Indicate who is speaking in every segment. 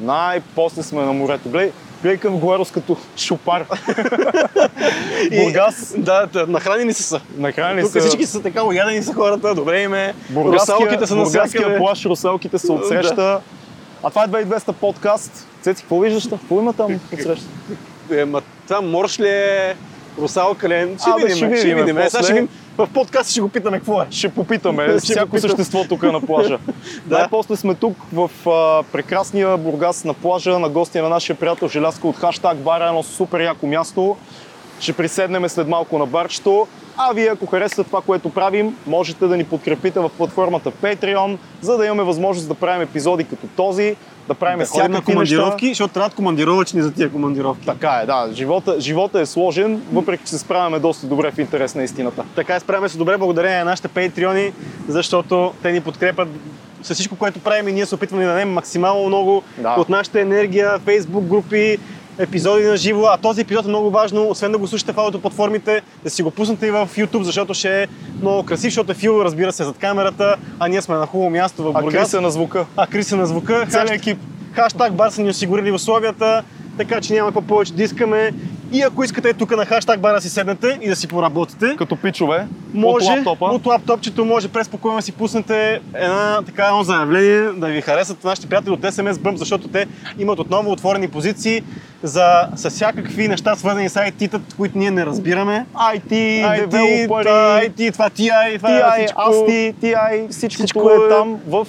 Speaker 1: Най-после сме на морето. Гледай, гледай към Гуерос като шупар.
Speaker 2: И-
Speaker 1: Бургас.
Speaker 2: Да, да, нахранени са са.
Speaker 1: Накрая не
Speaker 2: Тук
Speaker 1: са...
Speaker 2: всички са така, уядени са хората, добре им е. Русалките са
Speaker 1: Бургаския
Speaker 2: навсякъде.
Speaker 1: плаш, е русалките се отсреща. А това е 2200 подкаст. Цеци, какво виждаш? там? Какво има там отсреща?
Speaker 2: Е, ма, там морш ли е, русалка ли е? Ще
Speaker 1: Абе,
Speaker 2: видим,
Speaker 1: ще
Speaker 2: ще видим.
Speaker 1: видим,
Speaker 2: е. Сега
Speaker 1: после.
Speaker 2: ще видим. В подкаст ще го питаме какво е.
Speaker 1: Ще попитаме
Speaker 2: Ще
Speaker 1: всяко
Speaker 2: попитам.
Speaker 1: същество тук на плажа.
Speaker 2: Да.
Speaker 1: Най-после сме тук в а, прекрасния Бургас на плажа на гостия на нашия приятел Желязка от хаштаг Бар, едно супер яко място. Ще приседнем след малко на барчето. А вие, ако харесате това, което правим, можете да ни подкрепите в платформата Patreon, за да имаме възможност да правим епизоди като този, да правим
Speaker 2: Да ходим на
Speaker 1: всякакви неща.
Speaker 2: командировки, защото трябват командировъчни за тия командировки.
Speaker 1: Така е, да. Живота, живота е сложен, въпреки че се справяме доста добре в интерес на истината.
Speaker 2: Така справяме се добре благодарение на нашите патреони, защото те ни подкрепят с всичко, което правим и ние се опитваме да дадем максимално много
Speaker 1: Да.
Speaker 2: от нашата енергия, фейсбук групи, епизоди на живо. А този епизод е много важно, освен да го слушате в аудиоплатформите, да си го пуснете и в YouTube, защото ще е много красив, защото е фил, разбира се, зад камерата, а ние сме на хубаво място в
Speaker 1: А
Speaker 2: Бургас.
Speaker 1: Криса е на звука.
Speaker 2: А Криса на звука.
Speaker 1: Целият
Speaker 2: Хаш- Хаштаг бар са ни осигурили условията, така че няма какво повече да искаме. И ако искате тук на хаштаг бара си седнете и да си поработите,
Speaker 1: Като пичове.
Speaker 2: може
Speaker 1: От лаптопа.
Speaker 2: от лаптопчето може преспокойно да си пуснете една, така, едно заявление да ви харесат нашите приятели от SMS Bump, защото те имат отново отворени позиции за, с всякакви неща, свързани с IT, които ние не разбираме.
Speaker 1: IT,
Speaker 2: IT,
Speaker 1: девелопери,
Speaker 2: та, IT, това TI, това е
Speaker 1: TI,
Speaker 2: всичко.
Speaker 1: ASTI, TI, всичко,
Speaker 2: Всичко
Speaker 1: е
Speaker 2: е-
Speaker 1: там в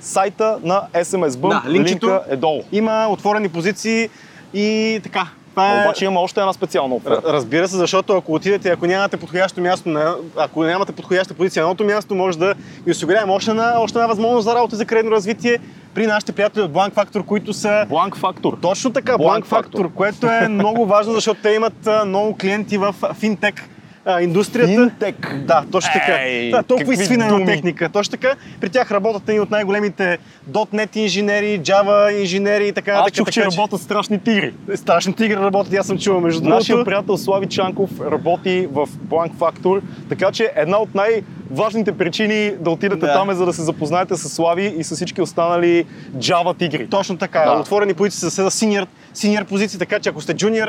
Speaker 1: сайта на SMS Bump.
Speaker 2: Да, линкчето.
Speaker 1: Линка е долу.
Speaker 2: Има отворени позиции и така. Това е...
Speaker 1: Обаче има още една специална
Speaker 2: Р-
Speaker 1: оферта.
Speaker 2: Разбира се, защото ако отидете, ако нямате подходящо място, на, ако нямате подходяща позиция на едното място, може да ви осигуряем още една, още една възможност за работа и за кредитно развитие при нашите приятели от Blank Factor, които са
Speaker 1: Blank Factor.
Speaker 2: точно така
Speaker 1: Blank
Speaker 2: Blank,
Speaker 1: Factor.
Speaker 2: Factor, което е много важно, защото те имат а, много клиенти в финтек а, индустрията.
Speaker 1: Финтек.
Speaker 2: Да, точно така.
Speaker 1: Ей,
Speaker 2: да, толкова
Speaker 1: какви
Speaker 2: изфинена
Speaker 1: думи.
Speaker 2: техника. Точно така. При тях работят едни от най-големите .NET инженери, Java инженери и така
Speaker 1: Аз
Speaker 2: нататък.
Speaker 1: чух, че
Speaker 2: така,
Speaker 1: работят страшни тигри.
Speaker 2: Страшни тигри работят, и аз съм чувал между
Speaker 1: Нашия
Speaker 2: другото.
Speaker 1: приятел Слави Чанков работи в Blank Factor, така че една от най-важните причини да отидете
Speaker 2: Да.
Speaker 1: там е за да се запознаете с Слави и с всички останали Java тигри.
Speaker 2: Точно така.
Speaker 1: Да.
Speaker 2: Да. Отворени позиции са за синьор, синьор позиции, така че ако сте джуниор,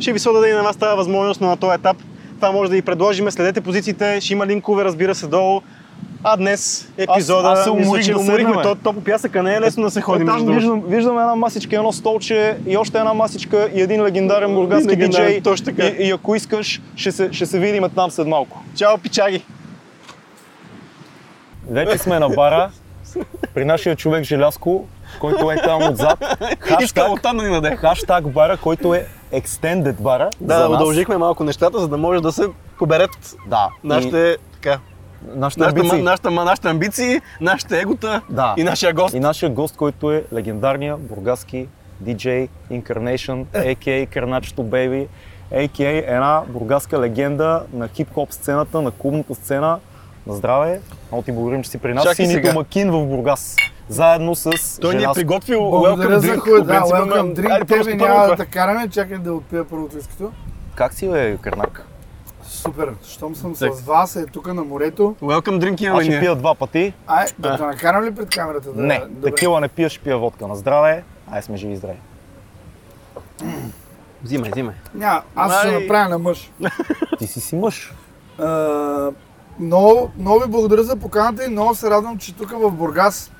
Speaker 2: ще ви се даде и на вас тази възможност, но на този етап това може да ви предложим. Следете позициите, ще има линкове, разбира се, долу. А днес епизода
Speaker 1: аз се
Speaker 2: мисля,
Speaker 1: уморих
Speaker 2: че
Speaker 1: да
Speaker 2: уморихме.
Speaker 1: седнем, бе.
Speaker 2: То, то по пясъка не е лесно да се ходи.
Speaker 1: Е,
Speaker 2: между
Speaker 1: Там
Speaker 2: другото.
Speaker 1: виждам, виждам една масичка, едно столче и още една масичка и един легендарен бургаски
Speaker 2: Легендарен,
Speaker 1: диджей.
Speaker 2: точно така.
Speaker 1: И, и ако искаш, ще се, ще се видим там след малко.
Speaker 2: Чао, пичаги!
Speaker 1: Вече сме на бара при нашия човек Желязко, който е там отзад.
Speaker 2: Искам оттам да ни наде.
Speaker 1: хаштаг бара, който е extended бара.
Speaker 2: Да, удължихме малко нещата, за да може да се поберат
Speaker 1: Да.
Speaker 2: нашите, така,
Speaker 1: нашите
Speaker 2: нашите, ма- нашите, ма- нашите амбиции, нашите егота
Speaker 1: Да.
Speaker 2: и нашия гост.
Speaker 1: И нашия гост, който е легендарния бургаски DJ Incarnation, a.k.a. Кърначето Бейби, a.k.a. една бургаска легенда на хип-хоп сцената, на клубната сцена. На здраве! Много ти благодарим, че си при нас.
Speaker 2: Чакай
Speaker 1: си ни
Speaker 2: сега.
Speaker 1: домакин в Бургас. Заедно с
Speaker 2: Той ни е
Speaker 1: Желязко.
Speaker 2: приготвил welcome
Speaker 3: Благодаря за
Speaker 2: drink.
Speaker 3: хуй,
Speaker 2: по
Speaker 3: да,
Speaker 2: принцип, ама-
Speaker 3: welcome
Speaker 2: Айде,
Speaker 3: drink.
Speaker 2: просто
Speaker 3: Тебе
Speaker 2: първо
Speaker 3: няма
Speaker 2: това.
Speaker 3: да те караме, чакай да отпия първото вискито.
Speaker 1: Как си, бе, Кърнак?
Speaker 3: Супер, щом съм
Speaker 2: Так.
Speaker 3: с вас, е тук на морето.
Speaker 2: Welcome drink
Speaker 1: Аз
Speaker 2: имаме
Speaker 1: ще
Speaker 2: ние.
Speaker 1: пия два пъти.
Speaker 3: Ай, да те накарам ли пред камерата? Да,
Speaker 1: Не,
Speaker 3: добре.
Speaker 1: текила не пия, ще пия водка. На здраве! Ай сме живи и здрави.
Speaker 2: Взимай, взимай.
Speaker 3: Няма, аз ще
Speaker 2: Ай.
Speaker 3: се направя на мъж.
Speaker 1: Ти си си мъж.
Speaker 3: А, Много, много ви благодаря за поканата и много се радвам, че тук в Бургас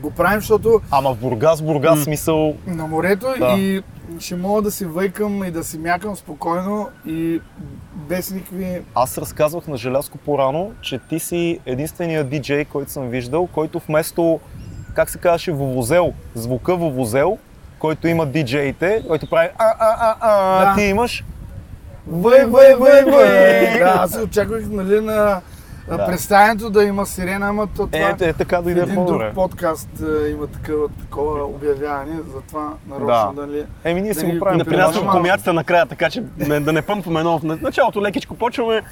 Speaker 3: го правим, защото
Speaker 1: Ама в Бургас, Бургас, смисъл...
Speaker 3: на морето
Speaker 1: Да.
Speaker 3: и ще мога да си вайкам и да си мякам спокойно и без никакви...
Speaker 1: Аз разказвах на Желязко по-рано, че ти си единствения диджей, който съм виждал, който вместо, как се казваше, вовозел, звука вовозел, който има диджеите, който прави а а а а
Speaker 3: Да.
Speaker 1: ти имаш Е,
Speaker 3: Въй, въй,
Speaker 1: въй!
Speaker 3: въй, въй! Да, аз очаквах, нали, на на
Speaker 1: Да.
Speaker 3: представянето да има сирена, ама то това...
Speaker 1: е, е така дойде
Speaker 3: един друг
Speaker 1: по-добре.
Speaker 3: подкаст е, има такова, такова обявяване, затова нарочно
Speaker 1: Да.
Speaker 3: да. нали...
Speaker 1: Еми ние си
Speaker 3: Да
Speaker 1: го
Speaker 3: ги
Speaker 1: правим
Speaker 3: купим.
Speaker 1: при нас.
Speaker 3: Напринасям
Speaker 2: Напринасям
Speaker 3: малко.
Speaker 2: комятите накрая, така че не- да не пъмпваме едно. В началото лекичко почваме,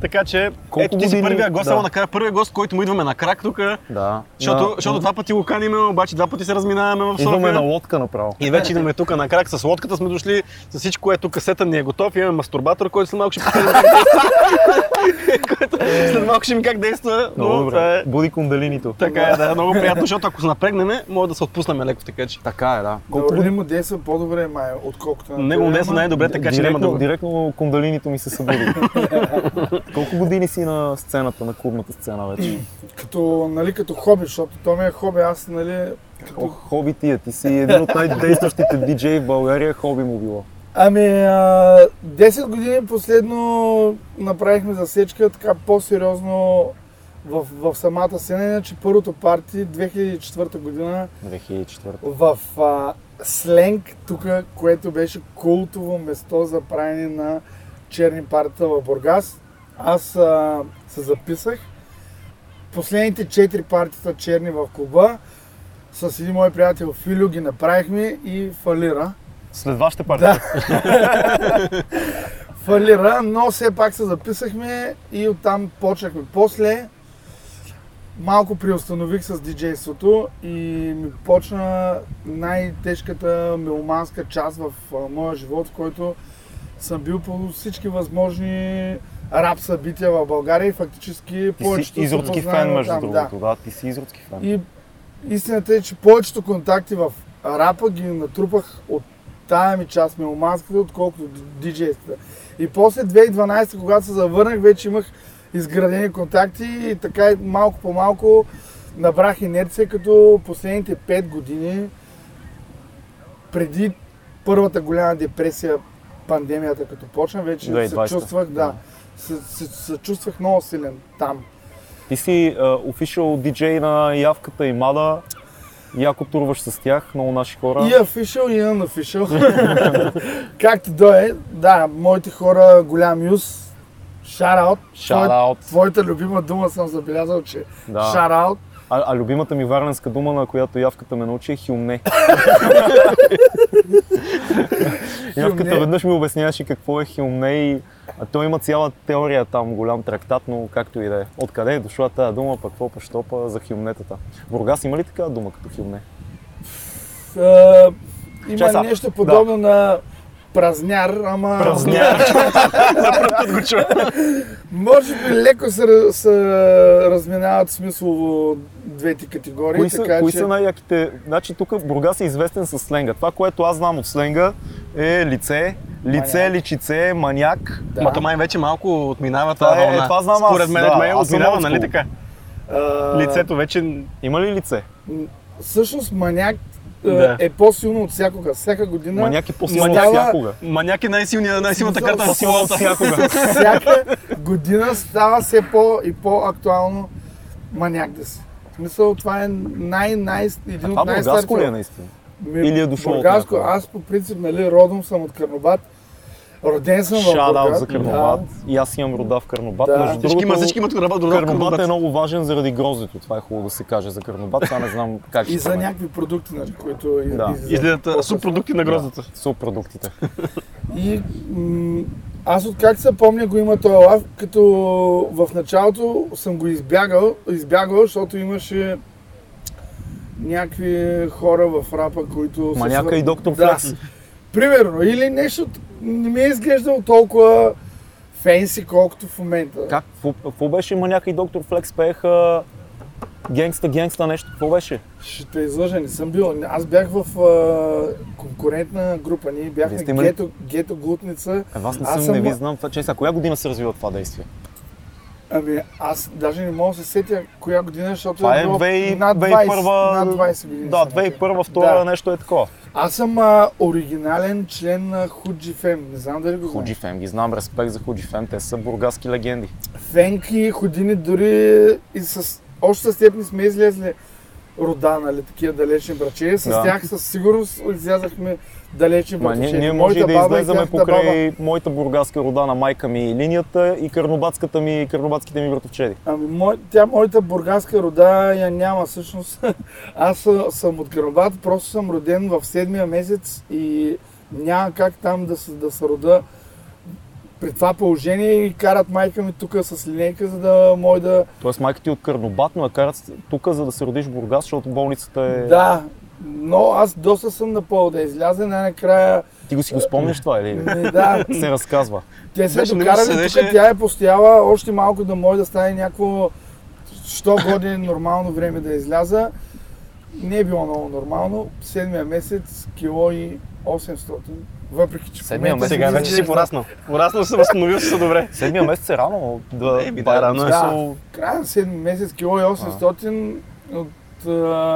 Speaker 2: Така че,
Speaker 1: Колко
Speaker 2: ето ти си
Speaker 1: години-
Speaker 2: първия гост,
Speaker 1: да.
Speaker 2: само накрая първия гост, който му идваме на крак тук,
Speaker 1: Да.
Speaker 2: защото,
Speaker 1: На-
Speaker 2: защото два пъти го каниме, обаче два пъти се разминаваме в София.
Speaker 1: Идваме на лодка направо.
Speaker 2: И вече идваме тук на крак, с лодката сме дошли, с всичко е тук, сета ни е готов, имаме мастурбатор, който след малко ще покажем как действа. Който след малко ще ми как действа, но
Speaker 1: Много
Speaker 2: това е...
Speaker 1: добре. Буди кундалинито.
Speaker 2: Така е, да, много приятно, защото ако се напрегнем, може да се отпуснем леко, така че.
Speaker 1: Така е, да.
Speaker 3: Колко години му действа по-добре, май, отколкото на
Speaker 2: Него
Speaker 3: тебе,
Speaker 2: днес е
Speaker 3: ама-
Speaker 2: най-добре, така че няма да
Speaker 1: Директно,
Speaker 2: го...
Speaker 1: директно кундалинито ми се събуди. Колко години си на сцената, на клубната сцена вече?
Speaker 3: Като, нали, като хоби, защото то ми е хоби, аз, нали,
Speaker 1: О,
Speaker 3: като...
Speaker 1: хоби тия, ти си един от най-действащите диджеи в България, хоби му било.
Speaker 3: Ами, а, 10 години последно направихме засечка, така по-сериозно в, в самата сцена, иначе първото парти 2004 година
Speaker 1: 2004.
Speaker 3: в а, Сленг, тук, което беше култово место за правене на черни партита в Бургас. Аз а, се записах. Последните 4 партита черни в клуба с един мой приятел Филю ги направихме и фалира.
Speaker 4: След вашите партии.
Speaker 3: Фалира, но все пак се записахме и оттам почнахме. После малко приустанових с диджейството и ми почна най-тежката меломанска част в а, моя живот, в който съм бил по всички възможни рап събития в България и фактически
Speaker 4: Ти
Speaker 3: повечето
Speaker 4: си
Speaker 3: се
Speaker 4: изродски
Speaker 3: познаваме
Speaker 4: фен, между
Speaker 3: оттам, да.
Speaker 4: другото. Да, ти си изродски фен.
Speaker 3: И истината е, че повечето контакти в рапа ги натрупах от тая ми част меломанската, отколкото диджейската. И после 2012, когато се завърнах, вече имах изградени контакти и така малко по малко набрах инерция, като последните 5 години преди първата голяма депресия, пандемията като почна, вече се
Speaker 1: 2020.
Speaker 3: чувствах, да, се, се, се чувствах много силен там.
Speaker 1: Ти си а, офишъл диджей на Явката и Мада. Яко турваш с тях, много наши хора.
Speaker 3: И е- official, и unofficial. Както дое, да, моите хора, голям юз, shout
Speaker 1: Shout out.
Speaker 3: Твоята любима дума съм забелязал, че
Speaker 1: Да.
Speaker 3: shout out.
Speaker 1: А, а любимата ми варненска дума, на която Явката ме научи е хюмне. Явката
Speaker 3: Хюмне.
Speaker 1: веднъж ми обясняваше какво е хюмне и а той има цяла теория там, голям трактат, но както и да е. Откъде е дошла тази дума, пък какво пащопа за хюмнетата? В Бургас има ли такава дума като хюмне?
Speaker 3: Е, има
Speaker 1: Чай сега.
Speaker 3: нещо подобно на празняр, ама може би леко се, ра- се разминават смислово двете категории.
Speaker 1: Кои са,
Speaker 3: така,
Speaker 1: кои
Speaker 3: че...
Speaker 1: са най-яките? Значи тук Бургас е известен с сленга. Това, което аз знам от сленга е лице, лице,
Speaker 3: Маняк.
Speaker 1: личице, маняк.
Speaker 3: Да.
Speaker 2: Мато май вече малко отминава
Speaker 1: Това
Speaker 2: тази
Speaker 1: е-
Speaker 2: вълна.
Speaker 1: това знам аз,
Speaker 2: Според мен
Speaker 1: да,
Speaker 2: май
Speaker 1: аз съм
Speaker 2: отминава,
Speaker 1: old
Speaker 2: нали
Speaker 1: school.
Speaker 2: така?
Speaker 3: Е,
Speaker 2: Лицето вече
Speaker 1: Има ли лице?
Speaker 3: Всъщност маняк е,
Speaker 2: Да.
Speaker 3: е по-силно от всякога. Всяка година
Speaker 1: Маняк е по-силно от
Speaker 3: става-
Speaker 1: всякога.
Speaker 2: маняк е най-силния, най-силната
Speaker 3: Смисъл,
Speaker 2: карта на
Speaker 3: по-силна
Speaker 2: силата.
Speaker 3: всяка година става все по и по-актуално маняк да си. В смисъл, това е най, най, един
Speaker 1: Това
Speaker 3: от най
Speaker 1: бургаско ли е наистина? Или е дошло от
Speaker 3: Бургаско,
Speaker 1: някъде?
Speaker 3: аз по принцип, нали, родом съм от Карнобат. Роден съм в
Speaker 1: Шадаут
Speaker 3: Бургас.
Speaker 1: за Карнобат. И аз имам рода в Карнобат.
Speaker 3: Да.
Speaker 1: Между
Speaker 2: Всички, има,
Speaker 1: другото,
Speaker 2: всички имат работа до
Speaker 1: Карнобат е много важен заради гроздето. Това е хубаво да се каже за Карнобат. Сега не знам как
Speaker 3: И
Speaker 1: ще
Speaker 3: за
Speaker 1: стане.
Speaker 3: някакви продукти, нали, които из-
Speaker 1: Да.
Speaker 3: излизат.
Speaker 2: Излизат а, субпродукти на гроздата.
Speaker 1: Субпродуктите.
Speaker 3: И м- аз откакто се помня го има този лав, като в началото съм го избягал, избягал, защото имаше някакви хора в рапа, които... се
Speaker 1: Маняка
Speaker 3: свър-
Speaker 1: и доктор
Speaker 3: да.
Speaker 1: Флекс.
Speaker 3: Примерно, или нещо т- не ми е изглеждало толкова фенси, колкото в момента.
Speaker 1: Как? Какво- Какво беше маняка и доктор Флекс пееха Генгста, генгста нещо. Какво беше? Е,
Speaker 3: Ще те излъжа, не съм бил. Аз бях в а, конкурентна група. Ние
Speaker 1: Вие
Speaker 3: бяхме
Speaker 1: сте имали-
Speaker 3: гето, гето глутница.
Speaker 1: Е, Аз не
Speaker 3: Аз
Speaker 1: съм,
Speaker 3: съм
Speaker 1: не ви
Speaker 3: ма-
Speaker 1: знам това. Че сега, коя година се развива това действие?
Speaker 3: Ами аз даже не мога да се сетя коя година, защото
Speaker 1: Това е
Speaker 3: било
Speaker 1: 2001
Speaker 3: над 20, над 20 години.
Speaker 1: Да,
Speaker 3: съм.
Speaker 1: 2001, втора
Speaker 3: Да.
Speaker 1: нещо е такова.
Speaker 3: Аз съм а, оригинален член на Худжи Фем. Не знам дали го знаеш.
Speaker 1: Худжи Фем, ги знам, респект за Худжи Фем, те са бургаски легенди.
Speaker 3: Фенки, Ходини, дори и с още степни сме излезли рода, нали, такива далечни браче. С
Speaker 1: Да.
Speaker 3: тях със сигурност излязахме далечни
Speaker 1: Ма, ние,
Speaker 3: братовчеди.
Speaker 1: ние може и
Speaker 3: Моята
Speaker 1: да
Speaker 3: баба и
Speaker 1: излеземе
Speaker 3: тяхната баба.
Speaker 1: покрай моята бургаска рода на майка ми и линията и карнобатската ми, карнобатските ми братовчеди.
Speaker 3: Ами, мой, тя, моята бургаска рода я няма всъщност. Аз съ- съм от Карабат, просто съм роден в седмия месец и няма как там да се, да се рода при това положение и карат майка ми тук с линейка, за да мой да...
Speaker 1: Тоест майка ти е от Кърнобат, но я карат тук, за да се родиш в Бургас, защото болницата е...
Speaker 3: Да, но аз доста съм напълно да изляза, най-накрая...
Speaker 1: Ти го си го спомняш това или
Speaker 3: Ми, да,
Speaker 1: се разказва?
Speaker 3: те се
Speaker 2: Беше, не ми се
Speaker 3: докарали тук,
Speaker 2: седеше.
Speaker 3: тя е постояла още малко да може да стане някакво... Що годи нормално време да изляза. Не е било много нормално. Седмия месец, кило и 800. Въпреки, че в
Speaker 1: Седмия
Speaker 3: момента-
Speaker 1: месец?
Speaker 2: Сега вече си пораснал. Пораснал се, възстановил си се добре.
Speaker 1: Седмия месец е рано. Да,
Speaker 2: Еми, да,
Speaker 1: бая,
Speaker 2: рано
Speaker 1: в
Speaker 2: е.
Speaker 1: смисъл,
Speaker 3: Края на седми месец, кило и 800. От, а,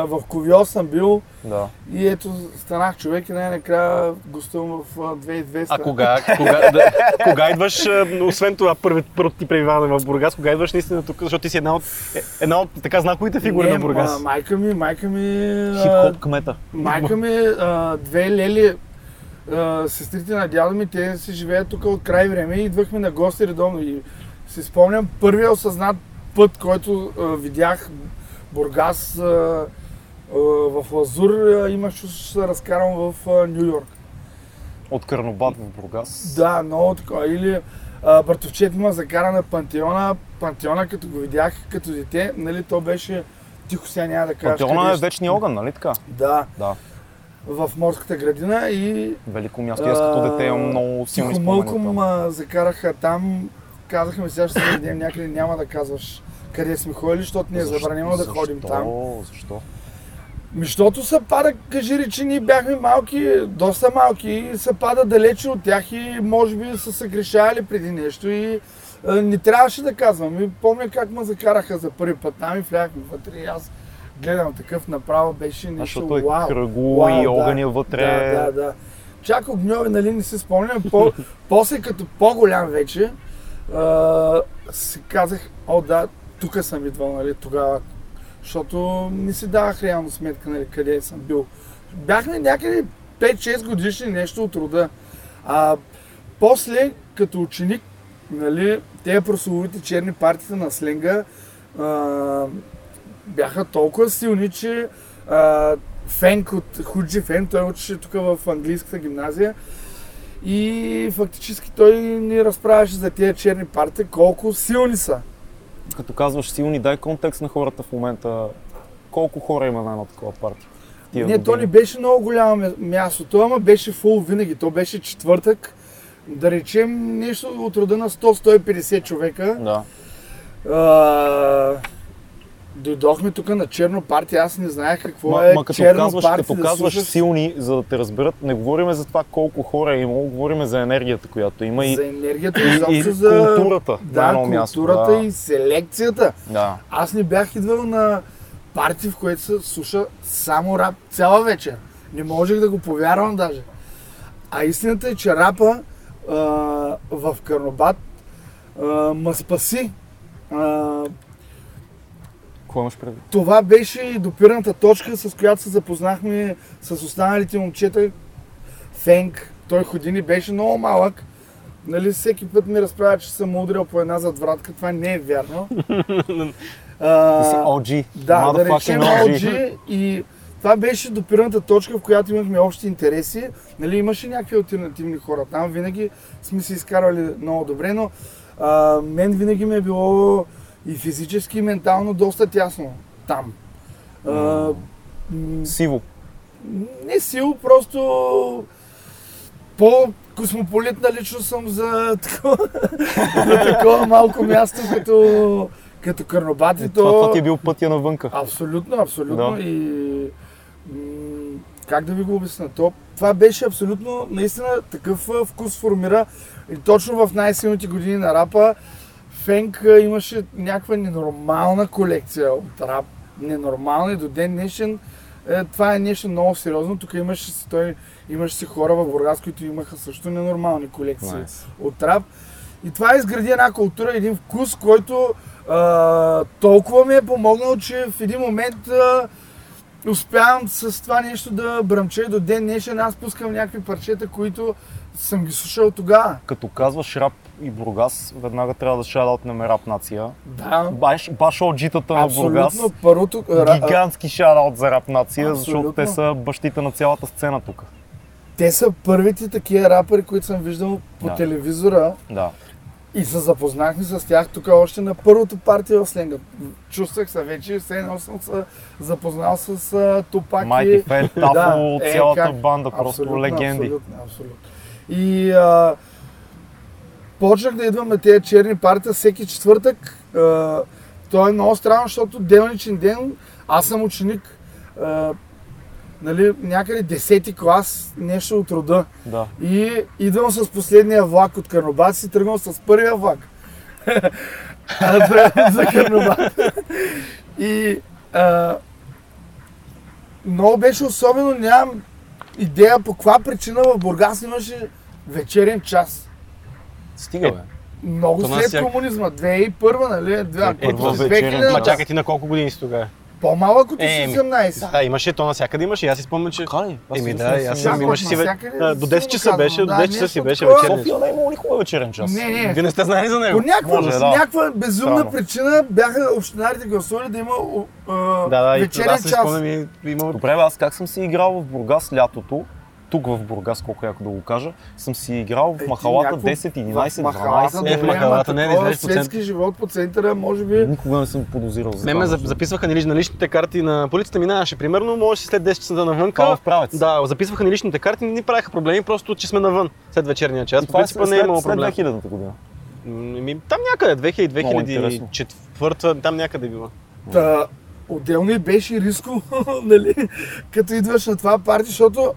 Speaker 3: в Ковио съм бил
Speaker 1: Да.
Speaker 3: и ето станах човек и най-накрая гостувам в а, 2200.
Speaker 2: А кога, кога, да, кога идваш, а, освен това първи- първото ти пребиваване в Бургас, кога идваш наистина тук, защото ти си една от, е- една от така знаковите фигури
Speaker 3: Не,
Speaker 2: на Бургас.
Speaker 3: ма- майка ми, майка ми... а,
Speaker 1: Хип-хоп кмета.
Speaker 3: Майка ми, а, две лели, а, сестрите на дядо ми, те си живеят тук от край време и идвахме на гости редовно. И си спомням първия осъзнат път, който а, видях Бургас а, а, в Лазур, а, имах чувство, че се разкарам в а, Нью Йорк.
Speaker 1: От Кърнобат в Бургас.
Speaker 3: Да, много такова. Или а, братовчет ме закара на Пантеона. Пантеона, като го видях като дете, нали, то беше тихо, сега няма да кажа.
Speaker 1: Пантеона е вечния огън, нали така?
Speaker 3: Да,
Speaker 1: Да.
Speaker 3: в морската градина и
Speaker 1: Велико място. И Аз като дете имам много силни
Speaker 3: Тихо
Speaker 1: спомени.
Speaker 3: мълко
Speaker 1: там.
Speaker 3: ма закараха там, казахме сега ще се видим някъде, няма да казваш къде сме ходили, защото ни е
Speaker 1: Защо-
Speaker 3: забранено да ходим
Speaker 1: защо?
Speaker 3: там.
Speaker 1: Защо?
Speaker 3: Ми, защото се пада, кажи речи, ние бяхме малки, доста малки и се пада далече от тях и може би са се грешали преди нещо и а, не трябваше да казвам. И помня как ме закараха за първи път там и влязахме вътре и аз гледам такъв направо, беше
Speaker 1: А,
Speaker 3: нещо
Speaker 1: Защото е
Speaker 3: вау.
Speaker 1: кръгло
Speaker 3: Вау,
Speaker 1: и
Speaker 3: да.
Speaker 1: огъня вътре.
Speaker 3: Да, да, да. Чак огньове, нали, не си спомням. По, после като по-голям вече, а, си казах, о да, тук съм идвал, нали, тогава. Защото не си давах реално сметка, нали, къде съм бил. Бяхме някъде 5-6 годишни нещо от рода. А после, като ученик, нали, те прословите черни партията на сленга а, бяха толкова силни, че а, Фенк от Худжи Фен, той учеше тук в английската гимназия и фактически той ни разправяше за тези черни парти, колко силни са.
Speaker 1: Като казваш силни, дай контекст на хората в момента. Колко хора има на една такова партия? Тия
Speaker 3: Не, то
Speaker 1: години.
Speaker 3: не беше много голямо мя- място, то ама беше фул винаги, то беше четвъртък, да речем нещо от рода на 100-150 човека.
Speaker 1: Да.
Speaker 3: А, дойдохме тук на черно парти, аз не знаех какво
Speaker 1: Ма,
Speaker 3: е
Speaker 1: ма като
Speaker 3: черно
Speaker 1: казваш,
Speaker 3: парти,
Speaker 1: като
Speaker 3: да
Speaker 1: казваш
Speaker 3: слушаш
Speaker 1: силни, за да те разберат, не говорим за това колко хора е имало, говорим за енергията, която има и,
Speaker 3: за енергията,
Speaker 1: и, и
Speaker 3: изобщо за...
Speaker 1: културата на
Speaker 3: Да,
Speaker 1: едно място.
Speaker 3: културата
Speaker 1: да.
Speaker 3: и селекцията.
Speaker 1: Да.
Speaker 3: Аз не бях идвал на парти, в което се слуша само рап цяла вечер. Не можех да го повярвам даже. А истината е, че рапа а, в Карнобат а, ма спаси. А,
Speaker 1: Кое имаш предвид?
Speaker 3: това беше и допирната точка, с която се запознахме с останалите момчета. Фенк, той години беше много малък. Нали, всеки път ми разправя, че съм му удрял по една задвратка. Това не е вярно.
Speaker 1: Ти си
Speaker 3: А,
Speaker 1: OG.
Speaker 3: да, да
Speaker 1: Motherfucking
Speaker 3: речем OG. И това беше допирната точка, в която имахме общи интереси. Нали, имаше някакви альтернативни хора там. Винаги сме се изкарвали много добре, но а, мен винаги ми е било и физически, и ментално доста тясно там. А, м,
Speaker 1: Сиво.
Speaker 3: не сил, просто по-космополитна лично съм за такова, за такова малко място, като, като Карнобат. и
Speaker 1: Това,
Speaker 3: то-
Speaker 1: това ти е бил пътя навънка.
Speaker 3: Абсолютно, абсолютно.
Speaker 1: Да.
Speaker 3: И м, как да ви го обясна? То, това беше абсолютно, наистина такъв а, вкус формира. И точно в най-силните години на рапа Фенк а, имаше някаква ненормална колекция от рап. Ненормална и до ден днешен. е, Това е нещо много сериозно. Тук имаше си, той, имаше си хора в Бургас, които имаха също ненормални колекции
Speaker 1: Nice.
Speaker 3: от рап. И това изгради една култура, един вкус, който а, толкова ми е помогнал, че в един момент а, успявам с това нещо да бръмча и до ден днешен. Аз пускам някакви парчета, които съм ги слушал тогава.
Speaker 1: Като казваш рап и Бургас, веднага трябва да шараутнем рап нация.
Speaker 3: Да,
Speaker 1: Баш, баш OG-тата на е Бургас.
Speaker 3: абсолютно. Първото... ра- а,
Speaker 1: Гигантски шараут за рап нация, защото
Speaker 3: Абсолютно.
Speaker 1: те са бащите на цялата сцена тук.
Speaker 3: Те са първите такива рапъри, които съм виждал по
Speaker 4: Да.
Speaker 3: телевизора
Speaker 4: Да.
Speaker 3: и се запознахме с тях тук още на първото партия в сленга. Чувствах се вече, все едно съм се запознал с а, Тупак и...
Speaker 1: Майки Фен, Тафо,
Speaker 3: е,
Speaker 1: цялата
Speaker 3: как?
Speaker 1: банда, просто
Speaker 3: Абсолютно,
Speaker 1: легенди.
Speaker 3: Абсолютно, абсолютно. И а, почнах да идвам на тези черни партия всеки четвъртък. А, то е много странно, защото делничен ден, аз съм ученик, а, нали, някъде 10-ти клас, нещо от рода.
Speaker 1: Да.
Speaker 3: И идвам с последния влак от Карнобат и тръгвам с първия влак. А, за- за Карнобат. И а, много беше особено, нямам идея по каква причина в Бургас имаше вечерен час.
Speaker 2: Стига, бе.
Speaker 3: Много
Speaker 2: То нас
Speaker 3: след
Speaker 2: всяк-
Speaker 3: комунизма, 2001, нали? Две-
Speaker 2: Е,
Speaker 3: ако-
Speaker 2: това
Speaker 3: през
Speaker 1: вечерен
Speaker 3: 2000,
Speaker 2: Ма чакай ти на колко години си тогава?
Speaker 3: По-малък от
Speaker 2: Е, ми.
Speaker 3: 18.
Speaker 2: Да, имаше, то навсякъде имаше. и Аз си спомням, че...
Speaker 1: Кали?
Speaker 2: Еми да, и аз съм
Speaker 3: Да,
Speaker 2: имаше си... ве-
Speaker 3: навсякъде
Speaker 2: а, До 10 часа
Speaker 3: силно
Speaker 2: беше, до
Speaker 3: казано,
Speaker 2: 10
Speaker 3: да,
Speaker 2: часа си
Speaker 3: нещо
Speaker 2: беше
Speaker 3: такова.
Speaker 2: вечерен.
Speaker 1: София не е имало никога вечерен час.
Speaker 3: Не, не,
Speaker 2: Вие не сте знали за
Speaker 3: По
Speaker 2: него.
Speaker 3: някаква,
Speaker 1: Може,
Speaker 3: с
Speaker 1: да.
Speaker 3: някаква безумна
Speaker 1: Странно.
Speaker 3: причина бяха общинарите гласували да има о, а,
Speaker 2: Да, да, и
Speaker 3: вечерен
Speaker 2: аз си
Speaker 3: час.
Speaker 2: спомням и има...
Speaker 1: Добре, бе, аз как съм си играл в Бургас лятото, тук в Бургас, колко яко да го кажа, съм си играл в
Speaker 3: Е, ти
Speaker 1: махалата
Speaker 3: някакво-
Speaker 1: 10, 11,
Speaker 3: махалата,
Speaker 1: 12.
Speaker 2: Е, в
Speaker 3: добре, ама
Speaker 2: махалата, не, не,
Speaker 3: такова
Speaker 2: 20%.
Speaker 3: светски живот по центъра, може би.
Speaker 1: Никога не съм подозирал за
Speaker 2: Не
Speaker 1: това.
Speaker 2: ме за-
Speaker 1: нещо.
Speaker 2: записваха нали, на личните карти на полицията, минаваше примерно, можеше след 10 часа да навънка.
Speaker 1: Кала в правец.
Speaker 2: Да, записваха ни личните карти, не ни правеха проблеми, просто че сме навън след вечерния час.
Speaker 1: И
Speaker 2: По
Speaker 1: това е
Speaker 2: принцип
Speaker 1: след,
Speaker 2: не е имало
Speaker 1: след
Speaker 2: проблем.
Speaker 1: 2000-та година.
Speaker 2: М, ми, Там някъде,
Speaker 1: Много интересно.
Speaker 2: 2004, там някъде е била.
Speaker 3: Та, отделно и беше риско, нали, като идваш на това парти, защото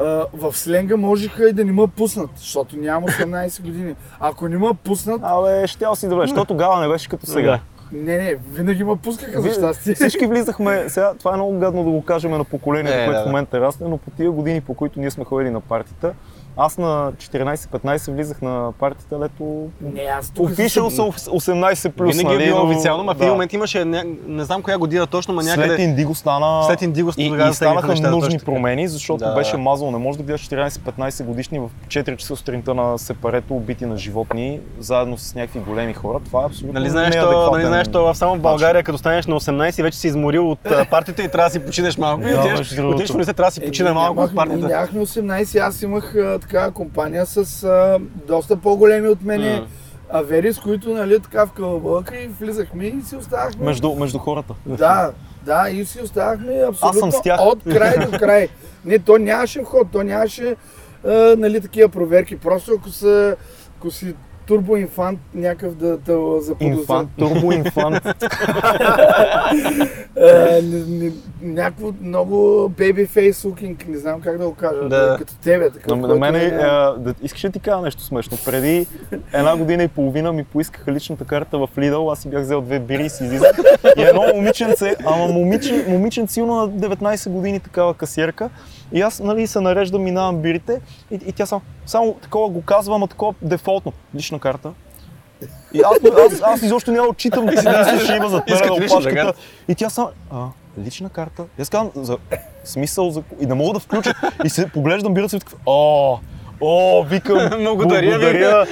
Speaker 3: а, в сленга можеха и да не ме пуснат, защото нямам 18 години. Ако не ме пуснат,
Speaker 1: Абе, щял си да беше, защото тогава не беше като сега.
Speaker 2: Да.
Speaker 3: не, не, винаги ме пускаха за
Speaker 1: Вие-
Speaker 3: щастие.
Speaker 1: Всички влизахме, сега това е много гадно да го кажем на поколението,
Speaker 2: Е,
Speaker 1: което
Speaker 2: да,
Speaker 1: в
Speaker 2: да.
Speaker 1: момента расне, но по тия години, по които ние сме ходили на партита, аз на 14-15 влизах на партита, дето
Speaker 3: Не, аз тук
Speaker 1: Офишъл
Speaker 3: съм-
Speaker 1: са 18 плюс,
Speaker 2: Винаги
Speaker 1: нали,
Speaker 2: е било
Speaker 1: но-
Speaker 2: официално, ма в
Speaker 1: да.
Speaker 2: един момент имаше, не, не знам коя година точно, ма
Speaker 1: След
Speaker 2: някъде.
Speaker 1: Индиго стана...
Speaker 2: След Индиго
Speaker 1: и,
Speaker 2: тогава
Speaker 1: и станаха
Speaker 2: тръгнаха нещата,
Speaker 1: нужни
Speaker 2: точно така.
Speaker 1: промени, защото
Speaker 2: Да, да.
Speaker 1: беше мазал. Не може да гледаш 14-15 годишни в 4 часа сутринта на сепарето, убити на животни, заедно с някакви големи хора. Това е абсолютно
Speaker 2: Нали знаеш, то,
Speaker 1: неадекватен
Speaker 2: нали знаеш, то в- само в България, като станеш на 18, вече си изморил от а, партията и трябва да си починеш малко.
Speaker 1: Да,
Speaker 2: Да, отиваш
Speaker 1: между другото.
Speaker 2: отиваш в университет, трябва да си
Speaker 3: Е,
Speaker 2: почина
Speaker 3: ние
Speaker 2: Значи малко от
Speaker 3: нямахме- ние
Speaker 2: партията.
Speaker 3: Нямахме 18, аз имах а, такава компания с а, доста по-големи от мене
Speaker 2: М.
Speaker 3: авери, с които нали така в кълбълка и влизахме и си оставахме.
Speaker 1: Между, между хората.
Speaker 3: Да, да, и си оставахме абсолютно
Speaker 1: с тях.
Speaker 3: от край до край. Не, то нямаше вход, то нямаше а, нали, такива проверки. Просто ако, са, ако си турбоинфант някакъв да те заподозрят.
Speaker 1: Инфант, турбоинфант.
Speaker 3: А, Е, не- не- Някакво много baby face looking, не знам как да го кажа,
Speaker 2: Да.
Speaker 3: като тебе. Така,
Speaker 1: На, на мен е, а, да, искаш ли ти кажа нещо смешно? Преди една година и половина ми поискаха личната карта в Lidl, аз си бях взел две бири и си излизах. И едно момиченце, ама момиче, момиченце силно на 19 години такава касиерка. И аз нали, се нареждам, минавам бирите и, и тя само, само такова го казва, ама такова дефолтно. Лична карта. И аз, аз, аз изобщо няма отчитам, че си мисля, че има зад мен
Speaker 2: Искат
Speaker 1: на
Speaker 2: лична
Speaker 1: опашката.
Speaker 2: карта.
Speaker 1: И тя само, а, лична карта. И аз казвам, за смисъл, за... и не мога да включа. И се поглеждам бирата си и такъв, о, о, викам,
Speaker 2: Благодаря ви.
Speaker 1: благодаря.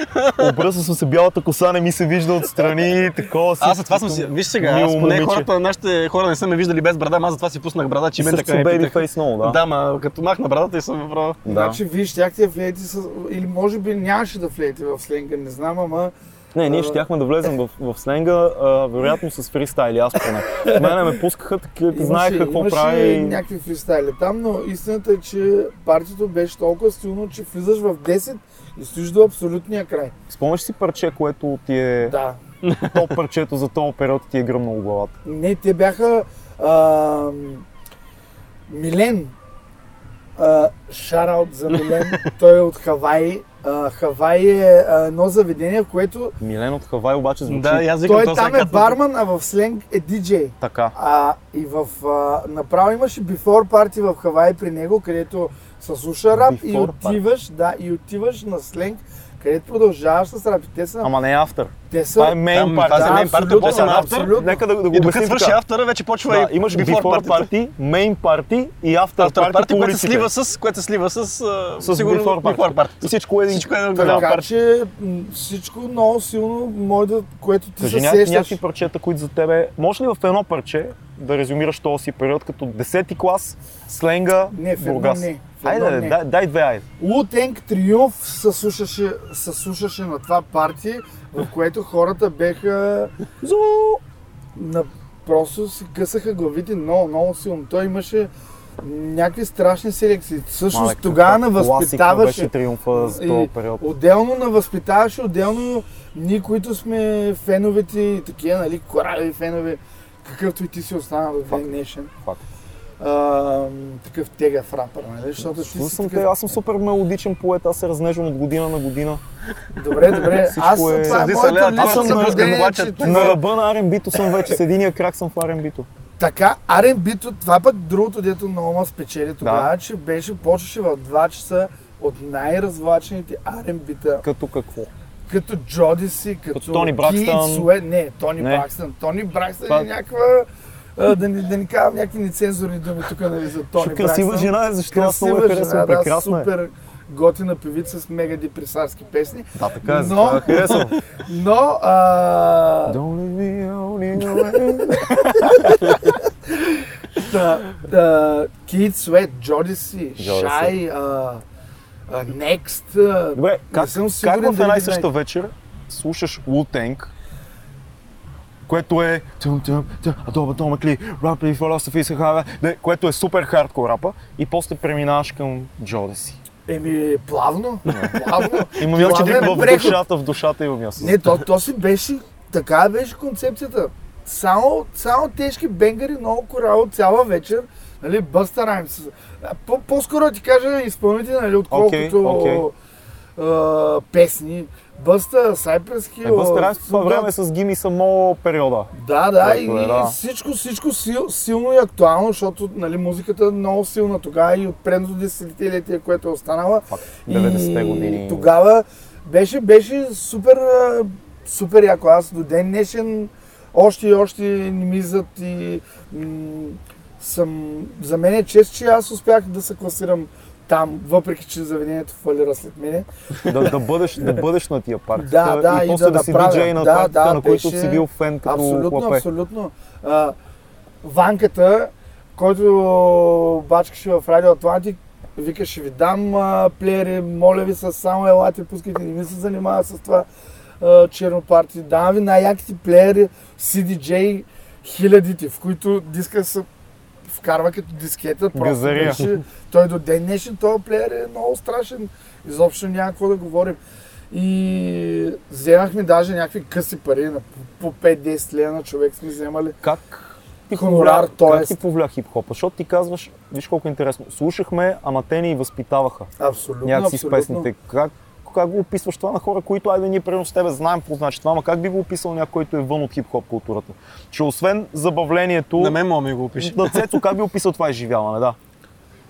Speaker 1: Обръсна съм се бялата коса, не ми се вижда отстрани, такова си.
Speaker 2: Аз за това съм си. Виж сега, аз
Speaker 1: Мило
Speaker 2: поне
Speaker 1: момиче.
Speaker 2: хората, нашите хора не са ме виждали без брада, ама аз затова си пуснах брада, че
Speaker 1: Ти
Speaker 2: мен така
Speaker 1: така
Speaker 2: не
Speaker 1: бейби
Speaker 2: питаха.
Speaker 1: фейс много, да.
Speaker 2: Да, ма като махна брадата и съм направо.
Speaker 1: Да.
Speaker 3: Значи вие щяхте да влезете с... Или може би нямаше да влезете в сленга, не знам, ама...
Speaker 1: Не, ние
Speaker 3: А.
Speaker 1: щяхме да влезем в, в сленга, а, вероятно с фристайли, аз поне. Мене ме пускаха, така, знаеха какво
Speaker 3: имаше
Speaker 1: прави.
Speaker 3: някакви фристайли там, но истината е, че партито беше толкова силно, че влизаш в 10 и стоиш до абсолютния край.
Speaker 1: Спомняш си парче, което ти е...
Speaker 3: Да.
Speaker 1: То парчето за този период ти е гръмнало главата.
Speaker 3: Не, те бяха... А, Милен. Шараут за Милен. Той е от Хавай. А, Хавай е а, едно заведение, в което
Speaker 1: Милен от Хавай обаче звучи
Speaker 2: Да, и аз викам
Speaker 3: той
Speaker 2: това
Speaker 3: там е барман, а в сленг е диджей.
Speaker 1: така.
Speaker 3: А, и в, а, направо имаше before party в Хавай при него, където се слуша рап и
Speaker 1: Before
Speaker 3: отиваш, да, и отиваш на сленг, където продължаваш с рап. И Те са,
Speaker 1: Ама не е автор.
Speaker 3: те са
Speaker 1: Това е мейн
Speaker 2: Там-
Speaker 1: парти.
Speaker 2: това
Speaker 3: да,
Speaker 2: е main party,
Speaker 3: абсолютно,
Speaker 2: после на автор.
Speaker 3: абсолютно.
Speaker 1: Нека да, да го
Speaker 2: И докато
Speaker 1: обясним
Speaker 2: свърши
Speaker 1: така.
Speaker 2: автора, вече почва
Speaker 1: Да,
Speaker 2: и
Speaker 1: имаш
Speaker 2: before
Speaker 1: before
Speaker 2: party-то.
Speaker 1: парти, мейн парти и автор
Speaker 2: After
Speaker 1: парти
Speaker 2: party,
Speaker 1: по
Speaker 2: което
Speaker 1: улиците.
Speaker 2: се слива с, което се слива с, а,
Speaker 1: С
Speaker 2: сигурно
Speaker 1: before party.
Speaker 2: before party.
Speaker 1: И всичко е един
Speaker 2: Всичко е едно голямо
Speaker 3: Така
Speaker 2: парти.
Speaker 3: че м, всичко много силно може да, което ти
Speaker 1: Кажи
Speaker 3: се
Speaker 1: някакви,
Speaker 3: сещаш.
Speaker 1: някакви парчета, които за тебе... Може ли в едно парче да резюмираш този си период като 10-ти клас, сленга,
Speaker 3: Не, в едно
Speaker 1: Бургас?
Speaker 3: не. В едно
Speaker 1: Айде, бе,
Speaker 3: не.
Speaker 1: дай, дай две, айде.
Speaker 3: Лутенг Триумф се слушаше, се слушаше на това парти, в което хората беха... Зо! На... Просто си късаха главите много, много силно. Той имаше някакви страшни селекции. Всъщност
Speaker 1: Малек,
Speaker 3: тогава на
Speaker 1: класика
Speaker 3: възпитаваше.
Speaker 1: беше триумфа за този
Speaker 3: И
Speaker 1: период.
Speaker 3: Отделно на възпитаваше, отделно ние, които сме феновете и такива, нали, корави фенове, какъвто и ти си останал в ден днешен.
Speaker 1: Факт.
Speaker 3: А, такъв тегав рапър, нали? Защото ти
Speaker 1: Чудо
Speaker 3: си
Speaker 1: съм, те,
Speaker 3: такъв...
Speaker 1: аз съм супер мелодичен поет, аз се разнежвам от година на година.
Speaker 3: Добре, добре.
Speaker 1: Всичко
Speaker 3: аз
Speaker 1: е-
Speaker 3: това е
Speaker 2: Съди се,
Speaker 3: моето
Speaker 2: Леля,
Speaker 3: лично
Speaker 2: аз съм на
Speaker 3: наблюдение,
Speaker 2: разгърбачен.
Speaker 3: е, че това-
Speaker 1: На ръба на R&B-то съм вече, с единия крак съм в R&B-то.
Speaker 3: Така, R&B-то, това пък другото, дето много ме спечели тогава, че беше, почваше в 2 часа от най-развлачените R&B-та.
Speaker 1: Като какво?
Speaker 3: Като Джодиси, като,
Speaker 1: Като Тони
Speaker 3: Кид
Speaker 1: Бракстън.
Speaker 3: Суе... Не, Тони
Speaker 1: Не.
Speaker 3: Бракстън. Тони Бракстън
Speaker 1: Това-
Speaker 3: е някаква... а, Да ни, да ни казвам някакви нецензурни думи тук, нали, за Тони
Speaker 1: Що красива
Speaker 3: Бракстън.
Speaker 1: жена е, защо аз много я
Speaker 3: Красива
Speaker 1: харесвам,
Speaker 3: жена, да,
Speaker 1: прекрасна е.
Speaker 3: супер готина певица с мега депресарски песни.
Speaker 1: Да, така е,
Speaker 3: Но-
Speaker 1: затова я харесвам.
Speaker 3: Но, а,
Speaker 1: Don't leave me only away.
Speaker 3: Та, та, Кит Свет, Джодиси,
Speaker 1: Джодиси.
Speaker 3: Шай, а, а, Next. а,
Speaker 1: Добре,
Speaker 3: не
Speaker 1: как,
Speaker 3: съм
Speaker 1: как в
Speaker 3: сигурен
Speaker 1: една
Speaker 3: дали
Speaker 1: и съща вечер слушаш Wu-Tang, което е тъм, тъм, тъм, Adobe Atomically, Rap и Philosophy, Sahara, де- което е супер хардкор рапа и после преминаваш към Джодеси.
Speaker 3: Еми, плавно, плавно.
Speaker 1: Има място
Speaker 3: Плавен
Speaker 1: в
Speaker 3: преход.
Speaker 1: душата, в душата има място.
Speaker 3: Не, то, то си беше, така беше концепцията. Само, само тежки бенгари, много корал цяла вечер. Нали, Бъста Раймс. А, по- По-скоро ти кажа изпълнители, нали, отколкото
Speaker 1: окей.
Speaker 3: а, песни. Бъста, Сайпрес
Speaker 1: Е,
Speaker 3: Хил,
Speaker 1: Бъстеранс по това
Speaker 3: Snoop Dogg.
Speaker 1: време с Гими само периода.
Speaker 3: Да, да, и,
Speaker 1: Което е, да.
Speaker 3: и всичко, всичко сил, силно и актуално, защото нали, музиката е много силна тогава и от предното десетилетие, което е останала.
Speaker 1: Факт.
Speaker 3: И
Speaker 1: 90-те години.
Speaker 3: Тогава беше, беше супер, а, супер яко. Аз до ден днешен още и още не ми зад и м- съм, за мен е чест, че аз успях да се класирам там, въпреки че заведението фалира след мене.
Speaker 1: Да, да, бъдеш, да бъдеш на тия партита
Speaker 3: Да, да,
Speaker 1: и
Speaker 3: и
Speaker 1: после
Speaker 3: да
Speaker 1: да, си
Speaker 3: направя.
Speaker 1: диджей на
Speaker 3: Да,
Speaker 1: партита,
Speaker 3: да,
Speaker 1: на които
Speaker 3: беше-
Speaker 1: си бил фен като
Speaker 3: Абсолютно,
Speaker 1: хлапе.
Speaker 3: абсолютно. А, ванката, който бачкаше в Радио Атлантик, вика, ще ви дам а, плеери, моля ви с само елате, пускайте, не ми се занимава с това а, черно парти. Давам ви най-яките плеери, CDJ, хилядите, в които диска се вкарва като дискета. Просто
Speaker 1: Газария.
Speaker 3: Беше, той до ден днешен, този плеер е много страшен. Изобщо няма какво да говорим. И вземахме даже някакви къси пари, на по 5-10 лена човек сме вземали.
Speaker 1: Как ти
Speaker 3: Хонорар,
Speaker 1: повля- как
Speaker 3: тоест.
Speaker 1: ти повля хип-хопа? Защото ти казваш, виж колко е интересно, слушахме, ама те ни и възпитаваха
Speaker 3: Абсолютно,
Speaker 1: някакси с
Speaker 3: абсолютно.
Speaker 1: песните. Как, как го описваш това на хора, които, айде ние примерно с тебе знаем какво значи това, ама как би го описал някой, който е вън от хип-хоп културата? Че освен забавлението,
Speaker 2: На мен мога ми го опише.
Speaker 1: на Цецо, как би описал това изживяване, да?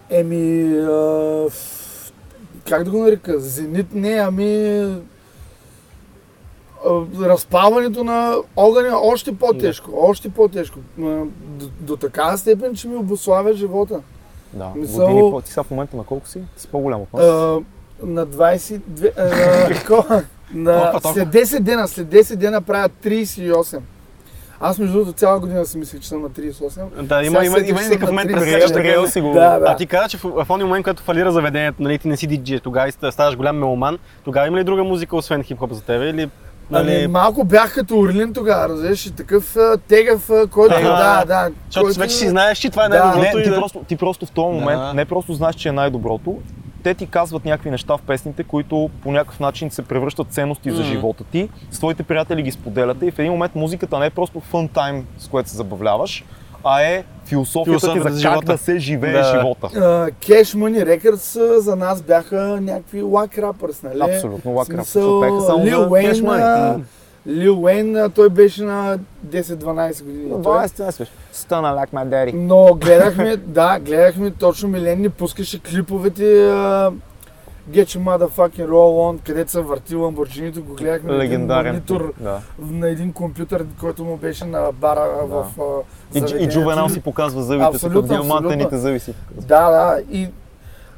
Speaker 3: Еми, а, ф- как да го нарека, зенит не, ами а, разпалването на огъня е още по-тежко, още по-тежко. М, До, до такава степен, че ми обославя живота.
Speaker 1: Да,
Speaker 3: Мисъл-
Speaker 1: години по- Ти сега в момента на колко си? Ти си по-голям от нас.
Speaker 3: А, на 22... А, ко- на,
Speaker 2: Толкова, толкова.
Speaker 3: след 10 дена, след 10 дена правя 38. Аз между другото цяла година си мислех, че съм на
Speaker 2: Да,
Speaker 3: 38. Сега
Speaker 2: има, има,
Speaker 3: седиш
Speaker 2: има
Speaker 3: на
Speaker 2: един такъв момент,
Speaker 3: 30
Speaker 2: през
Speaker 3: лева.
Speaker 2: така.
Speaker 1: Приел си го.
Speaker 3: Да, да.
Speaker 2: А ти каза, че в, в този момент, когато фалира заведението, нали, ти не си диджей, тогава и ста- ставаш голям меломан, тогава има ли друга музика, освен хип-хоп за тебе? Или, нали,
Speaker 3: Ами, малко бях като Орлин тогава, разбираш, и такъв а, тегав, а, който...
Speaker 2: Ага.
Speaker 3: Да, да.
Speaker 2: защото
Speaker 3: който-
Speaker 2: вече си знаеш, че това е
Speaker 3: Да.
Speaker 1: Не,
Speaker 2: най-доброто
Speaker 1: ти,
Speaker 2: и да...
Speaker 1: просто, ти просто в този момент
Speaker 2: Да.
Speaker 1: не просто знаеш, че е най-доброто, те ти казват някакви неща в песните, които по някакъв начин се превръщат в ценности за
Speaker 2: Мгм.
Speaker 1: живота ти, с твоите приятели ги споделяте и в един момент музиката не е просто фън тайм, с което се забавляваш, а е философията
Speaker 2: Философията
Speaker 1: ти
Speaker 2: за
Speaker 1: за как
Speaker 2: живота.
Speaker 1: да се живее
Speaker 2: Да.
Speaker 1: живота.
Speaker 3: А, Cash Money Records а, за нас бяха някакви лак рапърс, нали?
Speaker 1: Абсолютно, лак
Speaker 3: В
Speaker 1: рапърс,
Speaker 3: смисъл,
Speaker 1: бяха само
Speaker 3: Lil
Speaker 1: за е. Cash
Speaker 3: Wayne,
Speaker 1: Money.
Speaker 3: а, Lil Wayne, а, той беше на 10-12 години. Той-
Speaker 1: 20 не смеш. е Стана like my daddy.
Speaker 3: Но гледахме, да, гледахме точно Милен ни пускаше клиповете а, Get your motherfucking roll on, където се върти Ламборджинито, го гледахме на
Speaker 1: Легендарен.
Speaker 3: един монитор
Speaker 1: Да.
Speaker 3: на един компютър, който му беше на бара в
Speaker 1: И,
Speaker 3: а,
Speaker 1: Дж- и
Speaker 3: заведението.
Speaker 1: Джувенал си показва зъбите, си,
Speaker 3: Абсолютно,
Speaker 1: като диамантените
Speaker 3: абсолютно.
Speaker 1: зъби си.
Speaker 3: Да, да, и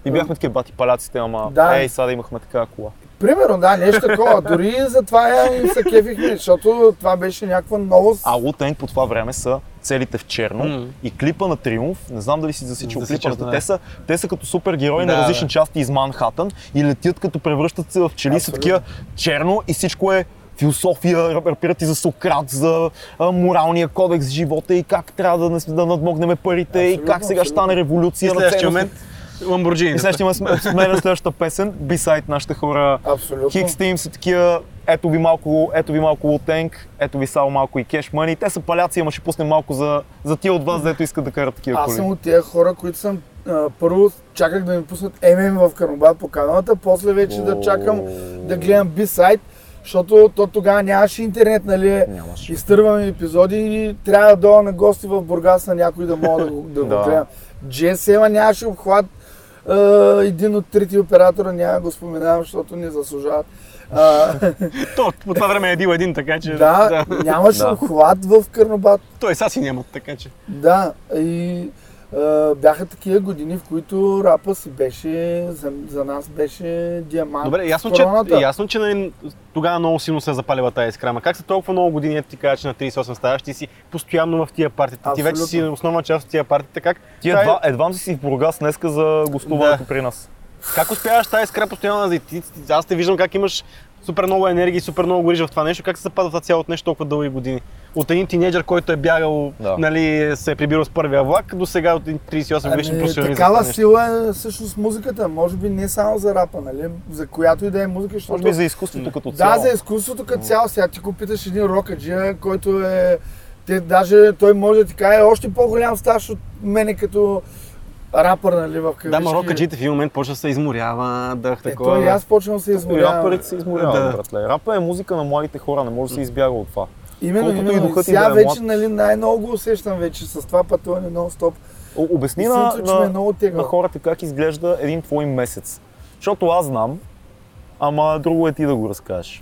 Speaker 1: И бяхме такива бати паляците, ама
Speaker 3: Да.
Speaker 1: ей, сега да имахме такава кола.
Speaker 3: Примерно, да, нещо такова. Дори за това я и се кефихме, защото това беше някаква новост.
Speaker 1: А Лутенг по това време са целите в черно
Speaker 2: М.
Speaker 1: и клипа на Триумф, не знам дали си засичал
Speaker 2: Засичал,
Speaker 1: клипа,
Speaker 2: да.
Speaker 1: те са, те са като супергерои
Speaker 2: Да,
Speaker 1: на различни
Speaker 2: да.
Speaker 1: части из Манхатън и летят като превръщат се в пчели, са
Speaker 3: Абсолютно.
Speaker 1: такива черно и всичко е философия, рапират и за Сократ, за а, моралния кодекс в живота и как трябва да, нас- да надмогнем парите и
Speaker 3: Абсолютно,
Speaker 1: как сега ще
Speaker 3: абсолютно.
Speaker 1: стане
Speaker 2: И
Speaker 1: революция на
Speaker 2: е следващия
Speaker 1: ценности.
Speaker 2: момент Ламборджини.
Speaker 1: И сега ще има сме- сменя следващата песен, бисайд нашите хора.
Speaker 3: Абсолютно.
Speaker 1: Хиксите им са такива, ето ви малко, ето ви малко Лутенг, ето ви само малко и Cash Money. Те са паляци, ама ще пуснем малко за, за тия от вас, дето искат да карат такива
Speaker 3: Аз
Speaker 1: коли.
Speaker 3: съм от тия хора, които съм а, първо чаках да ми пуснат ММ в Карнобат по каналата, после вече да чакам да гледам B-сайт, защото то тогава нямаше интернет, нали?
Speaker 1: Нямаше.
Speaker 3: Изтървам епизоди и трябва да дойда на гости в Бургас на някой да мога да го, да го
Speaker 1: Да.
Speaker 3: гледам. GSM-а нямаше обхват. а, един от трите оператора няма да го споменавам, защото не заслужават. А,
Speaker 2: То, по това време е бил един, така че...
Speaker 3: да, нямаше
Speaker 1: Да.
Speaker 3: обхват в Карнобат.
Speaker 2: Той сега си нямат, така че...
Speaker 3: Да, и а, бяха такива години, в които рапа си беше, за, за нас беше диамант.
Speaker 2: Добре, ясно,
Speaker 3: в
Speaker 2: че,
Speaker 3: короната.
Speaker 2: ясно, че нали, тогава много силно се е запалила тази искра. Ма как са толкова много години, ето ти кажа, че на 38 ставаш, ти си постоянно в тия партията, ти вече
Speaker 3: Абсолютно.
Speaker 2: си основна част от тия партията. Как,
Speaker 1: Ти
Speaker 2: тая-
Speaker 1: едва, едвам си си в Бургас днеска за гостуването
Speaker 2: Да.
Speaker 1: при нас.
Speaker 2: как успяваш тази искра постоянно да ти, ти- Аз те виждам как имаш супер много енергия и супер много гориш в това нещо. Как се запада в това цялото нещо толкова дълги години? От един тинейджър, който е бягал,
Speaker 1: Да.
Speaker 2: нали, се е прибирал с първия влак, до сега от един 38 годишен
Speaker 3: Ами,
Speaker 2: професионалист.
Speaker 3: такава сила е всъщност музиката, може би не само за рапа, нали? за която и да е музика, защото...
Speaker 1: Може би за изкуството като цяло.
Speaker 3: Да, за изкуството като цяло. Сега ти купиташ един рокаджия, който е... Те, даже той може да ти каже още по-голям стаж от мене като рапър, нали, в кавички.
Speaker 2: Да, ма рокаджите в един момент почва да се изморява, дъх,
Speaker 3: Е,
Speaker 2: такова.
Speaker 3: той и аз почвам да се изморявам.
Speaker 1: Рапърите се изморяват,
Speaker 2: Да.
Speaker 1: братле. Рапа е музика на младите хора, не може да се избяга от това.
Speaker 3: Именно,
Speaker 1: Колкото и
Speaker 3: именно.
Speaker 1: духът ти
Speaker 3: сега
Speaker 1: да е
Speaker 3: вече
Speaker 1: млад.
Speaker 3: нали, най-много го усещам вече с това пътуване нон-стоп.
Speaker 1: О- Обясни на,
Speaker 3: Истинно, че ме е
Speaker 1: на,
Speaker 3: много
Speaker 1: на
Speaker 3: тегъл.
Speaker 1: хората как изглежда един твой месец. Защото аз знам, ама друго е ти да го разкажеш.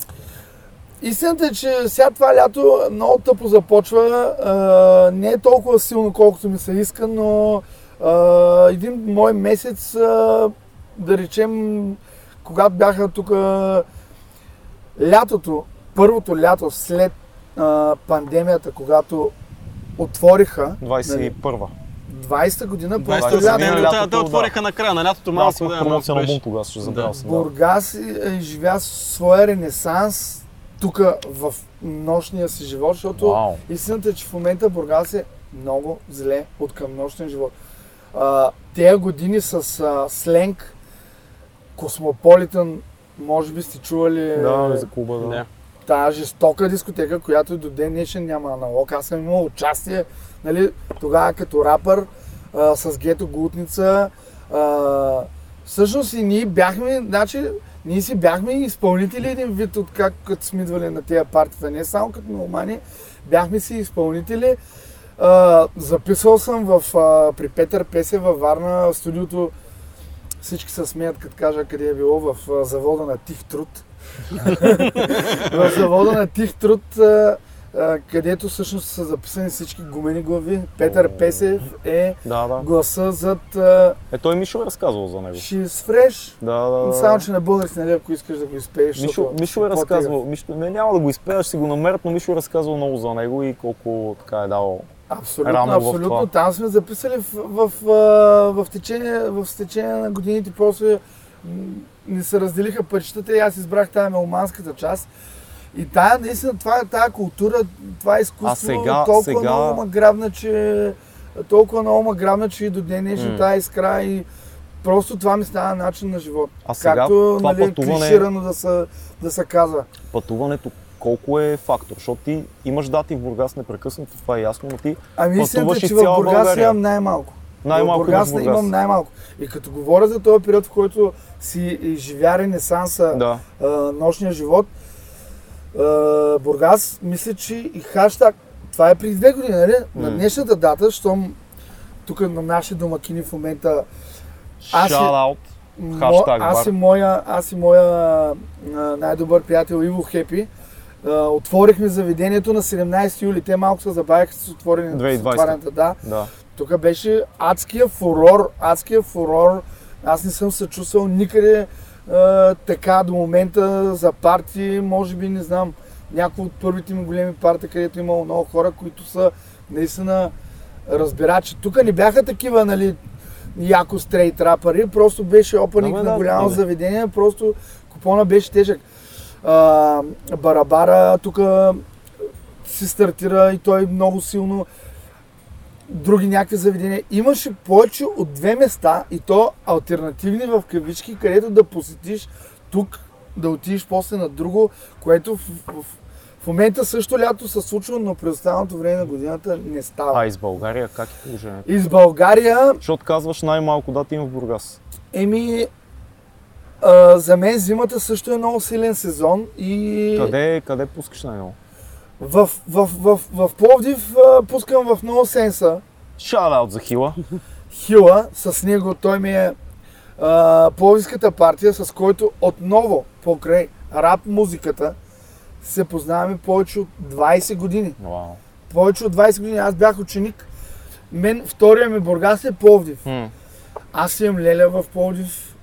Speaker 3: Истината е, че сега това лято много тъпо започва. А, не е толкова силно, колкото ми се иска, но а, един мой месец, а, да речем, когато бяха тук лятото, първото лято след а, пандемията, когато отвориха
Speaker 1: 21-а.
Speaker 3: 20-та година, първото
Speaker 2: 20
Speaker 1: 20-та
Speaker 3: лято.
Speaker 1: година,
Speaker 2: година, те,
Speaker 1: лятото,
Speaker 2: те отвориха на края на лятото малко.
Speaker 1: Малко
Speaker 2: да,
Speaker 1: промоция на
Speaker 2: беше.
Speaker 1: бум тогава, ще забравя
Speaker 2: Да.
Speaker 1: съм. да.
Speaker 3: Бургас е, изживя своя ренесанс тук в нощния си живот, защото
Speaker 1: Вау.
Speaker 3: истината е, че в момента Бургас е много зле от към нощния живот. А, те години с а, сленг Космополитън, може би сте чували е,
Speaker 1: Да, за клуба, да.
Speaker 2: Да.
Speaker 3: тази жестока дискотека, която и до ден днешен няма аналог. Аз съм имал участие, нали, тогава като рапър а, с Гето Гутница. А, всъщност и ние бяхме, значи, ние си бяхме и изпълнители един вид от как като сме идвали на тези партията. Не само като меломани, бяхме си изпълнители. А, записал съм в, а, при Петър Песе във Варна в студиото. Всички се смеят, като кажа къде е било, в а, завода на Тих Труд в завода на Тих Труд, а, а, където всъщност са записани всички гумени глави. Петър Песев е
Speaker 1: Да, да.
Speaker 3: гласа зад а,
Speaker 1: Е, той Мишо е разказвал за него.
Speaker 3: She is Fresh.
Speaker 1: Да, да, да.
Speaker 3: Само, че на български, нали, ако искаш да го изпееш.
Speaker 1: Мишо,
Speaker 3: защото-
Speaker 1: Мишо е
Speaker 3: какво
Speaker 1: разказвал, Мишо, не, няма да го изпея, ще си го намерят, но Мишо е разказвал много за него и колко така е дал.
Speaker 3: Абсолютно,
Speaker 1: Рано в
Speaker 3: абсолютно.
Speaker 1: това.
Speaker 3: Там сме записали в, в, в, в, течение, в течение на годините, после м, ни се разделиха пътищата и аз избрах тази меломанската част. И тая, наистина, това, е тая култура, това е изкуство,
Speaker 1: сега-
Speaker 3: толкова
Speaker 1: сега-
Speaker 3: много ма грабна, че толкова много ма грабна, че и до ден днешен
Speaker 1: М.
Speaker 3: тая искра и просто това ми става начин на живот.
Speaker 1: А сега
Speaker 3: Както,
Speaker 1: това
Speaker 3: нали,
Speaker 1: пътуване-
Speaker 3: клиширано да се, да се казва.
Speaker 1: Пътуването колко е фактор, защото ти имаш дати в Бургас непрекъснато, това е ясно, но ти
Speaker 3: Ами истината,
Speaker 1: Пътуваш
Speaker 3: че
Speaker 1: из
Speaker 3: в
Speaker 1: цяла
Speaker 3: Бургас
Speaker 1: България.
Speaker 3: имам най-малко.
Speaker 1: най-малко
Speaker 3: в Бургас,
Speaker 1: имаш Бургас.
Speaker 3: имам най-малко. И като говоря за този период, в който си живя ренесанса,
Speaker 1: Да.
Speaker 3: а, нощния живот, а, Бургас, мисля, че и хаштаг, това е преди две години, нали? На
Speaker 1: М.
Speaker 3: днешната дата, щом тук на наши домакини в момента Аз си-
Speaker 1: Shout out.
Speaker 3: Мо-
Speaker 1: Хаштаг
Speaker 3: аз, и
Speaker 1: бар.
Speaker 3: моя, аз и моя а, най-добър приятел Иво Хепи а, отворихме заведението на 17 юли. Те малко се забавиха с отворене- с
Speaker 1: 2020.
Speaker 3: отварянето. Да.
Speaker 1: Да.
Speaker 3: Тук беше адския фурор, адския фурор. Аз не съм се чувствал никъде А, така до момента за парти, може би не знам, някои от първите ми големи парти, където имало много хора, които са наистина разбирачи. Тук не бяха такива, нали, яко стрейт рапъри, просто беше опаник
Speaker 1: Абе,
Speaker 3: на
Speaker 1: да,
Speaker 3: голямо
Speaker 1: да, бе.
Speaker 3: заведение, просто купона беше тежък. А, барабара тук си стартира и той много силно други някакви заведения. Имаше повече от две места и то альтернативни в кавички, където да посетиш тук, да отидеш после на друго, което в, в, в момента също лято се случва, но през останалото време на годината не става.
Speaker 1: А из България как е положението?
Speaker 3: Из България
Speaker 1: Защото казваш най-малко дати има в Бургас.
Speaker 3: Еми, а, за мен зимата също е много силен сезон и
Speaker 1: Къде, е- къде пускаш най-много?
Speaker 3: в, в, в, в, Пловдив а, пускам в много сенса
Speaker 1: Шаут за Хила.
Speaker 3: Хила, с него той ми е а, Пловдивската партия, с който отново покрай рап музиката се познаваме повече от 20 години.
Speaker 1: Вау.
Speaker 3: Повече от 20 години, аз бях ученик, мен втория ми Бургас е Пловдив.
Speaker 1: М.
Speaker 3: Аз имам Леля в Пловдив,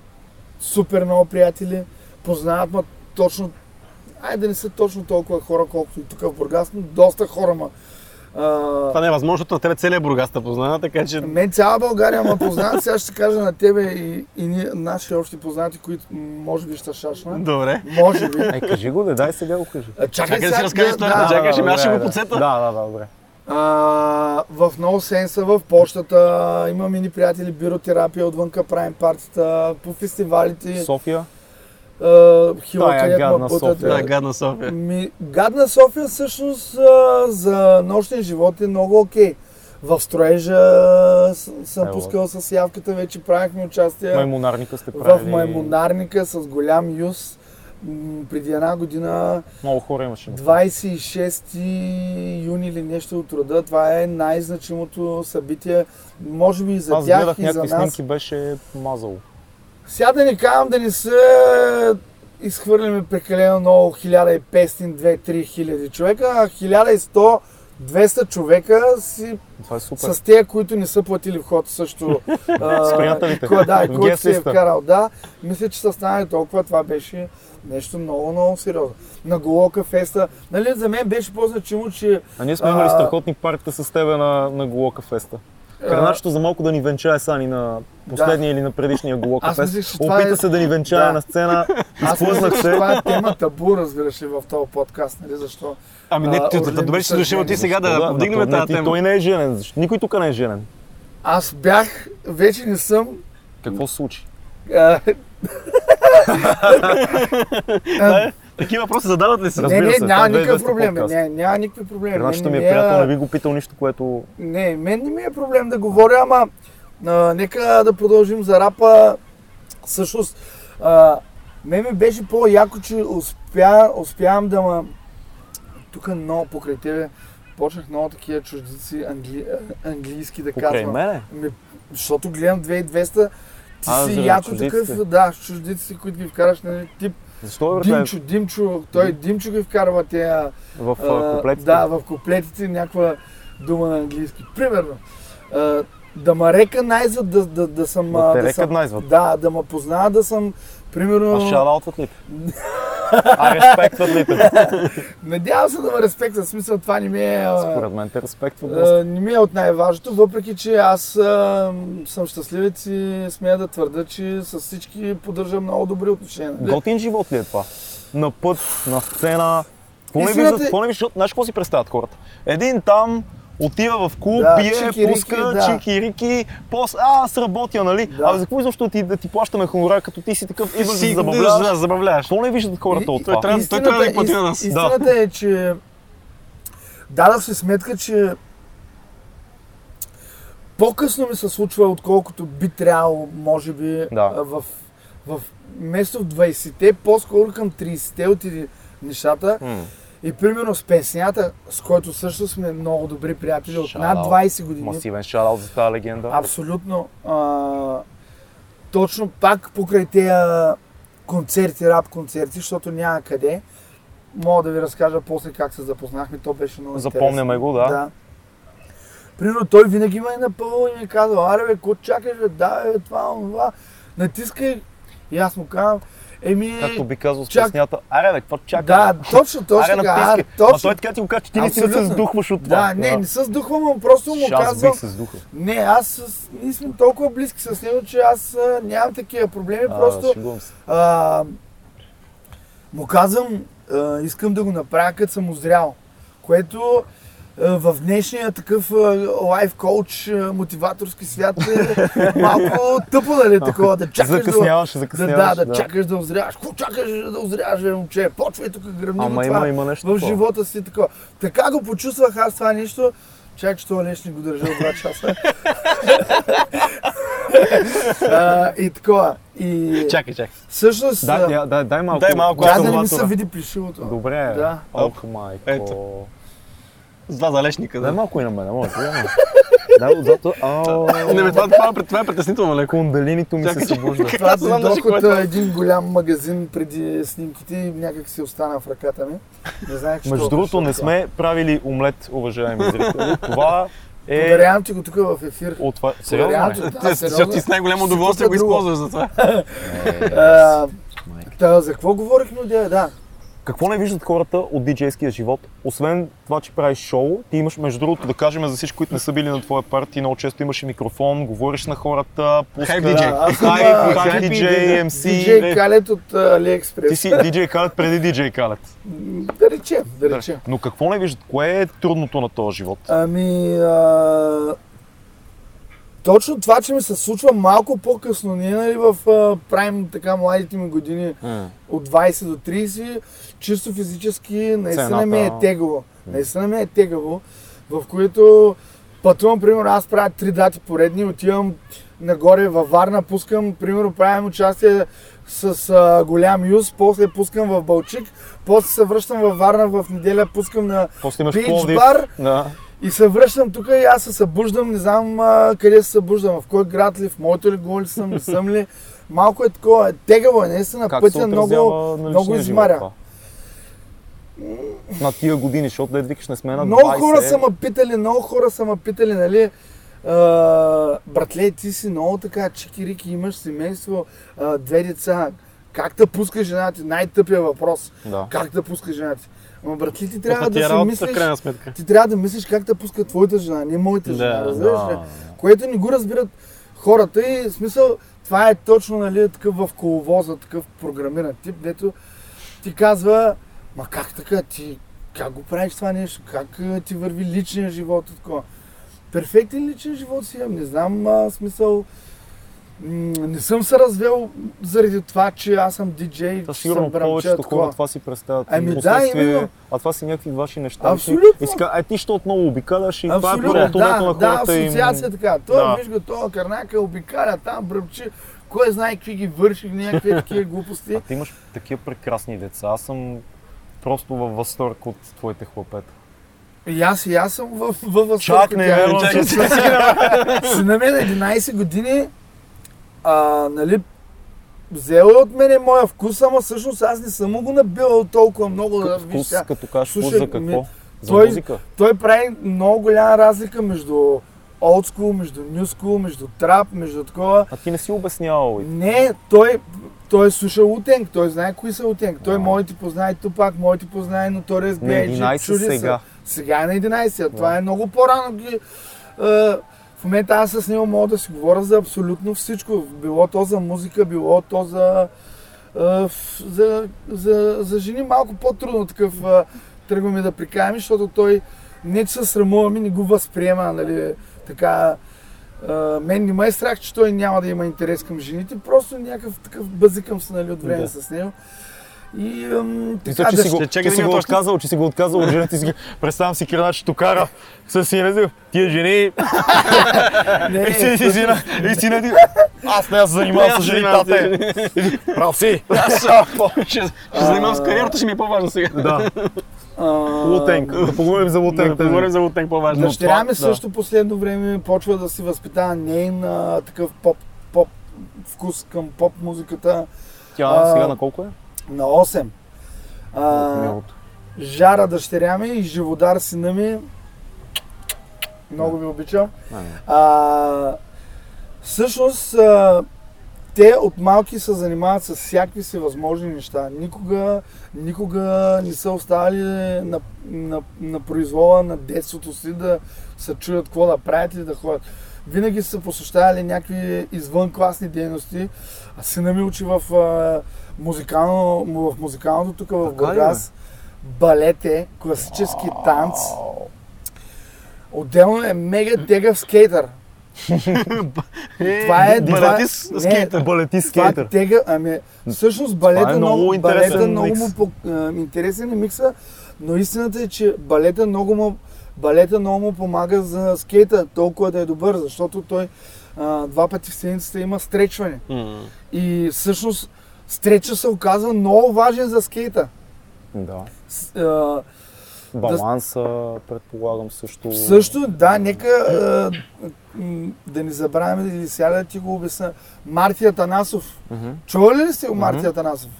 Speaker 3: супер много приятели, познават ме точно, айде да не са точно толкова хора, колкото и тук в Бургас, но доста хора ма. А,
Speaker 2: Това не е възможно, защото на тебе целият Бургас те познава, така че
Speaker 3: мен цяла България ме познават, сега ще кажа на тебе и, и ни, наши общи познати, които м, може би ще шашна.
Speaker 2: добре.
Speaker 3: Може би.
Speaker 1: Е, кажи го, да, дай сега го кажи.
Speaker 3: А, Чакай,
Speaker 2: Чакай да си
Speaker 3: сега
Speaker 2: разкажеш историята,
Speaker 3: да,
Speaker 2: чакай, ще ми- аз
Speaker 1: добре,
Speaker 2: ще го
Speaker 1: да.
Speaker 2: подсета.
Speaker 1: Да, да, да, добре.
Speaker 3: А, в много сенса, в почтата, имаме ни приятели, биротерапия, отвънка правим партията, по фестивалите,
Speaker 1: София.
Speaker 3: а, хила,
Speaker 2: е
Speaker 1: Тая
Speaker 3: където ме
Speaker 1: гадна
Speaker 3: бутат.
Speaker 1: София.
Speaker 2: Да, е гадна София.
Speaker 3: Ми, гадна София всъщност а, за нощен живот е много окей. В строежа а, с- съм
Speaker 1: Ело.
Speaker 3: пускал с явката, вече правихме участие
Speaker 1: Маймунарника сте
Speaker 3: в
Speaker 1: правили.
Speaker 3: Маймунарника с голям юз. М, Преди една година,
Speaker 1: Много хора имаше.
Speaker 3: 26 юни или нещо от рода, това е най-значимото събитие, може би и за
Speaker 1: Аз
Speaker 3: тях
Speaker 1: гледах
Speaker 3: и за
Speaker 1: някакви
Speaker 3: нас.
Speaker 1: снимки, беше мазало.
Speaker 3: Сега да не казвам да не се изхвърляме прекалено много 1500, 2-3 хиляди човека, а 1100 200 човека си
Speaker 1: Това е супер.
Speaker 3: с тези, които не са платили вход също. а,
Speaker 1: С приятелите.
Speaker 3: Кой, да,
Speaker 1: В
Speaker 3: който
Speaker 1: гест
Speaker 3: се е
Speaker 1: листа.
Speaker 3: вкарал. Да, мисля, че са станали толкова. Това беше нещо много, много сериозно. На Голока феста. Нали, за мен беше по-значимо, че...
Speaker 1: А ние сме
Speaker 3: А-
Speaker 1: имали страхотни партита с тебе на, на Голока феста.
Speaker 3: а,
Speaker 1: Карначето за малко да ни венчае Сани на последния или на предишния Голока
Speaker 3: Аз
Speaker 1: фест.
Speaker 3: мислех, че това
Speaker 1: Опита
Speaker 3: е-
Speaker 1: се да ни венчае
Speaker 3: Да.
Speaker 1: на сцена.
Speaker 3: Аз мисля,
Speaker 1: Изплъзнах
Speaker 3: че
Speaker 1: се.
Speaker 3: това е тема табу, разбираш ли, в този подкаст, нали, защо?
Speaker 2: Ами не,
Speaker 3: А,
Speaker 2: ти
Speaker 3: Орлин
Speaker 2: добре, че си
Speaker 3: са
Speaker 2: дошъл ти
Speaker 3: жени.
Speaker 2: сега да повдигнем
Speaker 1: напомня
Speaker 2: тази
Speaker 1: ти,
Speaker 2: тема.
Speaker 1: Той не е женен. защо- Никой тук не е женен.
Speaker 3: Аз бях, вече не съм,
Speaker 1: Какво се случи?
Speaker 3: а,
Speaker 2: Такива въпроси задават ли си?
Speaker 3: Не,
Speaker 1: Разбира
Speaker 3: не,
Speaker 1: се, това
Speaker 3: няма
Speaker 1: е
Speaker 3: никакъв
Speaker 1: 200
Speaker 3: проблем.
Speaker 1: подкаст.
Speaker 3: Не, няма никакви проблеми.
Speaker 1: Карначето
Speaker 3: Мен
Speaker 1: ми
Speaker 3: не
Speaker 1: е
Speaker 3: ми е-
Speaker 1: приятел, не би го питал нищо, което...
Speaker 3: Не, мен не ми е проблем да говоря, ама а, нека да продължим за рапа. Всъщност, а, мен ми беше по-яко, че успя, успявам да ма... Тук е много покрай тебе почнах много такива чуждици англи... а, английски да
Speaker 1: Покрай
Speaker 3: казвам.
Speaker 1: мене.
Speaker 3: Ми, защото гледам 2200, ти
Speaker 1: А,
Speaker 3: си
Speaker 1: заради
Speaker 3: яко
Speaker 1: чуждиците.
Speaker 3: такъв, да, с чуждиците, които ги вкараш, нали, тип
Speaker 1: Защо е врата
Speaker 3: Димчо, Димчо, той Димчо ги вкарва тези
Speaker 1: в
Speaker 3: а,
Speaker 1: а, куплетите?
Speaker 3: Да, в куплетите някаква дума на английски. Примерно. А, да ма река найзат, да, да, да съм... а,
Speaker 1: Да те
Speaker 3: да, съм
Speaker 1: рекъгназват.
Speaker 3: да, да ма позна, да съм, примерно...
Speaker 1: А шараутват ли те? А респектват ли те?
Speaker 3: Надявам се да ме респекта, в смисъл това не ми е... а,
Speaker 1: Според мен те респектват. доста.
Speaker 3: а, не ми е от най-важното, въпреки че аз а, съм щастливец и смея да твърда, че с всички поддържам много добри отношения.
Speaker 1: Готин живот ли е това? На път, на сцена. Какво не
Speaker 3: Истината
Speaker 1: виждат,
Speaker 3: е-
Speaker 1: какво не виждат, знаеш какво си представят хората? Един там отива в клуб,
Speaker 3: Да,
Speaker 1: пие,
Speaker 3: чики-рики,
Speaker 1: пуска,
Speaker 3: да.
Speaker 1: чики-рики, после, а, аз работя, нали?
Speaker 3: Да.
Speaker 1: Абе, за какво изобщо ти, да ти плащаме хонорар, като ти си такъв, идваш да се
Speaker 2: Си
Speaker 1: забавляваш?
Speaker 2: да, забавляваш.
Speaker 1: Какво не виждат хората
Speaker 3: И-
Speaker 1: от
Speaker 3: и-
Speaker 1: това?
Speaker 2: трябва- той
Speaker 3: истината
Speaker 2: трябва да
Speaker 3: е-
Speaker 2: ни плати на нас.
Speaker 3: ист- Истината е, че дадах си сметка, че по-късно ми се случва, отколкото би трябвало, може би,
Speaker 1: Да.
Speaker 3: а, в, в место в 20-те, по-скоро към 30-те отиде нещата.
Speaker 1: М.
Speaker 3: И примерно с песнята, с който също сме много добри приятели от над
Speaker 1: Shout out.
Speaker 3: 20 години.
Speaker 1: Масивен шараут за тази легенда.
Speaker 3: Абсолютно. А, точно пак покрай тези концерти, рап концерти, защото няма къде. Мога да ви разкажа после как се запознахме, то беше много
Speaker 1: Запомняме
Speaker 3: интересно.
Speaker 1: го, да.
Speaker 3: Примерно той винаги ме е напълно и ми е казал, аре бе, какво чакаш, бе, да, бе, това, това, натискай. И аз му казвам, Еми,
Speaker 1: Както би казал с
Speaker 3: чак-
Speaker 1: песнята, аре бе, какво чакаш?
Speaker 3: да, точно, точно
Speaker 1: аре,
Speaker 3: така.
Speaker 1: на
Speaker 3: А,
Speaker 1: писки. Ма
Speaker 3: точно.
Speaker 1: той е така ти го казва, че ти не си се
Speaker 3: Абсолютно.
Speaker 1: сдухваш от това.
Speaker 3: Да, не, не се сдухвам, а просто му
Speaker 1: Аз
Speaker 3: казвам.
Speaker 1: бих се сдухал.
Speaker 3: Не, аз с... ние сме толкова близки с него, че аз а, нямам такива проблеми.
Speaker 1: А,
Speaker 3: просто
Speaker 1: шегувам се.
Speaker 3: а, му казвам, а, искам да го направя като съм озрял. Което а, в днешния такъв лайф коуч, а, мотиваторски свят е малко тъпо, нали, такова, да чакаш да,
Speaker 1: Закъсняваш,
Speaker 3: да,
Speaker 1: закъсняваш.
Speaker 3: да, да, чакаш да озряваш. Какво чакаш да озряваш, бе, момче? Почвай тук, гръмни го
Speaker 1: Ама
Speaker 3: това
Speaker 1: има, има нещо.
Speaker 3: в
Speaker 1: такова.
Speaker 3: живота си такова. Така го почувствах аз това нещо, чак че това леш не го държа от 2 часа. а, и такова. И
Speaker 2: Чакай, чакай.
Speaker 3: всъщност...
Speaker 1: Да,
Speaker 3: а,
Speaker 1: дай, дай, дай малко.
Speaker 2: Дай малко
Speaker 3: да, да не ми
Speaker 2: автоматора.
Speaker 3: се види плешивото.
Speaker 1: Добре.
Speaker 3: Да.
Speaker 1: Ох, майко.
Speaker 2: Ето. С два залешника.
Speaker 1: Дай
Speaker 2: Да.
Speaker 1: малко и на мен, може ли? ама? Дай отзад. Ау.
Speaker 2: Не, бе, това, това, това, е притеснително леко.
Speaker 1: Кундалинито ми се
Speaker 2: Чакай,
Speaker 1: събужда.
Speaker 3: Това
Speaker 2: Аз знам е.
Speaker 3: дойдох
Speaker 2: нещо,
Speaker 3: от
Speaker 2: което-
Speaker 3: а, един голям магазин преди снимките и някак си остана в ръката ми. Не знаех, че
Speaker 1: Между
Speaker 3: толкова ще
Speaker 1: другото,
Speaker 3: е
Speaker 1: не
Speaker 3: това.
Speaker 1: сме правили омлет, уважаеми зрители. Това е...
Speaker 3: Подарявам ти го тук в ефир.
Speaker 1: От това... Сериозно
Speaker 3: Подарявам
Speaker 1: ли?
Speaker 3: ти го, да,
Speaker 2: Ти-
Speaker 3: сериозно.
Speaker 2: Защото ти с най-голямо
Speaker 3: Ще
Speaker 2: удоволствие го
Speaker 3: купя друго.
Speaker 2: използваш за това.
Speaker 3: А, Та, за какво говорихме одеве? Да.
Speaker 1: Какво не виждат хората от диджейския живот? Освен това, че правиш шоу, ти имаш, между другото, да кажем за всички, които не са били на твоя парти, много често имаш и микрофон, говориш на хората, пускаш...
Speaker 2: DJ.
Speaker 3: Да, аз съм
Speaker 2: Хай,
Speaker 3: а,
Speaker 2: хай,
Speaker 3: хай,
Speaker 1: DJ, MC.
Speaker 3: DJ Калет от а, AliExpress.
Speaker 1: Ти си диджей Калет преди диджей Калет.
Speaker 3: М, Да речем, да речем.
Speaker 1: Но какво не виждат? Кое е трудното на този живот?
Speaker 3: Ами, а... точно това, че ми се случва малко по-късно, ние нали, в а, прайм така младите ми години, от 20 до 30, чисто физически наистина
Speaker 1: Цената.
Speaker 3: ми е тегаво. Наистина ми е тегаво, в което пътувам, примерно, аз правя три дати поредни, отивам нагоре във Варна, пускам, примерно, правим участие с а, голям юз, после пускам в Балчик, после се връщам във Варна в неделя, пускам на
Speaker 1: После имаш
Speaker 3: Пич
Speaker 1: Пловдив.
Speaker 3: бар
Speaker 1: Да.
Speaker 3: и се връщам тук и аз се събуждам, не знам а, къде се събуждам, в кой град ли, в моето ли гол ли съм, не съм ли. Малко е такова, тегаво е, наистина
Speaker 1: Как се
Speaker 3: пътя много,
Speaker 1: отразява на
Speaker 3: много
Speaker 1: личния живот
Speaker 3: измаря.
Speaker 1: това? На тия години, защото да викаш не сме на 20.
Speaker 3: Много хора са ме питали, много хора са ме питали, нали, а, братле, ти си много така чики-рики, имаш семейство, а, две деца, как да пускаш жена ти? Най-тъпия въпрос.
Speaker 1: Да.
Speaker 3: Как да пускаш жена ти? Ама братле, ти
Speaker 2: Трябва
Speaker 3: трябва да си мислиш,
Speaker 2: в крайна сметка.
Speaker 3: ти трябва да мислиш как да пуска твоята жена, не моята жена,
Speaker 2: Да,
Speaker 3: разбираш ли?
Speaker 1: да.
Speaker 3: Което не го разбират хората и в смисъл, това е точно нали, такъв в коловоза, такъв програмиран тип, дето ти казва, ма как така, ти как го правиш това нещо, как а, ти върви личния живот и такова. Перфектен личен живот си имам, не знам а, смисъл, м, не съм се развел заради това, че аз съм диджей,
Speaker 1: Та
Speaker 3: че
Speaker 1: сигурно
Speaker 3: съм брамче,
Speaker 1: повечето хора
Speaker 3: такова.
Speaker 1: това си представят.
Speaker 3: Ами да,
Speaker 1: Впоследствие,
Speaker 3: именно.
Speaker 1: А това са някакви ваши неща.
Speaker 3: Абсолютно.
Speaker 1: И си казва, е, ти що отново обикаляш и това е
Speaker 3: Абсолютно,
Speaker 1: първото
Speaker 3: да,
Speaker 1: лято на
Speaker 3: да,
Speaker 1: хората им.
Speaker 3: асоциация е така. Той,
Speaker 1: Да.
Speaker 3: виж го, това карнака обикаля там, бръмчи, кой знае какви ги върши, някакви такива глупости.
Speaker 1: А ти имаш такива прекрасни деца. Аз съм просто във възторг от твоите хлопета.
Speaker 3: И аз, и аз съм в, в възторг.
Speaker 1: Чак
Speaker 3: от
Speaker 1: не
Speaker 3: тях.
Speaker 1: вярвам,
Speaker 3: Чак,
Speaker 1: че
Speaker 3: чак, чак. Си на мен 11 години, а, нали, взела от мене моя вкус, ама всъщност аз не съм му го набивал толкова много. Да,
Speaker 1: Като
Speaker 3: виж,
Speaker 1: вкус,
Speaker 3: сега.
Speaker 1: като кажеш вкус
Speaker 3: слушай,
Speaker 1: за какво?
Speaker 3: ми-
Speaker 1: За
Speaker 3: той-
Speaker 1: музика?
Speaker 3: той прави много голяма разлика между old school, между new school, между трап, между такова.
Speaker 1: А ти не си обяснявал. и-
Speaker 3: Не, той, той е слушал Утенг, той знае кои са Утенг. Той
Speaker 1: А.
Speaker 3: може да ти познае Тупак, може да ти познае Notorious
Speaker 1: На
Speaker 3: B.I.G.
Speaker 1: 11
Speaker 3: чуди се.
Speaker 1: сега.
Speaker 3: Сега е на 11, а това е много по-рано. ги- е, В момента аз с него мога да си говоря за абсолютно всичко. Било то за музика, било то за... е, в- За, за, за жени малко по-трудно такъв е, тръгваме да прикаяме, защото той не че се срамува, ми не го възприема, нали, така а, мен не ме е страх, че той няма да има интерес към жените, просто някакъв такъв бъзикъм се нали, от време
Speaker 1: Да.
Speaker 3: с него. И ам,
Speaker 1: Мисля,
Speaker 3: така,
Speaker 1: че
Speaker 3: да
Speaker 1: си го,
Speaker 3: ще-
Speaker 2: чакай
Speaker 1: че
Speaker 2: да
Speaker 1: си
Speaker 2: ми
Speaker 1: го
Speaker 2: оточни.
Speaker 1: отказал, че си го отказал от жената и си ги- представям си кирна, че токара с сина си, тия жени,
Speaker 3: не,
Speaker 1: и си, си, сина, и сина ти, аз не Е, аз се занимавам с
Speaker 2: Аз се
Speaker 1: жени,
Speaker 2: занимавам с
Speaker 1: тате. Прав си.
Speaker 2: Аз ще ще занимавам с кариерата, ще ми е по-важно сега.
Speaker 1: Да,
Speaker 3: а,
Speaker 1: Лутенг. Да поговорим за Лутенг.
Speaker 2: Да говорим за Лутенг по-важно.
Speaker 3: Дъщеря ми
Speaker 1: да.
Speaker 3: също последно време почва да си възпитава нейн а, такъв поп, поп вкус към поп музиката
Speaker 1: Тя
Speaker 3: А,
Speaker 1: сега на колко е?
Speaker 3: на 8. А,
Speaker 1: Милото.
Speaker 3: Жара дъщеря ми и Живодар сина ми. Много ви обичам.
Speaker 1: Да, да.
Speaker 3: А, всъщност, а, те от малки се занимават с всякакви си възможни неща. Никога, никога не са оставали на, на, на произвола на детството си да се чуят какво да правят и да ходят. Винаги са посещавали някакви извънкласни дейности. А сина ми учи в, а, музикално, в музикалното тук в
Speaker 1: Така ли,
Speaker 3: Бургас. Балете, класически танц. Отделно е мега тегав скейтър. Това е- това е-
Speaker 2: балетист,
Speaker 3: не,
Speaker 2: скейтър.
Speaker 1: Балетист
Speaker 3: Това
Speaker 1: скейтър.
Speaker 3: тега, ами, всъщност балета
Speaker 1: Това е
Speaker 3: много,
Speaker 1: много
Speaker 3: балета
Speaker 1: интересен
Speaker 3: много
Speaker 1: микс.
Speaker 3: му по- а, интересен е микса, но истината е, че балета много му, балета много му помага за скейта, толкова да е добър, защото той а, два пъти в седмицата има стречване.
Speaker 2: М.
Speaker 3: И всъщност стреча се оказва много важен за скейта.
Speaker 1: Да.
Speaker 3: С- а,
Speaker 1: Баланса, предполагам също.
Speaker 3: Също, да, нека а, м, да не забравяме да ги сяда да ти го обясна. Марти Атанасов.
Speaker 1: Мгм.
Speaker 3: Чували ли сте го Марти Атанасов?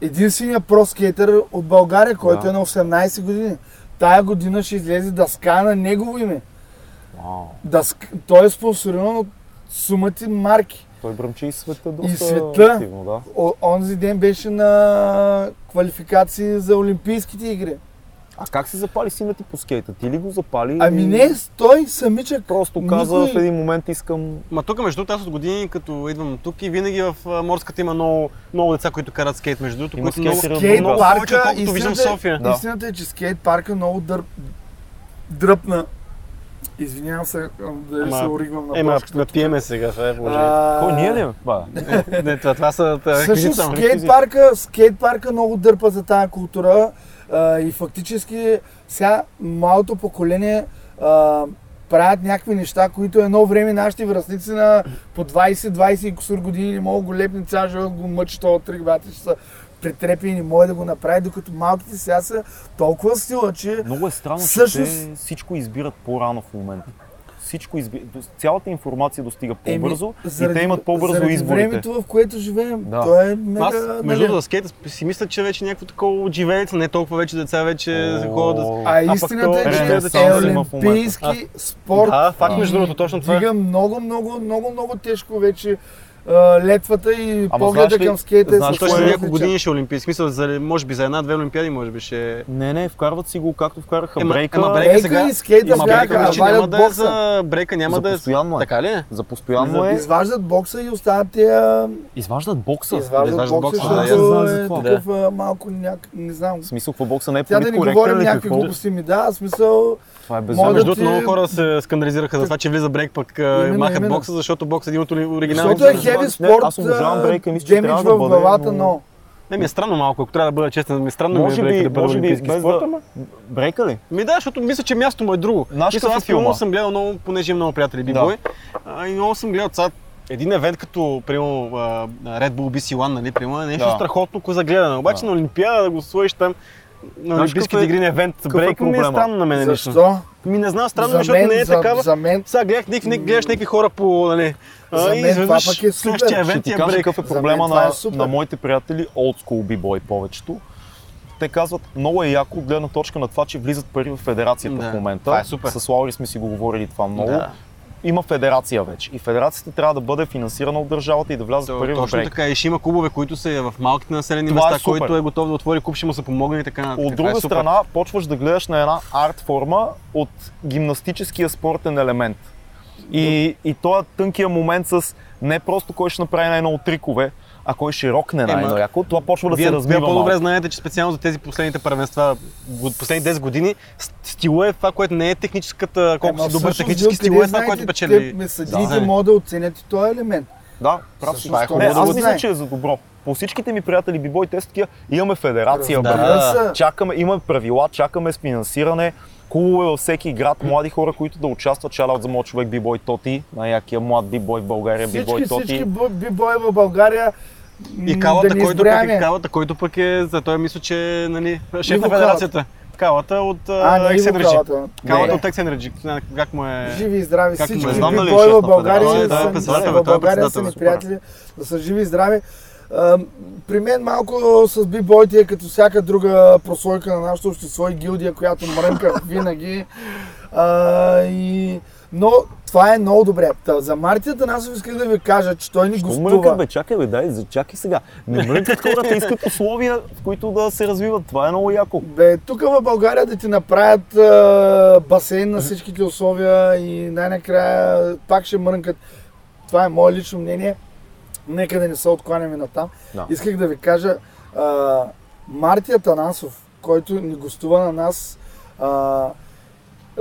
Speaker 3: Единственият проскейтър от България, който
Speaker 1: Да.
Speaker 3: е на 18 години. Тая година ще излезе дъска на негово име.
Speaker 1: Вау.
Speaker 3: Дъск... Той е спонсориран от сумати марки.
Speaker 1: Той бръмчи и света доста
Speaker 3: света.
Speaker 1: активно, да.
Speaker 3: О, онзи ден беше на квалификации за Олимпийските игри.
Speaker 1: А как се запали сина ти по скейта? Ти ли го запали?
Speaker 3: Ами
Speaker 1: или
Speaker 3: не, той самичък.
Speaker 1: Просто каза
Speaker 3: никой-
Speaker 1: в един момент искам...
Speaker 2: Ма тук, между другото, аз от години, като идвам тук и винаги в а, морската има много, много деца, които карат скейт, между другото,
Speaker 1: Има
Speaker 2: които много...
Speaker 1: скейтери в
Speaker 3: Скейт
Speaker 2: много
Speaker 1: Бургас.
Speaker 2: повече,
Speaker 3: парка,
Speaker 2: отколкото виждам в
Speaker 3: истината,
Speaker 2: София.
Speaker 3: да.
Speaker 1: Да.
Speaker 3: истината е, че скейт парка много дърп, дръпна. Извинявам се, а, дали
Speaker 2: Ама,
Speaker 3: се оригвам на
Speaker 2: Ема,
Speaker 3: плашката.
Speaker 2: напиеме сега, това е положение.
Speaker 3: А,
Speaker 1: Кой ние ли? бе? Ба,
Speaker 2: Не, това, това са... та-
Speaker 3: Също
Speaker 2: само.
Speaker 3: скейт парка, скейт парка много дърпа за тази култура а, и фактически сега малото поколение а, правят някакви неща, които едно време нашите връзници на по 20-20 и кусор години не могат да го лепни цял живот, го мъчи това трик, бате, ще са претрепи и не може да го направи, докато малките сега са толкова в сила, че
Speaker 1: Много е странно, че те
Speaker 3: Всъщност-
Speaker 1: всичко избират по-рано в момента. Всичко изби... до- Цялата информация достига по-бързо и те имат по-бързо
Speaker 3: заради
Speaker 1: изборите.
Speaker 3: времето, в което живеем.
Speaker 1: Да.
Speaker 3: То е мега...
Speaker 2: Аз,
Speaker 3: нали,
Speaker 2: между другото, за скейта си мисля, че вече е някакво такова отживеец, не толкова вече деца вече
Speaker 1: О,
Speaker 2: ходят да...
Speaker 3: А
Speaker 2: пък
Speaker 3: истината
Speaker 2: то-
Speaker 3: е, че
Speaker 1: Ренесанс
Speaker 3: е
Speaker 1: има в момента.
Speaker 3: олимпийски спорт.
Speaker 2: Да, факт, между другото, точно това е.
Speaker 3: Дига много, много, много, много тежко вече а, летвата и
Speaker 1: Ама
Speaker 3: погледа
Speaker 1: знаеш ли-
Speaker 3: към скейта е
Speaker 1: знаеш
Speaker 2: Той
Speaker 1: ли,
Speaker 2: ще
Speaker 1: Кое е
Speaker 2: няколко
Speaker 3: различен.
Speaker 2: години ще е олимпийски. Смисъл, за, може би за една-две олимпиади, може би ще...
Speaker 1: Не, не, вкарват си го както вкараха
Speaker 2: Ема-
Speaker 1: брейка.
Speaker 2: ема брейка
Speaker 3: Брейка
Speaker 2: сега-
Speaker 3: и скейта
Speaker 2: Ама
Speaker 3: бяха,
Speaker 2: брейка, мисля, че
Speaker 3: а
Speaker 2: няма
Speaker 3: валят
Speaker 2: да е
Speaker 3: бокса.
Speaker 2: за... Брейка няма
Speaker 1: За
Speaker 2: да е...
Speaker 1: постоянно е.
Speaker 2: Така ли е?
Speaker 1: За постоянно е.
Speaker 3: Изваждат бокса и остават тия...
Speaker 1: Изваждат бокса.
Speaker 3: Изваждат бокса,
Speaker 2: бокса, да,
Speaker 3: защото
Speaker 1: ясно.
Speaker 3: е
Speaker 1: Да.
Speaker 3: такъв а, малко няк... Не знам.
Speaker 1: В смисъл, какво бокса не е
Speaker 3: Тя да не
Speaker 1: политкоректен
Speaker 3: говорим
Speaker 1: или
Speaker 3: някакви
Speaker 1: какво?
Speaker 3: глупости ми, да, в смисъл...
Speaker 1: Това е
Speaker 2: Да,
Speaker 3: Може
Speaker 1: безумно.
Speaker 2: между другото,
Speaker 3: ти-
Speaker 2: много хора се скандализираха за това, че влиза брейк, пък а,
Speaker 3: Именно,
Speaker 2: махат
Speaker 3: именно.
Speaker 2: бокса, защото бокс е един от
Speaker 3: Защото
Speaker 2: оригиналните.
Speaker 3: е
Speaker 2: за-
Speaker 3: хеви
Speaker 1: не,
Speaker 3: спорт,
Speaker 1: аз обожавам
Speaker 3: а,
Speaker 1: брейка и мисля, че
Speaker 3: демидж
Speaker 1: трябва да
Speaker 3: в
Speaker 1: бъде, но-
Speaker 3: главата, но...
Speaker 2: Не, ми е странно малко, ако трябва да бъда честен, ми е странно ми е
Speaker 1: Може
Speaker 2: брейка
Speaker 1: би,
Speaker 2: да бъде
Speaker 1: може би,
Speaker 2: олимпийски
Speaker 1: без
Speaker 2: спорт, ама...
Speaker 1: да... Брейка ли?
Speaker 2: Ми да, защото мисля, че мястото му е друго.
Speaker 1: Нашата
Speaker 2: Мисля, аз
Speaker 1: си филма.
Speaker 2: филма съм гледал много, понеже имам много приятели бибой. а, И много съм гледал ця един евент като, примерно, а, Red Bull BC One, нали, примерно, е нещо
Speaker 1: Да.
Speaker 2: страхотно за гледане. Обаче
Speaker 1: Да.
Speaker 2: на Олимпиада да го сложиш там, на
Speaker 1: Знаеш
Speaker 2: Олимпийските
Speaker 1: какъв е-
Speaker 2: игри на евент,
Speaker 1: е
Speaker 2: брейк ми е
Speaker 1: проблема?
Speaker 2: странно на мен лично.
Speaker 3: Защо?
Speaker 2: Ми не знам, странно,
Speaker 3: За
Speaker 2: защото
Speaker 3: мен-
Speaker 2: не е
Speaker 3: за-
Speaker 2: такава.
Speaker 3: За мен
Speaker 2: Сега гледах, ник, ник, гледаш някакви хора по, нали, а,
Speaker 3: За
Speaker 2: и
Speaker 3: мен това
Speaker 2: изведнъж
Speaker 3: пък е супер.
Speaker 2: следващия
Speaker 1: Ще
Speaker 2: евент
Speaker 1: ти
Speaker 2: ти е
Speaker 1: кажа
Speaker 2: брейк.
Speaker 1: какъв е
Speaker 3: За мен
Speaker 1: проблема
Speaker 3: това е
Speaker 1: на,
Speaker 3: супер.
Speaker 1: на моите приятели, old school бибой повечето. Те казват, много е яко от гледна точка на това, че влизат пари в федерацията
Speaker 2: Да,
Speaker 1: в момента.
Speaker 2: това е супер.
Speaker 1: С Лаури сме си го говорили това много.
Speaker 2: Да.
Speaker 1: Има федерация вече. И федерацията трябва да бъде финансирана от държавата и да влязат
Speaker 2: То-
Speaker 1: пари в
Speaker 2: Точно
Speaker 1: брейк.
Speaker 2: така, и ще има клубове, които са в малките населени
Speaker 1: Това е
Speaker 2: места,
Speaker 1: супер.
Speaker 2: който е готов да отвори клуб, ще му се помогне и така нататък.
Speaker 1: От
Speaker 2: Това е
Speaker 1: друга
Speaker 2: супер.
Speaker 1: страна, почваш да гледаш на една арт форма от гимнастическия спортен елемент. И, и този тънкия момент с не просто кой ще направи най-много трикове, а кой ще рокне
Speaker 2: Ема,
Speaker 1: най-яко, това почва да
Speaker 2: Вие,
Speaker 1: се
Speaker 2: вие
Speaker 1: разбива
Speaker 2: по-добре
Speaker 1: малко.
Speaker 2: знаете, че специално за тези последните първенства, го- последните 10 години, с- стила е това, което не е техническата, колко
Speaker 3: Ама
Speaker 2: си добър
Speaker 3: всъщност,
Speaker 2: технически
Speaker 3: вие
Speaker 2: стил
Speaker 3: откъде
Speaker 2: е това,
Speaker 3: знаете,
Speaker 2: което печели.
Speaker 3: те ме
Speaker 2: Да.
Speaker 3: Съдиите могат да оценят и този елемент.
Speaker 1: Да, прав си.
Speaker 3: Всъщност,
Speaker 1: Не,
Speaker 3: това е
Speaker 1: аз
Speaker 3: хубаво да
Speaker 1: мисля,
Speaker 3: знае.
Speaker 1: че е за добро. По всичките ми приятели бибой те са такива, имаме федерация,
Speaker 3: Разбира
Speaker 1: брат.
Speaker 3: се.
Speaker 1: чакаме, имаме правила, чакаме с финансиране, клубове във всеки град, млади хора, които да участват. Шараут за моят човек бибой Тоти, най-якия млад бибой в България, бибой
Speaker 3: Всички, всички
Speaker 1: Тоти.
Speaker 3: бо- бибои в България м,
Speaker 2: И калата,
Speaker 3: да не
Speaker 2: който пък е,
Speaker 3: изброяваме.
Speaker 2: калата, който пък е, за той мисля, че е нали, шеф на
Speaker 3: Иво
Speaker 2: федерацията. Калата от
Speaker 3: А, не
Speaker 2: а,
Speaker 3: е
Speaker 2: Екс
Speaker 3: Иво
Speaker 2: Енерджи.
Speaker 3: калата.
Speaker 2: Калата
Speaker 1: Не.
Speaker 2: от Екс Енерджи. Как му е?
Speaker 3: Живи и здрави
Speaker 2: Как
Speaker 3: всички
Speaker 2: му е?
Speaker 1: Знам дали е
Speaker 3: бибои
Speaker 1: шеф
Speaker 3: в
Speaker 1: на
Speaker 3: България
Speaker 1: федерацията?
Speaker 3: са,
Speaker 1: Да,
Speaker 3: са-
Speaker 2: председател,
Speaker 3: в
Speaker 2: той е
Speaker 3: България са
Speaker 2: председател,
Speaker 3: ни
Speaker 2: супер.
Speaker 3: приятели, да са живи и здрави. Ам, При мен малко с бибойте е като всяка друга прослойка на нашето общество и гилдия, която мрънка винаги. А, и Но това е много добре. Та, за Мартия Танасов исках да ви кажа, че той ни
Speaker 1: Що мрънка,
Speaker 3: гостува.
Speaker 1: бе, чакай, бе, дай, зачакай сега. Не мрънкат хората, искат условия, в които да се развиват. Това е много яко.
Speaker 3: Бе, тук в България да ти направят а, басейн на всичките условия и най-накрая пак ще мрънкат. Това е мое лично мнение. Нека да не се откланяме на там.
Speaker 1: Да.
Speaker 3: Исках да ви кажа, а, Мартия Танасов, който ни гостува на нас, а,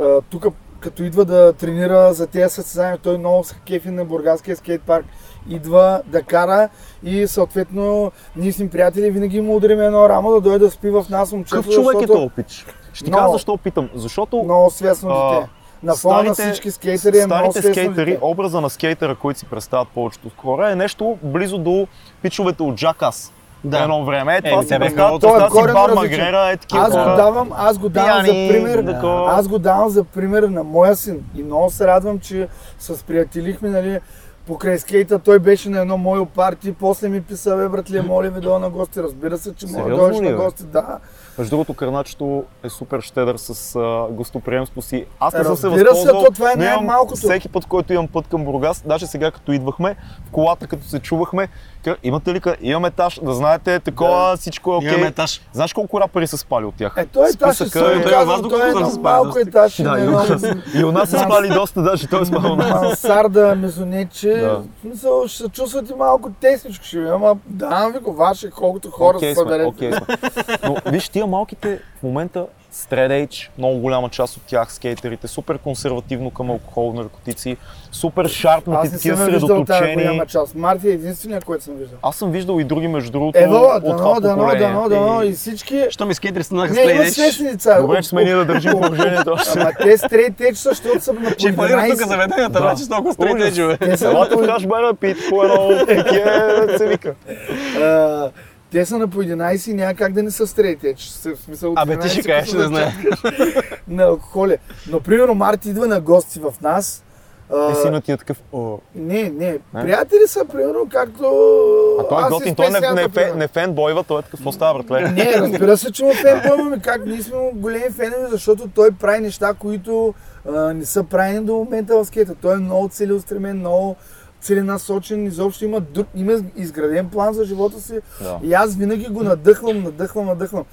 Speaker 3: а, тук като идва да тренира за тези състезания, той много се кефи на Бургаския скейт парк, идва да кара и съответно ние с ним приятели винаги му ударим едно рамо да дойде да спи в нас момчето,
Speaker 1: Какъв човек е
Speaker 3: защото
Speaker 1: този пич? Ще ти
Speaker 3: Много.
Speaker 1: кажа защо питам. Защото
Speaker 3: много свестно
Speaker 1: А,
Speaker 3: дете. На фона на
Speaker 1: старите-
Speaker 3: всички скейтери е много
Speaker 1: старите
Speaker 3: свестно
Speaker 1: скейтери,
Speaker 3: дете.
Speaker 1: образа на скейтера, който си представят повечето хора, е нещо близо до пичовете от Джакас. Да. Едно време. Е, това
Speaker 2: ми
Speaker 1: си
Speaker 2: те бяха
Speaker 1: представят,
Speaker 2: много
Speaker 3: Той е
Speaker 1: представят си
Speaker 3: коренно
Speaker 1: Бар
Speaker 3: различен.
Speaker 1: Магрера, е такива
Speaker 3: Аз го
Speaker 1: хора.
Speaker 3: давам, аз го давам
Speaker 1: Пияни,
Speaker 3: за пример.
Speaker 1: такова.
Speaker 3: Аз го давам за пример на моя син. И много се радвам, че с приятелихме, нали, покрай скейта, той беше на едно мое парти, после ми писа, бе, братле, моля ви, дойда на гости. Разбира се, че мога да
Speaker 1: Сериозно
Speaker 3: дойдеш
Speaker 1: ли,
Speaker 3: на
Speaker 1: бе?
Speaker 3: гости, да.
Speaker 1: Между другото, Кърначето е супер щедър с а, гостоприемство си. Аз не съм се
Speaker 3: Разбира се,
Speaker 1: възползвал.
Speaker 3: то това е
Speaker 1: но имам
Speaker 3: най-малкото.
Speaker 1: Всеки път, който имам път към Бургас, даже сега като идвахме, в колата като се чувахме, ка- имате ли, ка- имаме етаж, да знаете, такова, всичко е окей.
Speaker 2: Имаме етаж.
Speaker 1: Знаеш колко рапъри са спали от тях?
Speaker 3: Е, той етаж ще
Speaker 1: Списъка
Speaker 3: се
Speaker 1: е-
Speaker 2: той вас
Speaker 3: оказва,
Speaker 2: докато
Speaker 3: той е
Speaker 2: не
Speaker 3: на
Speaker 2: спа,
Speaker 3: малко
Speaker 2: да.
Speaker 3: етаж.
Speaker 1: Да,
Speaker 3: на
Speaker 1: и у
Speaker 3: едно
Speaker 1: нас, и у нас са спали доста, даже той е спал на нас.
Speaker 3: мансарда, мезонече.
Speaker 1: Да.
Speaker 3: В смисъл, ще се чувствате малко тесничко, ще ви, е, ама давам ви го ваше, колкото хора
Speaker 1: Окей
Speaker 3: се
Speaker 1: сме,
Speaker 3: съберете.
Speaker 1: окей сме. Но виж, тия малките в момента Straight Edge, много голяма част от тях, скейтерите, супер консервативно към алкохол, наркотици, супер шарпнати,
Speaker 3: Аз не
Speaker 1: такива
Speaker 3: съм я виждал тази
Speaker 1: средоточени.
Speaker 3: голяма част. Марти е единствения, който съм виждал.
Speaker 1: Аз съм виждал и други, между другото,
Speaker 3: Ево,
Speaker 1: от това
Speaker 3: Е, дано, дано,
Speaker 1: поколение.
Speaker 3: дано, дано
Speaker 2: И-
Speaker 3: и всички...
Speaker 2: Що ми скейтери станаха
Speaker 3: Не, има
Speaker 2: сплейдеш?
Speaker 3: свестни деца.
Speaker 1: Добре, че сме ние да държим положението още.
Speaker 3: Ама те стрейт еч, защото са на по
Speaker 2: Ще фалират е тук
Speaker 3: 11.
Speaker 2: заведенията, вече с толкова
Speaker 1: Ужас.
Speaker 2: стрейджове.
Speaker 3: Те са на
Speaker 1: Елате
Speaker 3: по-
Speaker 1: в хашбара, пит, по едно питие, е, се вика.
Speaker 3: а, Те са на по 11 и няма как да не са стрейт еч. В смисъл, от
Speaker 2: Абе, ти ще
Speaker 3: 11
Speaker 2: кажеш,
Speaker 3: като
Speaker 2: не знае.
Speaker 3: На алкохоле. Но, примерно, Марти идва на гости в нас. А,
Speaker 1: И синът ти е такъв. «О».
Speaker 3: Не, не. Приятели са, примерно, както...
Speaker 1: А той е
Speaker 3: аз и с
Speaker 1: готин, той не,
Speaker 3: песента,
Speaker 1: не, фен,
Speaker 3: примерно.
Speaker 1: не фенбойва, той е такъв, какво става, братле?
Speaker 3: Не, разбира се, че му фенбойваме. Как ние сме му големи фенове, защото той прави неща, които а, не са правени до момента в скейта. Той е много целеустремен, много целенасочен, изобщо има, друг, има изграден план за живота си.
Speaker 1: Да.
Speaker 3: И аз винаги го надъхвам, надъхвам, надъхвам.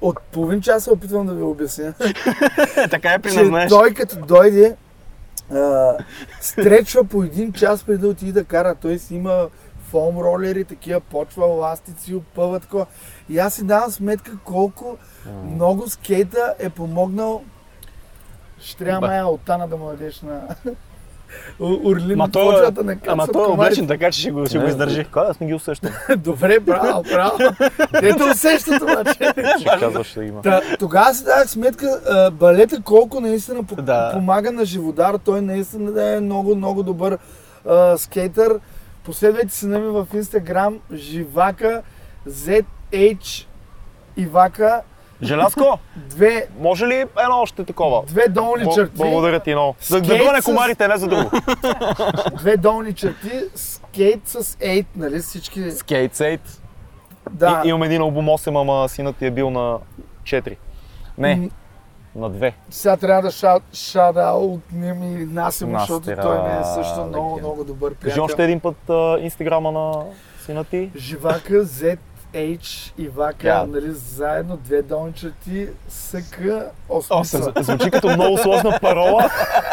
Speaker 3: От половин час се опитвам да ви обясня,
Speaker 2: Е, Така е при нас,
Speaker 3: че
Speaker 2: знаеш.
Speaker 3: той като дойде, а, стречва по един час преди да отиде да кара. Той си има фоум ролери, такива почва, ластици, опъва, такова. И аз си давам сметка колко много скейта е помогнал ще трябва мая оттана да му дадеш на У- Орлин
Speaker 2: Ма
Speaker 3: от
Speaker 2: той е-
Speaker 3: почвата на кацат
Speaker 2: Ама той е облечен така, че ще го, ще го
Speaker 1: Не, е,
Speaker 2: издържи.
Speaker 1: Така да, аз не ги усещам.
Speaker 3: Добре, браво, браво. Те те усещат обаче.
Speaker 1: Ще казваш да има.
Speaker 3: Та, тогава си дадах сметка а, балета колко наистина по-
Speaker 2: Да.
Speaker 3: помага на Живодар. Той наистина е много, много добър а, скейтър. Последвайте се нами в Инстаграм Живака ZH Ивака
Speaker 1: Желязко,
Speaker 3: две,
Speaker 1: може ли едно още такова?
Speaker 3: две долни
Speaker 1: Бо-
Speaker 3: черти.
Speaker 1: Благодаря ти много. За да
Speaker 3: Скейт
Speaker 1: гоня
Speaker 3: с-
Speaker 1: комарите, не за друго.
Speaker 3: Две долни черти. Скейт с 8, нали всички?
Speaker 1: Скейт, сейт.
Speaker 3: Да.
Speaker 1: И, имам един обум 8, ама синът ти е бил на 4.
Speaker 3: М,
Speaker 1: Не, на 2.
Speaker 3: Сега трябва да шат, шада отнем и Насимо,
Speaker 1: Настера,
Speaker 3: защото той ми е също много,
Speaker 1: легенда.
Speaker 3: много добър приятел.
Speaker 1: Кажи още един път а, инстаграма на сина ти.
Speaker 3: Живака, ZH и Вака,
Speaker 1: Да.
Speaker 3: нали, заедно две долни черти, СК, осмица.
Speaker 1: З- Звучи като много сложна парола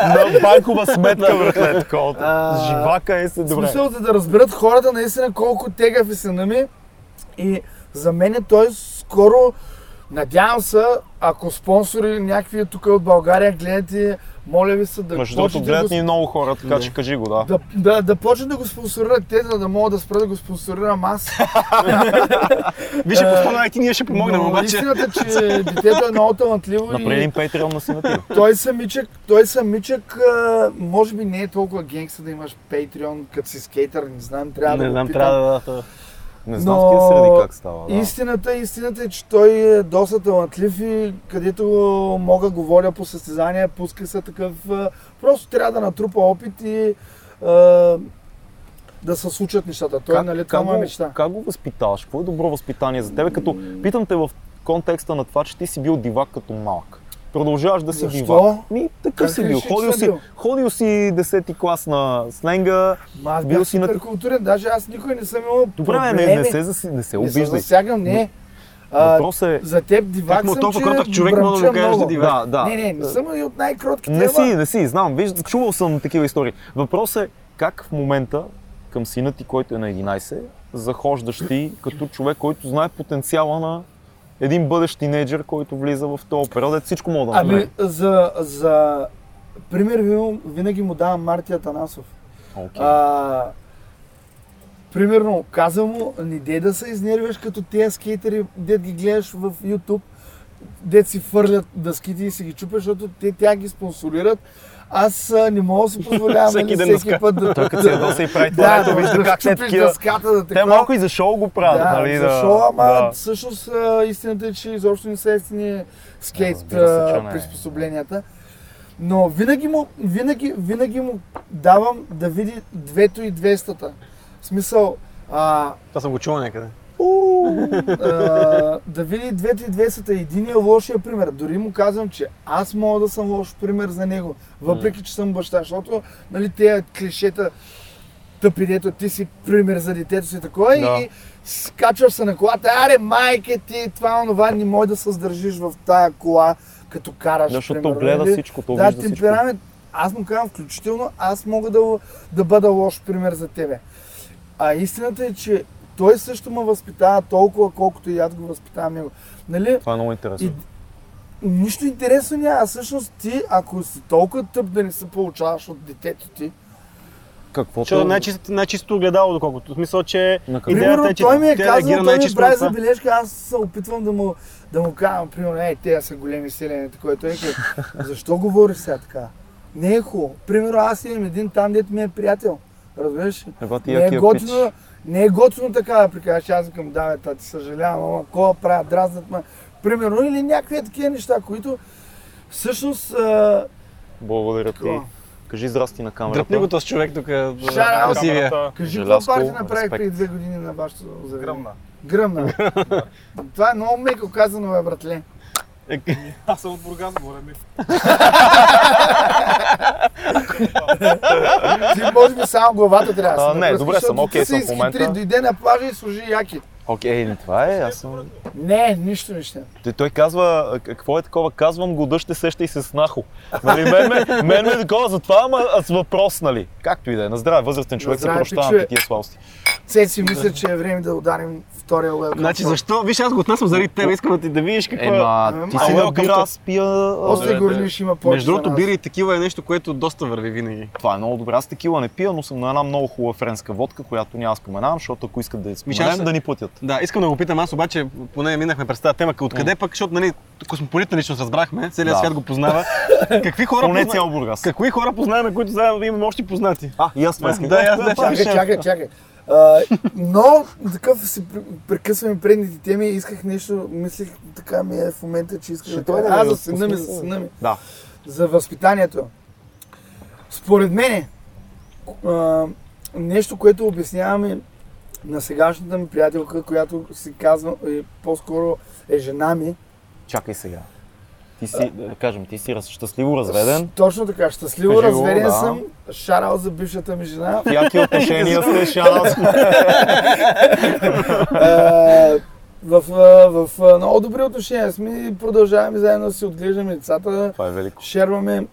Speaker 1: на банкова сметка, братле, такова.
Speaker 3: А,
Speaker 1: Живака е се
Speaker 3: В
Speaker 1: добре.
Speaker 3: смисъл, за да разберат хората наистина колко тегав е сина ми. И за мен е той скоро, надявам се, ако спонсори някакви тук от България гледате, моля ви се да
Speaker 1: Между другото,
Speaker 3: почнете да
Speaker 1: гледат ни много хора, така че кажи го, да.
Speaker 3: Да, да, да почне да го спонсорират те, за да мога да спра да го спонсорирам аз.
Speaker 2: Виж, ако спомена и ти, ние ще помогнем,
Speaker 3: Но
Speaker 2: обаче.
Speaker 3: истината, е, че детето е много талантливо
Speaker 1: Направи
Speaker 3: и
Speaker 1: един Patreon на сина ти.
Speaker 3: той самичък, той самичък, а, може би не е толкова генгста да имаш Patreon, като си скейтър, не знам, трябва да
Speaker 2: Не
Speaker 3: го
Speaker 2: знам,
Speaker 3: питам.
Speaker 2: трябва да- да.
Speaker 1: Не знам
Speaker 3: Но-
Speaker 1: в тия среди как става. Да.
Speaker 3: Истината, истината е, че той е доста талантлив и където мога говоря по състезания, пуска се такъв. а, Просто трябва да натрупа опит и а, да се случат нещата. Той, нали, това му е
Speaker 1: го-
Speaker 3: мечта.
Speaker 1: Как го възпитаваш? Какво е добро възпитание за тебе? Като питам те в контекста на това, че ти си бил дивак като малък. Продължаваш да си
Speaker 3: Защо?
Speaker 1: бива. Ми, такъв
Speaker 3: Как
Speaker 1: си
Speaker 3: реши,
Speaker 1: бил.
Speaker 3: че
Speaker 1: Ходил
Speaker 3: съм
Speaker 1: си,
Speaker 3: бил?
Speaker 1: ходил си 10-ти клас на сленга,
Speaker 3: Ма аз
Speaker 1: бил
Speaker 3: бях
Speaker 1: си на...
Speaker 3: супер културен, даже аз никой не съм имал
Speaker 1: Добре, бе, е, не, не, се, заси- не се
Speaker 3: не се
Speaker 1: обиждай.
Speaker 3: засягам, не. А,
Speaker 1: Въпросът е,
Speaker 3: за теб дивак
Speaker 2: Как му
Speaker 3: съм,
Speaker 2: толкова
Speaker 3: че
Speaker 2: кротък човек, мога да му
Speaker 3: бръмча
Speaker 2: кажеш да
Speaker 3: много.
Speaker 2: дивак.
Speaker 1: да, да.
Speaker 3: Не, не, не съм и от най-кротките.
Speaker 1: Е, Не
Speaker 3: ама-
Speaker 1: си, не си, знам, виж, чувал съм такива истории. Въпросът е как в момента към сина ти, който е на 11, захождаш ти като човек, който знае потенциала на един бъдещ тинейджър, който влиза в този период, е всичко мога да направи.
Speaker 3: Ами, за, за пример ви имам- винаги му давам Марти Атанасов.
Speaker 1: Окей.
Speaker 3: А, примерно, каза му, не дей да се изнервиш като тези скейтери, дед ги гледаш в YouTube, дед си фърлят дъските и си ги чупиш, защото те тя ги спонсорират. Аз а, не мога да си позволявам
Speaker 2: Всеки
Speaker 3: нали,
Speaker 2: ден дъска.
Speaker 3: всеки път да...
Speaker 1: Той като
Speaker 2: е
Speaker 1: се ядоса и прави това,
Speaker 3: Да,
Speaker 1: ето
Speaker 3: да,
Speaker 1: вижда
Speaker 3: да
Speaker 1: как те
Speaker 3: чупиш
Speaker 1: такива.
Speaker 3: дъската, да
Speaker 1: Те
Speaker 3: такова.
Speaker 1: малко и за шоу го правят,
Speaker 3: Да,
Speaker 1: нали?
Speaker 3: за
Speaker 1: да-
Speaker 3: шоу, ама
Speaker 1: да.
Speaker 3: всъщност а, истината е, че изобщо не са истини скейт
Speaker 1: разбира се, че
Speaker 3: а,
Speaker 1: не.
Speaker 3: приспособленията. Но винаги му, винаги, винаги му давам да види двето и двестата. В смисъл, а,
Speaker 2: Това съм го чувал някъде.
Speaker 3: а, да види двете и двестата. Един е лошия пример. Дори му казвам, че аз мога да съм лош пример за него, въпреки че съм баща, защото нали, тези клишета тъпи, дето ти си пример за детето си такова
Speaker 1: Да.
Speaker 3: и скачваш се на колата, аре майка ти, това, онова, не може да се сдържиш в тая кола, като караш.
Speaker 1: Защото
Speaker 3: примерно,
Speaker 1: гледа
Speaker 3: нали?
Speaker 1: всичко, то
Speaker 3: да,
Speaker 1: вижда всичко.
Speaker 3: темперамент, аз му казвам включително, аз мога да, да бъда лош пример за тебе. А истината е, че той също ме възпитава толкова, колкото и аз го възпитавам него. Нали?
Speaker 1: Това е много интересно.
Speaker 3: И нищо интересно няма. Всъщност ти, ако си толкова тъп да не се получаваш от детето ти,
Speaker 2: Защото е
Speaker 1: Каквото...
Speaker 3: значи,
Speaker 2: най-чисто, най-чисто огледало, доколкото. В смисъл, че
Speaker 1: На какво?
Speaker 2: идеята
Speaker 3: Примерно
Speaker 2: е, че
Speaker 3: той ми е
Speaker 2: те
Speaker 3: казал,
Speaker 2: реагира
Speaker 3: той ми
Speaker 2: най-чисто на
Speaker 3: прави
Speaker 2: това.
Speaker 3: забележка, аз се опитвам да му, да му кажа, примерно, ей, те са големи селени, такова. Той е как, защо говориш сега така? Не е хубаво. Примерно аз имам един там, дето ми е приятел. Разбираш? ли?
Speaker 1: Ева ти
Speaker 3: Не е
Speaker 1: якия пич.
Speaker 3: готино, не е готино така да прикажеш, аз към да, бе, тати, съжалявам, ама кола правят, дразнат ме. Примерно, или някакви е такива неща, които всъщност... а,
Speaker 1: Благодаря ти.
Speaker 3: Какво?
Speaker 1: Кажи здрасти на камерата.
Speaker 2: Дръпни го този човек тук. е,
Speaker 3: Шара,
Speaker 2: красивия.
Speaker 3: Кажи, какво
Speaker 1: Желязко,
Speaker 3: парти направих
Speaker 1: респект.
Speaker 3: преди две години на вашето заведение?
Speaker 4: Гръмна.
Speaker 3: Гръмна. Това е много меко казано, бе, братле.
Speaker 4: Аз съм от Бургас, моля ми.
Speaker 3: Ти може би само главата трябва
Speaker 1: А,
Speaker 3: да се
Speaker 1: не,
Speaker 3: напръскаш,
Speaker 1: добре
Speaker 3: защото
Speaker 1: съм, окей
Speaker 3: ти се
Speaker 1: съм в момента.
Speaker 3: изхитри, Дойде на плажа и служи яки.
Speaker 1: Окей, не, това е, аз съм...
Speaker 3: Не, нищо, нищо.
Speaker 1: Той, той казва, а, какво е такова, казвам го, дъще сеща и се снахо. Нали, мен, ме, мен ме е такова за това, ама а с въпрос, нали? Както и да е, на здраве, възрастен човек се
Speaker 3: здраве,
Speaker 1: прощавам
Speaker 3: пичове.
Speaker 1: по тия слабости.
Speaker 3: Се си мисля, че е време да ударим втория welcome.
Speaker 2: Значи
Speaker 3: shot.
Speaker 2: защо? Виж, аз го отнасям заради тебе, искам да ти да видиш какво е.
Speaker 1: Ема, ти
Speaker 2: Ама,
Speaker 1: си
Speaker 2: ама,
Speaker 1: на бира,
Speaker 2: към-
Speaker 1: аз пия... а, нали,
Speaker 3: После
Speaker 2: Добре,
Speaker 3: горниш има повече
Speaker 2: Между другото,
Speaker 3: за нас.
Speaker 2: бира и такива е нещо, което доста върви винаги.
Speaker 1: Това е много добре. Аз такива не пия, но съм на една много хубава френска водка, която няма да споменавам, защото ако искат да я
Speaker 2: аз-
Speaker 1: споменем, да ни платят.
Speaker 2: Да, искам да го питам аз, обаче поне минахме през тази тема. Откъде пък, защото нали, космополитна личност разбрахме, целият
Speaker 1: Да.
Speaker 2: свят го познава. Какви хора,
Speaker 1: Поне
Speaker 2: позна...
Speaker 1: цял Бургас.
Speaker 2: Какви хора познаваме, които знаем, имаме още познати?
Speaker 1: А, и аз това исках.
Speaker 2: Да, и аз не
Speaker 3: Чакай, чакай, чакай. А, но такъв си при- прекъсваме предните теми. Исках нещо, мислих така ми е в момента, че исках да кажа. А, за сина ми, за сина ми.
Speaker 1: Да.
Speaker 3: За възпитанието. Според мен, а, нещо, което обясняваме на сегашната ми приятелка, която се казва, е, по-скоро е жена ми.
Speaker 1: Чакай сега. Ти си, да кажем, ти си раз- щастливо разведен.
Speaker 3: Точно така, щастливо
Speaker 1: Живо,
Speaker 3: разведен
Speaker 1: да.
Speaker 3: съм. Шарал за бившата ми жена.
Speaker 1: Яки отношения сте, шанс.
Speaker 3: Е, в, а, в, а, много добри отношения сме и продължаваме заедно да си отглеждаме децата,
Speaker 1: Това е велико.
Speaker 3: шерваме.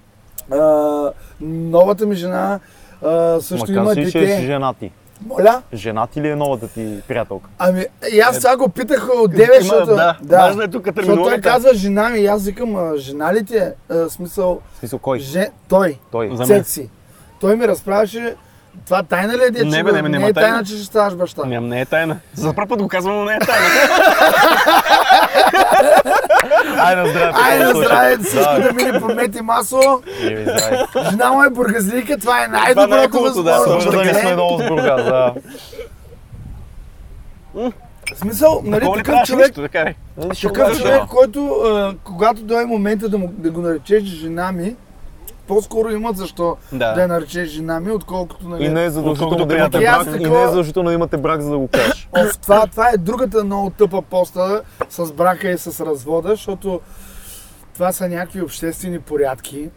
Speaker 3: А, новата ми жена а, също има
Speaker 1: Макар си, че
Speaker 3: дете.
Speaker 1: си жена ти.
Speaker 3: Моля?
Speaker 1: Жена ти ли е новата ти приятелка?
Speaker 3: Ами, и аз сега го питах от 9, защото...
Speaker 2: Е, да, важно е тук
Speaker 3: Защото той
Speaker 2: терминологията.
Speaker 3: казва жена ми, и аз викам, а, жена ли ти е? А, в смисъл,
Speaker 1: В смисъл, кой?
Speaker 3: же, той,
Speaker 1: Той.
Speaker 2: За мен.
Speaker 3: цеци. Той ми разправяше, това тайна ли е дече?
Speaker 2: Не, бе, не, бе,
Speaker 3: не
Speaker 2: няма
Speaker 3: е
Speaker 2: тайна.
Speaker 3: тайна, че ще ставаш баща.
Speaker 2: Не, не е тайна. За първ път го казвам, но не е тайна.
Speaker 1: Ай на здраве.
Speaker 3: Ай,
Speaker 1: приятел,
Speaker 3: да
Speaker 1: слушай.
Speaker 3: здраве, всички да мине по мети масло.
Speaker 1: Живи, здраве.
Speaker 3: Жена му е бургазлийка, това е най-доброто
Speaker 2: най-хубавото, да,
Speaker 3: възможно. е.
Speaker 1: Може да не сме много с Бургас, да.
Speaker 3: В смисъл, нали,
Speaker 2: Какво ли
Speaker 3: такъв
Speaker 2: правиш
Speaker 3: човек, Ами,
Speaker 2: нищо, така ли?
Speaker 3: такъв
Speaker 2: Да.
Speaker 3: човек, който а, когато дойде момента да, му, да го наречеш жена ми, по-скоро имат защо да, я наречеш жена ми, отколкото нали,
Speaker 1: И не е задължително
Speaker 2: Колкото
Speaker 1: да имате
Speaker 3: приятел. Аз
Speaker 1: брак. И не е
Speaker 3: такова-
Speaker 1: задължително да имате брак, за да го кажеш.
Speaker 3: Оф, това, това е другата много тъпа поста с брака и с развода, защото Това са някакви обществени порядки,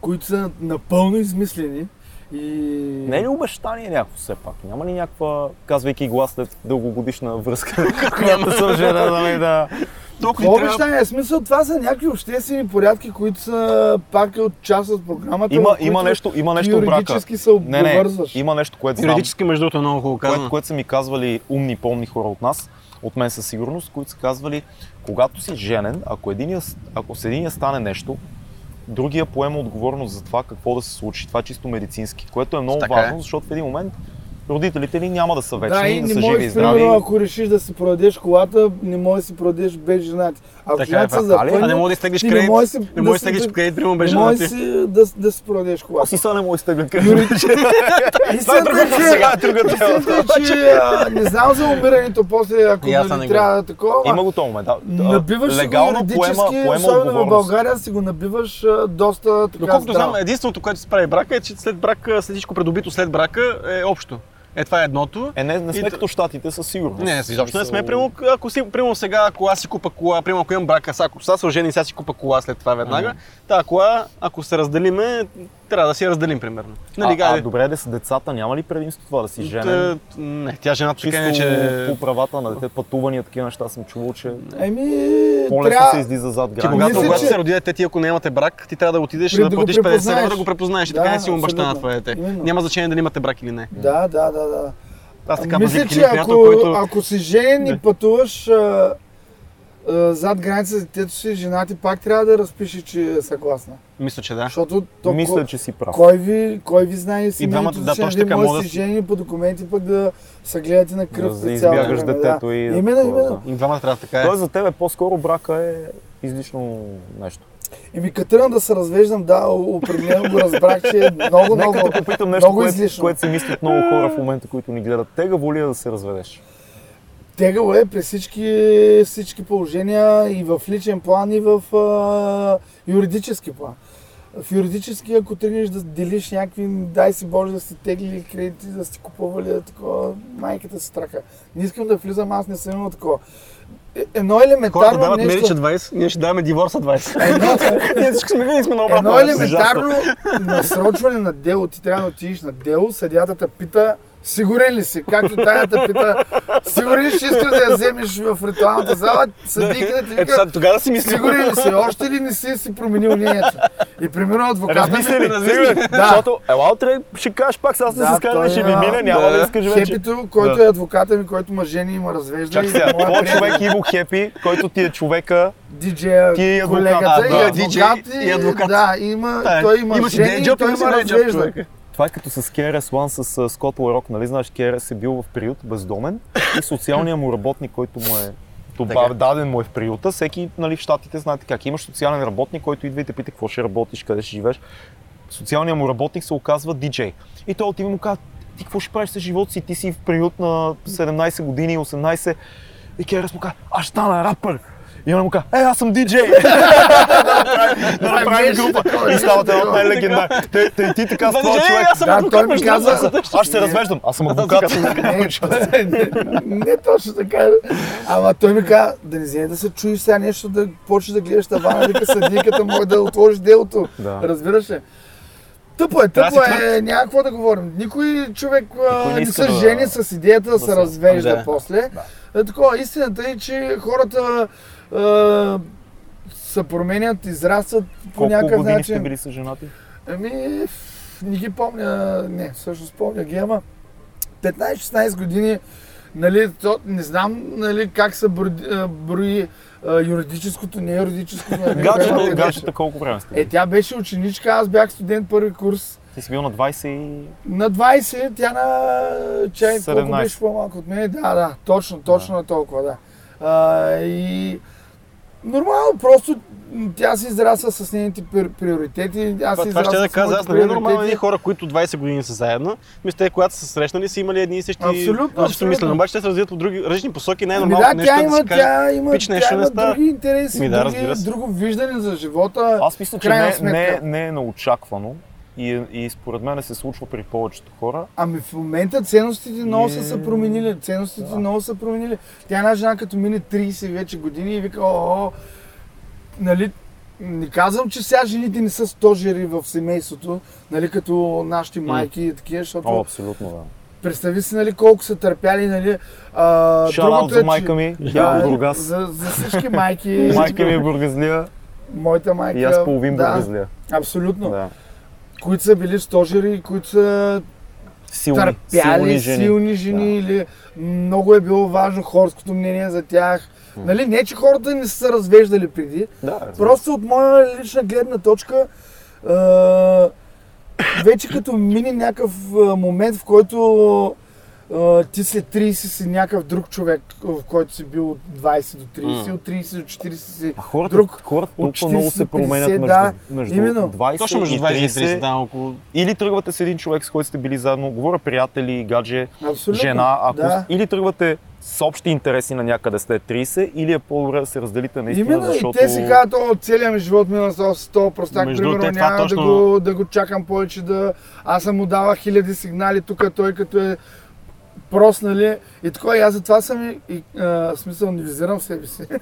Speaker 3: които са напълно измислени и...
Speaker 1: Не е ли обещание някакво все пак? Няма ли някаква, казвайки глас след дългогодишна връзка, която сържена да ми да...
Speaker 2: Толкова
Speaker 3: Какво
Speaker 2: ни трябва...
Speaker 3: обещание? В смисъл, това са някакви обществени порядки, които са пак от част от програмата.
Speaker 1: Има,
Speaker 3: в които
Speaker 1: има нещо, има нещо в брака.
Speaker 3: юридически се
Speaker 1: Не, не,
Speaker 3: обвързваш.
Speaker 1: има нещо, което знам,
Speaker 2: Юридически, между другото, е много хубаво
Speaker 1: което,
Speaker 2: казано.
Speaker 1: което са ми казвали умни, помни хора от нас, от мен със сигурност, които са казвали, когато си женен, ако, единия, с- ако с единия стане нещо, другия поема отговорност за това какво да се случи. Това е чисто медицински, което е много
Speaker 2: Така е.
Speaker 1: важно, защото в един момент родителите ни няма да са вечни,
Speaker 3: Да, и не
Speaker 1: са живи и
Speaker 3: можеш,
Speaker 1: здрави.
Speaker 3: примерно, ако решиш да си продадеш колата, не можеш да си продадеш без женати. Ако
Speaker 2: Така е,
Speaker 3: жената се
Speaker 2: брат.
Speaker 3: запълни,
Speaker 2: А не мога да изтеглиш
Speaker 3: ти не
Speaker 2: кредит.
Speaker 3: можеш си-
Speaker 2: Не можеш да
Speaker 3: си-
Speaker 2: изтеглиш кредит, прямо без
Speaker 3: не можеш
Speaker 2: жена ти.
Speaker 3: си да, да си продадеш колата.
Speaker 1: Си са не мой стъгън кръв.
Speaker 3: Истината е, че-
Speaker 1: Сега Ами, е друга тема.
Speaker 3: истината е, че а, не знам за умирането после, ако
Speaker 2: И Ами, аз това не
Speaker 3: нали,
Speaker 2: го-
Speaker 3: трябва да такова.
Speaker 1: Има го този момент. Да, да,
Speaker 3: Набиваш си го
Speaker 1: легално
Speaker 3: юридически,
Speaker 1: поема, поема
Speaker 3: особено в
Speaker 1: отговорност.
Speaker 3: България си го набиваш а, доста така
Speaker 2: Доколкото
Speaker 3: здраво.
Speaker 2: знам, единственото, което се прави брака е, че след брак, а, след всичко придобито след брака е общо. Е, това е едното.
Speaker 1: Е, не, не
Speaker 2: И
Speaker 1: сме
Speaker 2: т-
Speaker 1: като щатите със сигурност.
Speaker 3: Е,
Speaker 2: Не, изобщо не сме.
Speaker 1: Смисъл,
Speaker 2: Примерно, ако си, примерно сега, ако аз си купа кола, примерно ако имам брака, сега, ако сега се ожени, сега си купа кола след това веднага, та кола, ако се разделиме, трябва да си я разделим примерно. Нали,
Speaker 1: а, а,
Speaker 2: гайде,
Speaker 1: добре, да са децата, няма ли предимство това да си женен?
Speaker 2: т- не, тя жената
Speaker 1: Чисто
Speaker 2: така не, че...
Speaker 1: по правата на дете, пътувания, такива неща съм чувал, че
Speaker 3: Еми,
Speaker 1: по-лесно
Speaker 3: Е, трябва...
Speaker 1: се излиза зад
Speaker 2: Ти
Speaker 1: граница.
Speaker 2: когато,
Speaker 3: мисля,
Speaker 2: когато
Speaker 3: че-
Speaker 2: се роди дете, ти ако не имате брак, ти трябва да отидеш
Speaker 3: При-
Speaker 2: да,
Speaker 3: да го
Speaker 2: платиш 50 евро
Speaker 3: препознаеш.
Speaker 2: да го препознаеш.
Speaker 3: Да,
Speaker 2: така не си му баща на
Speaker 3: абсолютно.
Speaker 2: това дете.
Speaker 3: Именно.
Speaker 2: Няма значение дали имате брак или не.
Speaker 3: Да, да, да, да.
Speaker 2: Аз така
Speaker 3: Мисля,
Speaker 2: познавам
Speaker 3: че
Speaker 2: един
Speaker 3: ако,
Speaker 2: приятел, който...
Speaker 3: ако си женен и пътуваш а, а, зад граница за детето си, жена ти пак трябва да разпише, че е съгласна.
Speaker 2: Мисля, че да.
Speaker 3: Защото то,
Speaker 1: Мисля,
Speaker 3: ко-
Speaker 1: че си прав.
Speaker 3: кой, ви, кой ви знае си нали,
Speaker 2: двамата, да, точно така,
Speaker 3: може
Speaker 2: мога
Speaker 3: да
Speaker 2: да
Speaker 3: си
Speaker 2: си-
Speaker 3: жени по документи, пък да се гледате на кръв
Speaker 1: Да
Speaker 3: през цялото
Speaker 1: избягаш
Speaker 3: време,
Speaker 1: детето
Speaker 3: да.
Speaker 1: и... да
Speaker 3: Именно,
Speaker 1: такова,
Speaker 3: именно.
Speaker 1: да.
Speaker 2: И двамата трябва така е.
Speaker 1: Тоест за тебе по-скоро брака е излишно нещо.
Speaker 3: Еми, като тръгна да се развеждам, да, определено го разбрах, че е много, много,
Speaker 1: Нека те попитам нещо,
Speaker 3: много
Speaker 1: което,
Speaker 3: излишно. Е.
Speaker 1: което си мислят много хора в момента, които ни гледат. Тегаво ли е да се разведеш?
Speaker 3: Тегало е при всички, всички положения и в личен план, и в а, юридически план. В юридически, ако тръгнеш да делиш някакви, дай си Боже да сте теглили кредити, да сте купували да такова, майката се трака. Не искам да влизам, аз не съм имал такова. Е- Едно
Speaker 2: Хората
Speaker 3: елементарно
Speaker 2: дават
Speaker 3: нещо... Е,
Speaker 2: Marriage Advice, ние ще даваме Divorce Advice.
Speaker 3: Едно,
Speaker 2: Ние всички сме винаги сме на обратно.
Speaker 3: едно елементарно насрочване на дело. Ти трябва да отидеш на дело, съдята те пита Сигурен ли си? Както тая те пита, сигурен ли си искаш да я вземеш в ритуалната зала? Съдийката ти
Speaker 2: Ето
Speaker 3: вика,
Speaker 2: сега тогава си мисля.
Speaker 3: Сигурен ли си? Още ли не си си променил мнението? И примерно адвоката
Speaker 1: Размисли ли?
Speaker 2: Размисли.
Speaker 1: Сигурен?
Speaker 3: Да.
Speaker 1: Защото, ела утре ще кажеш пак, сега сме
Speaker 3: Да,
Speaker 1: се скарали,
Speaker 3: той
Speaker 1: ще
Speaker 3: е-
Speaker 1: ми мине, няма
Speaker 2: да.
Speaker 1: да искаш вече.
Speaker 3: Хепито, който е адвоката ми, който ма жени и ма развежда.
Speaker 1: Чакай
Speaker 3: и
Speaker 1: сега,
Speaker 3: моя
Speaker 1: твой
Speaker 3: приятел,
Speaker 1: човек Иво Хепи, който ти е човека,
Speaker 3: диджея,
Speaker 1: ти и адвокат.
Speaker 3: колегата,
Speaker 2: А, е да.
Speaker 3: и адвокат,
Speaker 2: Диджей и адвокат.
Speaker 3: Да, има,
Speaker 2: Та е.
Speaker 3: той има,
Speaker 2: Има си
Speaker 3: жени
Speaker 2: day
Speaker 3: и
Speaker 2: job,
Speaker 3: той
Speaker 2: има си
Speaker 3: ма
Speaker 2: day job,
Speaker 3: развежда.
Speaker 2: човека.
Speaker 1: Това е като с KRS One с а, Скот Ларок, нали знаеш, KRS е бил в приют бездомен и социалният му работник, който му е добав, даден му е в приюта, всеки нали, в щатите знаете как, имаш социален работник, който идва и те пита какво ще работиш, къде ще живееш. Социалният му работник се оказва диджей. И той отива и му казва, ти какво ще правиш с живота си, ти си в приют на 17 години, 18. И Керес му казва, аз ще стана рапър. И он му казва, е, аз съм диджей. да направим група. И ставате от най-легендар. Те, те и ти така с
Speaker 2: Да,
Speaker 1: този
Speaker 2: диджей,
Speaker 1: човек.
Speaker 2: аз съм
Speaker 3: Да, той
Speaker 2: адвокат,
Speaker 3: ми
Speaker 2: между
Speaker 3: каза-
Speaker 2: другото.
Speaker 1: Аз ще се развеждам. Аз съм
Speaker 3: Е,
Speaker 1: адвокат.
Speaker 3: Не, не, не точно така. е. Ама той ми каза, да не вземе да се чуеш сега нещо, да почнеш да гледаш тавана, вика съдниката може е да отложиш делото.
Speaker 1: Да.
Speaker 3: Разбираш ли? Тъпо е, тъпо
Speaker 2: Да, си
Speaker 3: е, няма какво да говорим. Никой човек а,
Speaker 1: Никой не
Speaker 3: не,
Speaker 1: иска
Speaker 3: се
Speaker 1: да-
Speaker 3: жени с идеята да се развежда
Speaker 2: Да.
Speaker 3: после. Е, такова, истината е, че хората а, се променят, израстват по
Speaker 1: Колко
Speaker 3: някакъв
Speaker 1: години сте
Speaker 3: начин.
Speaker 1: били с женати?
Speaker 3: Ами, не ги помня, не, всъщност помня ги, ама 15-16 години, нали, то, не знам нали, как се броди- а, брои а, юридическото, не юридическото. Нали, коя
Speaker 1: Гаджета,
Speaker 3: беше.
Speaker 1: гаджета колко време сте
Speaker 3: Е,
Speaker 1: били?
Speaker 3: тя беше ученичка, аз бях студент първи курс.
Speaker 1: Ти си бил на 20 и...
Speaker 3: На 20, тя на чай, колко
Speaker 1: 17.
Speaker 3: беше по-малко от мен. Да, да, точно, точно на толкова, да. А, и нормално, просто м, тя си израсла с нейните пир- приоритети. Аз
Speaker 2: Това ще
Speaker 3: си израснах
Speaker 2: да
Speaker 3: с
Speaker 2: кажа,
Speaker 3: моите
Speaker 2: аз не е нормално
Speaker 3: приоритети.
Speaker 2: едни хора, които 20 години са заедно. Мисля, те, когато са се срещнали, са имали едни и същи
Speaker 3: Абсолютно,
Speaker 2: общо
Speaker 3: абсолютно.
Speaker 2: мислене. Обаче те се развиват по други различни посоки. Не е
Speaker 3: Ами
Speaker 2: нормално
Speaker 3: да,
Speaker 2: нещо
Speaker 3: тя
Speaker 2: да
Speaker 3: има,
Speaker 2: се каже.
Speaker 3: тя има,
Speaker 2: пич, нещо
Speaker 3: тя
Speaker 2: не
Speaker 3: има
Speaker 2: става.
Speaker 3: други интереси,
Speaker 1: Ами
Speaker 2: Ми да,
Speaker 3: други,
Speaker 2: разбира се.
Speaker 3: друго виждане за живота.
Speaker 1: Аз мисля, че
Speaker 3: крайна
Speaker 1: не, не,
Speaker 3: сметка.
Speaker 1: не е неочаквано и, и според мен се случва при повечето хора.
Speaker 3: Ами в момента ценностите много са
Speaker 1: Е,
Speaker 3: се променили, ценностите
Speaker 1: да.
Speaker 3: много са променили. Тя една жена като мине 30 вече години и вика, о, о, нали, не казвам, че сега жените не са стожери в семейството, нали, като нашите майки и такива, защото
Speaker 1: О, абсолютно, да.
Speaker 3: представи си нали, колко са търпяли. Нали, а,
Speaker 1: Шараут
Speaker 3: другото
Speaker 1: за
Speaker 3: е,
Speaker 1: майка
Speaker 3: че-
Speaker 1: ми,
Speaker 3: Да,
Speaker 1: тя е от Бургас.
Speaker 3: За, за всички майки.
Speaker 1: Майка ми е бургазлия
Speaker 3: Моята майка.
Speaker 1: и аз половин
Speaker 3: да,
Speaker 1: бургазлия.
Speaker 3: Абсолютно.
Speaker 1: Да.
Speaker 3: Които са били стожери, които са
Speaker 1: Силни, силни
Speaker 3: търпяли
Speaker 1: жени.
Speaker 3: силни жени или много е било важно хорското мнение за тях. Нали, не, че хората не са се развеждали преди,
Speaker 1: Да,
Speaker 3: просто от моя лична гледна точка, а, вече като мине някакъв а, момент, в който а, ти след 30 си някакъв друг човек, в който си бил от 20 до 30, от 30 до 40 си
Speaker 1: А хората,
Speaker 3: друг.
Speaker 1: хората
Speaker 3: от
Speaker 1: толкова много се
Speaker 3: 40,
Speaker 1: променят
Speaker 3: 50,
Speaker 1: между,
Speaker 3: да,
Speaker 1: между
Speaker 3: именно.
Speaker 1: 20
Speaker 2: Точно между
Speaker 1: и
Speaker 2: 20 и
Speaker 1: 30.
Speaker 2: 30, да, около...
Speaker 1: Или тръгвате с един човек, с който сте били заедно, говоря приятели, гадже,
Speaker 3: Абсолютно.
Speaker 1: жена, ако
Speaker 3: да.
Speaker 1: или тръгвате с общи интереси на някъде след 30, или е по-добре да се разделите наистина,
Speaker 3: Именно
Speaker 1: защото...
Speaker 3: и те си казват, о, целият ми живот мина с с този простак,
Speaker 2: Между
Speaker 3: примерно
Speaker 2: другото, е това
Speaker 3: няма
Speaker 2: точно-
Speaker 3: да, го, да го чакам повече, да... аз съм му дала хиляди сигнали тук, той като е прост, нали? И така, и аз затова съм и, и а, в смисъл не визирам себе си.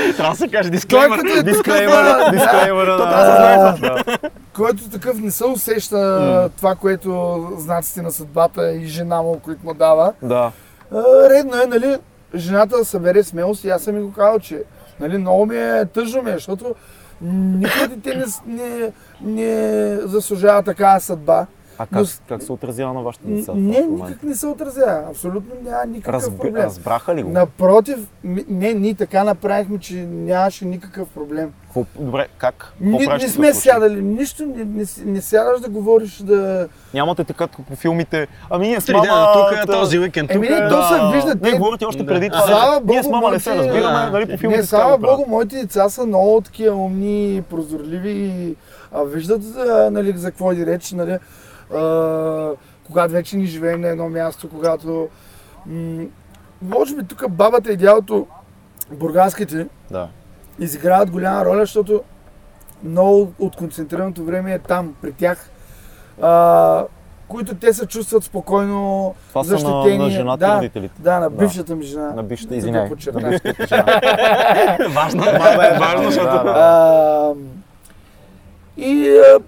Speaker 1: Е,
Speaker 2: Трябва да се каже
Speaker 3: Той
Speaker 2: дисклеймър.
Speaker 3: като е тук,
Speaker 1: Дисклеймъра,
Speaker 3: да,
Speaker 1: дисклеймъра,
Speaker 3: трябва да
Speaker 1: да.
Speaker 3: който такъв не се усеща това, което знаците на съдбата и жена му, които му дава.
Speaker 1: Да,
Speaker 3: А, редно е, нали, жената да събере смелост и аз съм ми го казал, че нали, много ми е тъжно ми, е, защото никъде те не, с- не, не заслужава такава съдба.
Speaker 1: А
Speaker 3: Но
Speaker 1: как,
Speaker 3: с-
Speaker 1: как се отразява на вашите
Speaker 3: Н-
Speaker 1: деца? това
Speaker 3: не,
Speaker 1: в момента?
Speaker 3: никак не се отразява. Абсолютно няма никакъв
Speaker 1: Разб...
Speaker 3: проблем.
Speaker 1: Разбраха ли го?
Speaker 3: Напротив, ми- не, ние така направихме, че нямаше никакъв проблем.
Speaker 1: Какво- Добре, как? Какво
Speaker 3: Ни,
Speaker 1: правиш
Speaker 3: не
Speaker 1: в
Speaker 3: сме
Speaker 1: такъв случай?
Speaker 3: сядали, нищо, не, не, с- не сядаш да говориш, да...
Speaker 1: Нямате така като по филмите. Ами ние с
Speaker 2: Три дена
Speaker 1: мама...
Speaker 2: тук, е
Speaker 1: та-
Speaker 2: този уикенд тук.
Speaker 3: Еми, не, то се вижда,
Speaker 1: Не,
Speaker 3: те-
Speaker 1: говорите още преди
Speaker 2: Да.
Speaker 1: това.
Speaker 3: Слава
Speaker 1: нали? Ние с
Speaker 3: Богу,
Speaker 1: мама не се
Speaker 3: момче,
Speaker 1: разбираме,
Speaker 2: да.
Speaker 1: нали, по филмите така
Speaker 3: Не,
Speaker 1: го
Speaker 3: слава
Speaker 1: правят.
Speaker 3: богу, моите деца са много такива умни, прозорливи и а, виждат а, нали, за какво иде реч, нали, а, когато вече ни живеем на едно място, когато... М- може би тук бабата и дялото, бургаските,
Speaker 1: Да.
Speaker 3: изиграват голяма роля, защото много от концентрираното време е там, при тях, а, които те се чувстват спокойно,
Speaker 1: Това са на,
Speaker 3: защитени.
Speaker 1: на жената и
Speaker 3: да,
Speaker 1: родителите.
Speaker 3: да, на бившата ми жена.
Speaker 1: На бившата,
Speaker 3: Да
Speaker 1: извинявай.
Speaker 3: подчертая.
Speaker 1: На бившата жена.
Speaker 2: Важно, е важно,
Speaker 1: Да,
Speaker 2: защото...
Speaker 1: да.
Speaker 3: А, и а,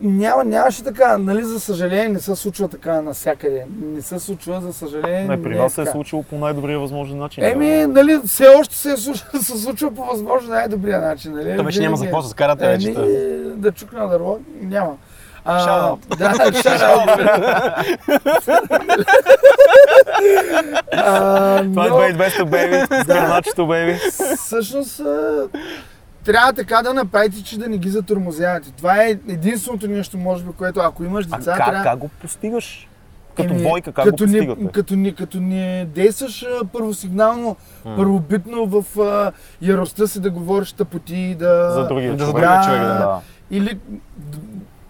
Speaker 3: няма, нямаше така, нали, за съжаление не се случва така навсякъде. Не се случва, за съжаление.
Speaker 1: Не, при
Speaker 3: не
Speaker 1: вас се е
Speaker 3: така.
Speaker 1: случило по най-добрия възможен начин.
Speaker 3: Еми,
Speaker 1: реално.
Speaker 3: нали, все още се, е случва, се случва по възможно най-добрия начин, нали?
Speaker 2: Та вече няма за
Speaker 3: Винаги-
Speaker 2: какво да се скарате вече.
Speaker 3: Еми,
Speaker 2: та.
Speaker 3: да чукна на дърво, няма. А,
Speaker 2: Шаут.
Speaker 3: да, шаут.
Speaker 2: е
Speaker 3: А,
Speaker 1: Това е
Speaker 3: но-
Speaker 1: 2200, бейби. Граначето, бейби.
Speaker 3: всъщност а, трябва така да направите, че да не ги затормозявате. Това е единственото нещо, може би, което ако имаш
Speaker 1: А
Speaker 3: деца,
Speaker 1: как,
Speaker 3: трябва...
Speaker 1: как го постигаш? Като
Speaker 3: Еми,
Speaker 1: двойка, как го
Speaker 3: като не,
Speaker 1: постигате?
Speaker 3: като, не, като не действаш а, първосигнално, първобитно в а, яростта си да говориш тъпоти, да...
Speaker 1: За другия
Speaker 2: Да, за
Speaker 1: човек.
Speaker 2: другия
Speaker 3: Да.
Speaker 2: човек, да.
Speaker 1: Да.
Speaker 3: Или д-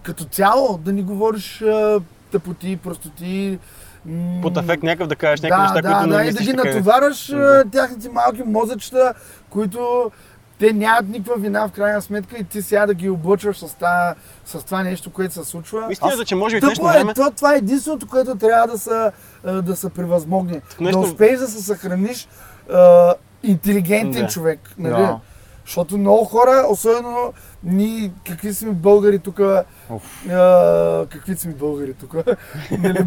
Speaker 3: като цяло да не говориш а, тъпоти, простоти. м,
Speaker 2: Под афект някакъв да кажеш някакви неща,
Speaker 3: да,
Speaker 2: които не
Speaker 3: да, и да
Speaker 2: мислиш е.
Speaker 3: ги
Speaker 2: така.
Speaker 3: натовараш а, тяхните малки мозъчета, които те нямат никаква вина в крайна сметка и ти сега да ги облъчваш с, та, с това нещо, което се случва.
Speaker 2: Истината, е, че може би в днешно
Speaker 3: Тъпо е,
Speaker 2: време...
Speaker 3: това, това е единственото, което трябва да се, а, да се превъзмогне.
Speaker 2: нещо-
Speaker 3: Да успееш да се съхраниш а, интелигентен
Speaker 2: Да.
Speaker 3: човек. Нали?
Speaker 1: Да.
Speaker 3: Защото много хора, особено ние, какви сме българи тук, какви сме българи тук, нали,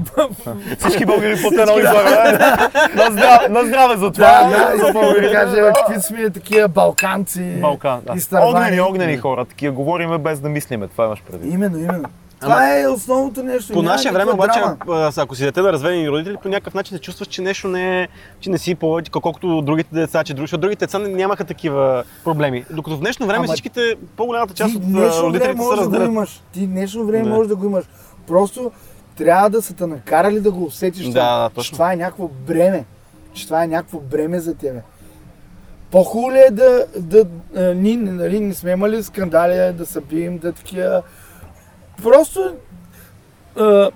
Speaker 1: Всички българи под едно и пара. На здраве, на здраве за това.
Speaker 3: Да, да, искам е да ви кажа, какви сме такива балканци.
Speaker 1: Балкан, да.
Speaker 3: Изтървани.
Speaker 1: Огнени, огнени хора, такива говориме без да мислиме, това имаш предвид.
Speaker 3: Именно, именно. Това е основното нещо.
Speaker 2: По
Speaker 3: няма
Speaker 2: наше време
Speaker 3: никаква
Speaker 2: обаче,
Speaker 3: драма.
Speaker 2: а, ако си дете на разведени родители, по някакъв начин се чувстваш, че нещо не е, че не си повече, колкото другите деца, че други, защото другите деца не- нямаха такива проблеми. Докато в днешно време
Speaker 3: Ама
Speaker 2: всичките, по-голямата част
Speaker 3: ти
Speaker 2: от а,
Speaker 3: днешно време
Speaker 2: родителите се
Speaker 3: можеш да го
Speaker 2: разделят.
Speaker 3: имаш. Ти днешно време
Speaker 2: Да.
Speaker 3: можеш да го имаш. Просто трябва да са те накарали да го усетиш.
Speaker 2: Да,
Speaker 3: това,
Speaker 2: да,
Speaker 3: че
Speaker 2: точно.
Speaker 3: това е някакво бреме. Че това е някакво бреме за тебе. По-хубаво ли е да, да а, ние нали, не сме имали скандали, да се бием, да такива. Просто а,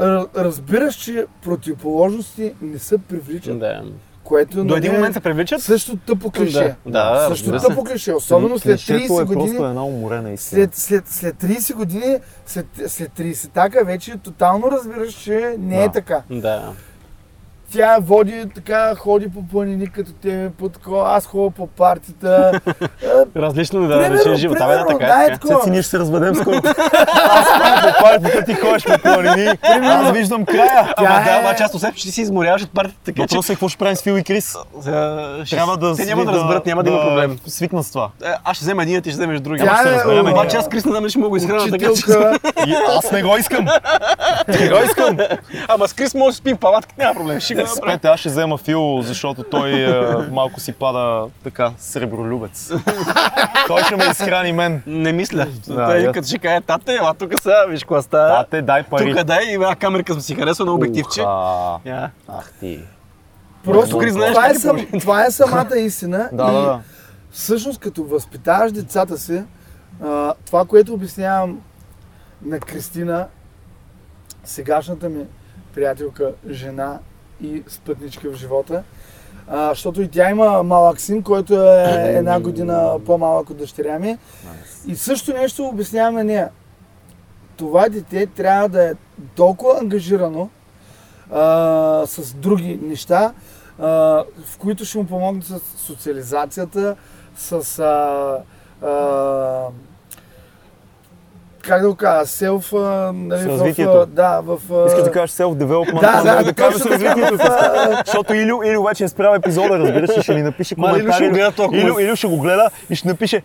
Speaker 3: а, разбираш, че противоположности не се привличат.
Speaker 2: Да.
Speaker 3: Което
Speaker 2: До един
Speaker 3: нали,
Speaker 2: момент се привличат.
Speaker 3: също тъпо клише.
Speaker 2: Да, да,
Speaker 3: също
Speaker 2: разбира се.
Speaker 3: тъпо клише. Особено след
Speaker 1: Клишето
Speaker 3: 30
Speaker 1: е
Speaker 3: години
Speaker 1: просто една уморена истина.
Speaker 3: след, след, след 30 години, след, след 30 така вече тотално разбираш, че не е
Speaker 1: Да.
Speaker 3: така.
Speaker 2: Да.
Speaker 3: Тя води така, ходи по планини като тебе, по такова, аз ходя по партита.
Speaker 2: Различно е да речеш живота. Абе, да,
Speaker 3: примерно,
Speaker 2: така
Speaker 3: да,
Speaker 2: е.
Speaker 3: е
Speaker 2: така.
Speaker 3: такова.
Speaker 1: Цеци, ние ще се разведем скоро. Аз ходя по партията, ти ходиш по планини. Аз виждам края.
Speaker 2: Ама
Speaker 3: Тя
Speaker 2: да,
Speaker 3: е-
Speaker 2: обаче аз усещам, че ти си изморяваш от партията, така че...
Speaker 1: Въпросът е какво ще правим с Фил и Крис?
Speaker 2: а, ще-
Speaker 1: Трябва да
Speaker 2: Те
Speaker 1: си-
Speaker 2: няма да разберат, няма да има проблем.
Speaker 1: Свикнат с това.
Speaker 2: Е, Аз ще взема един, а ти ще вземеш другия.
Speaker 3: Тя
Speaker 2: Ама ще
Speaker 3: е,
Speaker 2: се разберем.
Speaker 3: о,
Speaker 2: Обаче аз Крис не знам дали ще мога го изхрана, така че...
Speaker 3: Учителка,
Speaker 1: И аз не го искам. Не го искам. Е,
Speaker 2: Ама с Крис може да спим в палатка, няма проблем. Ще го направим.
Speaker 1: Спрете, аз ще взема Фил, защото той е, малко си пада така сребролюбец. той ще ме изхрани мен.
Speaker 2: Не мисля.
Speaker 1: Да,
Speaker 2: Той
Speaker 1: я-
Speaker 2: като ще каже, тате, ела тук сега, виж какво става.
Speaker 1: Тате, дай пари.
Speaker 2: Тук е дай, и една камерка съм си харесал на обективче.
Speaker 1: Уха.
Speaker 2: Я.
Speaker 1: Ах ти.
Speaker 3: Просто
Speaker 2: Крис, знаеш
Speaker 3: това, е
Speaker 2: ли ти
Speaker 3: сам, това е самата истина.
Speaker 1: Да, да,
Speaker 3: и
Speaker 1: да.
Speaker 3: всъщност като възпитаваш децата си, а, това, което обяснявам на Кристина, сегашната ми приятелка, жена и спътничка в живота, а, защото и тя има малък син, който е една година по-малък от дъщеря ми. И също нещо обяснявам на нея. Това дете трябва да е толкова ангажирано а, с други неща, а, в които ще му помогне с социализацията, с а, а, как да го кажа, селф, а, нали,
Speaker 1: С
Speaker 3: в,
Speaker 1: развитието.
Speaker 3: а, да, в... а,
Speaker 1: Искаш да кажеш self-development,
Speaker 3: Да,
Speaker 1: а
Speaker 3: да,
Speaker 1: не да кажеш
Speaker 3: точно така,
Speaker 1: развитието си.
Speaker 3: в, а,
Speaker 1: Защото Илю, Илю вече е спрял епизода, разбираш, и ще ни напише
Speaker 2: Ма, Илю ще
Speaker 1: коментари.
Speaker 2: го гледа толкова.
Speaker 1: Илю, Илю ще го гледа и ще напише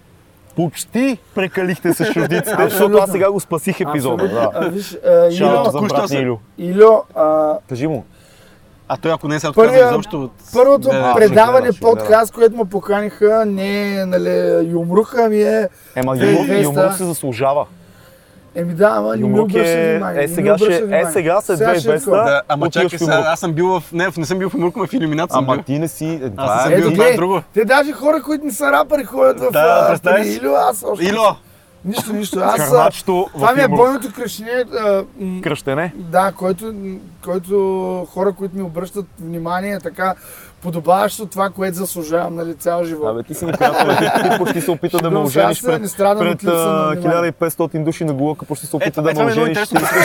Speaker 1: Почти прекалихте с чуждиците, защото аз
Speaker 3: Абсолютно.
Speaker 1: сега го спасих епизода. Да.
Speaker 3: абсолютно. А, виж, а,
Speaker 1: Шаут
Speaker 3: Илю,
Speaker 1: за
Speaker 2: току-що
Speaker 1: брат
Speaker 2: се-
Speaker 1: Илю.
Speaker 3: Илю, а,
Speaker 1: Кажи му.
Speaker 2: А той ако не се
Speaker 3: Първия-
Speaker 2: отказва изобщо от...
Speaker 3: Първото
Speaker 2: Да, да,
Speaker 3: предаване
Speaker 1: ще гледам, ще
Speaker 3: подкаст, което му поканиха, не е нали, юмруха, ами е...
Speaker 1: Ема
Speaker 3: Две
Speaker 1: Юмрук,
Speaker 3: двеста.
Speaker 1: Юмрук се заслужава.
Speaker 3: Еми да, ама не ми
Speaker 1: Юмрук
Speaker 3: обръща
Speaker 1: е-
Speaker 3: внимание.
Speaker 1: е,
Speaker 3: не ми
Speaker 1: сега
Speaker 3: обръща
Speaker 1: ще- е,
Speaker 3: внимание.
Speaker 1: сега след
Speaker 3: Сега ще е
Speaker 1: 2200.
Speaker 3: такова.
Speaker 2: Да, ама
Speaker 1: Отиваш
Speaker 2: чакай
Speaker 1: в
Speaker 2: сега,
Speaker 1: Мурко.
Speaker 2: аз съм бил в... Не, не съм бил в Мурко, ама в Иллюминат съм бил.
Speaker 1: Ама ти не си... е,
Speaker 2: Аз
Speaker 1: Това
Speaker 2: съм
Speaker 1: е...
Speaker 2: бил
Speaker 3: Ето,
Speaker 2: това е
Speaker 3: те,
Speaker 2: друго.
Speaker 3: те даже хора, които не са рапъри, ходят в...
Speaker 2: Да,
Speaker 3: а,
Speaker 2: представи
Speaker 3: при
Speaker 2: си.
Speaker 3: Илю, аз още...
Speaker 2: Ило,
Speaker 3: Нищо, нищо. Аз... а,
Speaker 1: Кърначето
Speaker 3: Това
Speaker 1: в
Speaker 3: ми е
Speaker 1: Юмрук.
Speaker 3: бойното кръщение, а, м,
Speaker 1: Кръщене.
Speaker 3: да, който, който хора, които ми обръщат внимание, така подобаващо това, което заслужавам нали, цял живот.
Speaker 1: Абе, ти си Николакове, ти, ти почти се опита да ме
Speaker 3: Шегувам се, аз
Speaker 1: ожениш
Speaker 3: не
Speaker 1: пред,
Speaker 3: страдам
Speaker 1: пред
Speaker 3: от липса на
Speaker 1: а,
Speaker 3: внимание.
Speaker 1: 1500 души на голока, почти се
Speaker 2: Е,
Speaker 1: опита
Speaker 2: това е
Speaker 1: да ме
Speaker 2: много
Speaker 1: ожениш.
Speaker 2: интересно.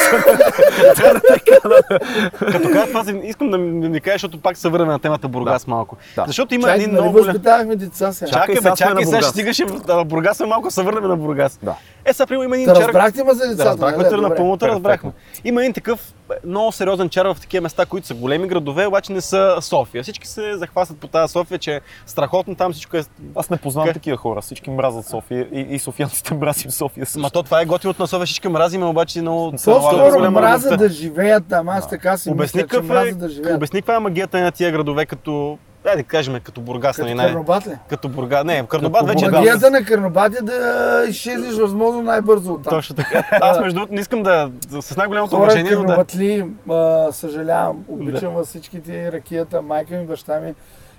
Speaker 2: Като кажа това, си- искам да ми ми кажеш, защото пак се върнем на темата Бургас малко.
Speaker 1: Да.
Speaker 2: Защото има
Speaker 3: Чай,
Speaker 2: един
Speaker 3: нали
Speaker 2: много голям...
Speaker 3: възпитавахме деца сега?
Speaker 1: Чакай,
Speaker 2: Чакай,
Speaker 1: сега
Speaker 2: бе,
Speaker 1: сме на
Speaker 2: чакай, сега ще
Speaker 1: Бургас.
Speaker 2: стигаше в а, Бургас, сме малко се върнем на Бургас.
Speaker 1: Да.
Speaker 2: Е, сега приема има един
Speaker 3: Да
Speaker 2: чар...
Speaker 3: разбрахте ма за
Speaker 2: Да,
Speaker 3: децата.
Speaker 2: разбрахме
Speaker 3: нали?
Speaker 2: те
Speaker 3: Добре.
Speaker 2: напълно, те
Speaker 1: Перфектно.
Speaker 2: разбрахме. Има един такъв е, много сериозен чар в такива места, които са големи градове, обаче не са София. Всички се захващат по тази София, че е страхотно там всичко е...
Speaker 1: Аз не познавам
Speaker 2: Как?
Speaker 1: такива хора. Всички мразят София и, и софиянците мразим София. също.
Speaker 2: Ма то това е готиното на София, всички мразиме, обаче много... се налага
Speaker 3: По-скоро
Speaker 2: голяма
Speaker 3: мраза
Speaker 2: любовта.
Speaker 3: да живеят там, аз така си
Speaker 2: Обясни
Speaker 3: мисля, че
Speaker 2: каква е,
Speaker 3: мраза да живеят.
Speaker 2: обясни каква е магията на тия градове като... Айде да кажем, като Бургас, нали?
Speaker 3: Като
Speaker 2: най-
Speaker 3: Кърнобат ли?
Speaker 2: Като Бургас. Не, Кърнобат
Speaker 1: Като
Speaker 2: вече е
Speaker 1: Бургас.
Speaker 2: Бургас.
Speaker 3: Магията на Кърнобат е да изчезнеш възможно най-бързо от там.
Speaker 2: Точно така. Аз между другото не искам да... С най-голямото
Speaker 3: Хора,
Speaker 2: уважение, но да...
Speaker 3: кърнобатли, а, съжалявам, обичам във всичките ракията, майка ми, баща ми. и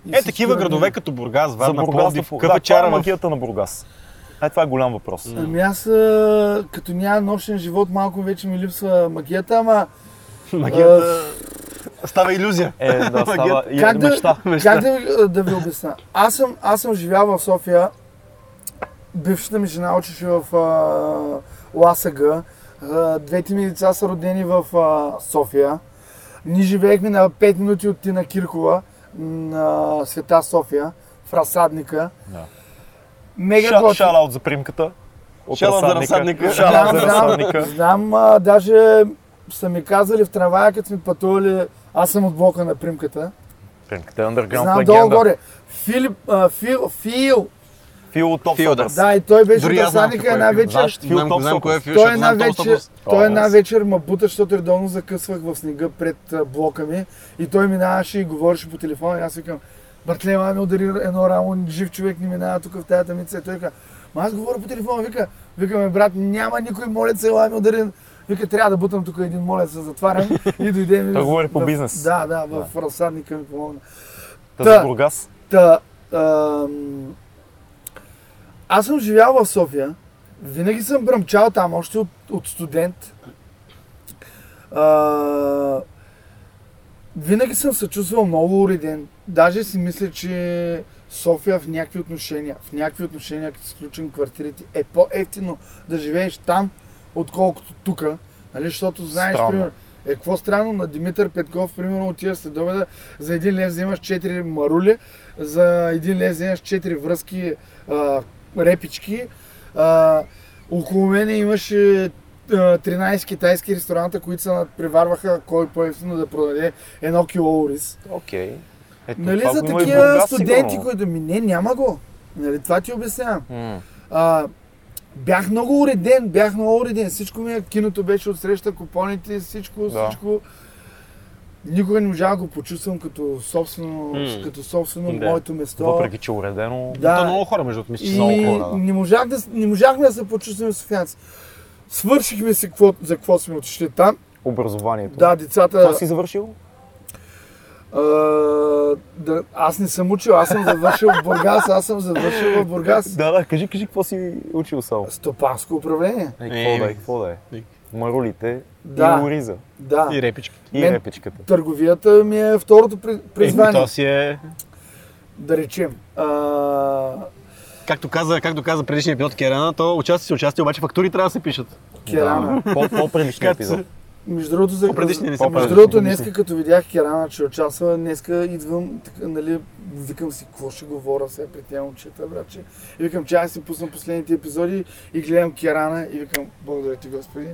Speaker 2: Е,
Speaker 3: всички
Speaker 2: такива
Speaker 3: родни.
Speaker 2: градове като Бургас,
Speaker 1: За
Speaker 2: Варна,
Speaker 1: Бургас да
Speaker 2: Пловдив,
Speaker 1: по- да,
Speaker 2: Къва
Speaker 1: каква е
Speaker 2: Чара, в-
Speaker 1: магията на Бургас? Е, това е голям въпрос.
Speaker 3: Ами аз, а, като няма нощен живот, малко вече ми липсва магията, ама
Speaker 2: магията... Става иллюзия.
Speaker 1: Е, да, става и
Speaker 3: как, да,
Speaker 1: мечта.
Speaker 3: как да, ви- да ви обясна? Аз съм, аз съм живял в София. Бившата ми жена учеше в а, Ласага. А, двете ми деца са родени в а, София. Ние живеехме на 5 минути от Тина Киркова на Света София, в Разсадника.
Speaker 1: Да.
Speaker 3: Мега
Speaker 1: Ша-
Speaker 3: готин.
Speaker 1: Шалаут за примката. От
Speaker 2: Шалаут за разсадника.
Speaker 1: Шалаут за
Speaker 3: Знам,
Speaker 1: разсадника.
Speaker 3: Знам, знам а, даже са ми казали в трамвая, като сме пътували, аз съм от блока на примката.
Speaker 1: Примката е underground
Speaker 3: Знам долу
Speaker 1: легенда.
Speaker 3: горе. Филип, а, Фил, Фил,
Speaker 1: Фил от
Speaker 2: Фил, да.
Speaker 1: Топсътърс.
Speaker 3: да, и той беше
Speaker 2: Дори
Speaker 3: Дори
Speaker 2: аз знам
Speaker 3: Тасаника
Speaker 2: какво е
Speaker 3: една
Speaker 2: Фил.
Speaker 3: вечер.
Speaker 1: Знаеш, Фил
Speaker 2: Знам-
Speaker 1: Топсъков.
Speaker 2: знам кое е Фил,
Speaker 3: Той
Speaker 2: защото
Speaker 3: една
Speaker 2: знам толкова
Speaker 3: вечер,
Speaker 2: въпрос.
Speaker 1: О,
Speaker 3: той една
Speaker 1: аз.
Speaker 3: вечер ма бута, защото редовно закъсвах в снега пред а, блока ми и той минаваше и говореше по телефона и аз викам, братле, ма ми удари едно рамо, жив човек не минава тук в тази тамица. И той вика, ма аз говоря по телефона, вика, викаме, брат, няма никой молец, ела ми удари. Вика, трябва да бутам тук един молец, се затварям и дойде ми.
Speaker 1: Той
Speaker 3: в-
Speaker 1: говори по
Speaker 3: в-
Speaker 1: бизнес.
Speaker 3: Да, да, в разсадника ми помогна.
Speaker 1: Та
Speaker 3: Та.
Speaker 1: за Бургас.
Speaker 3: Та, ам, аз съм живял в София. Винаги съм бръмчал там, още от, от студент. А, винаги съм се чувствал много уреден. Даже си мисля, че София в някакви отношения, в някакви отношения, като изключим квартирите, е по-ефтино да живееш там, отколкото тук. Нали, защото знаеш,
Speaker 1: Странно.
Speaker 3: примерно, Е, какво странно на Димитър Петков, примерно, отива след обеда, за един лев вземаш 4 марули, за един лев вземаш 4 връзки а, репички. А, около мен имаше а, 13 китайски ресторанта, които се надпреварваха кой по-ефтино да продаде едно кило ориз.
Speaker 1: Окей. Ето,
Speaker 3: Нали
Speaker 1: това
Speaker 3: за
Speaker 1: го има и в
Speaker 3: такива
Speaker 1: Бургас,
Speaker 3: студенти,
Speaker 1: сигурно.
Speaker 3: които ми не, няма го. Нали, това ти обяснявам.
Speaker 1: М.
Speaker 3: А, бях много уреден, бях много уреден. Всичко ми, е- киното беше отсреща, купоните, всичко,
Speaker 1: Да.
Speaker 3: всичко. Никога не можах да го почувствам като собствено,
Speaker 2: М.
Speaker 3: като собствено
Speaker 2: Да.
Speaker 3: моето место.
Speaker 1: Въпреки, че е уредено.
Speaker 3: Да.
Speaker 2: То много хора, между другото, мисля, че
Speaker 3: И
Speaker 2: много хора. да.
Speaker 3: не, можах да, с- не можахме да се почувстваме софиянци. Свършихме си какво, за какво сме отишли там.
Speaker 1: Образованието.
Speaker 3: Да, децата...
Speaker 1: Това си завършил?
Speaker 3: А, да, аз не съм учил, аз съм завършил в Бургас, аз съм завършил в Бургас.
Speaker 1: Да, да, кажи, кажи какво си учил само.
Speaker 3: Стопанско управление.
Speaker 1: Е,
Speaker 2: Е,
Speaker 1: какво да е, какво да е.
Speaker 2: е.
Speaker 1: Марулите
Speaker 3: Да.
Speaker 1: и ориза.
Speaker 3: Да.
Speaker 2: И репичките.
Speaker 1: И
Speaker 3: Мен-
Speaker 1: репичката.
Speaker 3: Търговията ми е второто при-
Speaker 2: Е,
Speaker 3: призвание,
Speaker 2: то си е,
Speaker 3: да речем. А,
Speaker 2: както каза, както каза предишния епизод Керана, то участие си участие, обаче фактури трябва да се пишат.
Speaker 3: керама.
Speaker 1: Да. По- По-предишния
Speaker 2: Както
Speaker 1: епизод.
Speaker 3: Между другото, за...
Speaker 2: По-предишни не са
Speaker 3: между
Speaker 1: правили.
Speaker 3: другото, днеска като видях Керана, че участва, днеска идвам, така, нали, викам си, какво ще говоря сега при тези момчета, братче. И викам, че аз си пусна последните епизоди и гледам Керана и викам, благодаря ти, Господи.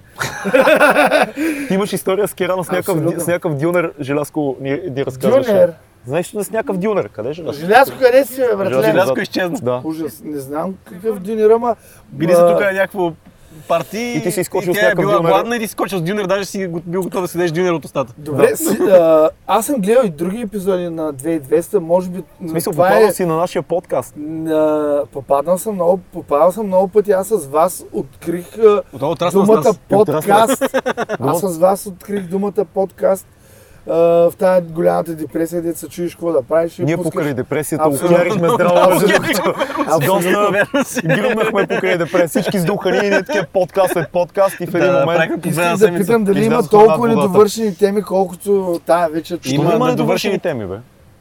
Speaker 1: Ти имаш история с Керана с някакъв,
Speaker 3: Абсолютно.
Speaker 1: ди- с някакъв дюнер, Желязко ни, ни разказваше.
Speaker 3: Дюнер?
Speaker 1: Знаеш ли с някакъв дюнер? Къде е Желязко?
Speaker 3: Желязко, къде си, бе, братле?
Speaker 1: Желязко.
Speaker 2: Желязко изчезна.
Speaker 1: Да.
Speaker 3: Ужас, не знам какъв дюнер, ама...
Speaker 2: Били са
Speaker 3: а,
Speaker 2: тук на някакво парти
Speaker 1: И ти си изкочил
Speaker 2: и
Speaker 1: с
Speaker 2: тя е
Speaker 1: някакъв
Speaker 2: била
Speaker 1: дюнер.
Speaker 2: гладна и ти си скочил с дюнер, даже си го- бил готов да седеш дюнер от устата.
Speaker 3: Добре, си, а, аз съм гледал и други епизоди на 2200, може би... е
Speaker 1: В смисъл, попадал си на нашия подкаст.
Speaker 3: На... Попаднал съм много, попадал съм много пъти. Аз с вас открих а,
Speaker 2: Отново отрасна с
Speaker 3: думата
Speaker 2: нас.
Speaker 3: подкаст. Аз с вас открих думата подкаст а, в тази голямата депресия, дето се чуеш какво да правиш. и
Speaker 1: Ние
Speaker 3: пускаш-
Speaker 1: покрай депресията
Speaker 3: Абсолютно.
Speaker 1: окарихме здраво мъже.
Speaker 2: Доста верно си.
Speaker 1: Гръмнахме покрай депресия. Всички сдухани и ние такива подкаст след подкаст и в един
Speaker 2: Да, да,
Speaker 1: момент...
Speaker 2: правихме по две
Speaker 3: Исках
Speaker 2: на
Speaker 3: е да питам
Speaker 2: седмица.
Speaker 3: дали има
Speaker 1: излязоха над
Speaker 3: толкова
Speaker 1: водата.
Speaker 3: недовършени теми, колкото тая вечер.
Speaker 1: Що
Speaker 2: Има
Speaker 1: има
Speaker 2: недовършени
Speaker 1: недовършени теми, бе?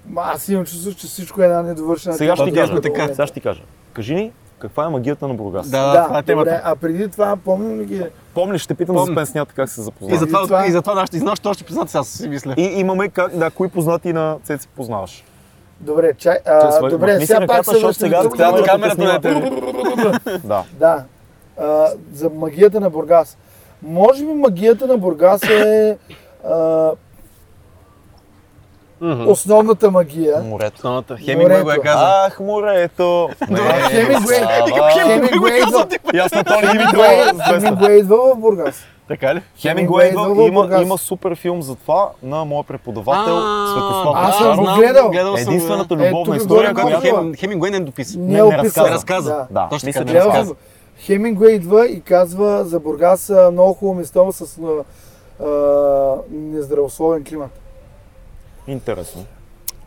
Speaker 3: Ма, Аз имам чувство, че всичко е една недовършена
Speaker 1: Сега ще ти
Speaker 2: Това
Speaker 1: кажа.
Speaker 2: сме така.
Speaker 1: Сега ще ти кажа. Кажи ни, каква е магията на Бургас?
Speaker 2: Да,
Speaker 3: Да,
Speaker 2: това е
Speaker 3: добре,
Speaker 2: темата.
Speaker 3: а преди това помним ли ги?
Speaker 1: Помниш, ще питам
Speaker 2: Помня.
Speaker 1: за пенснята как се запознах.
Speaker 2: И
Speaker 1: И,
Speaker 3: за-
Speaker 2: затова,
Speaker 3: това-
Speaker 2: и затова нашите, и нашите още познати сега си мисля.
Speaker 1: имаме как, да, кои познати на Цеци познаваш.
Speaker 3: Добре, чай, а,
Speaker 1: свали-
Speaker 3: добре,
Speaker 1: махни си
Speaker 3: сега пак
Speaker 1: ръката,
Speaker 3: се
Speaker 1: защото
Speaker 3: връщаме
Speaker 1: сега
Speaker 3: тук.
Speaker 2: Трябва
Speaker 1: камерата
Speaker 2: камерата
Speaker 1: снима.
Speaker 2: да те-
Speaker 1: Да.
Speaker 3: Да. А, за магията на Бургас. Може би магията на Бургас е а,
Speaker 2: Мгм.
Speaker 3: основната магия.
Speaker 1: Морето.
Speaker 2: Основната. Хемингуей го е
Speaker 3: Морето.
Speaker 2: казал.
Speaker 1: Ах, морето!
Speaker 3: Добре, Хемингуей.
Speaker 1: става.
Speaker 3: Хемингуей идва-
Speaker 1: Ясно, Тони
Speaker 3: Хемингуей-
Speaker 1: Димитрова. известна.
Speaker 3: Хемингуей е идва в Бургас.
Speaker 2: Така ли?
Speaker 1: Хемингуей
Speaker 3: Хемингуей
Speaker 1: идва
Speaker 3: идва
Speaker 1: и
Speaker 3: в
Speaker 1: има,
Speaker 3: Бургас.
Speaker 1: има супер филм за това на моя преподавател
Speaker 2: А,
Speaker 1: Светослав.
Speaker 3: аз съм
Speaker 1: Печанов.
Speaker 3: го
Speaker 2: знам,
Speaker 3: гледал.
Speaker 2: съм го,
Speaker 1: Единствената
Speaker 3: да.
Speaker 1: любовна
Speaker 3: Е, тук
Speaker 1: история,
Speaker 2: да.
Speaker 3: горе
Speaker 1: която
Speaker 2: Която
Speaker 3: малко.
Speaker 1: Хем...
Speaker 2: Хем- Хемингуей не дописа.
Speaker 3: Не
Speaker 1: не
Speaker 3: е
Speaker 1: разказа.
Speaker 3: описана.
Speaker 2: Разказа.
Speaker 1: Да,
Speaker 2: Точно
Speaker 1: мисля,
Speaker 2: така,
Speaker 1: че
Speaker 3: Гледал
Speaker 2: разказа.
Speaker 3: съм го. Хемингуей идва и казва за Бургас а, много хубаво место с а, а, нездравословен климат.
Speaker 1: Интересно.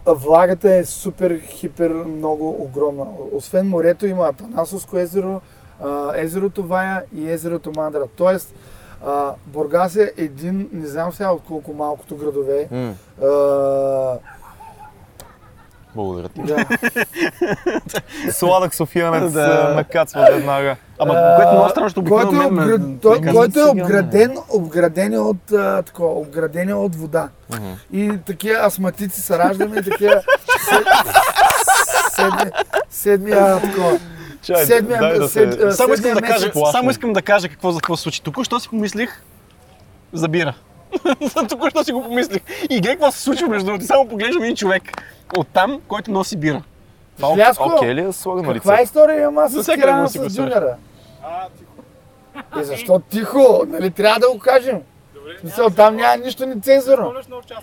Speaker 3: Влагата е супер, хипер, много огромна. Освен морето има Атанасовско езеро, а, езерото Вая и езерото Мандра. Тоест, а, Бургас е един, не знам сега от колко малкото градове.
Speaker 1: М,
Speaker 3: А,
Speaker 1: Благодаря ти.
Speaker 3: да.
Speaker 1: Сладък Софиянец
Speaker 2: Да.
Speaker 1: е, накацва веднага.
Speaker 2: Ама
Speaker 3: А,
Speaker 2: което много страшно, ще
Speaker 3: който, е
Speaker 2: обикновено мен ме-
Speaker 3: обград- той-
Speaker 2: ми казва.
Speaker 3: който е
Speaker 1: сега, не.
Speaker 3: обграден, обграден е от, а, такова, обграден е от вода. И такива астматици се раждаме и такива... сед- седми- Седмия такова.
Speaker 1: Чай,
Speaker 3: Седмия-
Speaker 1: дай да
Speaker 3: сед-
Speaker 1: се...
Speaker 3: а,
Speaker 2: Само искам да
Speaker 3: седмия
Speaker 2: кажа,
Speaker 3: месец.
Speaker 2: само искам да кажа какво за какво се случи. Току-що си помислих за бира. Току-що си го помислих. И гледай какво се случва между другото. Само поглеждам един човек от там, който носи бира.
Speaker 1: Това ок-
Speaker 3: Ляско,
Speaker 1: Окей ли е слага на
Speaker 3: Каква
Speaker 1: лице?
Speaker 3: история има
Speaker 2: За
Speaker 3: с
Speaker 2: всяка
Speaker 3: Кирана
Speaker 2: му си
Speaker 3: с
Speaker 2: представя.
Speaker 3: Дюнера? И защо тихо? Нали трябва да го кажем? В смисъл, там няма нищо нецензурно.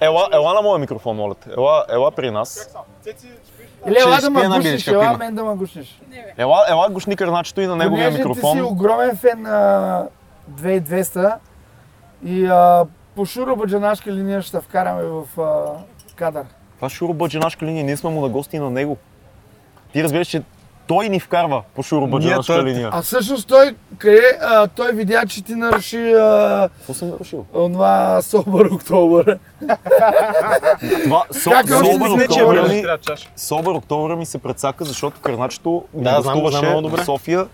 Speaker 1: Ела, ела на моя микрофон, моля те. Ела, ела при нас.
Speaker 3: Или ела
Speaker 2: ще спия
Speaker 3: да ме
Speaker 2: на
Speaker 3: гушнеш,
Speaker 2: биричка, ако
Speaker 3: ела
Speaker 2: има.
Speaker 3: мен да ме гушнеш.
Speaker 1: Ела, ела гушни кърначето и на неговия
Speaker 3: Понеже ти си
Speaker 1: микрофон.
Speaker 3: огромен фен на 2200 и а, по шуробаджанашка линия ще вкараме в а, кадър.
Speaker 1: Това шурубаджанашка линия, ние сме му на гости и на него. Ти разбираш, че той ни вкарва по
Speaker 2: Ние
Speaker 1: шурубаджанашка
Speaker 2: той-
Speaker 1: линия.
Speaker 3: А всъщност той, къде, а, той видя, че ти наруши а,
Speaker 1: Какво съм нарушил?
Speaker 3: онова Собър Октобър.
Speaker 1: Това со,
Speaker 3: Как още не
Speaker 1: Собър
Speaker 3: сме
Speaker 1: Октобър
Speaker 5: нали-
Speaker 3: чели?
Speaker 1: ми, Собър Октобър ми се прецака, защото кърначето ми
Speaker 2: Да, знам, знам
Speaker 1: гостуваше
Speaker 2: много
Speaker 1: в
Speaker 2: добре.
Speaker 1: София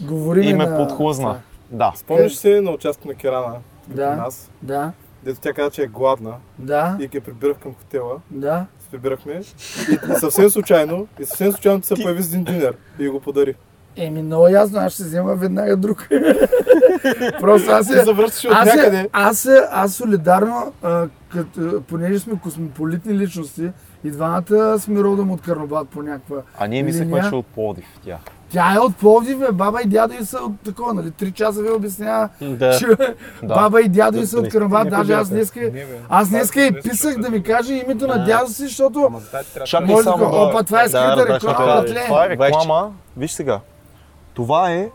Speaker 3: Говори
Speaker 1: и ме
Speaker 3: на...
Speaker 1: подхлъзна. Да.
Speaker 5: Помниш се на участието на Керана при
Speaker 3: Да,
Speaker 5: нас?
Speaker 3: да.
Speaker 5: Дето тя каза, че е гладна
Speaker 3: Да,
Speaker 5: и ги прибирах към хотела.
Speaker 3: да.
Speaker 5: Се прибирахме и съвсем случайно, и съвсем случайно ти се появи с един динер и го подари.
Speaker 3: Еми, много ясно, аз ще взема веднага друг. Просто аз
Speaker 5: Ти
Speaker 3: се...
Speaker 5: завършиш от
Speaker 3: Аз, е-
Speaker 5: някъде.
Speaker 3: се, аз, се, аз солидарно, а, като, понеже сме космополитни личности, и двамата сме родом от Карнобат по някаква.
Speaker 1: А ние мислехме,
Speaker 3: линия.
Speaker 1: че е от Пловдив тя.
Speaker 3: Тя е от Пловдив, бе, баба и дядо и са от такова, нали? Три часа ви обяснява,
Speaker 2: Да.
Speaker 3: че баба и дядо и са от Карнобат. Даже аз днеска,
Speaker 5: Не, бе.
Speaker 3: аз днеска и писах да ми каже името на дядо си, защото
Speaker 5: Ама да, ти трябва
Speaker 1: Чакай
Speaker 3: може да
Speaker 1: само да...
Speaker 3: го... Опа, това е
Speaker 2: да,
Speaker 3: скрита
Speaker 2: да,
Speaker 3: реклама,
Speaker 2: да, да.
Speaker 3: братле.
Speaker 1: Това е
Speaker 2: Бай, че-
Speaker 1: реклама. Виж сега. Това е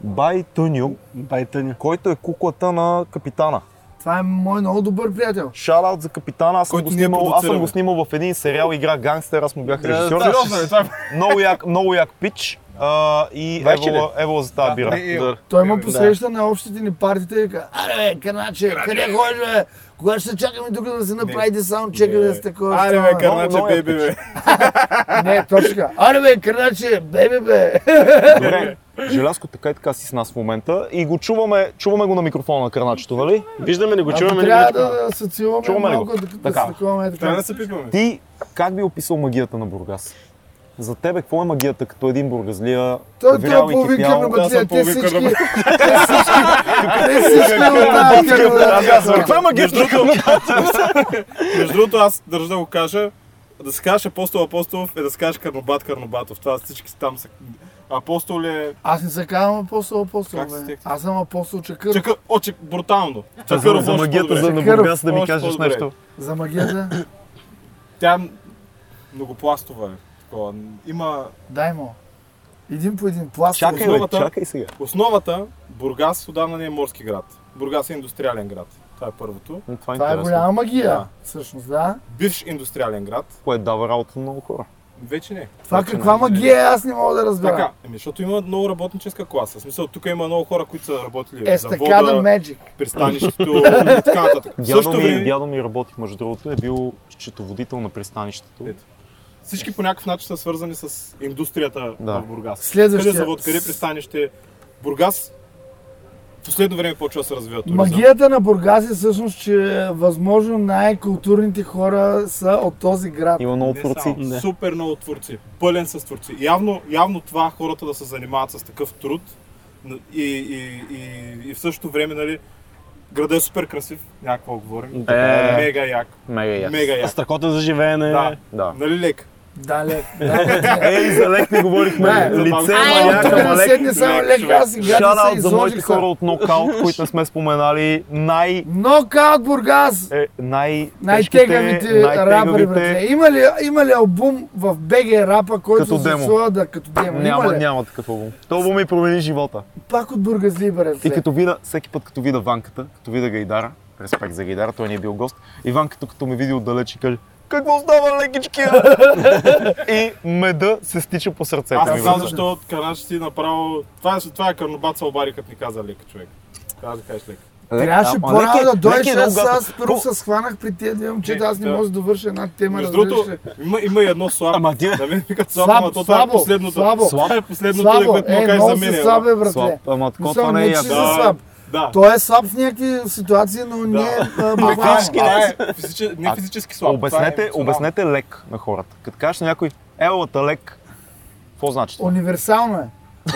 Speaker 1: Бай Тъню,
Speaker 2: Байтъня.
Speaker 1: който е куклата на капитана.
Speaker 3: Това е мой много добър приятел.
Speaker 1: Шараут за капитана, аз съм,
Speaker 5: Който
Speaker 1: го
Speaker 5: ние
Speaker 1: снимал, аз съм
Speaker 5: продуцираме.
Speaker 1: го снимал в един сериал игра Гангстер, аз му бях режисьор.
Speaker 2: да, сериозно е, това е.
Speaker 1: много, як, много як пич а, и
Speaker 2: Вече ли?
Speaker 1: Евола, Евола за тази бира.
Speaker 5: не,
Speaker 2: Да.
Speaker 5: е.
Speaker 3: Той ме посреща на общите ни партите и казва, аре, бе, каначе, къде ходиш, бе? Кога ще се чакаме тук да се направите саундчека да сте такова?
Speaker 5: Аре
Speaker 3: става,
Speaker 5: бе,
Speaker 3: бе?»
Speaker 5: карначе,
Speaker 1: много
Speaker 5: беби, бе.
Speaker 3: Не, точно така. Аре, бе, карначе, бебе, бе.
Speaker 1: Добре, Желязко така и така си с нас в момента и го чуваме, чуваме го на микрофона на кръначето, нали?
Speaker 2: Виждаме ли го,
Speaker 3: Ако
Speaker 2: чуваме ли
Speaker 3: трябва
Speaker 2: го?
Speaker 3: да да се целуваме
Speaker 1: Чуваме ли го?
Speaker 3: малко, да- да
Speaker 1: Така.
Speaker 3: се такова,
Speaker 5: Трябва
Speaker 3: така.
Speaker 5: да се пипаме.
Speaker 1: Ти как би описал магията на Бургас? За тебе какво е магията като един бургазлия?
Speaker 3: Той той
Speaker 1: вирял
Speaker 3: е
Speaker 1: и
Speaker 3: половин
Speaker 1: кипял?
Speaker 3: кърнобатлия, те
Speaker 5: половин
Speaker 3: всички... Те всички... Те всички от кърнобатлия.
Speaker 1: Това е магията!
Speaker 5: Между другото, аз държа да го кажа, да се кажеш апостол Апостолов е да се кажеш Карнобат Карнобатов. Това всички там са... Апостол е...
Speaker 3: Аз не се казвам апостол, апостол,
Speaker 5: Как се
Speaker 3: бе.
Speaker 5: стихте?
Speaker 3: Аз съм апостол Чакър.
Speaker 5: Чака, о, чак, брутално.
Speaker 1: За,
Speaker 5: Чакъров
Speaker 1: за
Speaker 5: още
Speaker 1: магията
Speaker 5: по-добре.
Speaker 1: за на
Speaker 3: Чакъров,
Speaker 1: Бургас да ми
Speaker 5: още
Speaker 1: кажеш
Speaker 5: по-добре.
Speaker 1: нещо.
Speaker 3: За магията?
Speaker 5: Тя е многопластова е. Такова. Има
Speaker 3: Дай му. Един по един. Пласт.
Speaker 1: Чакай, бе,
Speaker 5: Основата-
Speaker 1: чакай сега.
Speaker 5: основата, Бургас отдавна не е морски град. Бургас е индустриален град. Това е първото.
Speaker 1: Това е
Speaker 3: Това е
Speaker 1: интересно.
Speaker 3: голяма магия,
Speaker 5: Да.
Speaker 3: всъщност, да.
Speaker 5: Бивш индустриален град.
Speaker 1: Което е дава работа на много хора.
Speaker 5: Вече не.
Speaker 3: Това каква магия е, аз не мога да
Speaker 5: Така,
Speaker 3: разбера.
Speaker 5: ами, защото има много работническа класа. В смисъл, тук има много хора, които са работили в
Speaker 3: Естакада
Speaker 5: завода,
Speaker 3: Е, Magic.
Speaker 5: пристанището и така нататък. В
Speaker 1: Дядо
Speaker 5: същото
Speaker 1: ми, е
Speaker 5: време
Speaker 1: дядо ми работи, между другото, е бил счетоводител на пристанището.
Speaker 5: Ето. всички по някакъв начин са свързани с индустрията
Speaker 1: Да.
Speaker 5: в Бургас. Къде
Speaker 3: Следващия.
Speaker 5: завод, къде пристанище, Бургас в последно време почва да се развива туризъм.
Speaker 3: Магията на Бургас е всъщност, че възможно най-културните хора са от този град.
Speaker 1: Има много
Speaker 5: Не
Speaker 1: творци.
Speaker 5: само, Супер много творци. Пълен с творци. Явно, явно това хората да се занимават с такъв труд н- и, и, и, и в същото време, нали, града е супер красив, някакво говорим.
Speaker 2: Е.
Speaker 5: Мега як.
Speaker 1: Мега ясно.
Speaker 5: Мега як.
Speaker 2: Страхотен за
Speaker 1: Е,
Speaker 2: живеене.
Speaker 5: Да.
Speaker 1: Да.
Speaker 5: Нали лек?
Speaker 3: Далек. далек.
Speaker 1: Ей, за лек не говорихме.
Speaker 3: Не,
Speaker 1: Лице,
Speaker 5: Ай, е
Speaker 3: Ай, от тук
Speaker 1: маяка,
Speaker 3: да
Speaker 1: малек.
Speaker 3: седне само
Speaker 5: човек,
Speaker 3: лек,
Speaker 5: човек.
Speaker 3: аз сега
Speaker 1: Шараут
Speaker 3: се
Speaker 1: за моите
Speaker 3: изложих.
Speaker 1: хора от Knockout, които не сме споменали. Най...
Speaker 3: Нокаут Бургас!
Speaker 1: Е, най
Speaker 3: Най-тегавите рапъри, братле. Има ли, има ли албум в BG рапа, който
Speaker 1: Като
Speaker 3: се
Speaker 1: демо.
Speaker 3: слува да като демо?
Speaker 1: Няма,
Speaker 3: има ли?
Speaker 1: няма такъв албум. Това ми промени живота.
Speaker 3: Пак от Бургазли, братле.
Speaker 1: И като видя, всеки път като видя Ванката, като видя Гайдара, респект за Гайдара, той не е бил гост, и Ванката като ме види отдалеч и каже, какво става лекички? и меда се стича по сърцето
Speaker 5: Аз
Speaker 1: Е, ми.
Speaker 5: не знам
Speaker 1: братле.
Speaker 5: защо Карнаш си направо... Това е, това е Карнобат се обади, като ни каза лек човек. Трябва да кажеш лек.
Speaker 3: Трябваше
Speaker 1: Ама
Speaker 3: по-рано
Speaker 1: лек
Speaker 3: да
Speaker 1: е- лек е
Speaker 3: дойдеш,
Speaker 1: много
Speaker 3: аз,
Speaker 1: гадно.
Speaker 3: аз първо се схванах при тези две
Speaker 1: Е,
Speaker 3: момчета, аз не
Speaker 5: Да.
Speaker 3: мога да довърша една тема,
Speaker 5: Между
Speaker 3: разбираш
Speaker 5: другото,
Speaker 3: ли?
Speaker 5: има, има и едно слабо.
Speaker 1: Ама ти-
Speaker 5: Да ми викат слабо,
Speaker 3: Слабо,
Speaker 5: ама то това е
Speaker 3: слабо,
Speaker 5: последното.
Speaker 3: слабо.
Speaker 5: Това е последното, да
Speaker 3: Слабо,
Speaker 5: което му
Speaker 3: е,
Speaker 5: кажеш за
Speaker 3: много си
Speaker 5: мен.
Speaker 3: слаб, бе,
Speaker 1: Слаб,
Speaker 3: братле.
Speaker 1: ама такова
Speaker 3: Мисъл,
Speaker 1: това не
Speaker 3: не,
Speaker 1: е
Speaker 3: че си
Speaker 1: ясно.
Speaker 3: слаб.
Speaker 5: Да.
Speaker 3: Той е слаб в някакви ситуации, но не е а, буквално.
Speaker 5: Това е физиче- не физически слаб. това е
Speaker 1: Обяснете,
Speaker 5: емоционално.
Speaker 1: обяснете лек на хората. Като кажеш на някой, елата лек, какво значи това?
Speaker 3: Универсално е.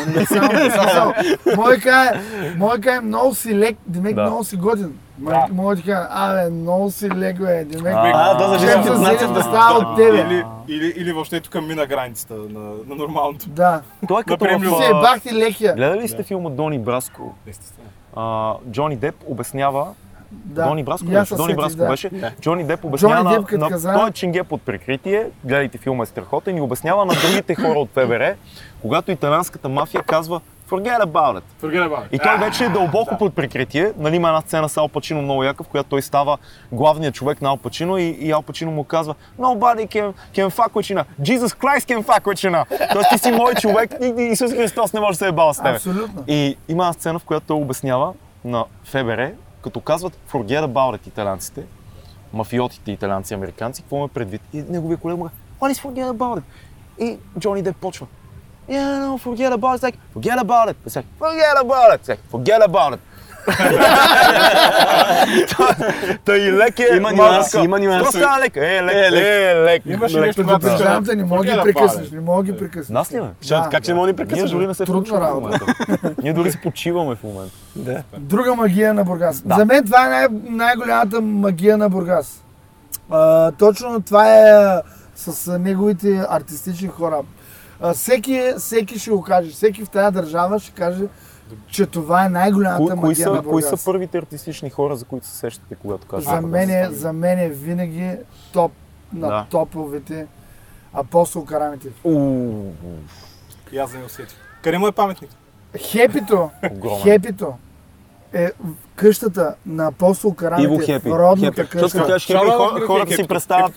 Speaker 3: Универсално е. смисъл. Мойка е, мойка е много си лек, Димек
Speaker 1: Да.
Speaker 3: много си годен. Мой- Мога да ти кажа, абе, много си лек, бе, Димек.
Speaker 1: А, да,
Speaker 3: Чем
Speaker 1: зависи от
Speaker 3: се
Speaker 1: нацията.
Speaker 3: взели да става от тебе.
Speaker 5: Или, или, или въобще тук мина границата на, на нормалното.
Speaker 3: Да.
Speaker 1: Той е като в...
Speaker 5: Наприемливо.
Speaker 3: Се
Speaker 1: а,
Speaker 3: бах ти лекия.
Speaker 1: Гледали ли сте филма Дони Браско?
Speaker 5: Естествено.
Speaker 1: А, Джони Деп обяснява
Speaker 3: Да.
Speaker 1: да. Дони Браско,
Speaker 3: И аз
Speaker 1: беше,
Speaker 3: се
Speaker 1: Дони
Speaker 3: сетих,
Speaker 1: Браско
Speaker 3: да.
Speaker 1: беше. Джони Деп обяснява
Speaker 3: Джони
Speaker 1: на,
Speaker 3: Деп, като
Speaker 1: на
Speaker 3: каза-
Speaker 1: той е чинге под прикритие, гледайте филма е страхотен и обяснява на другите хора от ФБР, когато италианската мафия казва Forget about it.
Speaker 5: Фъргене, бабе.
Speaker 1: И той вече е дълбоко под прикритие. Нали, има една сцена с Ал Пачино много яка, в която той става главният човек на Ал Пачино и, и Ал Пачино му казва Nobody can, can fuck with you now. Jesus Christ can fuck with you now. Тоест ти си мой човек и, и Исус Христос не може да се е бал с тебе.
Speaker 3: Абсолютно.
Speaker 1: И има една сцена, в която той обяснява на ФБР, като казват Forget about it италянците, мафиотите италянци, американци, какво ме предвид? И неговия колега му казва, What is forget about it? И Джони Деп почва. Yeah, no, forget about it. It's like, forget about it. It's like, forget about it. It's like, forget about it. Та и лек е.
Speaker 2: Има
Speaker 1: малко
Speaker 2: нюанси,
Speaker 1: такова.
Speaker 2: има нюанси.
Speaker 1: Просто става лек. Е, лек.
Speaker 2: Е, лек.
Speaker 1: Е, лек. Е,
Speaker 5: Имаше нещо, когато
Speaker 3: Предупреждавам те, не мога да ги прекъснеш, не мога да ги прекъснеш.
Speaker 1: Нас ли бе?
Speaker 3: Да.
Speaker 2: Как че не мога да ни
Speaker 1: Ние
Speaker 2: прекъсваш?
Speaker 1: дори не се
Speaker 3: Трудна
Speaker 1: включваме в
Speaker 3: работа.
Speaker 1: момента. Ние дори си почиваме в момента.
Speaker 3: Друга магия на Бургас. За мен това е най- най-голямата магия на Бургас. А, точно това е с неговите артистични хора. А, всеки, всеки ще го каже, всеки в тази държава ще каже, че това е
Speaker 1: Кои,
Speaker 3: най-голямата
Speaker 1: кои,
Speaker 3: магия на
Speaker 1: са, кои
Speaker 3: Бургас.
Speaker 1: са първите артистични хора, за които се сещате, когато казвате?
Speaker 3: за, мен е, за мен е винаги топ на
Speaker 1: Да.
Speaker 3: топовете Апостол Карамите.
Speaker 1: Уу,
Speaker 5: И аз не усетих. Къде му е паметник?
Speaker 3: Хепито,
Speaker 1: огромен.
Speaker 3: хепито е в къщата на Апостол Карамите,
Speaker 1: Иво Хепи.
Speaker 3: в родната
Speaker 1: Хепи. Защото
Speaker 3: къща.
Speaker 1: като кажеш Хепи, хора- хората си представят.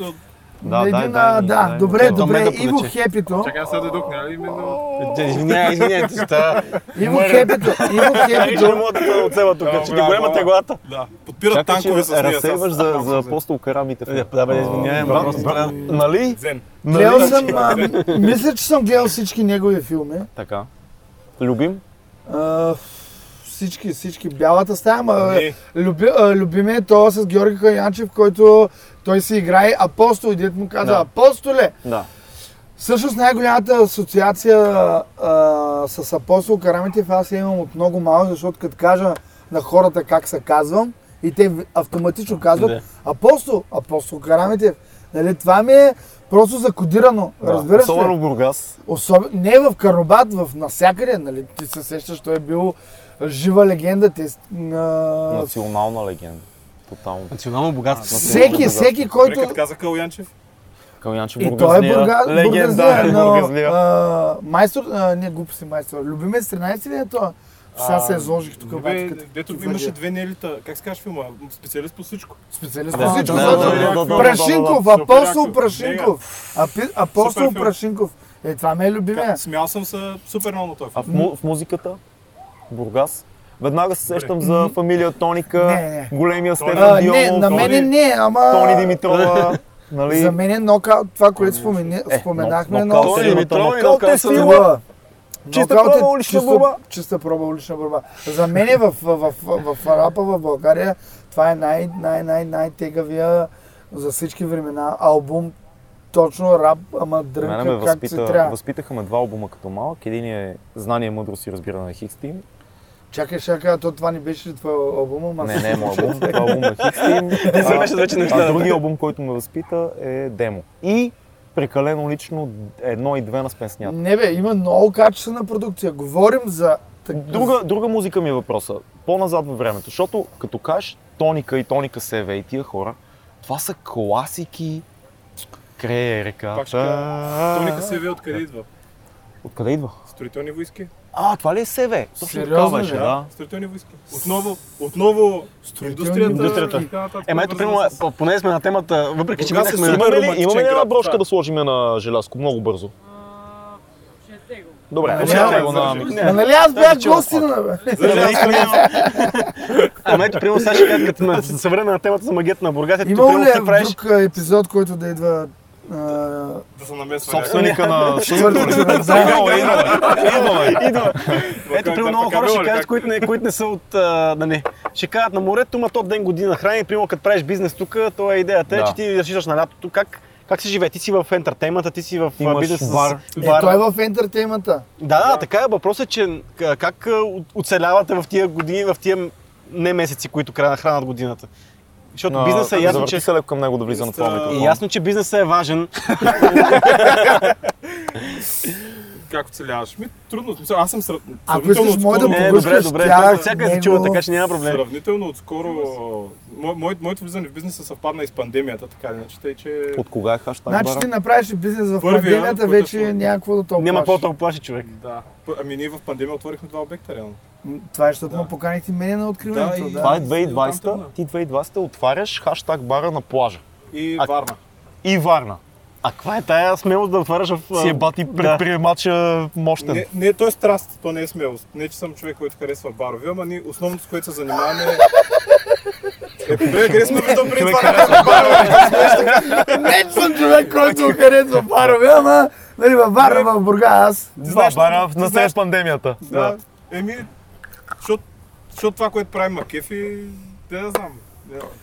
Speaker 1: Да,
Speaker 3: Да,
Speaker 1: дай,
Speaker 3: един,
Speaker 1: дай
Speaker 3: а,
Speaker 1: ни,
Speaker 3: да,
Speaker 1: дай ни.
Speaker 3: добре,
Speaker 1: До мен
Speaker 3: добре.
Speaker 1: да
Speaker 3: Иво
Speaker 1: потече.
Speaker 3: Хепито.
Speaker 5: Чакай, аз сега дойдох, нали? Именно.
Speaker 2: Извинявай, извинявай, ти става.
Speaker 3: Иво Хепито. Иво
Speaker 2: Не
Speaker 3: Хепито.
Speaker 2: мога да те оцева тук, че ти
Speaker 5: голяма
Speaker 2: голема
Speaker 5: глава.
Speaker 2: теглата.
Speaker 5: Да. Подпират
Speaker 1: Чакай, че
Speaker 5: танкове с нея.
Speaker 1: разсейваш
Speaker 5: с- Е,
Speaker 1: за,
Speaker 5: с-
Speaker 1: за апостол карамите.
Speaker 2: Да, да, бе, извинявай,
Speaker 1: Брат,
Speaker 2: просто
Speaker 1: брат,
Speaker 2: трябва-
Speaker 1: Нали?
Speaker 5: Дзен.
Speaker 3: Гледал съм, а, мисля, че съм гледал всички негови филми.
Speaker 1: Така. Любим?
Speaker 3: А, всички, всички. Бялата стая,
Speaker 1: Е,
Speaker 3: ама
Speaker 5: Не.
Speaker 3: люби, а, любиме е то с Георги Каянчев, който той си играе Апостол и дед му каза
Speaker 1: Да.
Speaker 3: Апостоле!
Speaker 1: Да.
Speaker 3: Всъщност най-голямата асоциация а, с Апостол Карамитев аз я имам от много малък, защото като кажа на хората как се казвам и те в- автоматично казват
Speaker 2: Да.
Speaker 3: Апостол, Апостол Карамитев. Нали, това ми е просто закодирано, разбираш ли?
Speaker 1: Особено в Бургас.
Speaker 3: Особ... Не в Карнобат, в насякъде, нали? Ти се сещаш, той е бил жива легенда. Те, а...
Speaker 1: Национална легенда. Тотално.
Speaker 2: Национално богатство.
Speaker 3: Всеки, всеки, който...
Speaker 5: Добре, като каза Кал Янчев.
Speaker 1: Калянче
Speaker 3: И той е бурга... бургазлия,
Speaker 1: Легенда.
Speaker 3: но а, майстор, а, не глупости майстор, любимец 13 ли е това? Сега се изложих тук.
Speaker 5: Бе,
Speaker 3: бацката.
Speaker 5: дето
Speaker 3: Ти
Speaker 5: имаше
Speaker 3: върди.
Speaker 5: две нелита. Как се казва филма? Специалист по всичко.
Speaker 3: Специалист
Speaker 1: Да,
Speaker 3: по всичко.
Speaker 1: да,
Speaker 3: за-
Speaker 1: да, да, да, да,
Speaker 3: Прашинков,
Speaker 5: да, да.
Speaker 3: апостол
Speaker 5: Супер
Speaker 3: Прашинков. апи- Апостол
Speaker 5: Супер филм.
Speaker 3: Прашинков. Е, това ме е любимия.
Speaker 5: Смял съм се супер много на този
Speaker 1: А
Speaker 5: филм.
Speaker 1: в, му, в музиката? Бургас? Веднага се сещам за фамилия Тоника,
Speaker 3: Не, не.
Speaker 1: големия
Speaker 3: А,
Speaker 1: Стефан
Speaker 3: не,
Speaker 1: Дионов,
Speaker 3: на мене не, ама...
Speaker 1: Тони Димитрова. нали?
Speaker 3: За мен е нокаут, това, което спомене,
Speaker 1: Е,
Speaker 3: споменахме,
Speaker 1: нокаут
Speaker 3: но...
Speaker 1: е
Speaker 2: Тони Димитров и
Speaker 1: нокаут е
Speaker 2: нокаут
Speaker 1: сила.
Speaker 3: Сила.
Speaker 1: Чиста
Speaker 3: Нокаут е
Speaker 1: проба улична
Speaker 3: чиста-
Speaker 1: борба.
Speaker 3: Чиста проба улична борба. За мен е в, в, в, в, в рапа в България това е най, най, най, най тегавия за всички времена албум. Точно рап, ама
Speaker 1: Мене ме
Speaker 3: дрънка както се
Speaker 1: възпита,
Speaker 3: трябва.
Speaker 1: възпитаха ме два албума като малък. Един е Знание, мъдрост и разбиране на Хикстим.
Speaker 3: Чакай, ще кажа, то това не беше ли твой албум, ама...
Speaker 1: Не, не е мой албум, това албум е Хикстим.
Speaker 2: се беше вече
Speaker 1: А
Speaker 2: неща.
Speaker 1: другия албум, който ме възпита е Демо. И прекалено лично едно и две на спенснята.
Speaker 3: Не бе, има много качествена продукция. Говорим за... так-
Speaker 1: Друга, друга музика ми е въпроса. По-назад във времето. Защото като кажеш Тоника и Тоника Севе и тия хора, това са класики. Крее
Speaker 5: Пак ще
Speaker 1: реката.
Speaker 5: Тоника се вие откъде идва?
Speaker 1: Откъде идва?
Speaker 5: Строителни войски.
Speaker 1: А, това ли е Севе? Точно така
Speaker 5: е?
Speaker 3: Сериозно ли?
Speaker 1: беше, да.
Speaker 5: Строителни войски. Отново, отново индустрията.
Speaker 3: Индустрията.
Speaker 5: и така нататък,
Speaker 2: Ема Е, ето,
Speaker 5: вързана
Speaker 2: примерно,
Speaker 5: с-
Speaker 2: по- поне сме на темата, въпреки че
Speaker 5: Бургас е
Speaker 2: минахме...
Speaker 5: супер.
Speaker 1: Имаме ли,
Speaker 5: романтичен
Speaker 1: имаме ли една
Speaker 5: град,
Speaker 1: брошка
Speaker 5: това.
Speaker 1: да сложим на желязко много бързо?
Speaker 2: е,
Speaker 1: Добре,
Speaker 5: е
Speaker 3: Не,
Speaker 1: пускаме
Speaker 3: не,
Speaker 1: го на
Speaker 5: не.
Speaker 3: Ма нали аз бях гостина, бе?
Speaker 2: Ама ето, примерно, сега ще кажа, като ме- се върна на темата за магията на Бургас, ето,
Speaker 3: Имало
Speaker 2: примерно,
Speaker 3: ли
Speaker 2: ти
Speaker 3: е
Speaker 2: правиш...
Speaker 3: друг а, епизод, който да идва а,
Speaker 5: Да се намесва.
Speaker 1: собственика на...
Speaker 3: четвърти човек заедно?
Speaker 2: Идва, идва, идва, идва.
Speaker 5: някаква-
Speaker 2: Ето, примерно,
Speaker 5: така,
Speaker 2: много хора
Speaker 5: било
Speaker 2: ще
Speaker 5: ли,
Speaker 2: кажат,
Speaker 5: как?
Speaker 2: които не, които не са от... а, Да не. Ще кажат на морето, ма то ден година храни, примерно, като правиш бизнес тук, то е идеята, е,
Speaker 1: Да.
Speaker 2: че ти разчиташ на лятото. Как, как се живее? Ти си в ентертеймента, ти си в а,
Speaker 1: Имаш
Speaker 2: бизнес. с-
Speaker 1: бар.
Speaker 3: Е, той е в ентертеймента.
Speaker 2: Да, да, така е. Въпросът е, че а, как а, от- оцелявате в тия години, в тия не месеци, които края на хранат годината? Защото бизнесът е ясно, че
Speaker 1: се леко към него да влиза на това
Speaker 5: Бизнесът-
Speaker 2: е
Speaker 1: микрофон.
Speaker 2: ясно, че бизнесът е важен.
Speaker 5: Как оцеляваш? Ми, трудно. в смисъл, Аз съм срав-
Speaker 3: Ако
Speaker 5: сравнително
Speaker 3: искаш, може да
Speaker 5: отскоро-
Speaker 2: Не,
Speaker 3: погръщаш
Speaker 2: добре, добре.
Speaker 3: тях,
Speaker 2: Тя, всяка се
Speaker 3: него.
Speaker 2: чува, така че няма проблем.
Speaker 5: Сравнително отскоро. мо- мое- Моето влизане в бизнеса съвпадна и с пандемията, така или иначе. Тъй, че...
Speaker 1: От кога е хаштаг
Speaker 3: Значи ти
Speaker 1: бара?
Speaker 3: направиш бизнес в
Speaker 5: Първия,
Speaker 3: пандемията,
Speaker 5: който е
Speaker 3: вече
Speaker 5: съм-
Speaker 3: някакво да толкова.
Speaker 2: Няма по-то плаши човек.
Speaker 5: Да. П- Ами ние в пандемия отворихме два обекта, реално.
Speaker 3: Това е, защото
Speaker 5: Да.
Speaker 3: ме поканихте мене на
Speaker 5: Да,
Speaker 3: откриването.
Speaker 5: и-
Speaker 3: да.
Speaker 1: Това е
Speaker 5: Оттам
Speaker 1: 2020,
Speaker 5: тръгна.
Speaker 1: ти 2020 отваряш хаштаг бара на плажа.
Speaker 5: И
Speaker 1: А-
Speaker 5: Варна.
Speaker 1: И Варна.
Speaker 2: А каква е тая смелост да отваряш в... а,
Speaker 1: Си е бати предприемача мощен.
Speaker 5: Не, не, то е страст, то не е смелост. Не, че съм човек, който харесва барови, ама ние основното, с което се занимаваме е... Е, добре, къде сме виждал преди това?
Speaker 3: Не съм човек, който го харесва барове, ама нали, във Варна, в Бургас.
Speaker 1: Два
Speaker 5: знаеш-
Speaker 1: бара
Speaker 5: ти
Speaker 1: на след
Speaker 5: знаеш-
Speaker 1: пандемията.
Speaker 5: Да. Еми, защото Защото това, което прави Макеф и... Те да знам.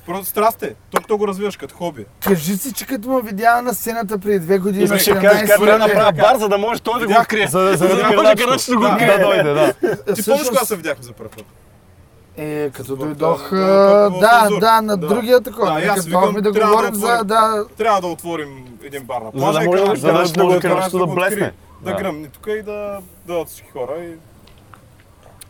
Speaker 5: Просто страст е. Тук то го развиваш като хоби.
Speaker 3: Кажи си, че като ме видя на сцената преди две години.
Speaker 2: И ще
Speaker 3: на
Speaker 2: кажеш
Speaker 3: 17
Speaker 2: как трябва да
Speaker 3: години,
Speaker 2: направя бар, за да може той да го крие.
Speaker 1: За да
Speaker 2: За
Speaker 1: заради
Speaker 2: да може
Speaker 1: кърначето.
Speaker 2: кърначето да го
Speaker 5: Да.
Speaker 1: Да
Speaker 2: крие.
Speaker 1: дойде, да.
Speaker 5: Ти помниш
Speaker 3: е, всъщност-
Speaker 5: кога се видяхме за първ път?
Speaker 3: Е, като
Speaker 5: С
Speaker 3: дойдох.
Speaker 5: Богдан,
Speaker 3: а,
Speaker 5: да, Бог
Speaker 3: Да,
Speaker 5: Лазур.
Speaker 3: да, на
Speaker 5: Да.
Speaker 3: другия
Speaker 5: Да,
Speaker 3: такова.
Speaker 5: и
Speaker 3: Нека
Speaker 5: аз викам,
Speaker 3: Като ми да
Speaker 5: трябва да
Speaker 3: говорим за.
Speaker 5: отворим.
Speaker 3: Да,
Speaker 5: Трябва да отворим един бар на
Speaker 1: да
Speaker 5: плажа и
Speaker 1: може-
Speaker 5: кранаш-
Speaker 1: за да
Speaker 5: кранаш
Speaker 1: може кранаш
Speaker 5: го кранаш
Speaker 1: да
Speaker 5: го открие.
Speaker 1: блесне.
Speaker 5: Да
Speaker 1: Да.
Speaker 5: гръмне тук и да дадат всички хора и...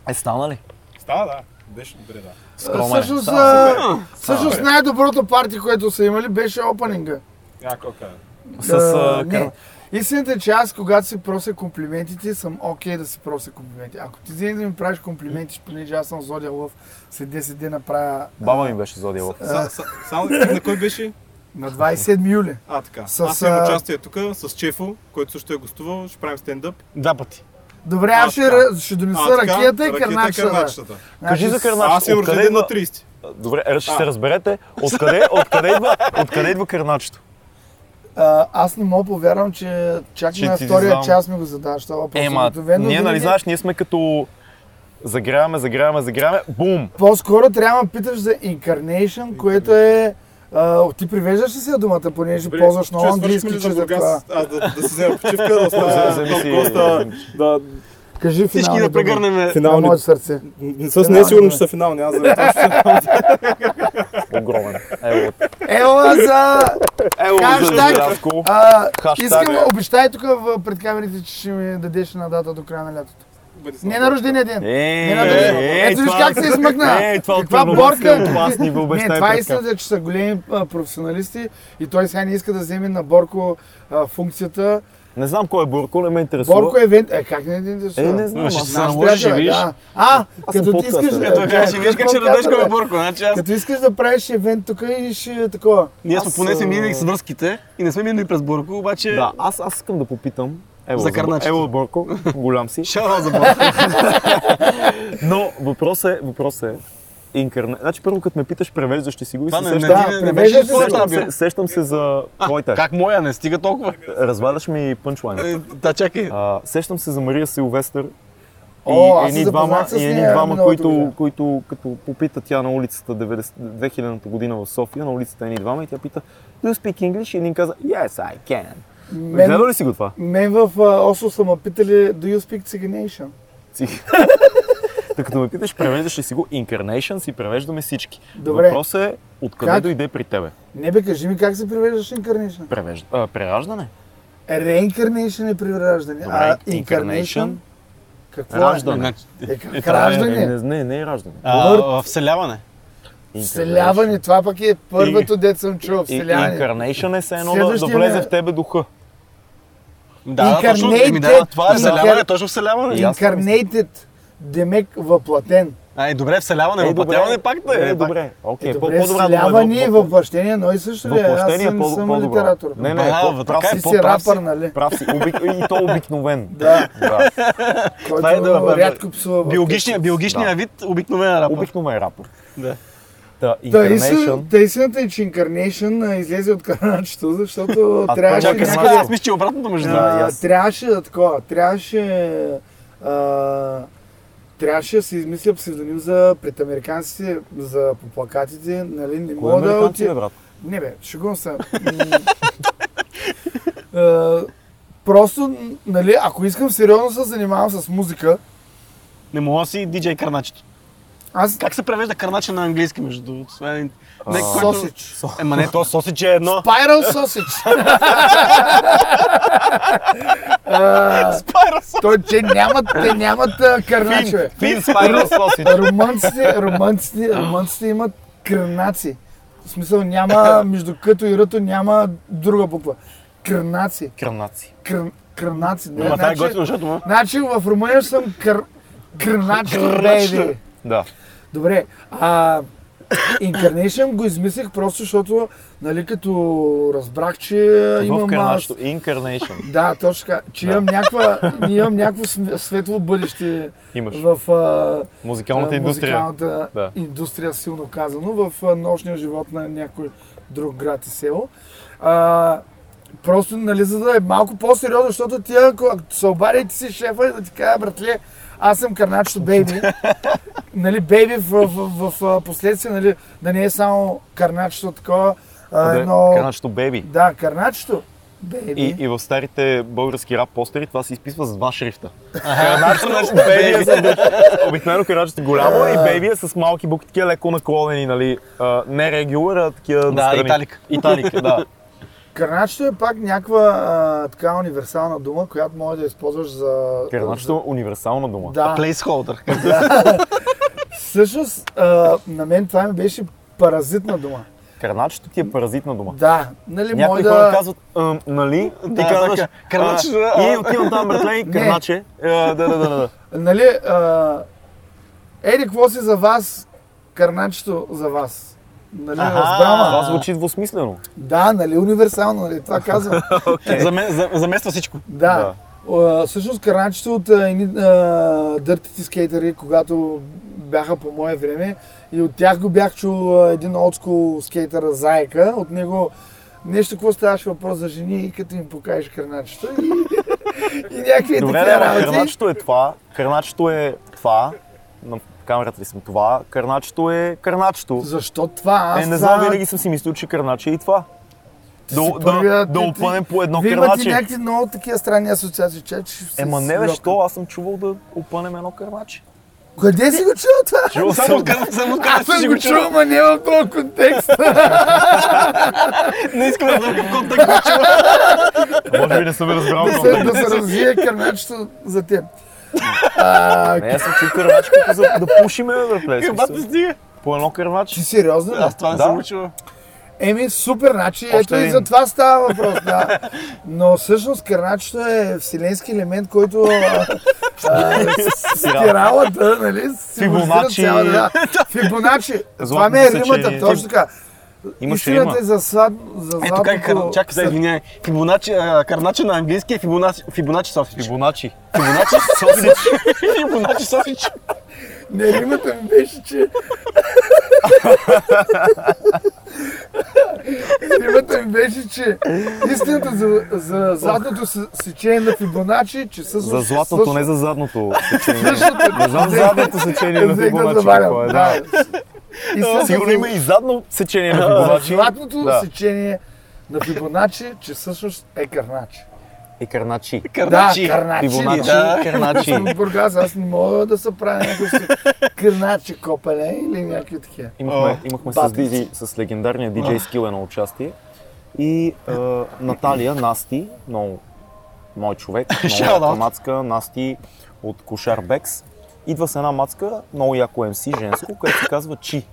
Speaker 1: Е, стана ли?
Speaker 5: Става, да. Беше добре, да.
Speaker 1: Скромен.
Speaker 5: е,
Speaker 3: всъщност,
Speaker 1: Стана.
Speaker 3: а, всъщност
Speaker 5: бе.
Speaker 3: най-доброто парти, което са имали, беше опенинга.
Speaker 5: Яко кара.
Speaker 1: С, а,
Speaker 3: не.
Speaker 1: кар-
Speaker 3: Истината е, че аз, когато си прося комплиментите, съм окей да си прося комплименти. Ако ти вземеш да ми правиш комплименти, понеже аз съм зодия лъв, след 10 дена правя
Speaker 1: Баба ми беше зодия лъв.
Speaker 5: Са- са- Само да ти на кой беше?
Speaker 3: на 27 юли.
Speaker 5: А, така.
Speaker 3: С,
Speaker 5: Аз имам
Speaker 3: а,
Speaker 5: участие тук с Чефо, който също е гостувал. Ще правим стендъп.
Speaker 2: Два пъти.
Speaker 3: Добре,
Speaker 5: А,
Speaker 3: аз ще,
Speaker 5: така.
Speaker 3: ра- ще донеса
Speaker 5: така,
Speaker 3: ракията и Значи
Speaker 5: ракета
Speaker 3: кърначата.
Speaker 5: кърначетата.
Speaker 1: Кажи за
Speaker 5: А,
Speaker 1: кърначето.
Speaker 5: Аз имам
Speaker 1: Откъде
Speaker 5: рожден
Speaker 1: идва-
Speaker 5: на 30.
Speaker 1: Добре, е, ще се разберете. Откъде, откъде, идва, откъде идва кърначето?
Speaker 3: А, аз не мога повярвам, че чак
Speaker 1: Че
Speaker 3: на
Speaker 1: ти
Speaker 3: втория
Speaker 1: знам.
Speaker 3: час ми го задаваш това въпрос.
Speaker 1: Ема,
Speaker 3: Обикновено
Speaker 1: ние, нали
Speaker 3: винаги-
Speaker 1: знаеш, ние сме като загряваме, загряваме, загряваме, бум!
Speaker 3: По-скоро трябва да питаш за incarnation, което е... А, ти привеждаш ли си я думата, понеже ползваш много английски, че
Speaker 5: за
Speaker 3: за това.
Speaker 5: Бургас, а, да, да си взема почивка, да оставя
Speaker 1: Вземи си-
Speaker 5: да госта, да,
Speaker 3: Кажи
Speaker 2: Всички
Speaker 3: финални
Speaker 2: да
Speaker 3: думи.
Speaker 2: прегърнем.
Speaker 3: На
Speaker 5: финални.
Speaker 3: моето сърце.
Speaker 5: С не е сигурно, че са финални, аз да
Speaker 1: Огромен. Е, Ело,
Speaker 3: Ела за...
Speaker 1: ело за
Speaker 3: Хаштаг.
Speaker 1: Здравко.
Speaker 3: А,
Speaker 1: Хаштаг.
Speaker 3: искам, обещай тук в- пред камерите, че ще ми дадеш една дата до края на лятото. Не на рождения ден.
Speaker 1: Е,
Speaker 3: Не на
Speaker 1: е,
Speaker 3: ден.
Speaker 1: е,
Speaker 3: Ето виж
Speaker 1: това-
Speaker 3: как се измъкна.
Speaker 1: Е, това
Speaker 3: Каква
Speaker 1: отвън
Speaker 3: борка.
Speaker 1: обясня, Това аз ни го
Speaker 3: Не,
Speaker 1: обещай.
Speaker 3: това е
Speaker 1: пред теб.
Speaker 3: истината, че са големи а, професионалисти и той сега не иска да вземе на Борко а, функцията.
Speaker 1: Не знам кой е Бурко, не ме интересува.
Speaker 3: Борко е вен... Е, как не ти интересува?
Speaker 1: Е, не знам.
Speaker 2: Ама ще
Speaker 1: аз
Speaker 2: се
Speaker 1: знам.
Speaker 2: наложи, ще видиш.
Speaker 3: е, Да. А, като ти
Speaker 1: подкастър.
Speaker 3: искаш...
Speaker 1: Като
Speaker 2: Той каже, виж как ще дадеш
Speaker 3: подкастър,
Speaker 2: към
Speaker 3: бе.
Speaker 2: Бурко. Значи аз...
Speaker 3: Като искаш да правиш евент тук и ще е такова.
Speaker 2: Ние сме
Speaker 1: Аз,
Speaker 2: поне
Speaker 1: а,
Speaker 2: се минали с връзките и не сме минали през Бурко, обаче...
Speaker 1: Да, аз, аз искам да попитам. Ево,
Speaker 2: За
Speaker 1: Бор-
Speaker 2: кърначето.
Speaker 1: Ево, Борко, голям си.
Speaker 2: Шара за Бурко.
Speaker 1: Но въпросът е, въпросът е, Инкарне... Значи първо като ме питаш, превеждаш ли си го и
Speaker 2: Това
Speaker 1: се
Speaker 2: не, не,
Speaker 1: сещам,
Speaker 3: е да,
Speaker 2: не, не, не
Speaker 3: превеждаш
Speaker 2: беше
Speaker 3: ли
Speaker 2: твоята
Speaker 1: сещам,
Speaker 2: бил.
Speaker 1: се, сещам се за твоята.
Speaker 2: Как моя, не стига толкова.
Speaker 1: Разваляш ми пънчлайн.
Speaker 2: Е, Да, чакай.
Speaker 1: А, сещам се за Мария Силвестър и
Speaker 3: О, аз се
Speaker 1: едни двама,
Speaker 3: запознах с
Speaker 1: и едни
Speaker 3: нея
Speaker 1: двама
Speaker 3: миналата
Speaker 1: които,
Speaker 3: година.
Speaker 1: които, като попита тя на улицата 90 2000-та година в София, на улицата едни двама и тя пита Do you speak English? И един каза Yes, I can.
Speaker 3: Мен,
Speaker 1: Гледал ли си го това?
Speaker 3: мен в а, Осло са ме питали Do you speak Ciganation?
Speaker 1: Си- Та като ме питаш, превеждаш ли си го Incarnation, си превеждаме всички.
Speaker 3: Добре.
Speaker 1: Въпросът е откъде
Speaker 3: Как?
Speaker 1: дойде при тебе?
Speaker 3: Не бе, кажи ми как се превеждаш Incarnation?
Speaker 1: Превежд... А, прераждане?
Speaker 3: Reincarnation е прераждане. А
Speaker 1: Добре,
Speaker 3: Incarnation?
Speaker 1: incarnation?
Speaker 3: Какво
Speaker 1: Раждане.
Speaker 2: Значи,
Speaker 3: е? Е, как
Speaker 2: това
Speaker 1: Не,
Speaker 2: е-
Speaker 3: раждане.
Speaker 1: не, не, не е раждане.
Speaker 2: а, в Вселяване.
Speaker 3: Вселяване, това пък е първото, дето съм чул.
Speaker 1: И-
Speaker 3: Вселяване.
Speaker 1: Incarnation е все едно да, да
Speaker 3: Следващия
Speaker 1: влезе
Speaker 3: ми е-
Speaker 1: в тебе духа.
Speaker 2: Да, да, точно. Еми, да,
Speaker 3: Incarnated.
Speaker 2: това е вселяване,
Speaker 3: Incar-
Speaker 2: точно вселяване.
Speaker 1: аз съм-
Speaker 3: Incarnated. Демек въплатен.
Speaker 2: Ай, добре, вселяване,
Speaker 1: Е,
Speaker 2: въплатяване пак да
Speaker 1: Е,
Speaker 2: е. пак.
Speaker 1: добре. Окей, е по-
Speaker 3: Добре,
Speaker 1: по-добре.
Speaker 3: вселяване и
Speaker 1: въплатение,
Speaker 3: въплащение, но и също ли? е? Аз
Speaker 1: въплъщение
Speaker 3: съм- не
Speaker 1: по-
Speaker 3: съм
Speaker 1: по-добро.
Speaker 3: литератор.
Speaker 1: Не, не,
Speaker 2: Браво,
Speaker 1: по-
Speaker 2: бе,
Speaker 1: прав
Speaker 2: така
Speaker 1: си,
Speaker 2: е
Speaker 3: Ти си
Speaker 1: по-прав си.
Speaker 3: рапър, нали?
Speaker 1: Прав си, Обик- и то обикновен.
Speaker 3: Да,
Speaker 1: Да,
Speaker 3: който
Speaker 2: Това е да, бе,
Speaker 3: рядко псува. в-
Speaker 2: Биологичният, биологичният вид обикновена рапа.
Speaker 1: обикновен рапор.
Speaker 2: Да.
Speaker 1: Та,
Speaker 3: Да, истин-
Speaker 1: Incarnation.
Speaker 3: да, истината е, че Incarnation а, излезе от караначето, защото
Speaker 1: А,
Speaker 3: трябваше
Speaker 1: чакай,
Speaker 2: Чакай,
Speaker 1: сега
Speaker 2: сега
Speaker 3: някъде...
Speaker 2: аз мисля, че е обратното между
Speaker 1: Да.
Speaker 2: да.
Speaker 1: и
Speaker 3: а,
Speaker 1: аз.
Speaker 3: трябваше да такова, трябваше... А, трябваше да се измисля псевдоним за пред американците, за по плакатите, нали?
Speaker 1: Кой е
Speaker 3: Не мога да
Speaker 1: американци, бе,
Speaker 3: отида.
Speaker 1: брат?
Speaker 3: Не бе, шегувам се. М, а, Просто, нали, ако искам сериозно се занимавам с музика,
Speaker 2: Не мога да си диджей карначето.
Speaker 3: аз...
Speaker 2: Как се превежда карначе на английски, между другото? Това е- Не, който...
Speaker 3: Сосич.
Speaker 2: Ема не, то сосич е едно.
Speaker 3: Spiral sausage. А,
Speaker 2: Спайра сосич.
Speaker 3: Той, че нямат, те нямат а, кърначове.
Speaker 1: Фин Spiral Sausage.
Speaker 3: Румънците, румънците, румънците имат кърнаци. В смисъл няма, между като и ръто няма друга буква. Кърнаци.
Speaker 1: Кръмнаци.
Speaker 3: Кърн, кърнаци. Не,
Speaker 2: Ама това е
Speaker 3: значи,
Speaker 2: готино, защото му.
Speaker 3: значи в Румъния съм кър, кърначо, бейби.
Speaker 1: Да.
Speaker 3: Добре, а Incarnation го измислих просто защото, нали, като разбрах, че
Speaker 1: В
Speaker 2: е
Speaker 3: имам а,
Speaker 1: кърначето. Incarnation.
Speaker 3: да, точно така. Че имам, някаква, имам някакво св- светло бъдеще
Speaker 1: Имаш.
Speaker 3: в а,
Speaker 1: Музикалната
Speaker 3: а,
Speaker 1: индустрия.
Speaker 3: музикалната
Speaker 1: Да.
Speaker 3: индустрия, силно казано, в а, нощния живот на някой друг град и село. А, просто, нали, за да е малко по-сериозно, защото ти, ако, ако се обади, ти си шефа и да ти кажа, братле, аз съм карначето бейби. нали, бейби в, в, в, в последствие, нали, да не е само карначето такова, а,
Speaker 1: Да,
Speaker 3: едно...
Speaker 1: Карначето Беби.
Speaker 3: Да, карначето бейби.
Speaker 1: И, и в старите български рап постери това се изписва с два шрифта. Карначето Беби е с Обикновено карначето голямо и Беби е с малки букви, такива леко наклонени, нали? а, Не регулър, а такива
Speaker 2: Да,
Speaker 1: настрани.
Speaker 2: италик.
Speaker 1: Италик, да.
Speaker 3: Карначето е пак някаква а, така универсална дума, която може да използваш за...
Speaker 1: Карначето е универсална дума.
Speaker 3: Да.
Speaker 2: Placeholder.
Speaker 3: Всъщност, а, на мен това ми беше паразитна дума.
Speaker 1: Карначето ти е паразитна дума.
Speaker 3: Да, нали,
Speaker 1: Някои
Speaker 3: може
Speaker 1: хора
Speaker 3: да...
Speaker 1: казват, «Ам, нали? Ти
Speaker 2: Да,
Speaker 1: казваш,
Speaker 2: е така, карначе,
Speaker 1: а,
Speaker 2: а.
Speaker 1: И отивам там, братле, и
Speaker 3: Не.
Speaker 1: карначе. А, Да, да, да, да.
Speaker 3: Нали, а, еди, какво си за вас, карначето за вас? Нали,
Speaker 2: Аха.
Speaker 3: разбрама?
Speaker 1: Това звучи двусмислено.
Speaker 3: Да, нали, универсално, нали, това казвам.
Speaker 2: Заме- за- Замества всичко.
Speaker 3: Да. А, Всъщност каранчето от а, едни а, дъртите скейтери, когато бяха по мое време и от тях го бях чул а, един отскул скейтър Зайка, от него нещо, какво ставаше въпрос за жени и като им покажеш карначето и, и някакви
Speaker 1: Добре,
Speaker 3: такива
Speaker 1: да,
Speaker 3: работи.
Speaker 1: карначето е това, карначето е това, на камерата ли съм това, карначето е карначето.
Speaker 3: Защо това? Аз
Speaker 1: Е, не
Speaker 3: това...
Speaker 1: знам, винаги съм си мислил, че карначе е и това. Да,
Speaker 3: си
Speaker 1: да,
Speaker 3: първия,
Speaker 1: да
Speaker 3: ти-
Speaker 1: опънем по едно
Speaker 3: Вие имате
Speaker 1: карначе.
Speaker 3: някакви много такива странни асоциации, че че ще се
Speaker 1: Ема не бе,
Speaker 3: слюка.
Speaker 1: що? Аз съм чувал да опънем едно карначе.
Speaker 3: Къде си го чул това?
Speaker 1: Чувал съм.
Speaker 2: Само казвам, само
Speaker 3: Аз
Speaker 2: казвам, че
Speaker 3: съм го
Speaker 2: го
Speaker 3: чул,
Speaker 2: чувам.
Speaker 3: ама не в този контекст.
Speaker 2: Не искам да знам какъв контакт го чувам.
Speaker 1: Може би не съм разбрал.
Speaker 3: да, се, да се развие кърначето за теб. А,
Speaker 1: Не, аз съм чул карначе, като за да пушиме, братле.
Speaker 3: Е,
Speaker 2: Бата
Speaker 1: смисъл.
Speaker 2: стига.
Speaker 1: По едно карначе.
Speaker 3: ти сериозно ли?
Speaker 2: Аз това не
Speaker 1: Да.
Speaker 2: съм го чувал.
Speaker 3: Еми, супер, значи
Speaker 1: Още
Speaker 3: ето и
Speaker 1: един.
Speaker 3: за това става въпрос, да. Но всъщност кърначето е вселенски елемент, който а, а, спиралата, нали, символизира
Speaker 1: Фибоначи.
Speaker 3: цяла, да. Фибоначи. Това
Speaker 1: Златно
Speaker 3: ми е
Speaker 1: сечение.
Speaker 3: римата, точно така.
Speaker 1: Имаш рима.
Speaker 3: Истината е за, слад, за
Speaker 2: Ето как,
Speaker 3: златното-
Speaker 2: кар- чакай сега, извинявай. Фибоначи, а, карначе на английски е Фибоначи, Фибоначи Софич.
Speaker 1: Фибоначи.
Speaker 2: Фибоначи Софич. Фибоначи Софич.
Speaker 3: Не, римата ми беше, че... римата ми беше, че истината за, за златното се- сечение на Фибоначи, че всъщност...
Speaker 1: За златното, не за задното сечение.
Speaker 3: Същото.
Speaker 1: За задното сечение на
Speaker 3: Взех да
Speaker 1: Фибоначи.
Speaker 3: завалям,
Speaker 1: какво е,
Speaker 3: да.
Speaker 1: да.
Speaker 3: Истината
Speaker 1: Сигурно
Speaker 3: за-
Speaker 1: има и задно сечение на
Speaker 3: за
Speaker 1: Фибоначи.
Speaker 3: Златното
Speaker 1: Да.
Speaker 3: сечение на Фибоначи, че всъщност е карначи.
Speaker 1: И карначи.
Speaker 2: Карначи.
Speaker 3: Да, карначи.
Speaker 1: Фибоначи,
Speaker 2: да.
Speaker 1: карначи.
Speaker 3: Съм от Бургас, аз не мога да се правя някакво карначи копане или някакви такива.
Speaker 1: Имахме, имахме с,
Speaker 3: Батица.
Speaker 1: дизи, с легендарния DJ Skill едно участие. И е, Наталия, Насти, много мой човек,
Speaker 2: Shout
Speaker 1: много
Speaker 2: out.
Speaker 1: яка мацка, Насти от Кошар Бекс. Идва с една мацка, много яко MC, женско, което се казва Чи.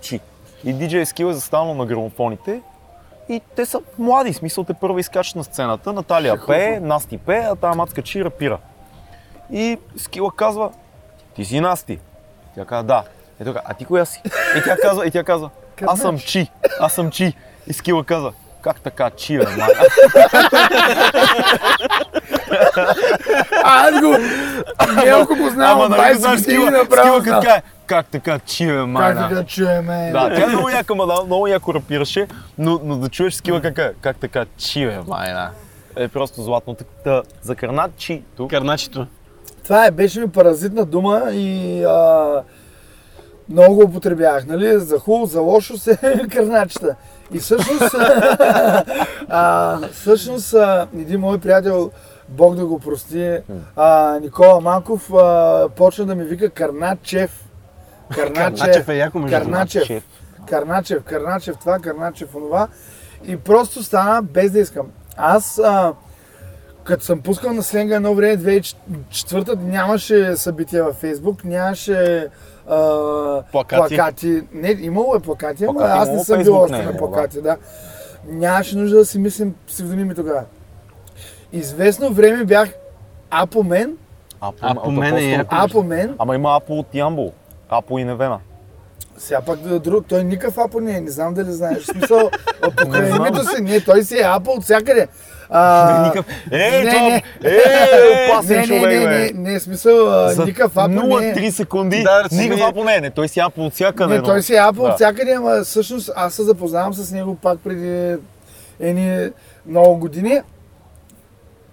Speaker 1: Чи. И DJ Skill е застанал на грамофоните и те са млади, в смисъл те първа изкачат на сцената. Наталия пее, Насти пее, а тази мацка Чи рапира. И Скила казва, ти си Насти. Тя казва, да. Е тук, а ти коя си? И тя казва, и тя казва, аз съм Чи, аз съм Чи. И Скила каза, как така Чи, бе, май?
Speaker 3: А, аз го... Мелко го знам,
Speaker 1: Ама
Speaker 3: от
Speaker 1: нали го
Speaker 3: 20
Speaker 1: знаеш,
Speaker 3: години
Speaker 1: Скила, Скила
Speaker 3: направо знам.
Speaker 1: така е, как така Чи, бе,
Speaker 3: Как
Speaker 1: майна?
Speaker 3: да чуеме?
Speaker 1: Да, тя е много яка мадам, много яко рапираше, но, но да чуеш Скила как е, как така Чи, бе, майна? Е просто златно. Та, за карнат Чи тук.
Speaker 2: Карначето.
Speaker 3: Това е, беше ми паразитна дума и а, много го употребявах, нали? За хубаво, за лошо се кърначета. И всъщност, а, всъщност а, един мой приятел, Бог да го прости, а, Никола Манков, а, почна да ми вика Карначев.
Speaker 2: Карначев е яко между другото.
Speaker 1: е
Speaker 3: Карначев. Карначев, Карначев това, Карначев онова. И просто стана без да искам. Аз, а, като съм пускал на сленга едно време, 2004-та нямаше събития във Фейсбук, нямаше а,
Speaker 2: Плакати.
Speaker 3: плакати. Не, имало е плакати, ама
Speaker 1: Плакати
Speaker 3: аз
Speaker 1: имало,
Speaker 3: не съм бил
Speaker 1: Фейсбук
Speaker 3: още
Speaker 1: не е
Speaker 3: на
Speaker 1: имало, да.
Speaker 3: плакати, да. Нямаше нужда да си мислим псевдоними тогава. Известно време бях Апомен,
Speaker 1: Апо,
Speaker 2: Апо
Speaker 1: от
Speaker 2: мен е
Speaker 1: Апостол.
Speaker 2: яко.
Speaker 3: Апомен,
Speaker 1: Ама има Апо от Ямбол. Апо и Невена.
Speaker 3: сега пак да друг, той никакъв Апо не е, не знам дали знаеш, в смисъл, а покрай
Speaker 1: Не знам.
Speaker 3: името си, не, той си е Апо от всякъде. А,
Speaker 1: Ей,
Speaker 3: Не,
Speaker 1: това...
Speaker 3: не.
Speaker 1: Ей,
Speaker 3: не,
Speaker 1: опасен
Speaker 3: не, не,
Speaker 1: човек, бе.
Speaker 3: не, не, смисъл, а,
Speaker 1: За
Speaker 3: никакъв Апо не е.
Speaker 1: 0-3 секунди,
Speaker 2: Да, да си
Speaker 1: никакъв
Speaker 2: види.
Speaker 1: Апо не е. не. Той си Апо от всякъде.
Speaker 3: Не,
Speaker 1: но-
Speaker 3: той си е Apple
Speaker 1: Да.
Speaker 3: от всякъде, ама всъщност аз се запознавам с него пак преди едни много години.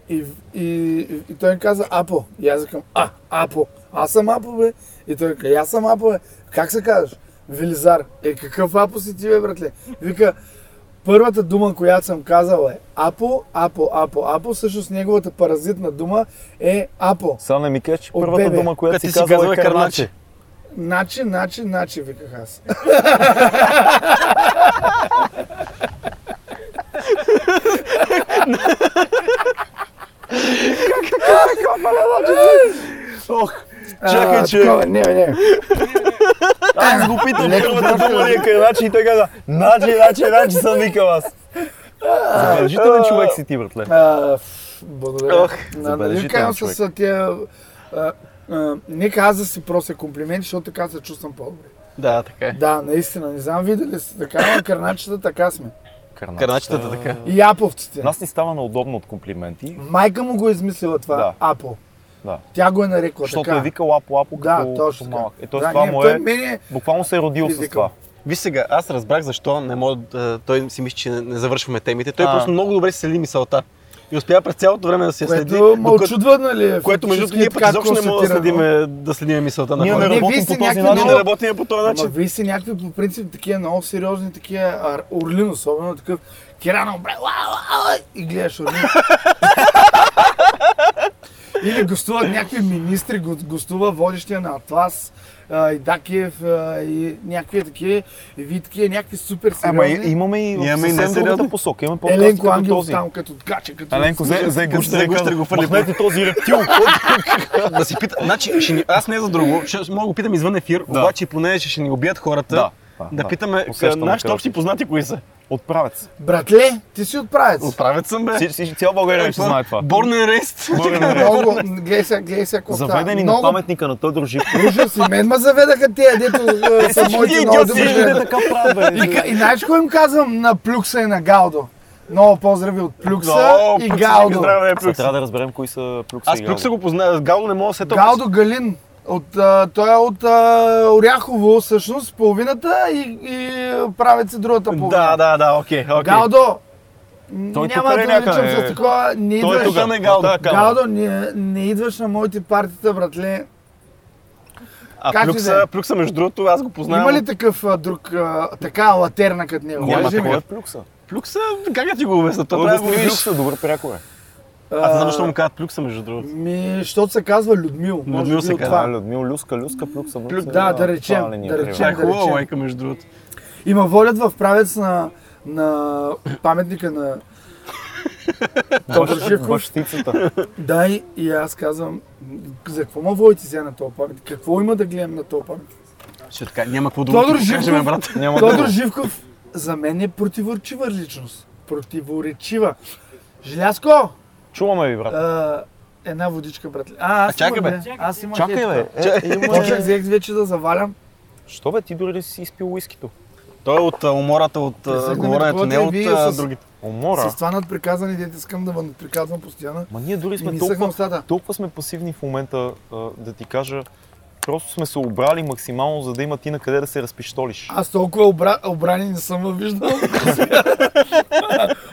Speaker 3: И, и, и, и той ми каза Апо. И аз викам, а, Апо. Аз съм Апо, бе. И той каза, аз съм Апо, бе. Как се казваш? Велизар. Е, какъв Апо си ти, бе, братле? Вика, първата дума, която съм казал е Апо, Апо, Апо, Апо. Всъщност неговата паразитна дума е Апо.
Speaker 1: Сега не ми кажеш, че
Speaker 3: От
Speaker 1: първата
Speaker 3: бебе.
Speaker 1: дума, която
Speaker 2: Ти
Speaker 1: си
Speaker 2: си
Speaker 1: казал
Speaker 2: казвала
Speaker 1: е
Speaker 2: карначе.
Speaker 1: карначе.
Speaker 3: Начи, начи, начи, виках аз.
Speaker 1: Ох,
Speaker 3: А,
Speaker 1: Чакай, че-
Speaker 3: такова, Не, не.
Speaker 1: аз го питам
Speaker 3: Леко
Speaker 1: първата
Speaker 3: бъркам.
Speaker 1: дума ли е карначе и той каза, наче, наче, наче съм викал аз. Забележителен човек си ти, братле.
Speaker 3: А, ф, Благодаря.
Speaker 1: Ох,
Speaker 3: На- нали
Speaker 1: забележителен
Speaker 3: казвам
Speaker 1: човек.
Speaker 3: с тия... а, а, Нека аз да си прося комплименти, защото така се чувствам по-добре.
Speaker 2: Да, така е.
Speaker 3: Да, наистина, не знам, видели сте така, но карначета така сме.
Speaker 2: Карначетата така.
Speaker 3: И аповците.
Speaker 1: Нас ни става неудобно от комплименти,
Speaker 3: Майка му го е измислила това,
Speaker 1: Да.
Speaker 3: апо.
Speaker 1: Да.
Speaker 3: Тя го е нарекла
Speaker 1: защото
Speaker 3: така.
Speaker 1: е викал апо, апо,
Speaker 3: Да,
Speaker 1: като,
Speaker 3: точно
Speaker 1: като
Speaker 3: така.
Speaker 1: малък. Е, т.е.
Speaker 3: да,
Speaker 1: това
Speaker 3: не,
Speaker 1: му
Speaker 3: той
Speaker 1: е,
Speaker 3: мене-
Speaker 1: буквално се е родил с
Speaker 3: Извикал.
Speaker 1: това.
Speaker 2: Виж сега, аз разбрах защо не мога, да- той си мисли, че не, не завършваме темите. Той
Speaker 1: А.
Speaker 2: просто много добре си следи мисълта. И успява през цялото време да се я следи.
Speaker 3: Което ме
Speaker 2: докато-
Speaker 3: очудва, нали?
Speaker 2: което между другото, ние пък изобщо не можем да следиме, да следим е, мисълта на
Speaker 1: Ние
Speaker 2: хората.
Speaker 1: не
Speaker 3: вие
Speaker 1: работим
Speaker 3: сте
Speaker 1: по този
Speaker 3: някакви
Speaker 1: начин.
Speaker 2: Ние не
Speaker 3: много-
Speaker 2: работим по този
Speaker 3: Ама
Speaker 2: начин.
Speaker 3: вие сте някакви по принцип такива много сериозни, такива ар- Орлин особено, такъв Кирано, бре, ла, ла, ла, и гледаш Орлин. Или гостуват някакви министри, го- гостува водещия на Атлас, а, и Дакиев а, и някакви такива, и вие такива някакви супер
Speaker 1: Ама
Speaker 3: сериозни.
Speaker 1: и- имаме и в
Speaker 2: Имаме и
Speaker 1: съвсем
Speaker 2: несериозни.
Speaker 1: другата посока. Имаме подкасти
Speaker 3: Еленко
Speaker 1: като
Speaker 3: Ангелов
Speaker 1: този.
Speaker 3: там като каче, като...
Speaker 1: Еленко, взе, взе гущера и
Speaker 2: гущера
Speaker 1: каза,
Speaker 2: го хвърли.
Speaker 1: махнете този рептил.
Speaker 2: да си питам. Значи, ще ни... аз не за друго, ще мога да го питам извън ефир, обаче поне ще, ще ни убият хората.
Speaker 1: Да,
Speaker 2: Да,
Speaker 1: да,
Speaker 2: да
Speaker 1: да.
Speaker 2: питаме
Speaker 1: Усещам
Speaker 2: къ- нашите
Speaker 1: накъл.
Speaker 2: общи познати кои са.
Speaker 1: Отправец.
Speaker 3: Братле, ти си отправец.
Speaker 2: Отправят съм бе.
Speaker 1: Ци- ци- Цяла България ще знае това.
Speaker 2: Борн and raised.
Speaker 3: Много, гледай сега, гледай сега какво става.
Speaker 1: Заведени на
Speaker 3: Много
Speaker 1: паметника на Тодор Живков.
Speaker 3: Ужас и мен ме заведаха тия, дето е, са моите много добри
Speaker 1: Всичките
Speaker 3: приятели.
Speaker 1: така правят, бе.
Speaker 3: И, ка- и знаеш кой им казвам? На Плюкса и на Галдо. Много поздрави от Плюкса
Speaker 2: О,
Speaker 3: и
Speaker 2: пък
Speaker 3: Галдо.
Speaker 2: Здраве,
Speaker 1: Сега
Speaker 2: Плюкс.
Speaker 1: трябва да разберем кои са плюкса
Speaker 2: Аз
Speaker 1: и
Speaker 2: Плюкса
Speaker 1: Галдо.
Speaker 2: го познавам. Гало не мога да се топа.
Speaker 3: Галдо Галин. От, а, той е от а, Оряхово, всъщност, половината и, и правят се другата половина.
Speaker 2: Да, да, да, окей, окей.
Speaker 3: Галдо, м,
Speaker 1: Той
Speaker 3: няма
Speaker 1: тук
Speaker 3: да
Speaker 1: ли
Speaker 3: те
Speaker 1: е
Speaker 3: наричам
Speaker 1: някъде?
Speaker 3: с такова, не
Speaker 2: Той е
Speaker 3: идваш.
Speaker 2: тук на Галдо.
Speaker 3: Галдо, не, не идваш на моите партита, братле.
Speaker 2: А
Speaker 3: Как ти да
Speaker 2: Плюкса,
Speaker 3: е?
Speaker 2: Плюкса, между другото, аз го познавам.
Speaker 3: Има ли такъв а, друг, а, така латерна като него?
Speaker 2: Няма
Speaker 3: Кажи ми.
Speaker 1: Кой
Speaker 2: такова.
Speaker 1: е плюкса?
Speaker 2: Плюкса, как да ти го обясна? Това
Speaker 1: Той
Speaker 2: трябва да
Speaker 1: обясни
Speaker 2: го видиш.
Speaker 1: плюкса, добър пряко е.
Speaker 2: Аз не знам защо му казват Плюкса, между другото.
Speaker 3: Ми, защото се казва Людмил. може
Speaker 2: Людмил
Speaker 3: би
Speaker 2: се
Speaker 3: от
Speaker 2: казва,
Speaker 1: Това е
Speaker 3: това.
Speaker 1: Людмил, люска, люска, плюкса,
Speaker 3: Плюк-
Speaker 1: плюкса.
Speaker 3: да, да
Speaker 1: това
Speaker 3: речем,
Speaker 1: ли ни е
Speaker 3: да
Speaker 1: пример?
Speaker 2: Тя е
Speaker 3: речем.
Speaker 2: хубава лайка, между другото.
Speaker 3: Има волят в правец на, на паметника на Тодор Живков.
Speaker 1: Бащицата.
Speaker 3: Да, и, и аз казвам, м, за какво ме водите сега на този паметник? Какво има да гледам на този паметник?
Speaker 2: Ще така, няма какво друго
Speaker 3: Тодор
Speaker 2: да ти кажем, брат.
Speaker 3: Живков,
Speaker 1: Няма
Speaker 3: Тодор
Speaker 1: друго.
Speaker 3: Живков за мен е противоречива личност. Противоречива. Желязко,
Speaker 1: Чуваме ви, брат.
Speaker 3: а, една водичка, братле. А, аз
Speaker 2: А, чакай,
Speaker 3: имам,
Speaker 2: бе.
Speaker 3: бе. Аз имам
Speaker 1: Чакай,
Speaker 3: хед.
Speaker 1: бе. Е, е, има-
Speaker 3: Почнах взех вече да завалям.
Speaker 1: Що бе, ти дори ли си изпил уискито?
Speaker 2: Той е от а, умората, от а,
Speaker 3: Пресъхна ми
Speaker 2: говоренето,
Speaker 3: такова,
Speaker 2: не
Speaker 3: да и
Speaker 2: от
Speaker 3: вие
Speaker 2: а,
Speaker 3: с-
Speaker 2: другите.
Speaker 1: Умора.
Speaker 3: С това надприказване, дете искам да ви надприказвам постоянно.
Speaker 1: Ма ние дори
Speaker 3: И ми
Speaker 1: сме
Speaker 3: изсъхна
Speaker 1: толкова
Speaker 3: устата.
Speaker 1: толкова сме пасивни в момента, а, да ти кажа, просто сме се обрали максимално, за да има ти на къде да се разпиштолиш.
Speaker 3: Аз толкова обра... обрани не съм във виждал.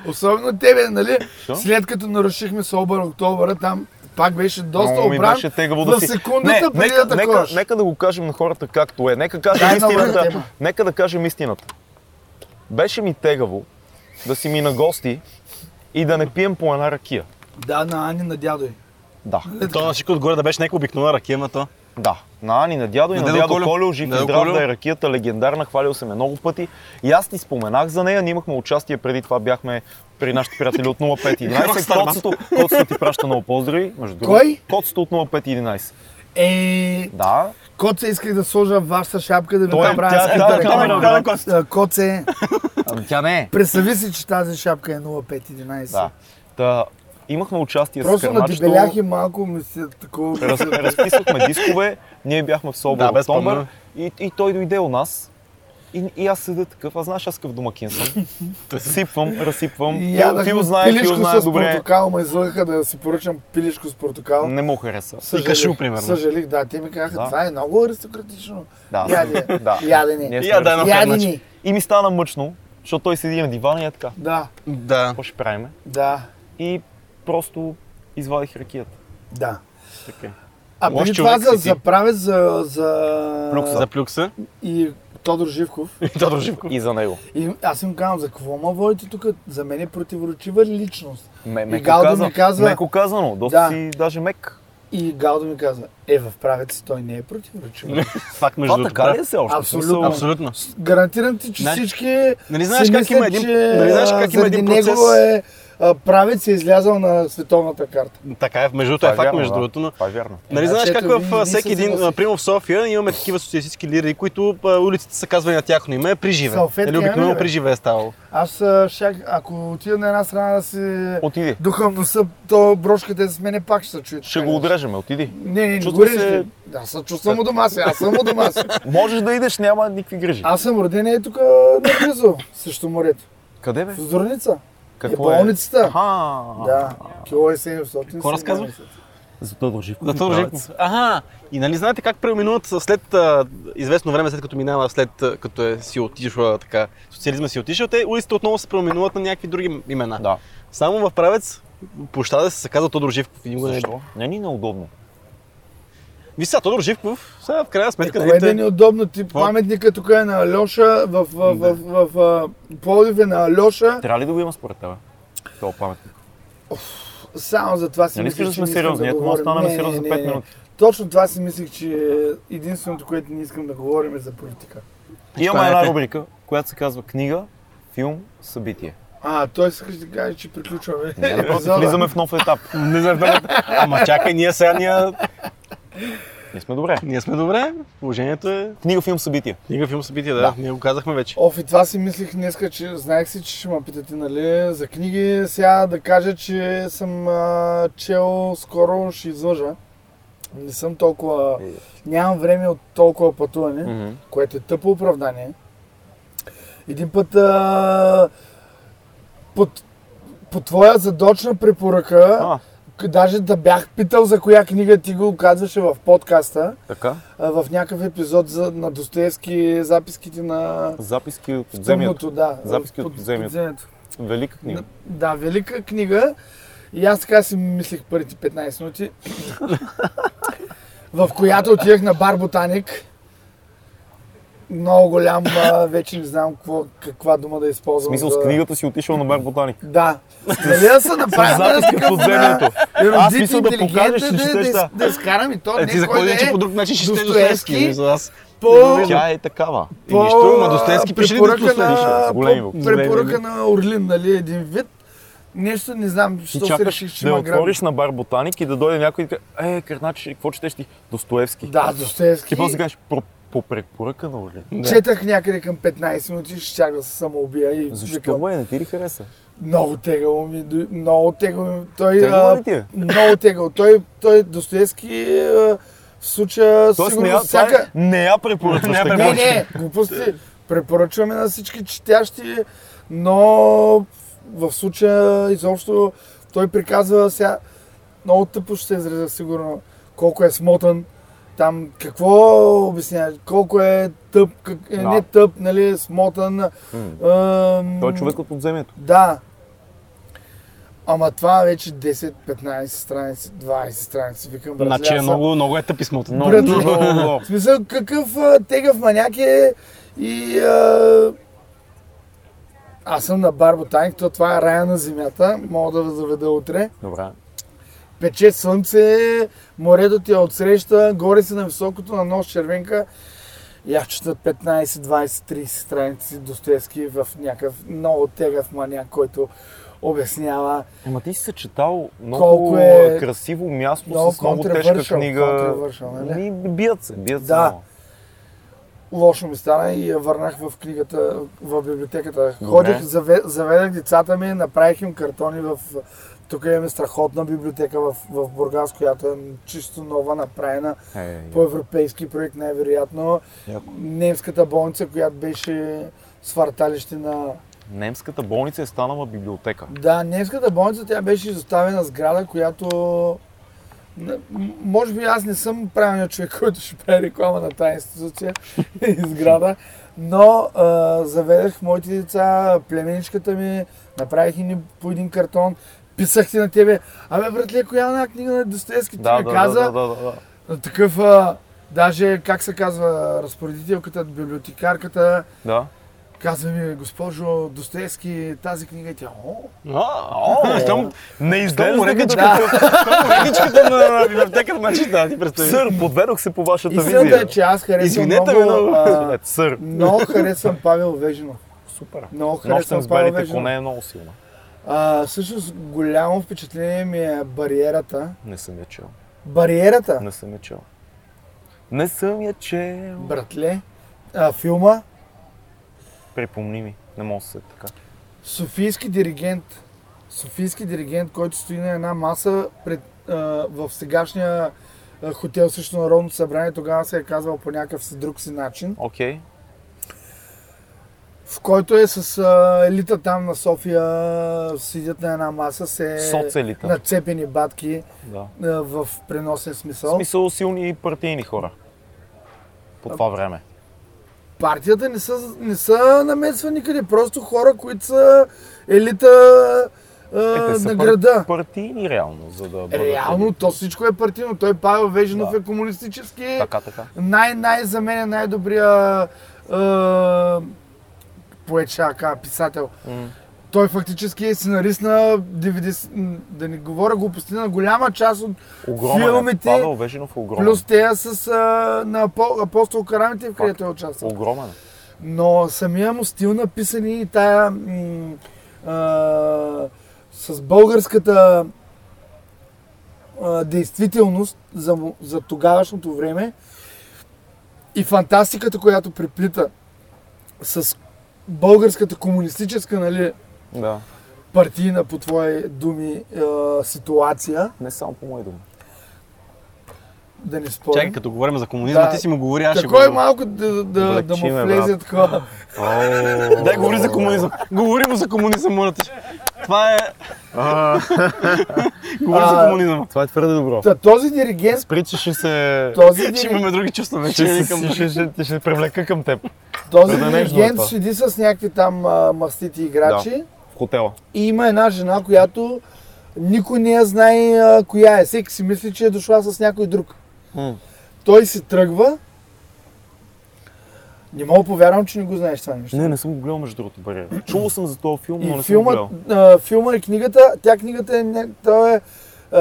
Speaker 3: Особено тебе, нали?
Speaker 1: Що?
Speaker 3: След като нарушихме Собър Октобъра, там пак беше доста
Speaker 1: Много ми
Speaker 3: обран.
Speaker 1: Ами, беше тегаво
Speaker 3: в
Speaker 1: да си...
Speaker 3: секундата преди
Speaker 1: нека,
Speaker 3: да
Speaker 1: нека,
Speaker 3: таковаш.
Speaker 1: нека да го кажем на хората както е. Нека
Speaker 3: Дай
Speaker 1: кажем
Speaker 3: нова
Speaker 1: истината.
Speaker 3: тема.
Speaker 1: Нека да кажем истината. Беше ми тегаво да си ми на гости и да не пием по една ракия.
Speaker 3: Да, на Ани, на дядо й.
Speaker 1: Да,
Speaker 2: То на всичко отгоре да беше някаква обикновена ракия на то.
Speaker 1: да. На Ани, на дядо и
Speaker 2: На
Speaker 1: на,
Speaker 2: дядо
Speaker 1: дядо
Speaker 2: Колю.
Speaker 1: Колю, жив и
Speaker 2: Дядо
Speaker 1: здрав
Speaker 2: Колю.
Speaker 1: да е ракията, легендарна, хвалил съм я много пъти. И аз ти споменах за нея, ние имахме участие преди това, бяхме при нашите приятели от 0511.
Speaker 2: Рокстар,
Speaker 1: Коцето, коцето ти праща много поздрави, между другото.
Speaker 3: Кой?
Speaker 1: Коцето от 0511.
Speaker 3: Е,
Speaker 1: Да,
Speaker 3: Коце исках да сложа вашата шапка да ви
Speaker 1: Той е-
Speaker 3: направя
Speaker 1: тя-
Speaker 3: скит
Speaker 1: тя-
Speaker 3: да
Speaker 1: тя- тя-
Speaker 3: реклама.
Speaker 2: тя- тя- тя-
Speaker 3: А, Коце,
Speaker 1: Ами тя не е.
Speaker 3: представи си, че тази шапка е 0511.
Speaker 1: Да. Та, имахме участие с
Speaker 3: Просто на
Speaker 1: Кърначето.
Speaker 3: дебелях и малко ми се такова...
Speaker 1: Раз, разписахме дискове, ние бяхме в Собор
Speaker 2: Да, бе,
Speaker 1: Октомври
Speaker 2: спомням.
Speaker 1: и, и той дойде у нас. И, и аз седя такъв, а знаеш аз какъв домакин съм. Сипвам, разсипвам.
Speaker 3: И
Speaker 1: Фил,
Speaker 3: ядах
Speaker 1: Фил знае, Фил
Speaker 3: пилешко
Speaker 1: знае
Speaker 3: с
Speaker 1: добре.
Speaker 3: портокал, ме излъгаха да си поръчам пилешко с портокал.
Speaker 1: Не му хареса.
Speaker 3: Съжалих,
Speaker 2: кашу, примерно.
Speaker 3: Съжалих, да, те ми казаха,
Speaker 1: Да.
Speaker 3: това е много аристократично.
Speaker 1: Да,
Speaker 3: Яде,
Speaker 1: да.
Speaker 3: ядене.
Speaker 1: Ние сме
Speaker 2: Я дай значи. на
Speaker 1: разписани.
Speaker 3: Ядени.
Speaker 1: И ми стана мъчно, защото той седи на дивана и е така.
Speaker 3: Да,
Speaker 2: Да.
Speaker 1: Какво ще правиме?
Speaker 3: да.
Speaker 1: И просто извадих ракията.
Speaker 3: Да.
Speaker 2: Така.
Speaker 3: А преди
Speaker 2: Лош
Speaker 3: това
Speaker 2: човек
Speaker 3: за,
Speaker 2: си ти.
Speaker 3: за правец, за, за...
Speaker 2: За плюкса.
Speaker 3: и Тодор Живков.
Speaker 2: Тодор Живков.
Speaker 1: И за него.
Speaker 3: И аз им казвам, за какво ма водите тук? За мен е противоречива личност.
Speaker 1: Ме, меко,
Speaker 3: Галдо ми
Speaker 1: казано,
Speaker 3: казва-
Speaker 1: меко казано, доста
Speaker 3: Да.
Speaker 1: си даже мек.
Speaker 3: И Галдо ми казва, е, в правец той не е противоречив.
Speaker 2: Факт между
Speaker 1: Това
Speaker 2: другото.
Speaker 1: така
Speaker 2: прав.
Speaker 1: ли е все още?
Speaker 3: Абсолютно.
Speaker 1: В смисъл-
Speaker 2: Абсолютно.
Speaker 3: Гарантирам ти, че
Speaker 2: Нали-
Speaker 3: всички
Speaker 2: нали знаеш
Speaker 3: си
Speaker 2: как
Speaker 3: мислят,
Speaker 2: има един-
Speaker 3: че,
Speaker 2: нали знаеш
Speaker 3: а,
Speaker 2: как има един
Speaker 3: заради
Speaker 2: процес?
Speaker 3: него е а, правец е излязъл на световната карта.
Speaker 2: Така е, между другото
Speaker 1: Това
Speaker 2: е факт,
Speaker 1: вярно,
Speaker 2: между
Speaker 1: да.
Speaker 2: другото, но
Speaker 1: Това е вярно.
Speaker 2: Нали
Speaker 3: Е,
Speaker 2: знаеш
Speaker 3: значи,
Speaker 2: как
Speaker 3: ето,
Speaker 2: в
Speaker 3: ви-
Speaker 2: а,
Speaker 3: ви
Speaker 2: всеки
Speaker 3: се
Speaker 2: един,
Speaker 3: съгласих.
Speaker 2: а, примерно в София, имаме такива социалистически лидери, които а, улиците са казвали на тяхно име при живе.
Speaker 3: Салфетки
Speaker 2: Или е обикновено
Speaker 3: имаме, бе.
Speaker 2: при живе е ставало.
Speaker 3: Аз а, щях, ако отида на една страна да си
Speaker 1: Отиди.
Speaker 3: духам носа, то брошката с мене пак ще се чуе.
Speaker 1: Ще го отрежеме, отиди.
Speaker 3: Не, не, не
Speaker 1: Чувствай
Speaker 3: го се... Аз се чувствам у дома си, аз съм у дома си.
Speaker 1: Можеш да идеш, няма никакви грижи.
Speaker 3: Аз съм роден е тук наблизо, срещу морето.
Speaker 1: Къде бе?
Speaker 3: В Зорница.
Speaker 1: Какво
Speaker 3: е болницата.
Speaker 1: Аха.
Speaker 3: Да, кило е 700.
Speaker 2: Какво разказва?
Speaker 3: 70.
Speaker 1: За Тодор Живков.
Speaker 2: За Тодор
Speaker 1: Правец.
Speaker 2: Живков. Ага, и нали знаете как преминуват след а, известно време, след като минава, след а, като е си отишла така, социализма си е отишъл, те улиците отново се преминуват на някакви други имена.
Speaker 1: Да.
Speaker 2: Само в правец площада се казва Тодор Живков. Никога не е било.
Speaker 1: Защо? Не ни е неудобно.
Speaker 2: Виж сега, Тодор Живков, сега в крайна сметка,
Speaker 3: Кое
Speaker 2: нали,
Speaker 3: да е
Speaker 2: те-
Speaker 3: неудобно ти?
Speaker 2: Какво?
Speaker 3: Паметника тук е на Алеша, в, в, в, в, в, а, Пловдив е на Алеша.
Speaker 1: Трябва ли да го има според тебе? Това паметник.
Speaker 3: Само за това си
Speaker 1: Нали искаш да
Speaker 3: мислих, че
Speaker 1: сме
Speaker 3: не искам
Speaker 1: сериозни?
Speaker 3: да
Speaker 1: Ето може да
Speaker 3: говорим.
Speaker 1: станем
Speaker 3: Не,
Speaker 1: сериозни за
Speaker 3: не,
Speaker 1: 5
Speaker 3: не.
Speaker 1: минути.
Speaker 3: Точно това си мислих, че единственото, което не искам да говорим е за политика.
Speaker 1: Имаме
Speaker 2: е
Speaker 1: една
Speaker 2: те.
Speaker 1: рубрика, която се казва книга, филм, събитие.
Speaker 3: А, той се да каже, че приключваме.
Speaker 1: Не, не, просто
Speaker 3: Е, епизода.
Speaker 1: влизаме в нов етап.
Speaker 2: Не знам, да- Ама чакай, ние сега ние,
Speaker 1: Ние сме добре.
Speaker 2: ние сме добре. Положението е
Speaker 1: Книга, филм, събитие.
Speaker 2: книга, филм, събитие, да. Ние го казахме вече.
Speaker 3: Оф, и това си мислих днеска, че знаех си, че ще ме питате, нали, за книги. Сега да кажа, че съм а, чел скоро, ще излъжа. Не съм толкова... Нямам време от толкова пътуване,
Speaker 1: Е. Мгм.
Speaker 3: което е тъпо оправдание. Един път а, под, по твоя задочна препоръка,
Speaker 1: А.
Speaker 3: к- даже да бях питал за коя книга ти го казваше в подкаста,
Speaker 1: Така,
Speaker 3: а, в някакъв епизод за, на Достоевски записките на
Speaker 1: записки от подземието.
Speaker 3: Тъмното, да.
Speaker 1: Записки от
Speaker 3: Под-
Speaker 1: подземието. Велика книга.
Speaker 3: Да, велика книга. И аз така си мислих първите 15 минути, в която отидах на бар Ботаник. Много голям, а, вече не знам какво, каква дума да
Speaker 1: В
Speaker 3: използвам.
Speaker 1: смисъл с
Speaker 3: за-
Speaker 1: книгата си отишъл на Бар Ботаник.
Speaker 3: Да. Нали Дали да се направя
Speaker 1: Записки от
Speaker 3: такъв на
Speaker 1: подземието. Аз
Speaker 3: ерудит,
Speaker 1: мисля да покажеш, че
Speaker 3: интелигентен, да, да,
Speaker 1: четеш
Speaker 3: из-
Speaker 1: да.
Speaker 3: да изкарам и то
Speaker 2: Е,
Speaker 3: не
Speaker 2: ти за
Speaker 3: кой
Speaker 2: кой
Speaker 3: да
Speaker 2: начин
Speaker 3: е
Speaker 2: по друг начин ще ще
Speaker 3: Достоевски.
Speaker 2: Достоевски. За аз.
Speaker 3: по,
Speaker 1: Тя е такава.
Speaker 2: И нищо, ма Достоевски пише ли
Speaker 3: препоръка
Speaker 2: Достоевски?
Speaker 3: на,
Speaker 1: С големи букви.
Speaker 3: по препоръка на Орлин, нали, един вид. Нещо не знам,
Speaker 1: Ти
Speaker 3: що се реших,
Speaker 1: чакаш
Speaker 3: че
Speaker 1: да я
Speaker 3: има грам.
Speaker 1: отвориш на Бар Ботаник и да дойде някой и да каже, е, Кърначе, какво четеш ти? Достоевски.
Speaker 3: Да, Достоевски.
Speaker 1: Ти после кажеш, «Про- по препоръка нали?» на Орлин.
Speaker 3: Четах някъде към 15 минути, ще чак да се самоубия и
Speaker 1: Защо,
Speaker 3: викам,
Speaker 1: бе, не ти ли хареса?
Speaker 3: много тегало ми, дой- много тегало ми. Той,
Speaker 1: Тегало
Speaker 3: а,
Speaker 1: ли ти е?
Speaker 3: много тегало. Той, той Достоевски а, в случая
Speaker 1: Тоест не
Speaker 3: сигурно
Speaker 1: я,
Speaker 3: всяка...
Speaker 1: всяка... не я препоръчваш така.
Speaker 3: Не, не, глупости. Препоръчваме на всички четящи, но в случая изобщо той приказва сега, много тъпо ще се изразя сигурно, колко е смотан, там какво обяснява, колко е тъп, как, е,
Speaker 1: Да.
Speaker 3: не тъп, нали, смотан. ам,
Speaker 1: Той е човек от подземието.
Speaker 3: Да. Ама това вече 10, 15 страници, 20 страници, викам, братле,
Speaker 2: Значи е
Speaker 3: аз съм-
Speaker 2: много, много е тъпи смота.
Speaker 3: Брат,
Speaker 1: много,
Speaker 3: много,
Speaker 1: много.
Speaker 3: В смисъл, какъв а, тегъв маняк е и... А... Аз съм на бар Ботаник, то това е рая на земята, мога да ви заведа утре.
Speaker 1: Добре.
Speaker 3: Пече слънце, морето ти е отсреща, горе си на високото, на нощ червенка. И аз чета 15, 20, 30 страници Достоевски в някакъв много тегъв маняк, който обяснява
Speaker 1: Ама ти си съчетал много
Speaker 3: Колко е-
Speaker 1: красиво място
Speaker 3: Много
Speaker 1: с много тежка
Speaker 3: controversial,
Speaker 1: книга.
Speaker 3: controversial, нали?
Speaker 1: Ми, бият се, бият се.
Speaker 3: Да.
Speaker 1: много.
Speaker 3: лошо ми стана и я върнах в книгата, в библиотеката. Ходих, заве, заведах децата ми, направих им картони в... Тук имаме страхотна библиотека в, в Бургас, която е чисто нова, направена
Speaker 1: Е,
Speaker 3: по европейски проект, най-вероятно.
Speaker 1: Яко.
Speaker 3: Немската болница, която беше сварталище на...
Speaker 1: Немската болница е станала библиотека.
Speaker 3: Да, немската болница, тя беше изоставена сграда, която... М- Може би аз не съм правилният човек, който ще прави реклама на тази институция и сграда, но а, заведах моите деца, племеничката ми, направих ни по един картон, писах ти на тебе, абе братле, коя е една книга на Достоевски ти
Speaker 1: Да,
Speaker 3: ми
Speaker 1: да,
Speaker 3: каза,
Speaker 1: да, да, да, да.
Speaker 3: на такъв, а, даже как се казва, разпоредителката, библиотекарката,
Speaker 1: да.
Speaker 3: казва ми, госпожо Достоевски, тази книга и тя, о,
Speaker 1: Щом не
Speaker 2: му
Speaker 1: изглежда
Speaker 2: рекичката-
Speaker 1: да.
Speaker 2: Ръгичката на библиотеката, значи да, ти представи.
Speaker 1: Сър, подведох се по вашата
Speaker 3: истината е,
Speaker 1: визия.
Speaker 3: че аз харесвам
Speaker 2: Извинете ме,
Speaker 3: много,
Speaker 2: но-
Speaker 3: а,
Speaker 1: Е, Сър.
Speaker 3: много харесвам Павел Вежинов.
Speaker 1: Супер.
Speaker 3: Много
Speaker 1: Нощен
Speaker 3: харесвам
Speaker 1: с
Speaker 3: Павел
Speaker 1: белите
Speaker 3: Вежинов.
Speaker 1: коне е много силна.
Speaker 3: А, всъщност голямо впечатление ми е бариерата.
Speaker 1: Не съм я чел.
Speaker 3: Бариерата,
Speaker 1: Не съм я чел. Не съм я чел.
Speaker 3: братле, а, филма,
Speaker 1: Припомни ми. Не мога да се сетя така.
Speaker 3: Софийски диригент, Софийски диригент, който стои на една маса пред, а, в сегашния а, хотел също Народното събрание, тогава се е казвал по някакъв си друг си начин,
Speaker 1: Окей.
Speaker 3: в който е с а, елита там на София, сидят на една маса, се
Speaker 1: Соцелита.
Speaker 3: нацепени батки
Speaker 1: Да.
Speaker 3: а, в преносен
Speaker 1: В
Speaker 3: смисъл.
Speaker 1: смисъл силни партийни хора. По това време.
Speaker 3: партията не са, не са намесва никъде. Просто хора, които са елита а,
Speaker 1: Е, те са
Speaker 3: на
Speaker 1: пар-
Speaker 3: града.
Speaker 1: Партийни реално, за да бъдат.
Speaker 3: Реално, то всичко е партийно. Той Павел Вежинов
Speaker 1: Да.
Speaker 3: е комунистически.
Speaker 1: Така, така.
Speaker 3: Най, най, за мен е най-добрия а, поет, ще кажа, писател.
Speaker 1: М.
Speaker 3: Той фактически е сценарист на 90, м, да не говоря глупости, на голяма част от
Speaker 1: Огромен. е.
Speaker 3: Филмите-
Speaker 1: Павел Вежинов е огромен.
Speaker 3: плюс тея с а, на Апо- Апостол Карамите, в където е участвал.
Speaker 1: Огромен. е.
Speaker 3: Но самия му стил на писане и тая м- а, с българската а, действителност за, м- за тогавашното време и фантастиката, която преплита с българската комунистическа нали,
Speaker 1: Да.
Speaker 3: партийна, по твои думи, а, ситуация,
Speaker 1: Не само по мои думи.
Speaker 3: да не спорим.
Speaker 2: Чакай, като говорим за комунизма,
Speaker 3: Да.
Speaker 2: ти си му говори, аз ще го...
Speaker 3: Тако е малко да, да, да
Speaker 1: Облегчи ме,
Speaker 3: му
Speaker 1: брат.
Speaker 3: влезе такова.
Speaker 2: Дай, говори за комунизъм. Говори му за комунизъм, моля те. Това е... Говори за
Speaker 3: А,
Speaker 2: комунизъм.
Speaker 1: Това е твърде добро.
Speaker 3: Та, този диригент,
Speaker 1: Причаше се...
Speaker 3: този
Speaker 2: Ще
Speaker 3: диригент,
Speaker 2: имаме други чувства вече. нали,
Speaker 1: Ще, се-
Speaker 2: Викам,
Speaker 1: ще, ще, ще, се привлека към теб.
Speaker 3: Този
Speaker 1: Твърде нежно е
Speaker 3: диригент
Speaker 1: това.
Speaker 3: седи с някакви там а, мастити играчи
Speaker 1: В хотела.
Speaker 3: и има една жена, която никой не я знае а, коя е. Всеки си мисли, че е дошла с някой друг.
Speaker 1: М.
Speaker 3: Той си тръгва. Не мога повярвам, че не го знаеш това нещо.
Speaker 1: Не, не съм го гледал между другото бариера. Чувал съм за този филм, но
Speaker 3: И
Speaker 1: не съм го
Speaker 3: филма,
Speaker 1: гледал.
Speaker 3: а, филма и книгата, тя книгата е, не, той е а,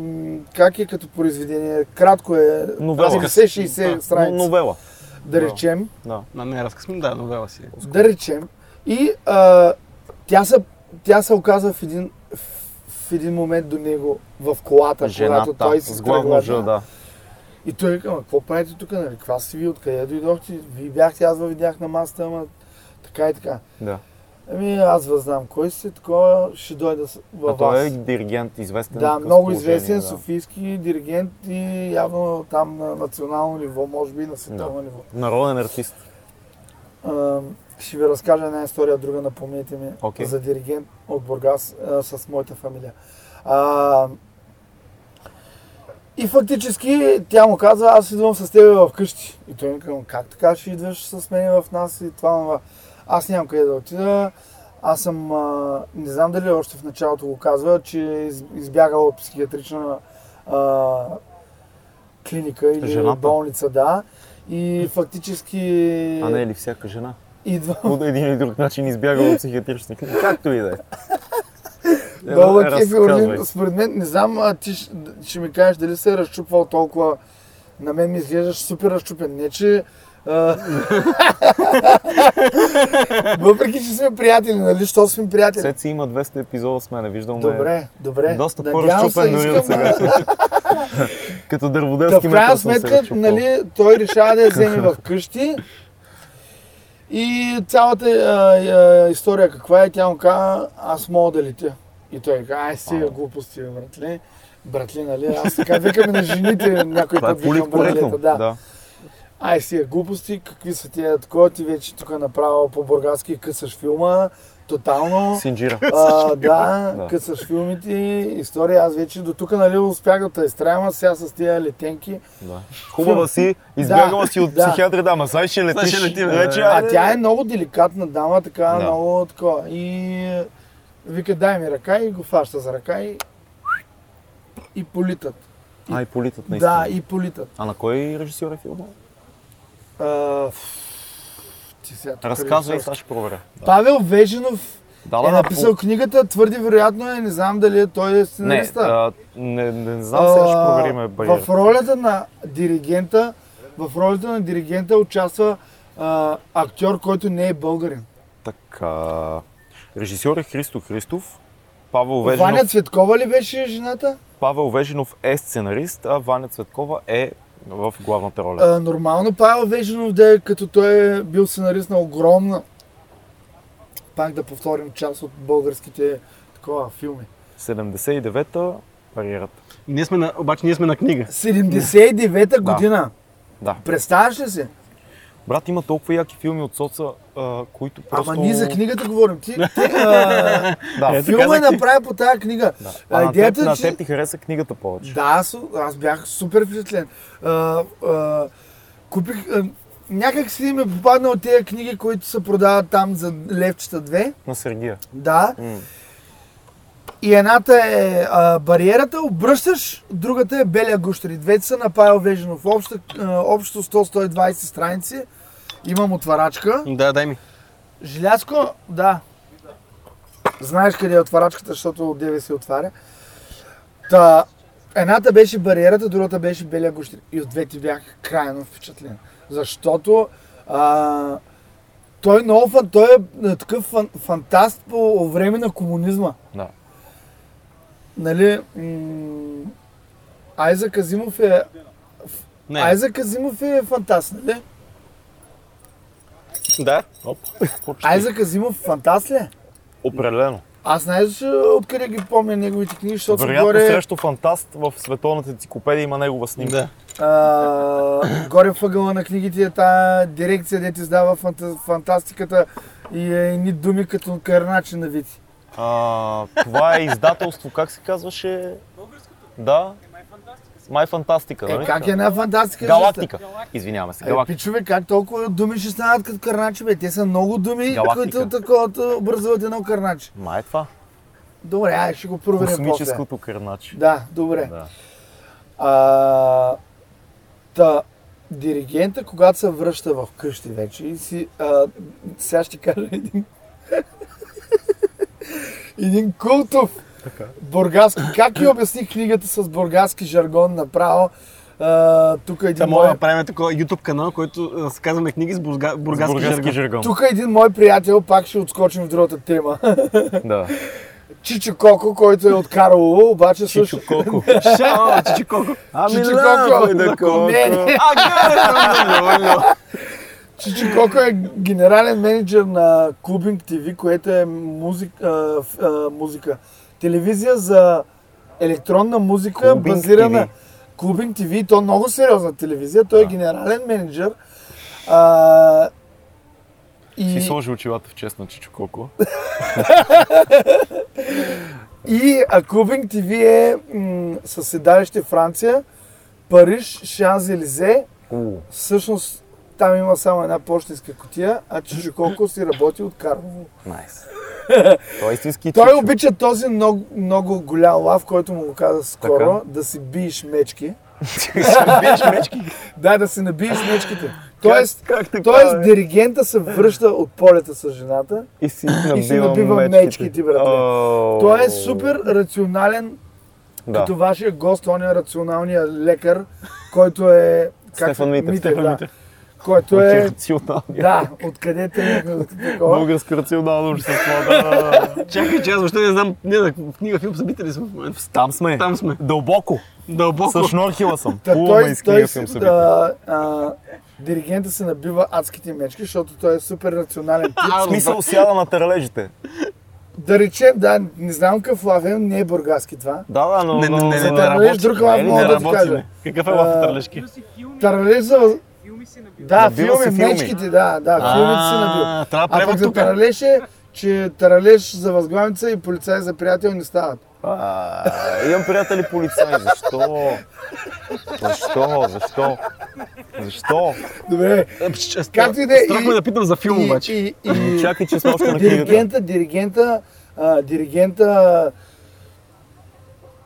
Speaker 3: м, как е като произведение, кратко е,
Speaker 1: Новела.
Speaker 3: 50-60 страници,
Speaker 1: Но- Новела.
Speaker 3: да речем.
Speaker 2: На не, разкъсвам, да, новела си. е.
Speaker 3: да речем, и а, тя, се, тя се оказа в един, в един момент до него в колата, когато той
Speaker 1: Жената.
Speaker 3: се
Speaker 1: С главно мъжа, да.
Speaker 3: И той вика, «Ма, какво правите тук, нали, каква си ви, откъде дойдохте, ви бяхте, аз ви видях на масата, ама така и така.
Speaker 1: Да.
Speaker 3: Ами аз въз знам кой сте, такова ще дойда с-
Speaker 1: А
Speaker 3: във
Speaker 1: той е
Speaker 3: вас.
Speaker 1: диригент, известен.
Speaker 3: Да,
Speaker 1: такъв
Speaker 3: много
Speaker 1: положение,
Speaker 3: известен
Speaker 1: да.
Speaker 3: софийски диригент и явно там на национално ниво, може би и на световно ниво.
Speaker 1: Народен артист.
Speaker 3: А, ще ви разкажа една история, друга напомнете ми
Speaker 1: Окей.
Speaker 3: за диригент от Бургас а, с моята фамилия. А, и фактически тя му казва, аз идвам с теб вкъщи. И той ми казва, как така ще идваш с мен в нас и това, това. Аз нямам къде да отида. Аз съм, а, не знам дали още в началото го казва, че е из- избягал от психиатрична а, клиника или
Speaker 1: Жената.
Speaker 3: болница, да. И фактически
Speaker 1: А не е ли всяка жена?
Speaker 3: идва
Speaker 1: По един или друг начин избяга от психиатрични клиники. Както и да е. Е,
Speaker 3: Долу
Speaker 1: разказвай.
Speaker 3: кефи Орлин, според мен, не знам, а ти щ- ще ми кажеш дали се е разчупвал толкова. На мен ми изглеждаш супер разчупен. Не, че... а, Въпреки, че сме приятели, нали? Що сме приятели?
Speaker 1: Сеци има 200 епизода с мене, виждал ме. е.
Speaker 3: Добре, добре.
Speaker 1: Доста
Speaker 3: Надявам се,
Speaker 1: по-разчупен дори от
Speaker 3: искам-
Speaker 1: сега. Като
Speaker 3: Да,
Speaker 1: дърводелски
Speaker 3: в крайна
Speaker 1: метод съм се
Speaker 3: сметка,
Speaker 1: разчупвал.
Speaker 3: нали, той решава да я вземе в къщи. И цялата а, а, история каква е, тя му каза, аз мога да летя. И той каза, ай стига глупости, бе, братле. Братле, нали, аз така викам на жените някой
Speaker 1: Това е
Speaker 3: път викам
Speaker 1: политкоректно.
Speaker 3: братлета, да.
Speaker 1: Да.
Speaker 3: Ай стига глупости, какви са тия такова, ти вече тук е направо по бургаски късаш филма, тотално.
Speaker 1: Синджира.
Speaker 3: А, да,
Speaker 1: Да.
Speaker 3: късаш филмите, история, аз вече до тук, нали, успях да те изтрема, сега с тия летенки.
Speaker 1: Да. Хубава си, избягала си от
Speaker 3: да.
Speaker 1: психиатри, да, ма сега ще летиш.
Speaker 2: ще летим, да.
Speaker 1: вече,
Speaker 3: А е
Speaker 1: айде.
Speaker 3: тя е много деликатна дама, така
Speaker 1: Да.
Speaker 3: много такова. И Вика, дай ми ръка и го фаща за ръка и, и политат.
Speaker 1: А, и политът наистина.
Speaker 3: Да, и политат.
Speaker 1: А на кой режисьор е филма?
Speaker 3: А, ф- ти сега тук
Speaker 1: Разказвай, сега
Speaker 3: режисьор.
Speaker 1: ще проверя.
Speaker 3: Павел Вежинов
Speaker 1: Да,
Speaker 3: е написал книгата, твърде вероятно е, не знам дали е той е
Speaker 1: Не,
Speaker 3: сценариста.
Speaker 1: а, не, не знам, сега ще
Speaker 3: А,
Speaker 1: проверим е,
Speaker 3: В
Speaker 1: бариерата.
Speaker 3: ролята на диригента, в ролята на диригента участва а, актьор, който не е българин.
Speaker 1: Така. Режисьор е Христо Христов. Павел
Speaker 3: Ваня
Speaker 1: Вежинов,
Speaker 3: Цветкова ли беше жената?
Speaker 1: Павел Вежинов е сценарист, а Ваня Цветкова е в главната роля.
Speaker 3: А, нормално Павел Вежинов да е, като той е бил сценарист на огромна, пак да повторим част от българските такова филми.
Speaker 1: 79-та бариерата.
Speaker 2: Ние сме на, обаче ние сме на книга.
Speaker 3: 79-та
Speaker 1: Да.
Speaker 3: година.
Speaker 1: Да.
Speaker 3: Представяш ли си?
Speaker 1: Брат, има толкова яки филми от соца, а, които просто...
Speaker 3: Ама ние за книгата говорим. Ти, ти, а,
Speaker 1: Да,
Speaker 2: Ето
Speaker 3: филма е
Speaker 2: казах ти.
Speaker 3: направи по тази книга.
Speaker 1: Да. А,
Speaker 3: А
Speaker 1: на, теб,
Speaker 3: идеята е,
Speaker 1: на
Speaker 3: че-
Speaker 1: теб ти хареса книгата повече.
Speaker 3: Да, аз, аз бях супер впечатлен. А, а, купих. А, някак си ми попадна от тези книги, които се продават там за левчета две.
Speaker 1: На Сергия.
Speaker 3: Да.
Speaker 1: М.
Speaker 3: И едната е а, бариерата, обръщаш, другата е белия гущери. Двете са на Павел Веженов. Общо, а, общо 100-120 страници. Имам отварачка.
Speaker 2: Да, дай ми.
Speaker 3: Желязко, да. Знаеш къде е отварачката, защото от деве се отваря. Та, едната беше бариерата, другата беше белия гущер. И от двете бях крайно впечатлен. Защото а, той е много фан, той е а, такъв фан, фантаст по време на комунизма.
Speaker 1: Да.
Speaker 3: Нали, м- Айза Казимов е
Speaker 2: Не.
Speaker 3: Айза Казимов е фантаст, нали?
Speaker 2: Да.
Speaker 3: Айза Казимов фантаст ли е?
Speaker 1: Определено.
Speaker 3: Аз знаеш ли откъде ги помня неговите книги, защото
Speaker 1: Вероятно
Speaker 3: горе,
Speaker 1: срещу фантаст в световната енциклопедия има негова снимка.
Speaker 2: Да.
Speaker 3: а, горе въгъла на книгите е тая дирекция, дете издава фанта, фантастиката и е едни думи като карначе на вити.
Speaker 1: А, това е издателство, как се казваше? Да. Е, Май фантастика,
Speaker 3: Е,
Speaker 1: нали?
Speaker 3: как е една фантастика?
Speaker 1: Галактика. Извиняваме се,
Speaker 3: жеста? Е,
Speaker 1: галактика.
Speaker 3: пичове, как толкова думи ще станат като карначе, бе? Те са много думи,
Speaker 1: Галактика.
Speaker 3: които такова образуват едно карначе.
Speaker 1: Май е това.
Speaker 3: Добре, ай, ще го проверим после.
Speaker 1: Космическото кърначе.
Speaker 3: Да, добре.
Speaker 1: Да.
Speaker 3: А, та, диригента, когато се връща в къщи вече и си... А, сега ще кажа един... един култов бургаски... Как ти обясни книгата с бургаски жаргон направо? А, тук един
Speaker 1: е
Speaker 2: Да, мога да
Speaker 3: мой...
Speaker 2: правим такова YouTube канал, който а, се казваме книги с бурга, бургаски,
Speaker 1: Бургаски
Speaker 2: жаргон.
Speaker 1: жаргон.
Speaker 3: Тук един мой приятел, пак ще отскочим в другата тема.
Speaker 1: Да.
Speaker 3: Чичо Коко, който е от Карлово, обаче също...
Speaker 1: Чичо Коко.
Speaker 2: Шао, чичи колко.
Speaker 1: Ами
Speaker 3: Чичо
Speaker 1: лапой
Speaker 3: Коко!
Speaker 1: да
Speaker 3: Не,
Speaker 1: Коко.
Speaker 3: не.
Speaker 2: е
Speaker 3: Чичи Коко е генерален менеджер на Clubbing TV, което е музик, а, ф- а, музика. Телевизия за електронна музика,
Speaker 1: Clubbing
Speaker 3: базирана
Speaker 1: TV.
Speaker 3: Clubbing TV. То е много сериозна телевизия. Той е генерален менеджер. А,
Speaker 1: Си
Speaker 3: и,
Speaker 1: сложи очилата в чест на Чичо Коко.
Speaker 3: и а, Clubbing TV е м- със седалище Франция, Париж, Шанзелизе. Всъщност там има само една почтенска котия, а Чичо Коко си работи от Карлово.
Speaker 1: Найс. Той е истински
Speaker 3: Той
Speaker 1: Чичо.
Speaker 3: обича този много, много голям лав, който му го каза скоро, да си биеш мечки. Да, да си набиеш мечките. Тоест,
Speaker 1: как така,
Speaker 3: тоест
Speaker 1: бе?
Speaker 3: диригента се връща от полета с жената.
Speaker 1: И си
Speaker 3: набива
Speaker 1: набива
Speaker 3: мечките, братле.
Speaker 1: Оу.
Speaker 3: Той е супер рационален,
Speaker 1: Да.
Speaker 3: като вашия гост, он е рационалният лекар, който е...
Speaker 1: Стефан
Speaker 3: се-
Speaker 1: Митев, Стефан
Speaker 3: да.
Speaker 1: Митев.
Speaker 3: Който е...
Speaker 1: Рационалния.
Speaker 3: Да, откъде те такова.
Speaker 1: Българско рационално общество. да, да, да.
Speaker 2: Чакай, че аз въобще не знам. Не, на книга филм събитие ли сме в момента?
Speaker 1: Там сме.
Speaker 2: Там сме.
Speaker 1: Дълбоко.
Speaker 2: Дълбоко.
Speaker 1: С шнорхила съм.
Speaker 3: Та
Speaker 1: Плуваме
Speaker 3: той,
Speaker 1: из книга
Speaker 3: той
Speaker 1: филм
Speaker 3: си-
Speaker 1: събитие.
Speaker 3: а, а, диригента се набива адските мечки, защото той е супер рационален тип.
Speaker 1: В смисъл сяда на таралежите.
Speaker 3: да речем, да, не знам какъв лав е, не е бургаски това.
Speaker 1: Да, да, но...
Speaker 2: Не, не,
Speaker 1: но-
Speaker 2: не,
Speaker 1: за
Speaker 2: не,
Speaker 1: да
Speaker 3: Тарлеж
Speaker 1: работи.
Speaker 3: друг лав
Speaker 1: Е, не,
Speaker 3: мога да ти
Speaker 1: работи,
Speaker 3: кажа.
Speaker 1: не.
Speaker 2: Какъв е лафът
Speaker 3: А,
Speaker 2: търлешки?
Speaker 3: Тарлеж за... Да,
Speaker 1: Набива си
Speaker 3: филми,
Speaker 1: филми.
Speaker 3: мечките, да, да, филмите си набил.
Speaker 2: А, трябва да
Speaker 3: А пък
Speaker 2: превод
Speaker 3: за
Speaker 2: тук.
Speaker 3: Тарлеж е, че Тарлеж за възглавница и полицай за приятел не стават.
Speaker 1: А, Имам приятели полицаи. Защо? Защо? Защо? Защо?
Speaker 3: Добре,
Speaker 2: Е,
Speaker 3: Както и да е,
Speaker 2: Страх ме
Speaker 3: и-
Speaker 2: да питам за филм
Speaker 3: и,
Speaker 2: обаче.
Speaker 3: и, и,
Speaker 1: Чакай, че сме още на книгата.
Speaker 3: диригента, диригента а, диригента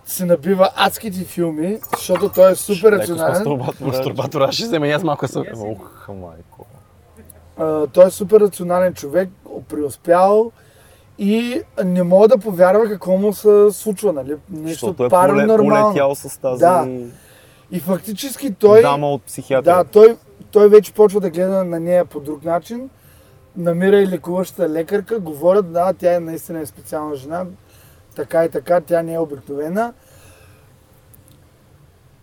Speaker 3: се набива адските филми, защото той е супер рационален.
Speaker 2: Мастурбатора ще вземе, и аз малко съм.
Speaker 1: Ох, майко.
Speaker 3: А, той е супер рационален човек, преуспял и не мога да повярва какво му се случва, нали? Нещо
Speaker 1: Защото е поле,
Speaker 3: паранормално.
Speaker 1: полетял с тази
Speaker 3: Да. И фактически той...
Speaker 1: дама от психиатър.
Speaker 3: Да, той, той вече почва да гледа на нея по друг начин. Намира и лекуваща лекарка, говорят, да, тя е наистина е специална жена, така и така, тя не е обикновена.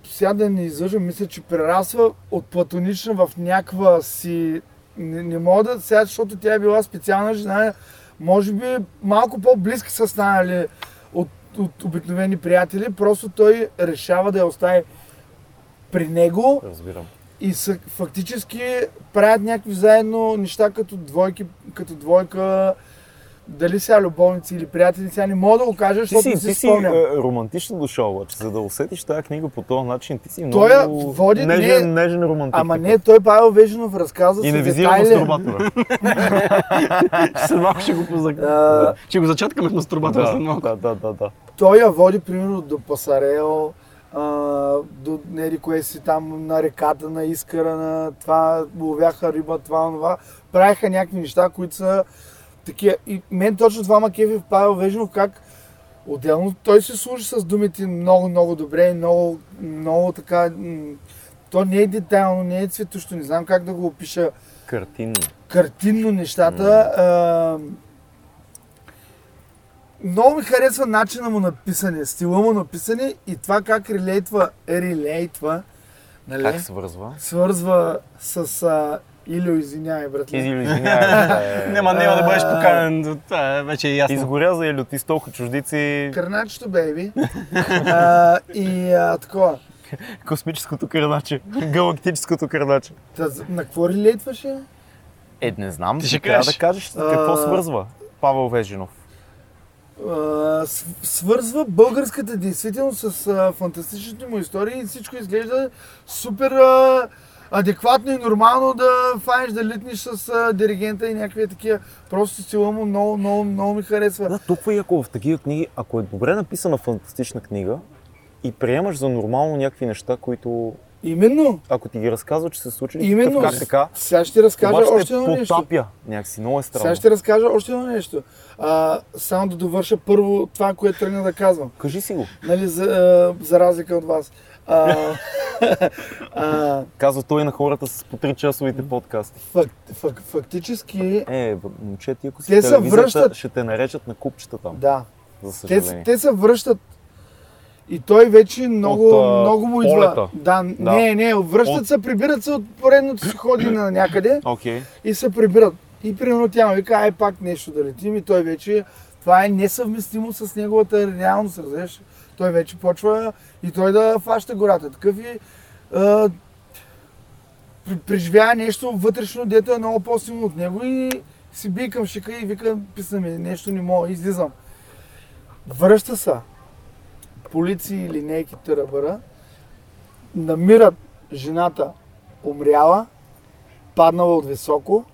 Speaker 3: Сега да не излъжа, мисля, че прерасва от платонична в някаква си... Не, не мога да сега, защото тя е била специална жена, може би малко по-близки са станали от, от обикновени приятели, просто той решава да я остави при него
Speaker 1: Разбирам.
Speaker 3: и са, фактически правят някакви заедно неща като, двойки, като двойка, дали сега любовници или приятели, сега не мога да го кажа,
Speaker 1: Ти
Speaker 3: защото
Speaker 1: си,
Speaker 3: не
Speaker 1: ти
Speaker 3: си
Speaker 1: си
Speaker 3: спомням.
Speaker 1: е, романтично дошъл, обаче, за да усетиш тази книга по този начин. Ти си много
Speaker 3: Той я води, не-
Speaker 1: нежен, нежен романтик.
Speaker 3: Ама
Speaker 1: такъв.
Speaker 3: не, той Павел Вежинов разказва
Speaker 1: И
Speaker 3: с
Speaker 1: не визира
Speaker 3: детайли.
Speaker 1: мастурбатора.
Speaker 2: След малко ще го позак...
Speaker 3: А,
Speaker 2: Ще го зачаткаме в мастурбатора след малко.
Speaker 1: да, да, да, да.
Speaker 3: той я води примерно до Пасарел, а, до неди кое си там на реката, на Искъра, на това, ловяха риба, това, това. Правиха някакви неща, които са такива. И мен точно това ма кефи в Павел Вежинов, как отделно той се служи с думите много, много добре и много, много така... м, То не е детайлно, не е цветущо, не знам как да го опиша
Speaker 1: Картинно.
Speaker 3: картинно нещата. А, много ми харесва начина му на писане, стила му на писане и това как релейтва, релейтва, нали?
Speaker 1: Как свързва?
Speaker 3: свързва с а, Илю, извинявай, братле.
Speaker 1: Изили, извинявай. е,
Speaker 2: Няма, няма да бъдеш поканен. до- Това е вече е ясно.
Speaker 1: Изгоря за Елю, ти с толкова чуждици,
Speaker 3: Кърначето, бейби. А, и а, такова.
Speaker 1: космическото кърначе, галактическото кърначе.
Speaker 3: Та, за- на какво релейтваше?
Speaker 1: Е, не знам, ти
Speaker 2: ще
Speaker 1: ще трябва
Speaker 2: кажеш.
Speaker 1: да кажеш какво
Speaker 3: А,
Speaker 1: свързва Павел Вежинов.
Speaker 3: А, с- свързва българската действителност с а, фантастичните му истории и всичко изглежда супер а, адекватно и нормално да фанеш да литнеш с а, диригента и някакви такива. Просто стила му много, много, много ми харесва.
Speaker 1: Да, толкова и ако в такива книги, ако е добре написана фантастична книга и приемаш за нормално някакви неща, които
Speaker 3: Именно,
Speaker 1: ако ти ги разказва, че се случили,
Speaker 3: Именно.
Speaker 1: такъв, как така,
Speaker 3: сега ще ти разкажа
Speaker 1: обаче е
Speaker 3: още
Speaker 1: те
Speaker 3: едно нещо.
Speaker 1: потапя някакси, много е странно.
Speaker 3: Сега ще ти разкажа още едно нещо. А, само да довърша първо това, което тръгна да казвам.
Speaker 1: Кажи си го.
Speaker 3: Нали, за, а, за разлика от вас. А, а,
Speaker 1: Казва той на хората с по 3 часовите подкасти.
Speaker 3: фак, фак, фактически
Speaker 1: Е, б- момче, ти ако си
Speaker 3: Те
Speaker 1: те
Speaker 3: се
Speaker 1: телевизията,
Speaker 3: връщат.
Speaker 1: ще те наречат на купчета там,
Speaker 3: Да.
Speaker 1: за
Speaker 3: Те,
Speaker 1: съжаление.
Speaker 3: се- те се връщат. И той вече много,
Speaker 1: От, а,
Speaker 3: много му идва.
Speaker 1: полета.
Speaker 3: Да,
Speaker 1: Да.
Speaker 3: не, не, връщат се, прибират се от поредното си ходене на някъде
Speaker 1: Окей.
Speaker 3: и се прибират. И примерно тя му вика, ай пак нещо да летим и той вече, това е несъвместимо с неговата реалност, разбираш. Той вече почва и той да фаща гората. Такъв и а, при- преживява нещо вътрешно, дето е много по-силно от него и си би към шика и вика, писна ми, нещо не мога, излизам. Връща се. Полиции, линейки, търабъра. Намират жената умряла, паднала от високо,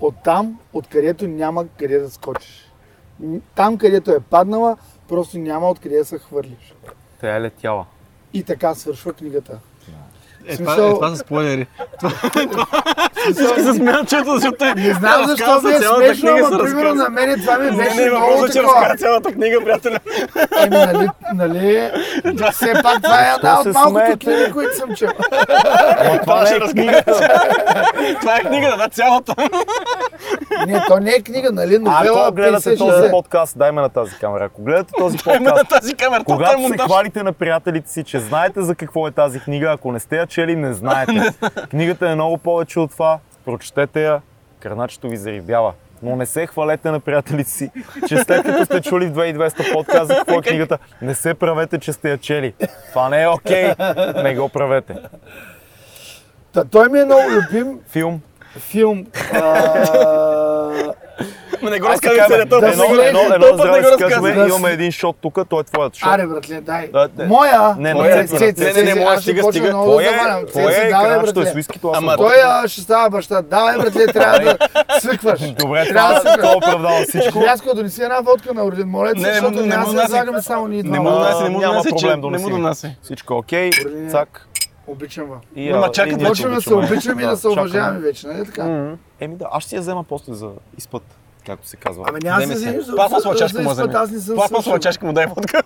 Speaker 3: от там, откъдето няма къде да скочиш. М, Там, където е паднала, просто няма откъде да се хвърлиш.
Speaker 1: Тя е летяла.
Speaker 3: И така свършва книгата.
Speaker 2: Е, това,
Speaker 3: смисъл-
Speaker 2: е, това са спойлери. Всички се смеят, че да се те.
Speaker 3: Не знам защо ми е смешно, ама примерно на мен това ми
Speaker 2: Не,
Speaker 3: беше много
Speaker 2: въпросът е, че
Speaker 3: такова.
Speaker 2: разкара цялата книга, приятеля.
Speaker 3: Еми, нали, нали, все пак това е една
Speaker 1: се
Speaker 3: от малкото
Speaker 1: смеете?
Speaker 3: книги, които съм чел.
Speaker 1: Ама това не е книгата.
Speaker 2: Това е книгата, да, цялата.
Speaker 3: Не, то не е книга, нали,
Speaker 1: А,
Speaker 3: новела
Speaker 1: ако гледате
Speaker 3: 50-60.
Speaker 1: този подкаст, дай ме на тази камера. Ако гледате този
Speaker 2: Ема на
Speaker 1: подкаст,
Speaker 2: тази камера, това е
Speaker 1: когато се
Speaker 2: монтаж.
Speaker 1: хвалите на приятелите си, че знаете за какво е тази книга, ако не сте я чели, не знаете. Книгата е много повече от това. Прочетете я, кърначето ви зарибява. Но не се хвалете на приятелите си, че след като сте чули в 2200 подкаст за какво е книгата, не се правете, че сте я чели. Това не е окей. Не го правете.
Speaker 3: Та той ми е много любим
Speaker 1: Филм.
Speaker 3: филм. а,
Speaker 2: не е го
Speaker 5: Аз
Speaker 2: разказвай
Speaker 5: така, бе,
Speaker 2: целият този
Speaker 3: да
Speaker 2: път.
Speaker 3: се
Speaker 1: Едно,
Speaker 3: гледа,
Speaker 1: едно,
Speaker 2: този
Speaker 1: едно
Speaker 2: път
Speaker 1: здраве
Speaker 2: не го
Speaker 1: си казваме,
Speaker 2: разказвай.
Speaker 1: имаме един шот тук, той е твоят шот.
Speaker 3: Аре, братле, дай.
Speaker 1: Да, да.
Speaker 3: Моя!
Speaker 1: Не, на
Speaker 3: моя,
Speaker 1: Цеци.
Speaker 3: Цеци,
Speaker 2: Не, не, не,
Speaker 3: Цеци,
Speaker 2: моя,
Speaker 3: аз ще
Speaker 2: стига,
Speaker 3: почна
Speaker 2: стига.
Speaker 3: много
Speaker 1: Той
Speaker 3: да
Speaker 1: е,
Speaker 3: завалям.
Speaker 1: той
Speaker 3: Цеци,
Speaker 1: е
Speaker 3: давай,
Speaker 1: краш, той е с
Speaker 3: братле.
Speaker 1: уиски, това съм.
Speaker 2: Ама-
Speaker 1: Той-
Speaker 3: Той а, ще става баща. Давай, братле, трябва да свикваш.
Speaker 1: Добре,
Speaker 3: трябва
Speaker 1: това
Speaker 3: да
Speaker 1: това
Speaker 3: свикваш.
Speaker 1: оправдава всичко.
Speaker 3: Рязко, донеси една водка на Орлин, моля те,
Speaker 2: Не, не му-
Speaker 3: защото
Speaker 2: не
Speaker 3: няма
Speaker 2: му
Speaker 3: да се
Speaker 2: носи.
Speaker 3: излагаме само
Speaker 2: Не
Speaker 3: ние двама.
Speaker 2: му донася, не му
Speaker 1: Няма
Speaker 2: донася, че
Speaker 1: проблем,
Speaker 2: не му
Speaker 1: доноси.
Speaker 2: донася.
Speaker 1: Всичко е окей,
Speaker 3: Орлин,
Speaker 1: цак.
Speaker 3: Обичам ви.
Speaker 1: И,
Speaker 2: Ама
Speaker 1: а,
Speaker 2: чакай,
Speaker 1: и ние
Speaker 2: почваме
Speaker 3: Почваме да
Speaker 1: те
Speaker 3: се обичаме и да се
Speaker 1: чакаме.
Speaker 3: уважаваме вече, нали така?
Speaker 1: Еми да, аз ще си я взема после за изпът, както се казва.
Speaker 3: Ами няма да
Speaker 2: Вземи
Speaker 3: се
Speaker 2: си.
Speaker 3: вземи за за-
Speaker 2: Пластмасова
Speaker 3: за
Speaker 2: чашка му
Speaker 3: изпът,
Speaker 2: вземи.
Speaker 3: аз не съм
Speaker 2: Пластмасова
Speaker 3: свършил.
Speaker 2: чашка му дай водка.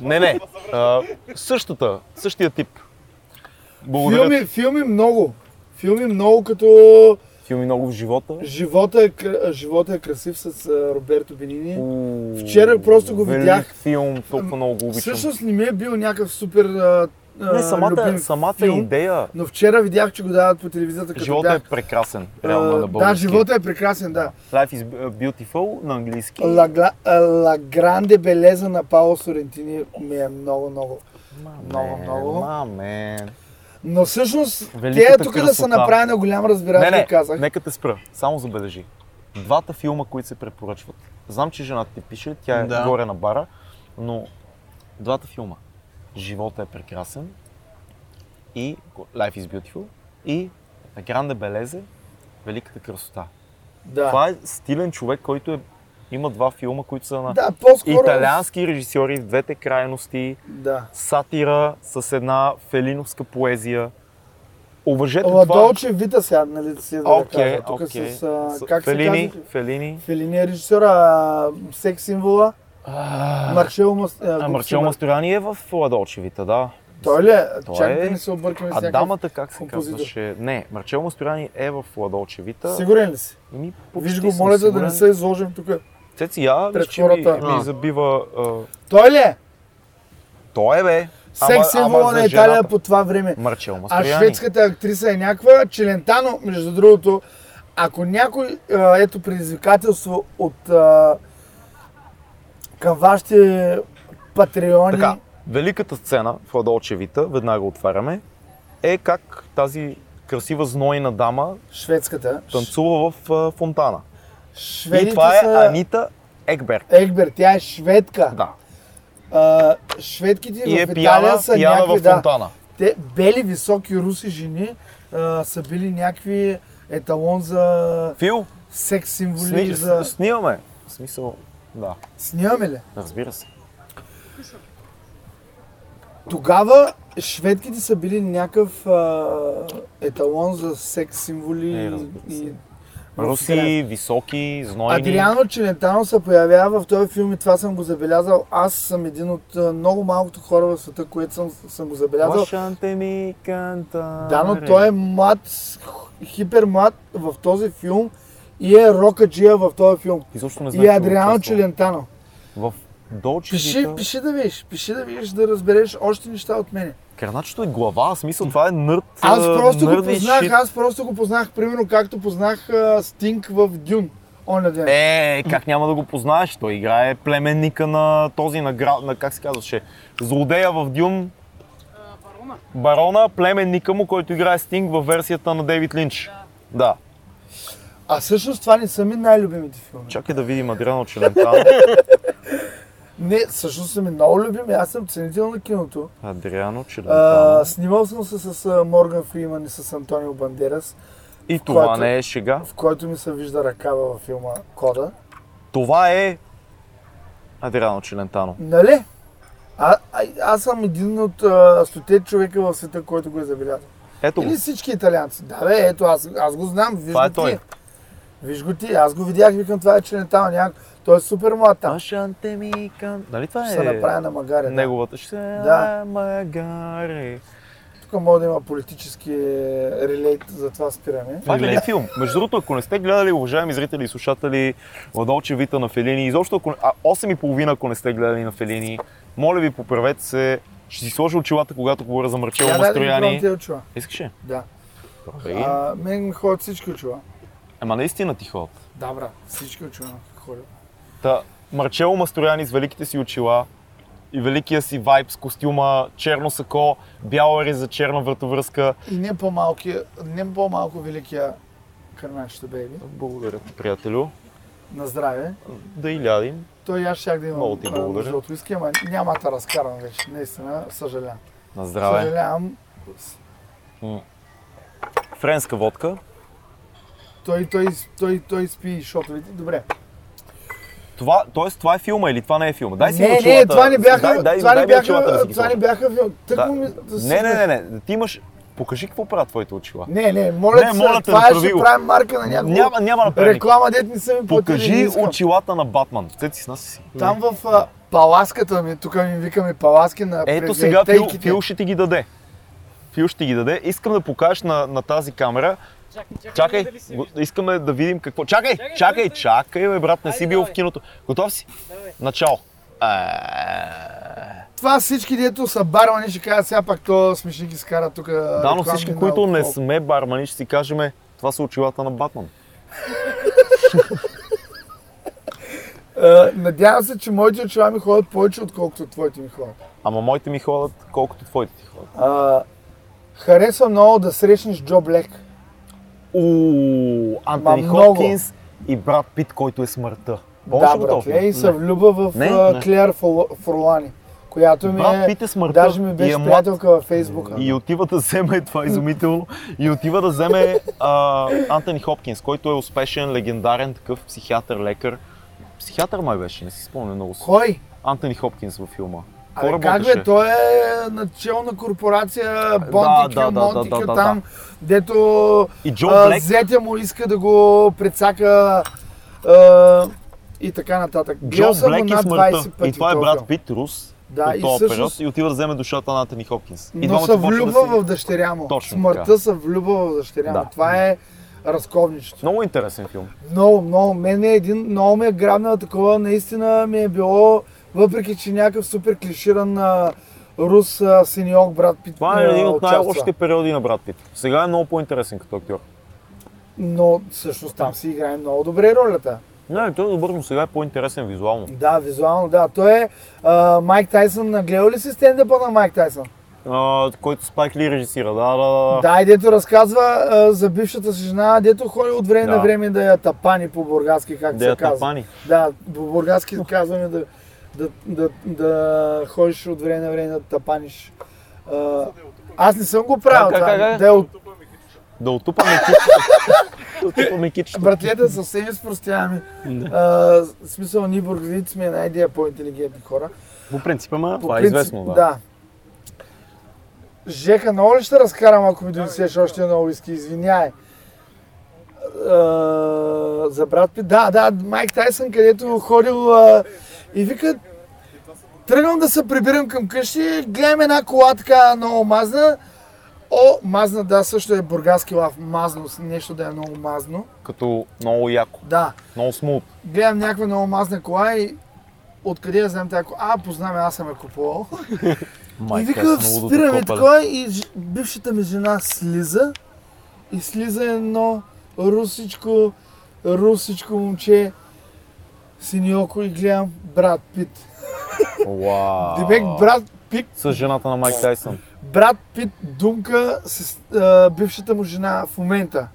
Speaker 1: Не, не, а, същата, същия тип. Благодаря.
Speaker 3: Филми, филми много. Филми много, като
Speaker 1: Филми много в живота.
Speaker 3: живота е, кр- живота е красив с а, Роберто Бенини.
Speaker 1: Уу,
Speaker 3: Вчера просто го
Speaker 1: велик
Speaker 3: видях.
Speaker 1: филм, толкова много го обичам.
Speaker 3: Всъщност не ми е бил някакъв супер а, а,
Speaker 1: не, самата,
Speaker 3: любим
Speaker 1: самата
Speaker 3: филм,
Speaker 1: идея,
Speaker 3: но вчера видях, че го дават по телевизията, като
Speaker 1: живота е
Speaker 3: бях.
Speaker 1: прекрасен,
Speaker 3: а,
Speaker 1: реално на
Speaker 3: да,
Speaker 1: български.
Speaker 3: живота е прекрасен, да.
Speaker 1: Life is beautiful на английски.
Speaker 3: La, Gla- а, La Grande Белеза на Пао Сорентини ми е много, много. Много, много.
Speaker 1: Маме.
Speaker 3: Но всъщност,
Speaker 1: Великата
Speaker 3: те тук да са
Speaker 1: красота.
Speaker 3: направени на голям
Speaker 1: Не,
Speaker 3: разбирателно
Speaker 1: не,
Speaker 3: казах.
Speaker 1: нека те спра. Само забележи. Двата филма, които се препоръчват. Знам, че жената ти пише, тя е
Speaker 2: Да.
Speaker 1: горе на бара, но двата филма. Живота е прекрасен и Life is beautiful и на Гранде Белезе Великата красота.
Speaker 3: Да.
Speaker 1: Това е стилен човек, който е, има два филма, които са на
Speaker 3: Да, по-скоро.
Speaker 1: италиански режисьори в двете крайности.
Speaker 3: Да.
Speaker 1: сатира с една фелиновска поезия. Уважете това.
Speaker 3: Ладолче Вита сега, нали да си да
Speaker 1: Окей,
Speaker 3: кажа. Тук
Speaker 1: окей.
Speaker 3: с, а,
Speaker 1: С-
Speaker 3: как
Speaker 1: Фелини,
Speaker 3: се казва?
Speaker 1: Фелини.
Speaker 3: Фелини е режисьора, а, секс символа, Марчело Мас... а,
Speaker 1: А,
Speaker 3: Гуксимар.
Speaker 1: Марчел Мастояни е в Ладолчевита, да.
Speaker 3: Той ли е?
Speaker 1: Той
Speaker 3: Чакай
Speaker 1: е-
Speaker 3: да не се объркаме с
Speaker 1: А
Speaker 3: някакъв.
Speaker 1: дамата как се
Speaker 3: композитор.
Speaker 1: казваше? Не, Марчел Мастояни е в Ладолчевита.
Speaker 3: Сигурен ли си?
Speaker 1: Ми,
Speaker 3: Виж го, моля те да не се изложим тук.
Speaker 1: Цеци, я,
Speaker 3: пред
Speaker 1: виж, че ми,
Speaker 3: хората.
Speaker 1: ми
Speaker 2: А.
Speaker 1: забива... а,
Speaker 3: Той ли е?
Speaker 1: Той е, бе.
Speaker 3: Секс
Speaker 1: ама
Speaker 3: символа
Speaker 1: за
Speaker 3: на Италия
Speaker 1: жената.
Speaker 3: по това време.
Speaker 1: Марчел
Speaker 3: А
Speaker 1: Мастояни.
Speaker 3: шведската актриса е някаква. Челентано, между другото, ако някой, а, ето предизвикателство от а, към вашите патреони,
Speaker 1: Така, великата сцена в Ладолчевита, веднага отваряме, е как тази красива знойна дама
Speaker 3: шведската,
Speaker 1: танцува в а, фонтана.
Speaker 3: шведите
Speaker 1: и това е
Speaker 3: са...
Speaker 1: Анита Екберг.
Speaker 3: Егбер, тя е шведка.
Speaker 1: Да.
Speaker 3: А, шведките
Speaker 1: И
Speaker 3: в
Speaker 1: е
Speaker 3: Италия
Speaker 1: пияна,
Speaker 3: са
Speaker 1: пияна
Speaker 3: някакви,
Speaker 1: в
Speaker 3: да,
Speaker 1: фонтана.
Speaker 3: те бели, високи руси жени а, са били някакви еталон за
Speaker 1: Фил,
Speaker 3: секс символи,
Speaker 1: сни,
Speaker 3: за...
Speaker 1: с- снимаме. В смисъл, да,
Speaker 3: Снимаме ли?
Speaker 1: разбира се.
Speaker 3: Тогава шведките са били някакъв а, еталон за секс символи
Speaker 1: Е, разбира се.
Speaker 3: и...
Speaker 1: Руси, високи, знойни.
Speaker 3: Адриано Челентано се появява в този филм и това съм го забелязал. Аз съм един от а, много малкото хора в света, което съм, съм го забелязал.
Speaker 1: Лошанте ми канта.
Speaker 3: Да, но той е млад, х- хипер млад в този филм и е Рокаджия в този филм.
Speaker 1: Изобщо не знам.
Speaker 3: И е Адриано Челентано.
Speaker 1: В Долче
Speaker 3: Пиши,
Speaker 1: Вита.
Speaker 3: пиши да видиш, пиши да видиш, да разбереш още неща от мене.
Speaker 1: Карначето е глава, в смисъл това е нърд.
Speaker 3: Аз
Speaker 1: а,
Speaker 3: просто го
Speaker 1: нърди
Speaker 3: познах,
Speaker 1: shit.
Speaker 3: аз просто го познах, примерно както познах а, Стинг в Дюн. Оня ден.
Speaker 1: Е, как няма да го познаеш? Той играе племенника на този, на, гра... на как се казваше, злодея в Дюн. Барона. Барона, племенника му, който играе Стинг във версията на Дейвид Линч. Да.
Speaker 3: А всъщност това не са ми най-любимите филми.
Speaker 1: Чакай да видим Адриано Челентано.
Speaker 3: Не, всъщност са ми много любими, аз съм ценител на киното.
Speaker 1: Адриано Челентано.
Speaker 3: А, снимал съм се с а, Морган Фриман и с Антонио Бандерас,
Speaker 1: И това
Speaker 3: който-
Speaker 1: не е шега.
Speaker 3: в който ми се вижда ръкава във филма Кода.
Speaker 1: Това е Адриано Челентано.
Speaker 3: Нали? А, а, аз съм един от а, стоте човека в света, който го е забелязал.
Speaker 1: Ето го.
Speaker 3: Или всички италианци. Да, бе, ето, аз, аз го знам. Виж
Speaker 1: Това
Speaker 3: го
Speaker 1: е той.
Speaker 3: Ти. Виж го ти. Аз го видях, викам, това е Челентано. Няк... Той е супер млад там.
Speaker 1: Ашанте ми кан... Нали това
Speaker 3: Ще се
Speaker 1: е
Speaker 3: направя на магаре. да.
Speaker 1: неговата? Ще
Speaker 3: Да.
Speaker 1: магаре.
Speaker 3: Тук мога да има политически е, релейт, затова спираме.
Speaker 1: Това е един филм. Между другото, ако не сте гледали, уважаеми зрители и слушатели, Ладолче Вита на Фелини, изобщо ако... а, 8.30, ако не сте гледали на Фелини, моля ви, поправете се. Ще си сложа очилата, когато говоря за Марчело
Speaker 3: Я дай да ми пробвам
Speaker 1: Мастрояни.
Speaker 3: тези очила.
Speaker 1: Искаш ли?
Speaker 3: Да.
Speaker 1: Добре.
Speaker 3: А, мен ми ходят всички очила.
Speaker 1: Ема наистина ти ходят.
Speaker 3: Да, брат, всички очила ми ходят.
Speaker 1: Та, Марчело Мастрояни с великите си очила и великия си вайб с костюма, черно сако, бяла риза, черна вратовръзка.
Speaker 3: И не по-малки, не по-малко великия Кърнашите, бейби.
Speaker 1: Благодаря ти, приятелю.
Speaker 3: На здраве.
Speaker 1: Да и лядим.
Speaker 3: Той и аз щях да имам
Speaker 1: Много ти
Speaker 3: а,
Speaker 1: благодаря.
Speaker 3: нужда от виски, ама няма да разкарвам вече. Наистина, съжалявам.
Speaker 1: На здраве.
Speaker 3: Съжалявам.
Speaker 1: Френска водка.
Speaker 3: Той, той, той, той спи шотовете. Добре.
Speaker 1: Това, тоест, това е филма или това не е филма? Дай си
Speaker 3: не, не,
Speaker 1: очилата.
Speaker 3: това не бяха,
Speaker 1: Дай, дай,
Speaker 3: това
Speaker 1: дай ми
Speaker 3: не бяха,
Speaker 1: очилата да си ги
Speaker 3: това не
Speaker 1: сложа.
Speaker 3: бяха, филм.
Speaker 1: Да.
Speaker 3: тъкмо ми да си-
Speaker 1: Не, не, не, не. Ти имаш... Покажи какво правят твоите очила.
Speaker 3: Не, не, моля
Speaker 1: Не,
Speaker 3: те,
Speaker 1: моля те,
Speaker 3: това е,
Speaker 1: направи
Speaker 3: ще
Speaker 1: го.
Speaker 3: правим марка на някакво.
Speaker 1: Няма, няма напредник.
Speaker 3: Реклама, дет не са ми платили. не
Speaker 1: Покажи
Speaker 3: искам.
Speaker 1: очилата на Батман. Цеци, снаси си.
Speaker 3: Там в а, паласката ми, тук ми викаме паласки на
Speaker 1: Ето сега Фил,
Speaker 3: презентейките.
Speaker 1: Фил ще ти ги даде. Фил ще ти ги даде. Искам да покажеш на, на тази камера.
Speaker 6: Чакай, чакай.
Speaker 1: Чакай,
Speaker 6: дали си
Speaker 1: го-
Speaker 6: виж-
Speaker 1: искаме да видим какво. Чакай,
Speaker 6: Чакай,
Speaker 1: чакай,
Speaker 6: чакай.
Speaker 1: чакай, бе, брат, не си
Speaker 6: Хайде,
Speaker 1: бил в
Speaker 6: давай.
Speaker 1: киното. Готов си?
Speaker 6: Давай.
Speaker 1: Начало. Е,
Speaker 3: Това всички, дето са бармани, ще кажат сега пак то смешник изкара тук.
Speaker 1: Да, но
Speaker 3: е
Speaker 1: всички, които не сме бармани, ще си кажем, е, това са очилата на Батман.
Speaker 3: Надявам се, че моите очила ми ходят повече, отколкото твоите ми ходят.
Speaker 1: Ама моите ми ходят колкото твоите ти ходят.
Speaker 3: А, харесва много да срещнеш Джо Блек.
Speaker 1: Уу, Антони
Speaker 3: Ма много.
Speaker 1: Хопкинс и брат Пит, който е смъртта. Помниш
Speaker 3: Да,
Speaker 1: ли го този
Speaker 3: братле,
Speaker 1: филм?
Speaker 3: и се влюба в
Speaker 1: е. Не,
Speaker 3: а,
Speaker 1: не.
Speaker 3: Клер Фол- Форлани, която ми
Speaker 1: Брат
Speaker 3: е,
Speaker 1: Пит е смъртта.
Speaker 3: даже ми
Speaker 1: и е
Speaker 3: беше
Speaker 1: млад.
Speaker 3: приятелка във Фейсбука.
Speaker 1: И отива да вземе, това е изумително, и отива да вземе а, Антони Хопкинс, който е успешен, легендарен такъв психиатър, лекар. Психиатър май беше, не си спомня много.
Speaker 3: Кой?
Speaker 1: Антони Хопкинс във филма. Кой
Speaker 3: Абе, как
Speaker 1: работеше?
Speaker 3: бе, той е начална корпорация,
Speaker 1: да, да,
Speaker 3: Бонтика,
Speaker 1: да, да,
Speaker 3: Монтика
Speaker 1: да,
Speaker 3: там, дето
Speaker 1: И Джо
Speaker 3: а,
Speaker 1: Блек,
Speaker 3: зетя му иска да го прецака а, и така нататък.
Speaker 1: Джо
Speaker 3: Гледал съм го
Speaker 1: Блек и
Speaker 3: над 20
Speaker 1: смъртта.
Speaker 3: пъти
Speaker 1: И това е
Speaker 3: този
Speaker 1: брат
Speaker 3: филм.
Speaker 1: Пит Рус
Speaker 3: Да,
Speaker 1: от
Speaker 3: и
Speaker 1: този
Speaker 3: всъщност-
Speaker 1: период и отива да вземе душата на Антони Хопкинс. И
Speaker 3: Но
Speaker 1: двамата
Speaker 3: се
Speaker 1: почват да
Speaker 3: влюбва
Speaker 1: си-
Speaker 3: в дъщеря му.
Speaker 1: Точно
Speaker 3: Смъртта
Speaker 1: така.
Speaker 3: се влюбва в дъщеря му.
Speaker 1: Да.
Speaker 3: Това е разковничето.
Speaker 1: Много интересен филм.
Speaker 3: Много, много. Мен е един, много ме е грабнал такова. Наистина ми е било, въпреки че някакъв супер клиширан а, рус а, синьок брат Пит
Speaker 1: Това е
Speaker 3: а,
Speaker 1: един от
Speaker 3: участва.
Speaker 1: най-лошите периоди на брат Пит. Сега е много по-интересен като актьор.
Speaker 3: Но всъщност там си играе много добре ролята.
Speaker 1: Не, той е добър, но сега е по-интересен визуално.
Speaker 3: Да, визуално, да. Той е а, Майк Тайсън. Нагледал ли си стендъпа на Майк Тайсън?
Speaker 1: А, който Спайк Ли режисира. Да, да, да.
Speaker 3: Да, и дето разказва а, за бившата си жена, дето ходи от време
Speaker 1: Да.
Speaker 3: на време да я тапани по-бургаски, както
Speaker 1: Да я
Speaker 3: се казва.
Speaker 1: тапани.
Speaker 3: Да, по-бургаски казваме да, да, да, да ходиш от време на време да тапаниш. А, аз не съм го правил
Speaker 1: Как, как,
Speaker 3: това.
Speaker 1: как?
Speaker 3: Да, от...
Speaker 1: Да отупаме кичето. да отупаме кичето.
Speaker 3: Братлета, съвсем изпростяваме. А, в смисъл, ние бургазите сме най-дея по-интелигентни хора.
Speaker 2: По принцип, ама...
Speaker 1: Това е
Speaker 3: принцип,
Speaker 1: известно, да.
Speaker 3: да. Жека, много ли ще разкарам, ако ми донесеш още едно уиски? Извиняй. А, за брат Пит. Да, да, Майк Тайсън, където ходил а, и вика, тръгвам да се прибирам към къщи, гледам една кола така много мазна. О, мазна, да, също е бургаски лав, мазно, нещо да е много мазно.
Speaker 1: Като много яко,
Speaker 3: Да,
Speaker 1: много смут.
Speaker 3: гледам някаква много мазна кола и откъде я знам тя кола? А, познаме, аз съм я купувал. И вика,
Speaker 1: е
Speaker 3: спираме така и ж- бившата ми жена слиза и слиза едно русичко, русичко момче, синьоко и гледам брат Пит.
Speaker 1: Вау.
Speaker 3: Дебек брат Пит,
Speaker 1: С жената на Майк Тайсън.
Speaker 3: брат Пит думка с а, бившата му жена в момента.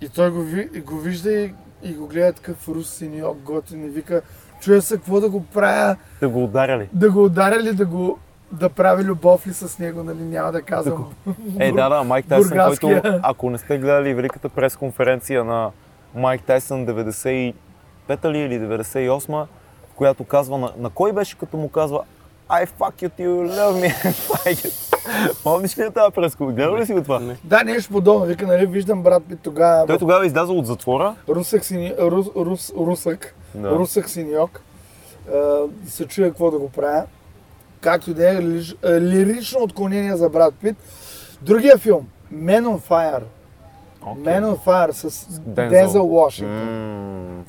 Speaker 3: И той го, ви, и го вижда и, и го гледа такъв рус синьок готин и вика, чуя се какво да го правя,
Speaker 1: Да го ударяли.
Speaker 3: да го ударя ли, да го да прави любов ли с него, нали, няма да казвам.
Speaker 1: Е, да, да, Майк Тайсън, който,
Speaker 3: Бургаския.
Speaker 1: ако не сте гледали великата пресконференция на Майк Тайсън 95-та ли е или 98-ма, в която казва на, на кой беше, като му казва I fuck you till you love me. fuck you." Помниш ли я тази пресконференция? Гледал ли си го това?
Speaker 3: Да, нещо подобно. Вика, нали, виждам брат ми тогава.
Speaker 1: Той тогава е излязъл от затвора.
Speaker 3: Русък, сини... Рус, рус, русък,
Speaker 1: Да.
Speaker 3: да. русък синьок. А, се чуя какво да го правя. Както и да е, лиш- а, лирично отклонение за брат Пит. Другия филм, Men on Fire.
Speaker 1: Окей.
Speaker 3: Men on Fire с
Speaker 1: Дензел.
Speaker 3: Дензел Вашингтон.
Speaker 1: М,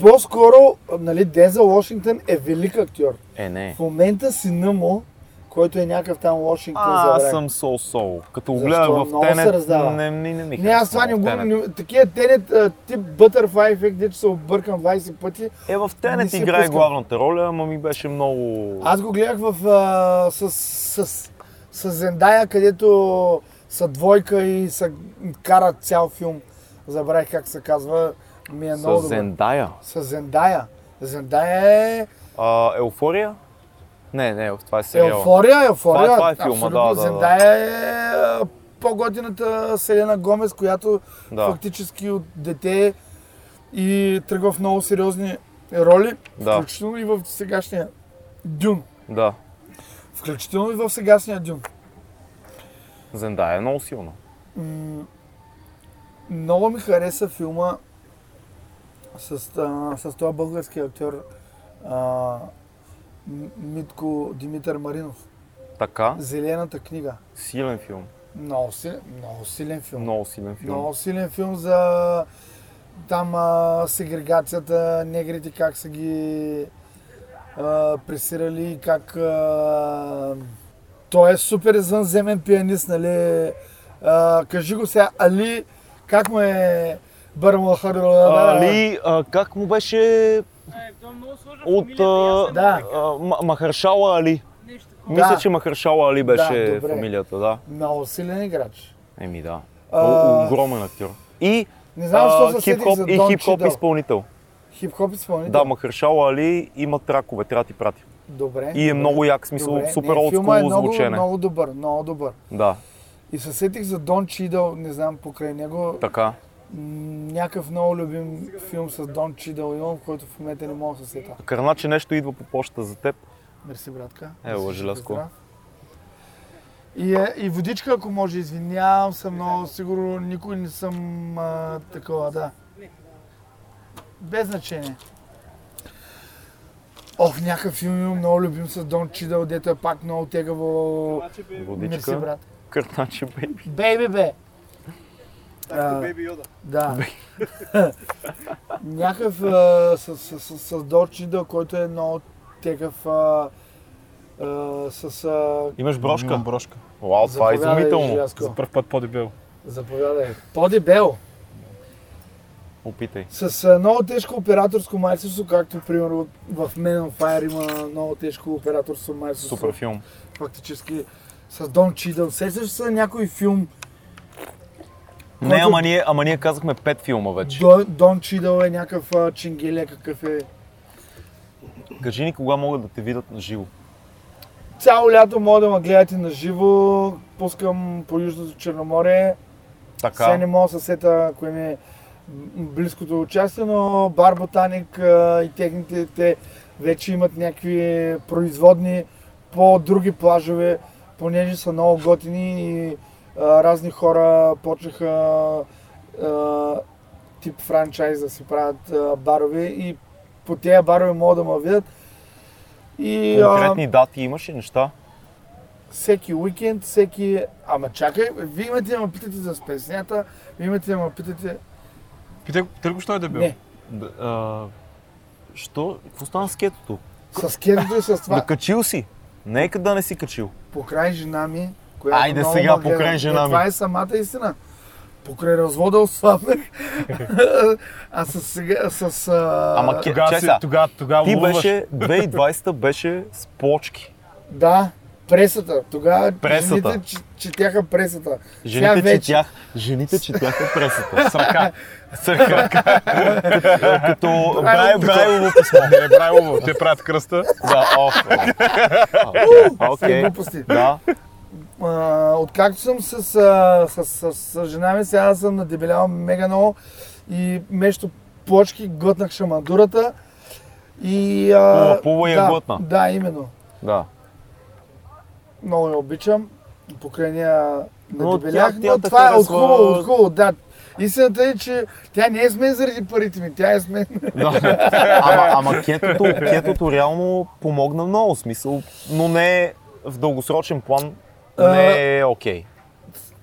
Speaker 3: По-скоро, нали, Дензел Вашингтон е велик актьор.
Speaker 1: Е, не.
Speaker 3: В момента сина му, който е някакъв там Вашингтон
Speaker 1: А, аз
Speaker 3: забравих.
Speaker 1: съм сол сол. Като го
Speaker 3: Защо?
Speaker 1: гледах в
Speaker 3: Много се
Speaker 1: тенет,
Speaker 3: раздава.
Speaker 1: не, не, не ми
Speaker 3: Не, аз това не
Speaker 1: харесва
Speaker 3: го...
Speaker 1: в Tenet.
Speaker 3: не- Такива тенет а, тип Butterfly Effect, дето се объркам 20 пъти.
Speaker 1: Е, в
Speaker 3: не
Speaker 1: тенет
Speaker 3: си
Speaker 1: играе
Speaker 3: пускам.
Speaker 1: главната роля, ама ми беше много...
Speaker 3: Аз го гледах в, а, с, с, с, с Зендая, където са двойка и са карат цял филм. Забравих как се казва. Ми е много
Speaker 1: С
Speaker 3: добър.
Speaker 1: Зендая.
Speaker 3: С Зендая. Зендая е
Speaker 1: А, Еуфория? Не, не, това е сериал.
Speaker 3: еуфория, еуфория.
Speaker 1: Това е- това е филма,
Speaker 3: абсолютно.
Speaker 1: да, да, да.
Speaker 3: Зендая е а, по-годината Селена Гомес, която
Speaker 1: Да.
Speaker 3: фактически от дете и тръгва в много сериозни роли,
Speaker 1: Да.
Speaker 3: включително и в сегашния Дюн.
Speaker 1: Да.
Speaker 3: Включително и в сегашния Дюн.
Speaker 1: Зендая е много силна.
Speaker 3: М, Много ми хареса филма с, а, с това български актьор а, М- Митко Димитър Маринов.
Speaker 1: Така,
Speaker 3: Зелената книга.
Speaker 1: силен филм.
Speaker 3: Много силен, много силен филм.
Speaker 1: Много силен филм.
Speaker 3: Много силен филм за там а, сегрегацията, негрите как са ги а, пресирали, как... А, той е супер извънземен пианист, нали? А, кажи го сега, Али, как му е Бърмал
Speaker 1: Али, а, как му беше от а,
Speaker 3: Да.
Speaker 1: а, Ма- Махаршала Али? Мисля, че Махаршала Али
Speaker 3: Да,
Speaker 1: беше
Speaker 3: добре.
Speaker 1: фамилията, да.
Speaker 3: Много силен играч.
Speaker 1: Еми да.
Speaker 3: А,
Speaker 1: О- Огромен актьор. И
Speaker 3: Не знам, защо
Speaker 1: а,
Speaker 3: се сетих
Speaker 1: хип-хоп
Speaker 3: за
Speaker 1: и
Speaker 3: Дон
Speaker 1: хип-хоп
Speaker 3: Чидъл.
Speaker 1: изпълнител.
Speaker 3: Хип-хоп изпълнител?
Speaker 1: Да, Махаршала Али има тракове, трябва да ти прати.
Speaker 3: Добре.
Speaker 1: И е много як, в смисъл,
Speaker 3: добре.
Speaker 1: супер
Speaker 3: Не, филма е
Speaker 1: олдскул
Speaker 3: много,
Speaker 1: звучене.
Speaker 3: много добър, много добър.
Speaker 1: Да,
Speaker 3: И се сетих за Дон Чидъл, не знам, покрай него.
Speaker 1: така.
Speaker 3: М, Някакъв много любим филм с Дон Чидъл имам, който в момента не мога да се сета.
Speaker 1: Карначе нещо идва по почта за теб.
Speaker 3: Мерси, братка.
Speaker 1: Е, лъжеляско.
Speaker 3: Здрав. И, е, и водичка, ако може, извинявам се много, сигурно никой не съм а, такова, да. Без значение. Ох, някакъв филм имам много любим с Дон Чидъл, дето е пак много тегаво. Мерси,
Speaker 1: Водичка.
Speaker 3: брат.
Speaker 1: Карначе, бейби.
Speaker 3: Бейби, бе! А,
Speaker 2: Бейби Йода.
Speaker 3: Да. Някакъв а, с, с, с, с дочида, който е много тегъв а, а, с... А...
Speaker 1: Имаш брошка?
Speaker 5: брошка.
Speaker 1: Вау, това е
Speaker 3: Заповядай,
Speaker 1: изумително.
Speaker 3: Желязко.
Speaker 5: За първ път по-дебел.
Speaker 3: Заповядай. По-дебел.
Speaker 1: Опитай.
Speaker 3: С а, много тежко операторско майсторство, както примерно в Men on Fire има много тежко операторско майсторство.
Speaker 1: Супер филм.
Speaker 3: Фактически с Дон Чидъл. Сещаш се на някой филм,
Speaker 1: Не,
Speaker 3: Който-
Speaker 1: ама ние, ама ние казахме пет филма вече.
Speaker 3: Дон, Дон Чидъл е някакъв а, чингеле, какъв е.
Speaker 1: Кажи ни кога могат да те видят на живо.
Speaker 3: Цяло лято мога да ме гледате на живо, пускам по Южното Черноморие. Сега не
Speaker 1: Така.
Speaker 3: мога да се сета кое ми е близкото участие, но Бар Ботаник а, и техните, те вече имат някакви производни по други плажове, понеже са много готини и а, разни хора почнаха а, тип франчайз да си правят а, барове и по тези барове могат да ме видят. И, а,
Speaker 1: Конкретни дати имаш и неща.
Speaker 3: всеки уикенд, всеки... Ама чакай, вие имате да ме питате за песнята, вие имате да ме питате...
Speaker 5: Питай, търго, що е дебел?
Speaker 3: Не,
Speaker 1: Д- а, Що? Какво стана с кетото?
Speaker 3: с кедото и с това.
Speaker 1: Накачил си. Нека да не си качил.
Speaker 3: Покрай жена ми, която
Speaker 1: Айде
Speaker 3: много
Speaker 1: сега,
Speaker 3: ме гледа.
Speaker 1: покрай жена
Speaker 3: Е, Това
Speaker 1: ми.
Speaker 3: е самата истина. Покрай развода ослабнах. а с сега... С, а...
Speaker 1: Ама ке-
Speaker 5: Тогава
Speaker 1: чай
Speaker 5: си-
Speaker 1: сега.
Speaker 5: тогава, тогава
Speaker 1: Ти
Speaker 5: луваш.
Speaker 1: беше, 2020 беше с плочки.
Speaker 3: Да, пресата. Тогава
Speaker 1: Пресата.
Speaker 3: жените че- четяха пресата. Сега
Speaker 1: Жените
Speaker 3: вече.
Speaker 1: четях, жените четяха пресата. С ръка. С ръка. Като Брай, Брайлово писмо.
Speaker 5: Не, правило, те правят кръста.
Speaker 1: Да, ох. ох. Окей.
Speaker 3: глупости.
Speaker 1: Да.
Speaker 3: А, откакто съм с, а, с, с, с жена ми, сега съм надебелял мега много и между плочки глътнах шамандурата. И, а,
Speaker 1: Пува, пува и я
Speaker 3: да,
Speaker 1: глътна.
Speaker 3: Да, именно.
Speaker 1: Да.
Speaker 3: Много я обичам. Покрай нея
Speaker 1: Но
Speaker 3: надебелях,
Speaker 1: тя-
Speaker 3: но,
Speaker 1: тя те
Speaker 3: това е от
Speaker 1: харесва-
Speaker 3: хубаво, от хубаво, да. Истината е, че тя не е с мен заради парите ми, тя е с мен.
Speaker 1: Да. Ама, ама кетото, кетото реално помогна много, в смисъл, но не в дългосрочен план не е окей.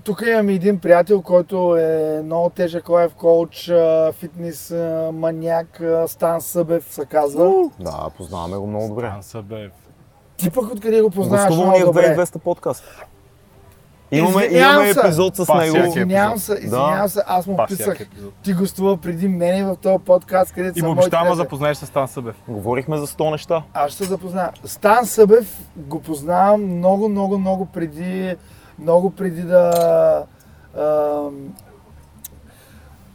Speaker 3: Тук имам един приятел, който е много тежък лайф коуч, а, фитнес а, маняк, а, Стан Събев се казва.
Speaker 1: Да, познаваме го много добре.
Speaker 5: Ансабев.
Speaker 3: Ти пък откъде го познаваш
Speaker 1: Гостувал ни
Speaker 3: много
Speaker 1: е в
Speaker 3: добре.
Speaker 1: 2200 подкаст. Имаме,
Speaker 3: Извинявам
Speaker 1: имаме
Speaker 3: се.
Speaker 1: епизод с
Speaker 5: Пак
Speaker 1: него.
Speaker 5: всяки.
Speaker 3: Извинявам се, извинявам се, аз му
Speaker 5: Пак
Speaker 3: писах.
Speaker 5: всяки епизод.
Speaker 3: Ти гостува преди мене в този подкаст, където
Speaker 5: е И
Speaker 3: са
Speaker 5: му
Speaker 2: Е,
Speaker 3: моите
Speaker 5: обещавам да
Speaker 3: приятели.
Speaker 5: запознаеш с Стан Събев.
Speaker 1: Говорихме за 100 неща.
Speaker 3: Аз ще се запозная. Стан Събев го познавам много, много, много преди много преди да ам,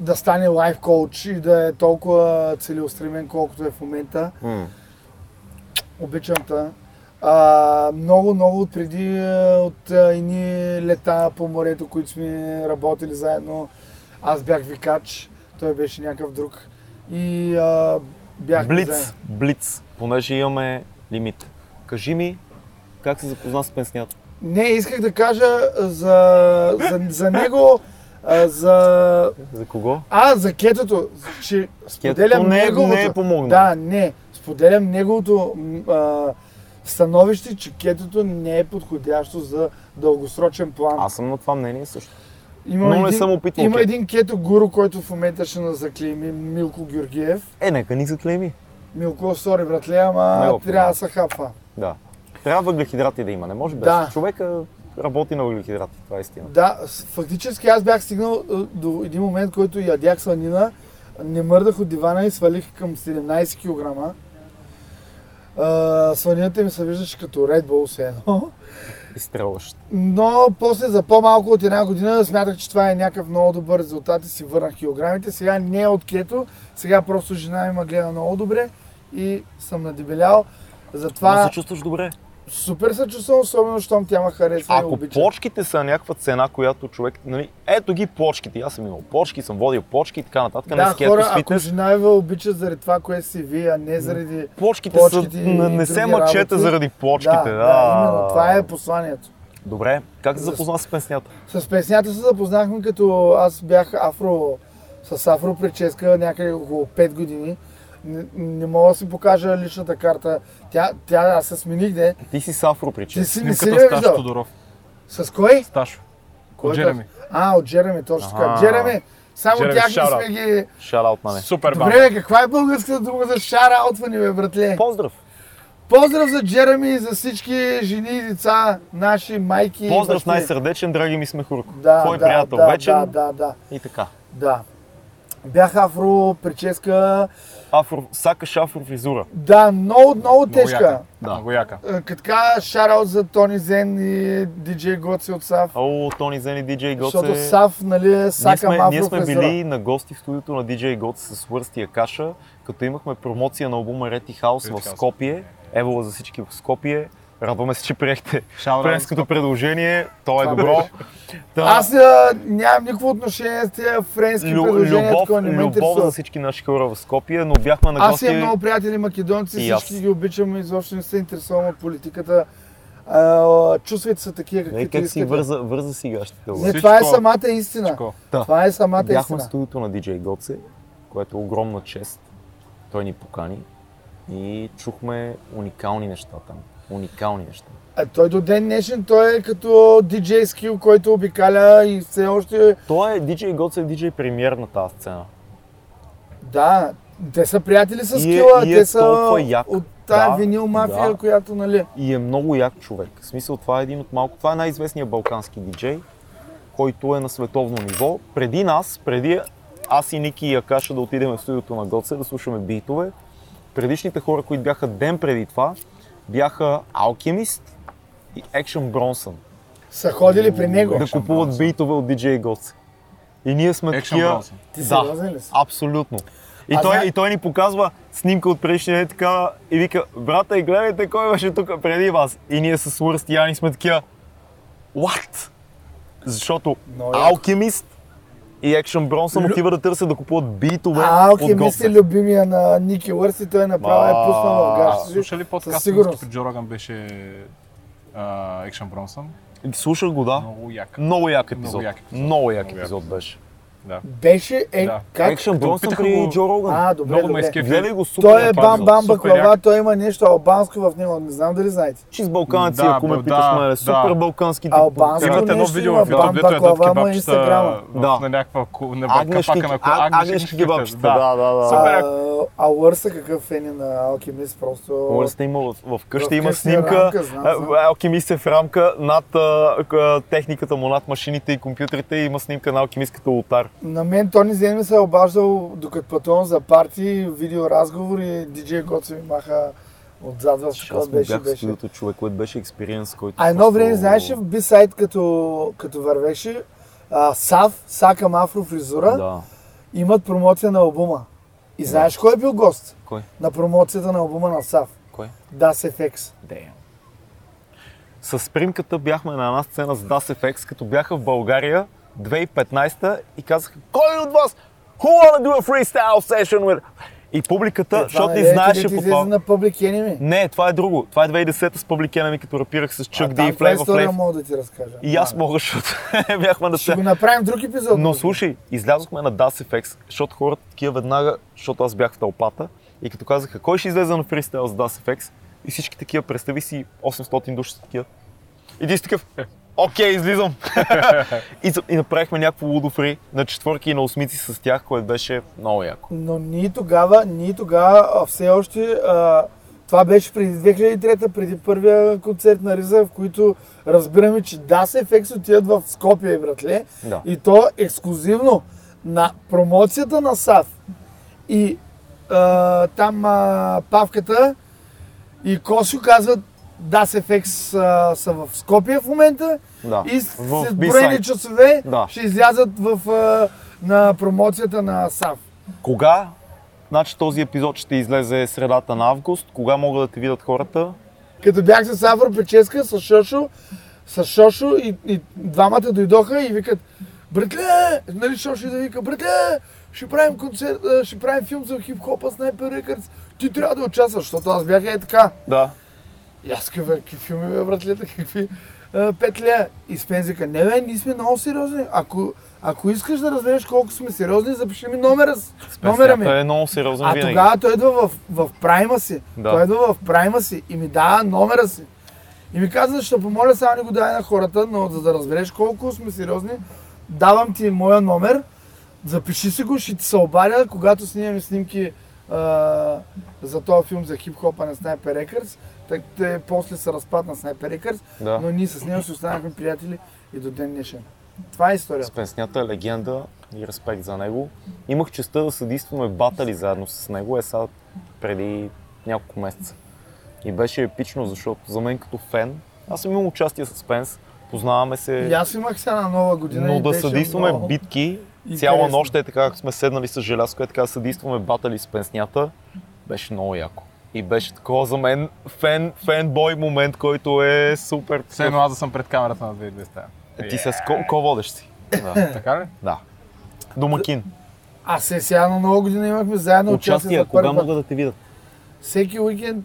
Speaker 3: да стане лайф коуч и да е толкова целеустремен, колкото е в момента.
Speaker 1: М.
Speaker 3: Обичам те. А, много, много от преди а, от а, едни лета по морето, които сме работили заедно. Аз бях викач, той беше някакъв друг. И а, бях
Speaker 1: Блиц, блиц, понеже имаме лимит. Кажи ми, как се запозна с пенснята?
Speaker 3: Не, исках да кажа а, за, за, за него, а, за...
Speaker 1: За кого?
Speaker 3: А, за кетото, че споделям
Speaker 1: Кетото не е-
Speaker 3: неговото...
Speaker 1: не е помогнал.
Speaker 3: Да, не. Споделям неговото м, а, становище, че кетото не е подходящо за дългосрочен план.
Speaker 1: Аз съм на това мнение също.
Speaker 3: Има
Speaker 1: Но не съм опитвал
Speaker 3: Има
Speaker 1: кето.
Speaker 3: един кето гуру, който в момента ще нас заклейми, Милко Георгиев.
Speaker 1: Е, нека ни заклейми.
Speaker 3: Милко, сори, братле, ама
Speaker 1: Много
Speaker 3: трябва да се хапва.
Speaker 1: Да. Трябва въглехидрати да има, не може без.
Speaker 3: Да.
Speaker 1: Човека работи на въглехидрати, това е истина.
Speaker 3: Да, с- фактически аз бях стигнал е, до един момент, който ядях сланина, не мърдах от дивана и свалих към 17 кг. А, сланината ми се виждаше като Red Bull все едно.
Speaker 1: Изстрелващ.
Speaker 3: Но после за по-малко от една година смятах, че това е някакъв много добър резултат и си върнах килограмите. Сега не е от кето, сега просто жена ми ме гледа много добре и съм надебелял.
Speaker 1: Това
Speaker 3: Затова
Speaker 1: се чувстваш добре.
Speaker 3: супер се чувствам, особено, щом тя ме харесва и
Speaker 1: Ако
Speaker 3: обича.
Speaker 1: плочките са някаква цена, която човек... Нали, ето ги плочките. Аз съм имал плочки, съм водил плочки и така нататък. не
Speaker 3: Да,
Speaker 1: с
Speaker 3: хора,
Speaker 1: кетос
Speaker 3: ако
Speaker 1: фитнес.
Speaker 3: жена ви обича заради това, което си вие, а не заради...
Speaker 1: Плочките,
Speaker 3: плочките
Speaker 1: са...
Speaker 3: и
Speaker 1: не- не
Speaker 3: други
Speaker 1: се мъчете
Speaker 3: работи.
Speaker 1: заради плочките.
Speaker 3: да, да, именно, това е посланието.
Speaker 1: Добре, как се запозна с песнята?
Speaker 3: С песнята се запознахме, като аз бях афро, с афро прическа някъде около 5 години. Не, не мога да си покажа личната карта. Тя, тя аз се смених, де.
Speaker 1: Ти си с афро
Speaker 3: Ти
Speaker 1: причина.
Speaker 3: си не си ли
Speaker 2: Снимката
Speaker 3: я
Speaker 2: с Таш
Speaker 3: виждал?
Speaker 2: Тодоров.
Speaker 3: С кой?
Speaker 2: Ташо.
Speaker 3: Кой е
Speaker 2: Джереми.
Speaker 3: този? А, от Джереми, точно така.
Speaker 1: Аха.
Speaker 3: Джереми, само
Speaker 2: Джереми,
Speaker 3: тях не
Speaker 2: shout
Speaker 3: сме ги...
Speaker 1: Шараут на не.
Speaker 2: Супер бан.
Speaker 3: Добре, бе, каква е българската дума за шараутване, бе, братле?
Speaker 1: Поздрав!
Speaker 3: Поздрав за Джереми и за всички жени и деца, наши майки и
Speaker 1: Поздрав
Speaker 3: бащи.
Speaker 1: най-сърдечен, драги ми Смехурко.
Speaker 3: Да,
Speaker 1: Твой
Speaker 3: да,
Speaker 1: приятел
Speaker 3: да,
Speaker 1: вечен.
Speaker 3: Да, да, да,
Speaker 1: И така.
Speaker 3: да. Бях афро, прическа,
Speaker 1: Афро, сакаш афро фризура.
Speaker 3: Да, много, много тежка.
Speaker 2: яка. Да. Много яка.
Speaker 3: Е, Като така, шараут за Тони Зен и диджей Гоци от САФ.
Speaker 1: О, Тони Зен и диджей Гоце.
Speaker 3: Защото САФ, нали, е
Speaker 1: Ние
Speaker 3: сака
Speaker 1: сме,
Speaker 3: мафро
Speaker 1: ние сме
Speaker 3: фризера.
Speaker 1: били на гости в студиото на DJ God с свърстия каша, като имахме промоция на албума Рети House в
Speaker 2: House.
Speaker 1: Скопие. Евола за всички в Скопие. Радваме се, че приехте
Speaker 2: Шаут
Speaker 1: френското предложение. То е добро. Та,
Speaker 3: Аз а, нямам никакво отношение с тези френски
Speaker 1: лю-
Speaker 3: предложения,
Speaker 1: любов,
Speaker 3: такова не ме
Speaker 1: любов за
Speaker 3: интересува.
Speaker 1: всички наши хора в Скопие, но бяхме на
Speaker 3: Аз
Speaker 1: гости.
Speaker 3: имам много приятели македонци,
Speaker 1: И аз.
Speaker 3: всички ги обичам, изобщо не се интересувам от политиката. А, чувствайте са такива,
Speaker 1: Е,
Speaker 3: каквито
Speaker 1: как си
Speaker 3: искате.
Speaker 1: върза, върза си гащите. бе.
Speaker 3: Не, това е
Speaker 2: Всичко.
Speaker 3: самата истина.
Speaker 2: Всичко.
Speaker 1: Та.
Speaker 3: Това е самата
Speaker 1: Бяхме в
Speaker 3: истина.
Speaker 1: студиото на DJ Гоце, което е огромна чест. Той ни покани и чухме уникални неща там. Уникални неща.
Speaker 3: А той до ден днешен, той е като диджей скил, който обикаля и все още
Speaker 1: Той е DJ Гоце, е DJ премьер на тази сцена.
Speaker 3: Да, те са приятели с
Speaker 1: И е-
Speaker 3: Кила,
Speaker 1: и е
Speaker 3: те са
Speaker 1: толкова як.
Speaker 3: от тая
Speaker 1: Да,
Speaker 3: винил мафия,
Speaker 1: да.
Speaker 3: която, нали...
Speaker 1: И е много як човек. В смисъл, това е един от малко. Това е най-известният балкански диджей, който е на световно ниво. Преди нас, преди аз и Ники и Акаша да отидем в студиото на Гоце, да слушаме битове, предишните хора, които бяха ден преди това, бяха Alchemist и Action Bronson.
Speaker 3: Са ходили при него.
Speaker 1: да купуват битове от DJ Гоце. И ние сме
Speaker 2: Екшън
Speaker 1: такива...
Speaker 2: Бронсон.
Speaker 3: Ти
Speaker 1: Да,
Speaker 3: сериозен ли си?
Speaker 1: абсолютно. И
Speaker 3: А
Speaker 1: той,
Speaker 3: зна-
Speaker 1: и той ни показва снимка от предишния ден така и вика, брата, и гледайте кой беше тук преди вас. И ние с Урст и Яни сме такива, what? Защото
Speaker 3: Много яко.
Speaker 1: Alchemist и Action Bronson отива да търсят да купуват битове
Speaker 3: А,
Speaker 1: от
Speaker 3: окей, мисли
Speaker 1: Гоце.
Speaker 3: е любимия на Ники Уърс и той направо е
Speaker 1: Ба,
Speaker 3: пуснал в гаш.
Speaker 2: Слуша ли
Speaker 3: Със
Speaker 2: подкаста,
Speaker 3: сигурност.
Speaker 2: който при Джо Роган беше а, Екшън Бронсън?
Speaker 1: Слушах го, да.
Speaker 2: Много яка.
Speaker 1: Много як
Speaker 2: Много
Speaker 1: епизод.
Speaker 2: як епизод.
Speaker 1: Много як
Speaker 2: Много як.
Speaker 1: епизод беше.
Speaker 3: Беше е...
Speaker 2: Да.
Speaker 3: Как?
Speaker 1: Action Bronson
Speaker 2: опитаха
Speaker 1: при
Speaker 2: го-
Speaker 1: Джо Роган.
Speaker 3: А, добре,
Speaker 2: Много ме е
Speaker 3: добре.
Speaker 2: изкефи.
Speaker 1: Гледай го супер.
Speaker 3: Той е
Speaker 1: епизод.
Speaker 3: бам-бам
Speaker 2: Супер
Speaker 3: баклава,
Speaker 2: як.
Speaker 3: той има нещо албанско в него, не знам дали знаете.
Speaker 1: Чист балканци,
Speaker 2: Да,
Speaker 1: ако ме
Speaker 2: бе,
Speaker 1: питаш,
Speaker 2: да,
Speaker 1: ме е
Speaker 2: да.
Speaker 1: супер балкански тип.
Speaker 3: Албанско
Speaker 2: Имат едно
Speaker 3: нещо
Speaker 2: видео
Speaker 3: има,
Speaker 2: в YouTube,
Speaker 3: бам
Speaker 2: дето едат
Speaker 3: баклава, ама
Speaker 2: кебабчета
Speaker 3: инстаграма.
Speaker 2: в-
Speaker 1: Да.
Speaker 2: на някаква ку- на
Speaker 1: Агнешки,
Speaker 2: капака на ку-
Speaker 1: а- агнешки
Speaker 2: агнешки
Speaker 1: кебабчета.
Speaker 2: кебабчета, да.
Speaker 1: Да, да, да.
Speaker 2: Супер.
Speaker 3: А, а Уърс е какъв фен на Алкемис, просто...
Speaker 1: Може да има в, в къща,
Speaker 3: Вкъщи
Speaker 1: има
Speaker 3: е
Speaker 1: снимка.
Speaker 3: рамка, знам, знам.
Speaker 1: а, Алхимист е в рамка над а, к- техниката му, над машините и компютрите и има снимка на алхимистката ултар.
Speaker 3: На мен Тони Зен ми се е обаждал, докато пътувам за парти, видеоразговор и диджей Гоце ми маха Отзад в
Speaker 1: Аз
Speaker 3: шоколад
Speaker 1: му
Speaker 3: беше,
Speaker 1: бях в
Speaker 3: беше.
Speaker 1: студиото човек, което беше експириенс, който...
Speaker 3: А едно
Speaker 1: просто-
Speaker 3: време, знаеш, ли, в бисайт, като, като вървеше, а, Сав, Сакам Афро фризура,
Speaker 1: Да.
Speaker 3: имат промоция на албума. И знаеш кой е бил гост?
Speaker 1: Кой?
Speaker 3: На промоцията на албума на Сав.
Speaker 1: Кой?
Speaker 3: Das FX.
Speaker 1: Damn. С примката бяхме на една сцена с Das FX, като бяха в България 2015 и казаха, кой от вас who wanna do a freestyle session with... И публиката, защото
Speaker 3: не
Speaker 1: ни
Speaker 3: е,
Speaker 1: знаеше
Speaker 3: където
Speaker 1: по
Speaker 3: излезе
Speaker 1: това.
Speaker 3: на Public Enemy.
Speaker 1: Не, това е друго. Това е 2010 с Public Enemy, като рапирах с Чук
Speaker 3: А
Speaker 1: Ди
Speaker 3: там
Speaker 1: и
Speaker 3: това е
Speaker 1: Flavor
Speaker 3: история
Speaker 1: Flav.
Speaker 3: мога да ти разкажа.
Speaker 1: И аз
Speaker 3: Да.
Speaker 1: мога, защото бяхме на
Speaker 3: Ще
Speaker 1: сцена.
Speaker 3: го направим друг епизод.
Speaker 1: Но
Speaker 3: може би.
Speaker 1: слушай, излязохме на Das FX, защото хората такива веднага, защото аз бях в тълпата и като казаха, кой ще излезе на фристайл с Das FX и всички такива, представи си 800 души са такива. И ти си такъв, окей, излизам. и, за- и, направихме някакво лудофри на четвърки и на осмици с тях, което беше много яко.
Speaker 3: Но ние тогава, ние тогава а, все още, а, това беше преди 2003 преди първия концерт на Риза, в които разбираме, че Das FX отиват в Скопия, братле.
Speaker 1: Да.
Speaker 3: И то ексклюзивно на промоцията на САВ и а, там а, Павката и Косо казват Das FX а, са в Скопия в момента
Speaker 1: Да.
Speaker 3: и
Speaker 1: В
Speaker 3: след броени
Speaker 1: B-side.
Speaker 3: часове
Speaker 1: Да.
Speaker 3: ще излязат в, а, на промоцията на САВ.
Speaker 1: Кога? Значи този епизод ще излезе средата на август. Кога могат да те видят хората?
Speaker 3: Като бях с Авро Печеска, с Шошо, с Шошо и, и двамата дойдоха и викат Братле, нали Шошо и да вика, братле, ще правим концерт, а, ще правим филм за хип-хопа, Sniper Records, ти трябва да участваш, защото аз бях е така.
Speaker 1: Да.
Speaker 3: И аз казвам, «Бе, какви филми, бе, братлета, какви а, петля. И Спенс вика, не бе, ние сме много сериозни. Ако, ако искаш да разбереш колко сме сериозни, запиши ми номера, с- номера ми.
Speaker 1: Песната е много сериозен
Speaker 3: А
Speaker 1: винаги.
Speaker 3: тогава той идва в, в прайма си.
Speaker 1: Да.
Speaker 3: Той идва в прайма си и ми дава номера си. И ми казва, ще помоля само не го дай на хората, но за да разбереш колко сме сериозни, давам ти моя номер, запиши си го, ще ти се обадя, когато снимаме снимки а, за този филм за хип-хопа на Sniper Records. Так, те после се разпад на Sniper Records,
Speaker 1: Да.
Speaker 3: но ние с него си останахме приятели и до ден днешен. Това е историята.
Speaker 1: Спенснята е легенда и респект за него. Имах честа да съдействаме в батали заедно с него, е сега преди няколко месеца. И беше епично, защото за мен като фен, аз съм имал участие с Спенс, познаваме
Speaker 3: И
Speaker 1: се,
Speaker 3: аз имах сега на нова година
Speaker 1: но
Speaker 3: и
Speaker 1: да
Speaker 3: беше
Speaker 1: съдействаме
Speaker 3: много-
Speaker 1: битки, цяла
Speaker 3: интересно.
Speaker 1: нощ е така, как сме седнали с желязко, е така да съдействаме батали с пенснята, беше много яко. И беше такова за мен фен, фенбой момент, който е супер.
Speaker 2: Все едно аз да съм пред камерата на 2200.
Speaker 1: Ти се ко, ко водеш си?
Speaker 2: Така ли?
Speaker 1: Да. Домакин.
Speaker 3: А се сега на нова година имахме заедно участие
Speaker 1: Участие,
Speaker 3: за
Speaker 1: кога
Speaker 3: първи път.
Speaker 1: могат да те видят?
Speaker 3: Всеки уикенд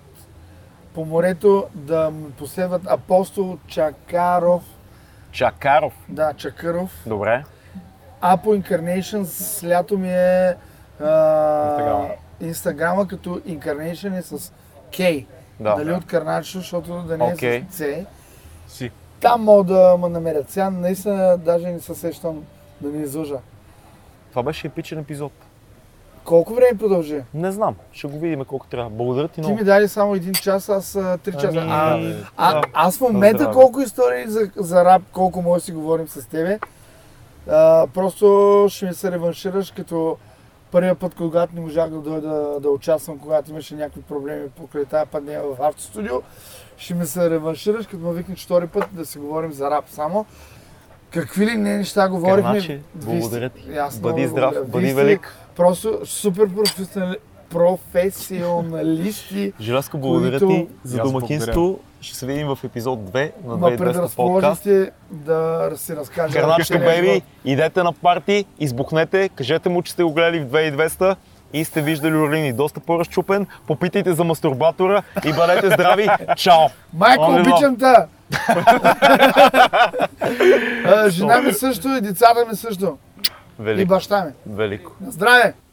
Speaker 3: по морето да му последват Апостол Чакаров,
Speaker 1: Чакаров.
Speaker 3: да, Чакаров.
Speaker 1: Добре.
Speaker 3: Апо Incarnation с лято ми е а,
Speaker 2: Инстаграма.
Speaker 3: Инстаграма, като Incarnation е с K.
Speaker 1: Да.
Speaker 3: Дали от Карначо, защото да не е
Speaker 1: Окей.
Speaker 3: с C.
Speaker 2: Си.
Speaker 3: Там мога да ме намерят. Сега наистина даже не се сещам да не излъжа.
Speaker 1: Това беше епичен епизод.
Speaker 3: Колко време продължи?
Speaker 1: Не знам, ще го видим колко трябва. Благодаря ти
Speaker 3: Ти
Speaker 1: много.
Speaker 3: ми даде само един час, аз а, три часа. А,
Speaker 1: Ами,
Speaker 3: А,
Speaker 1: да.
Speaker 3: аз в момента
Speaker 1: Здраве.
Speaker 3: колко истории за, за рап, колко може да си говорим с тебе. А, просто ще ми се реваншираш като първия път, когато не можах да дойда да участвам, когато имаше някакви проблеми покрай тази пандемия в Арт Студио, ще ми се реваншираш, като ме викнеш втори път да си говорим за рап само. Какви ли не неща говорихме?
Speaker 1: Карначе,
Speaker 3: Вие
Speaker 1: значи,
Speaker 3: сте-
Speaker 1: благодаря ти.
Speaker 3: И аз
Speaker 1: Бъди
Speaker 3: много
Speaker 1: здрав,
Speaker 3: благодаря.
Speaker 1: бъди
Speaker 3: Вие сте
Speaker 1: велик.
Speaker 3: Просто супер професионали- професионалисти.
Speaker 1: Желязко, благодаря
Speaker 3: които-
Speaker 1: ти за
Speaker 2: И аз
Speaker 1: домакинство. Ще се видим в епизод 2 на
Speaker 3: Ма
Speaker 1: 2200 подкаст.
Speaker 3: предразположности да си разкажа.
Speaker 1: Карначето,
Speaker 3: целия
Speaker 1: бейби,
Speaker 3: живот.
Speaker 1: идете на парти, избухнете, кажете му, че сте го гледали в 2200 и сте виждали Орлини доста по-разчупен. Попитайте за мастурбатора и бъдете здрави. Чао!
Speaker 3: Майко,
Speaker 1: Оле,
Speaker 3: обичам те! А, Жена ми също и децата ми също. И
Speaker 1: Велико,
Speaker 3: баща ми.
Speaker 1: велико.
Speaker 3: На здраве!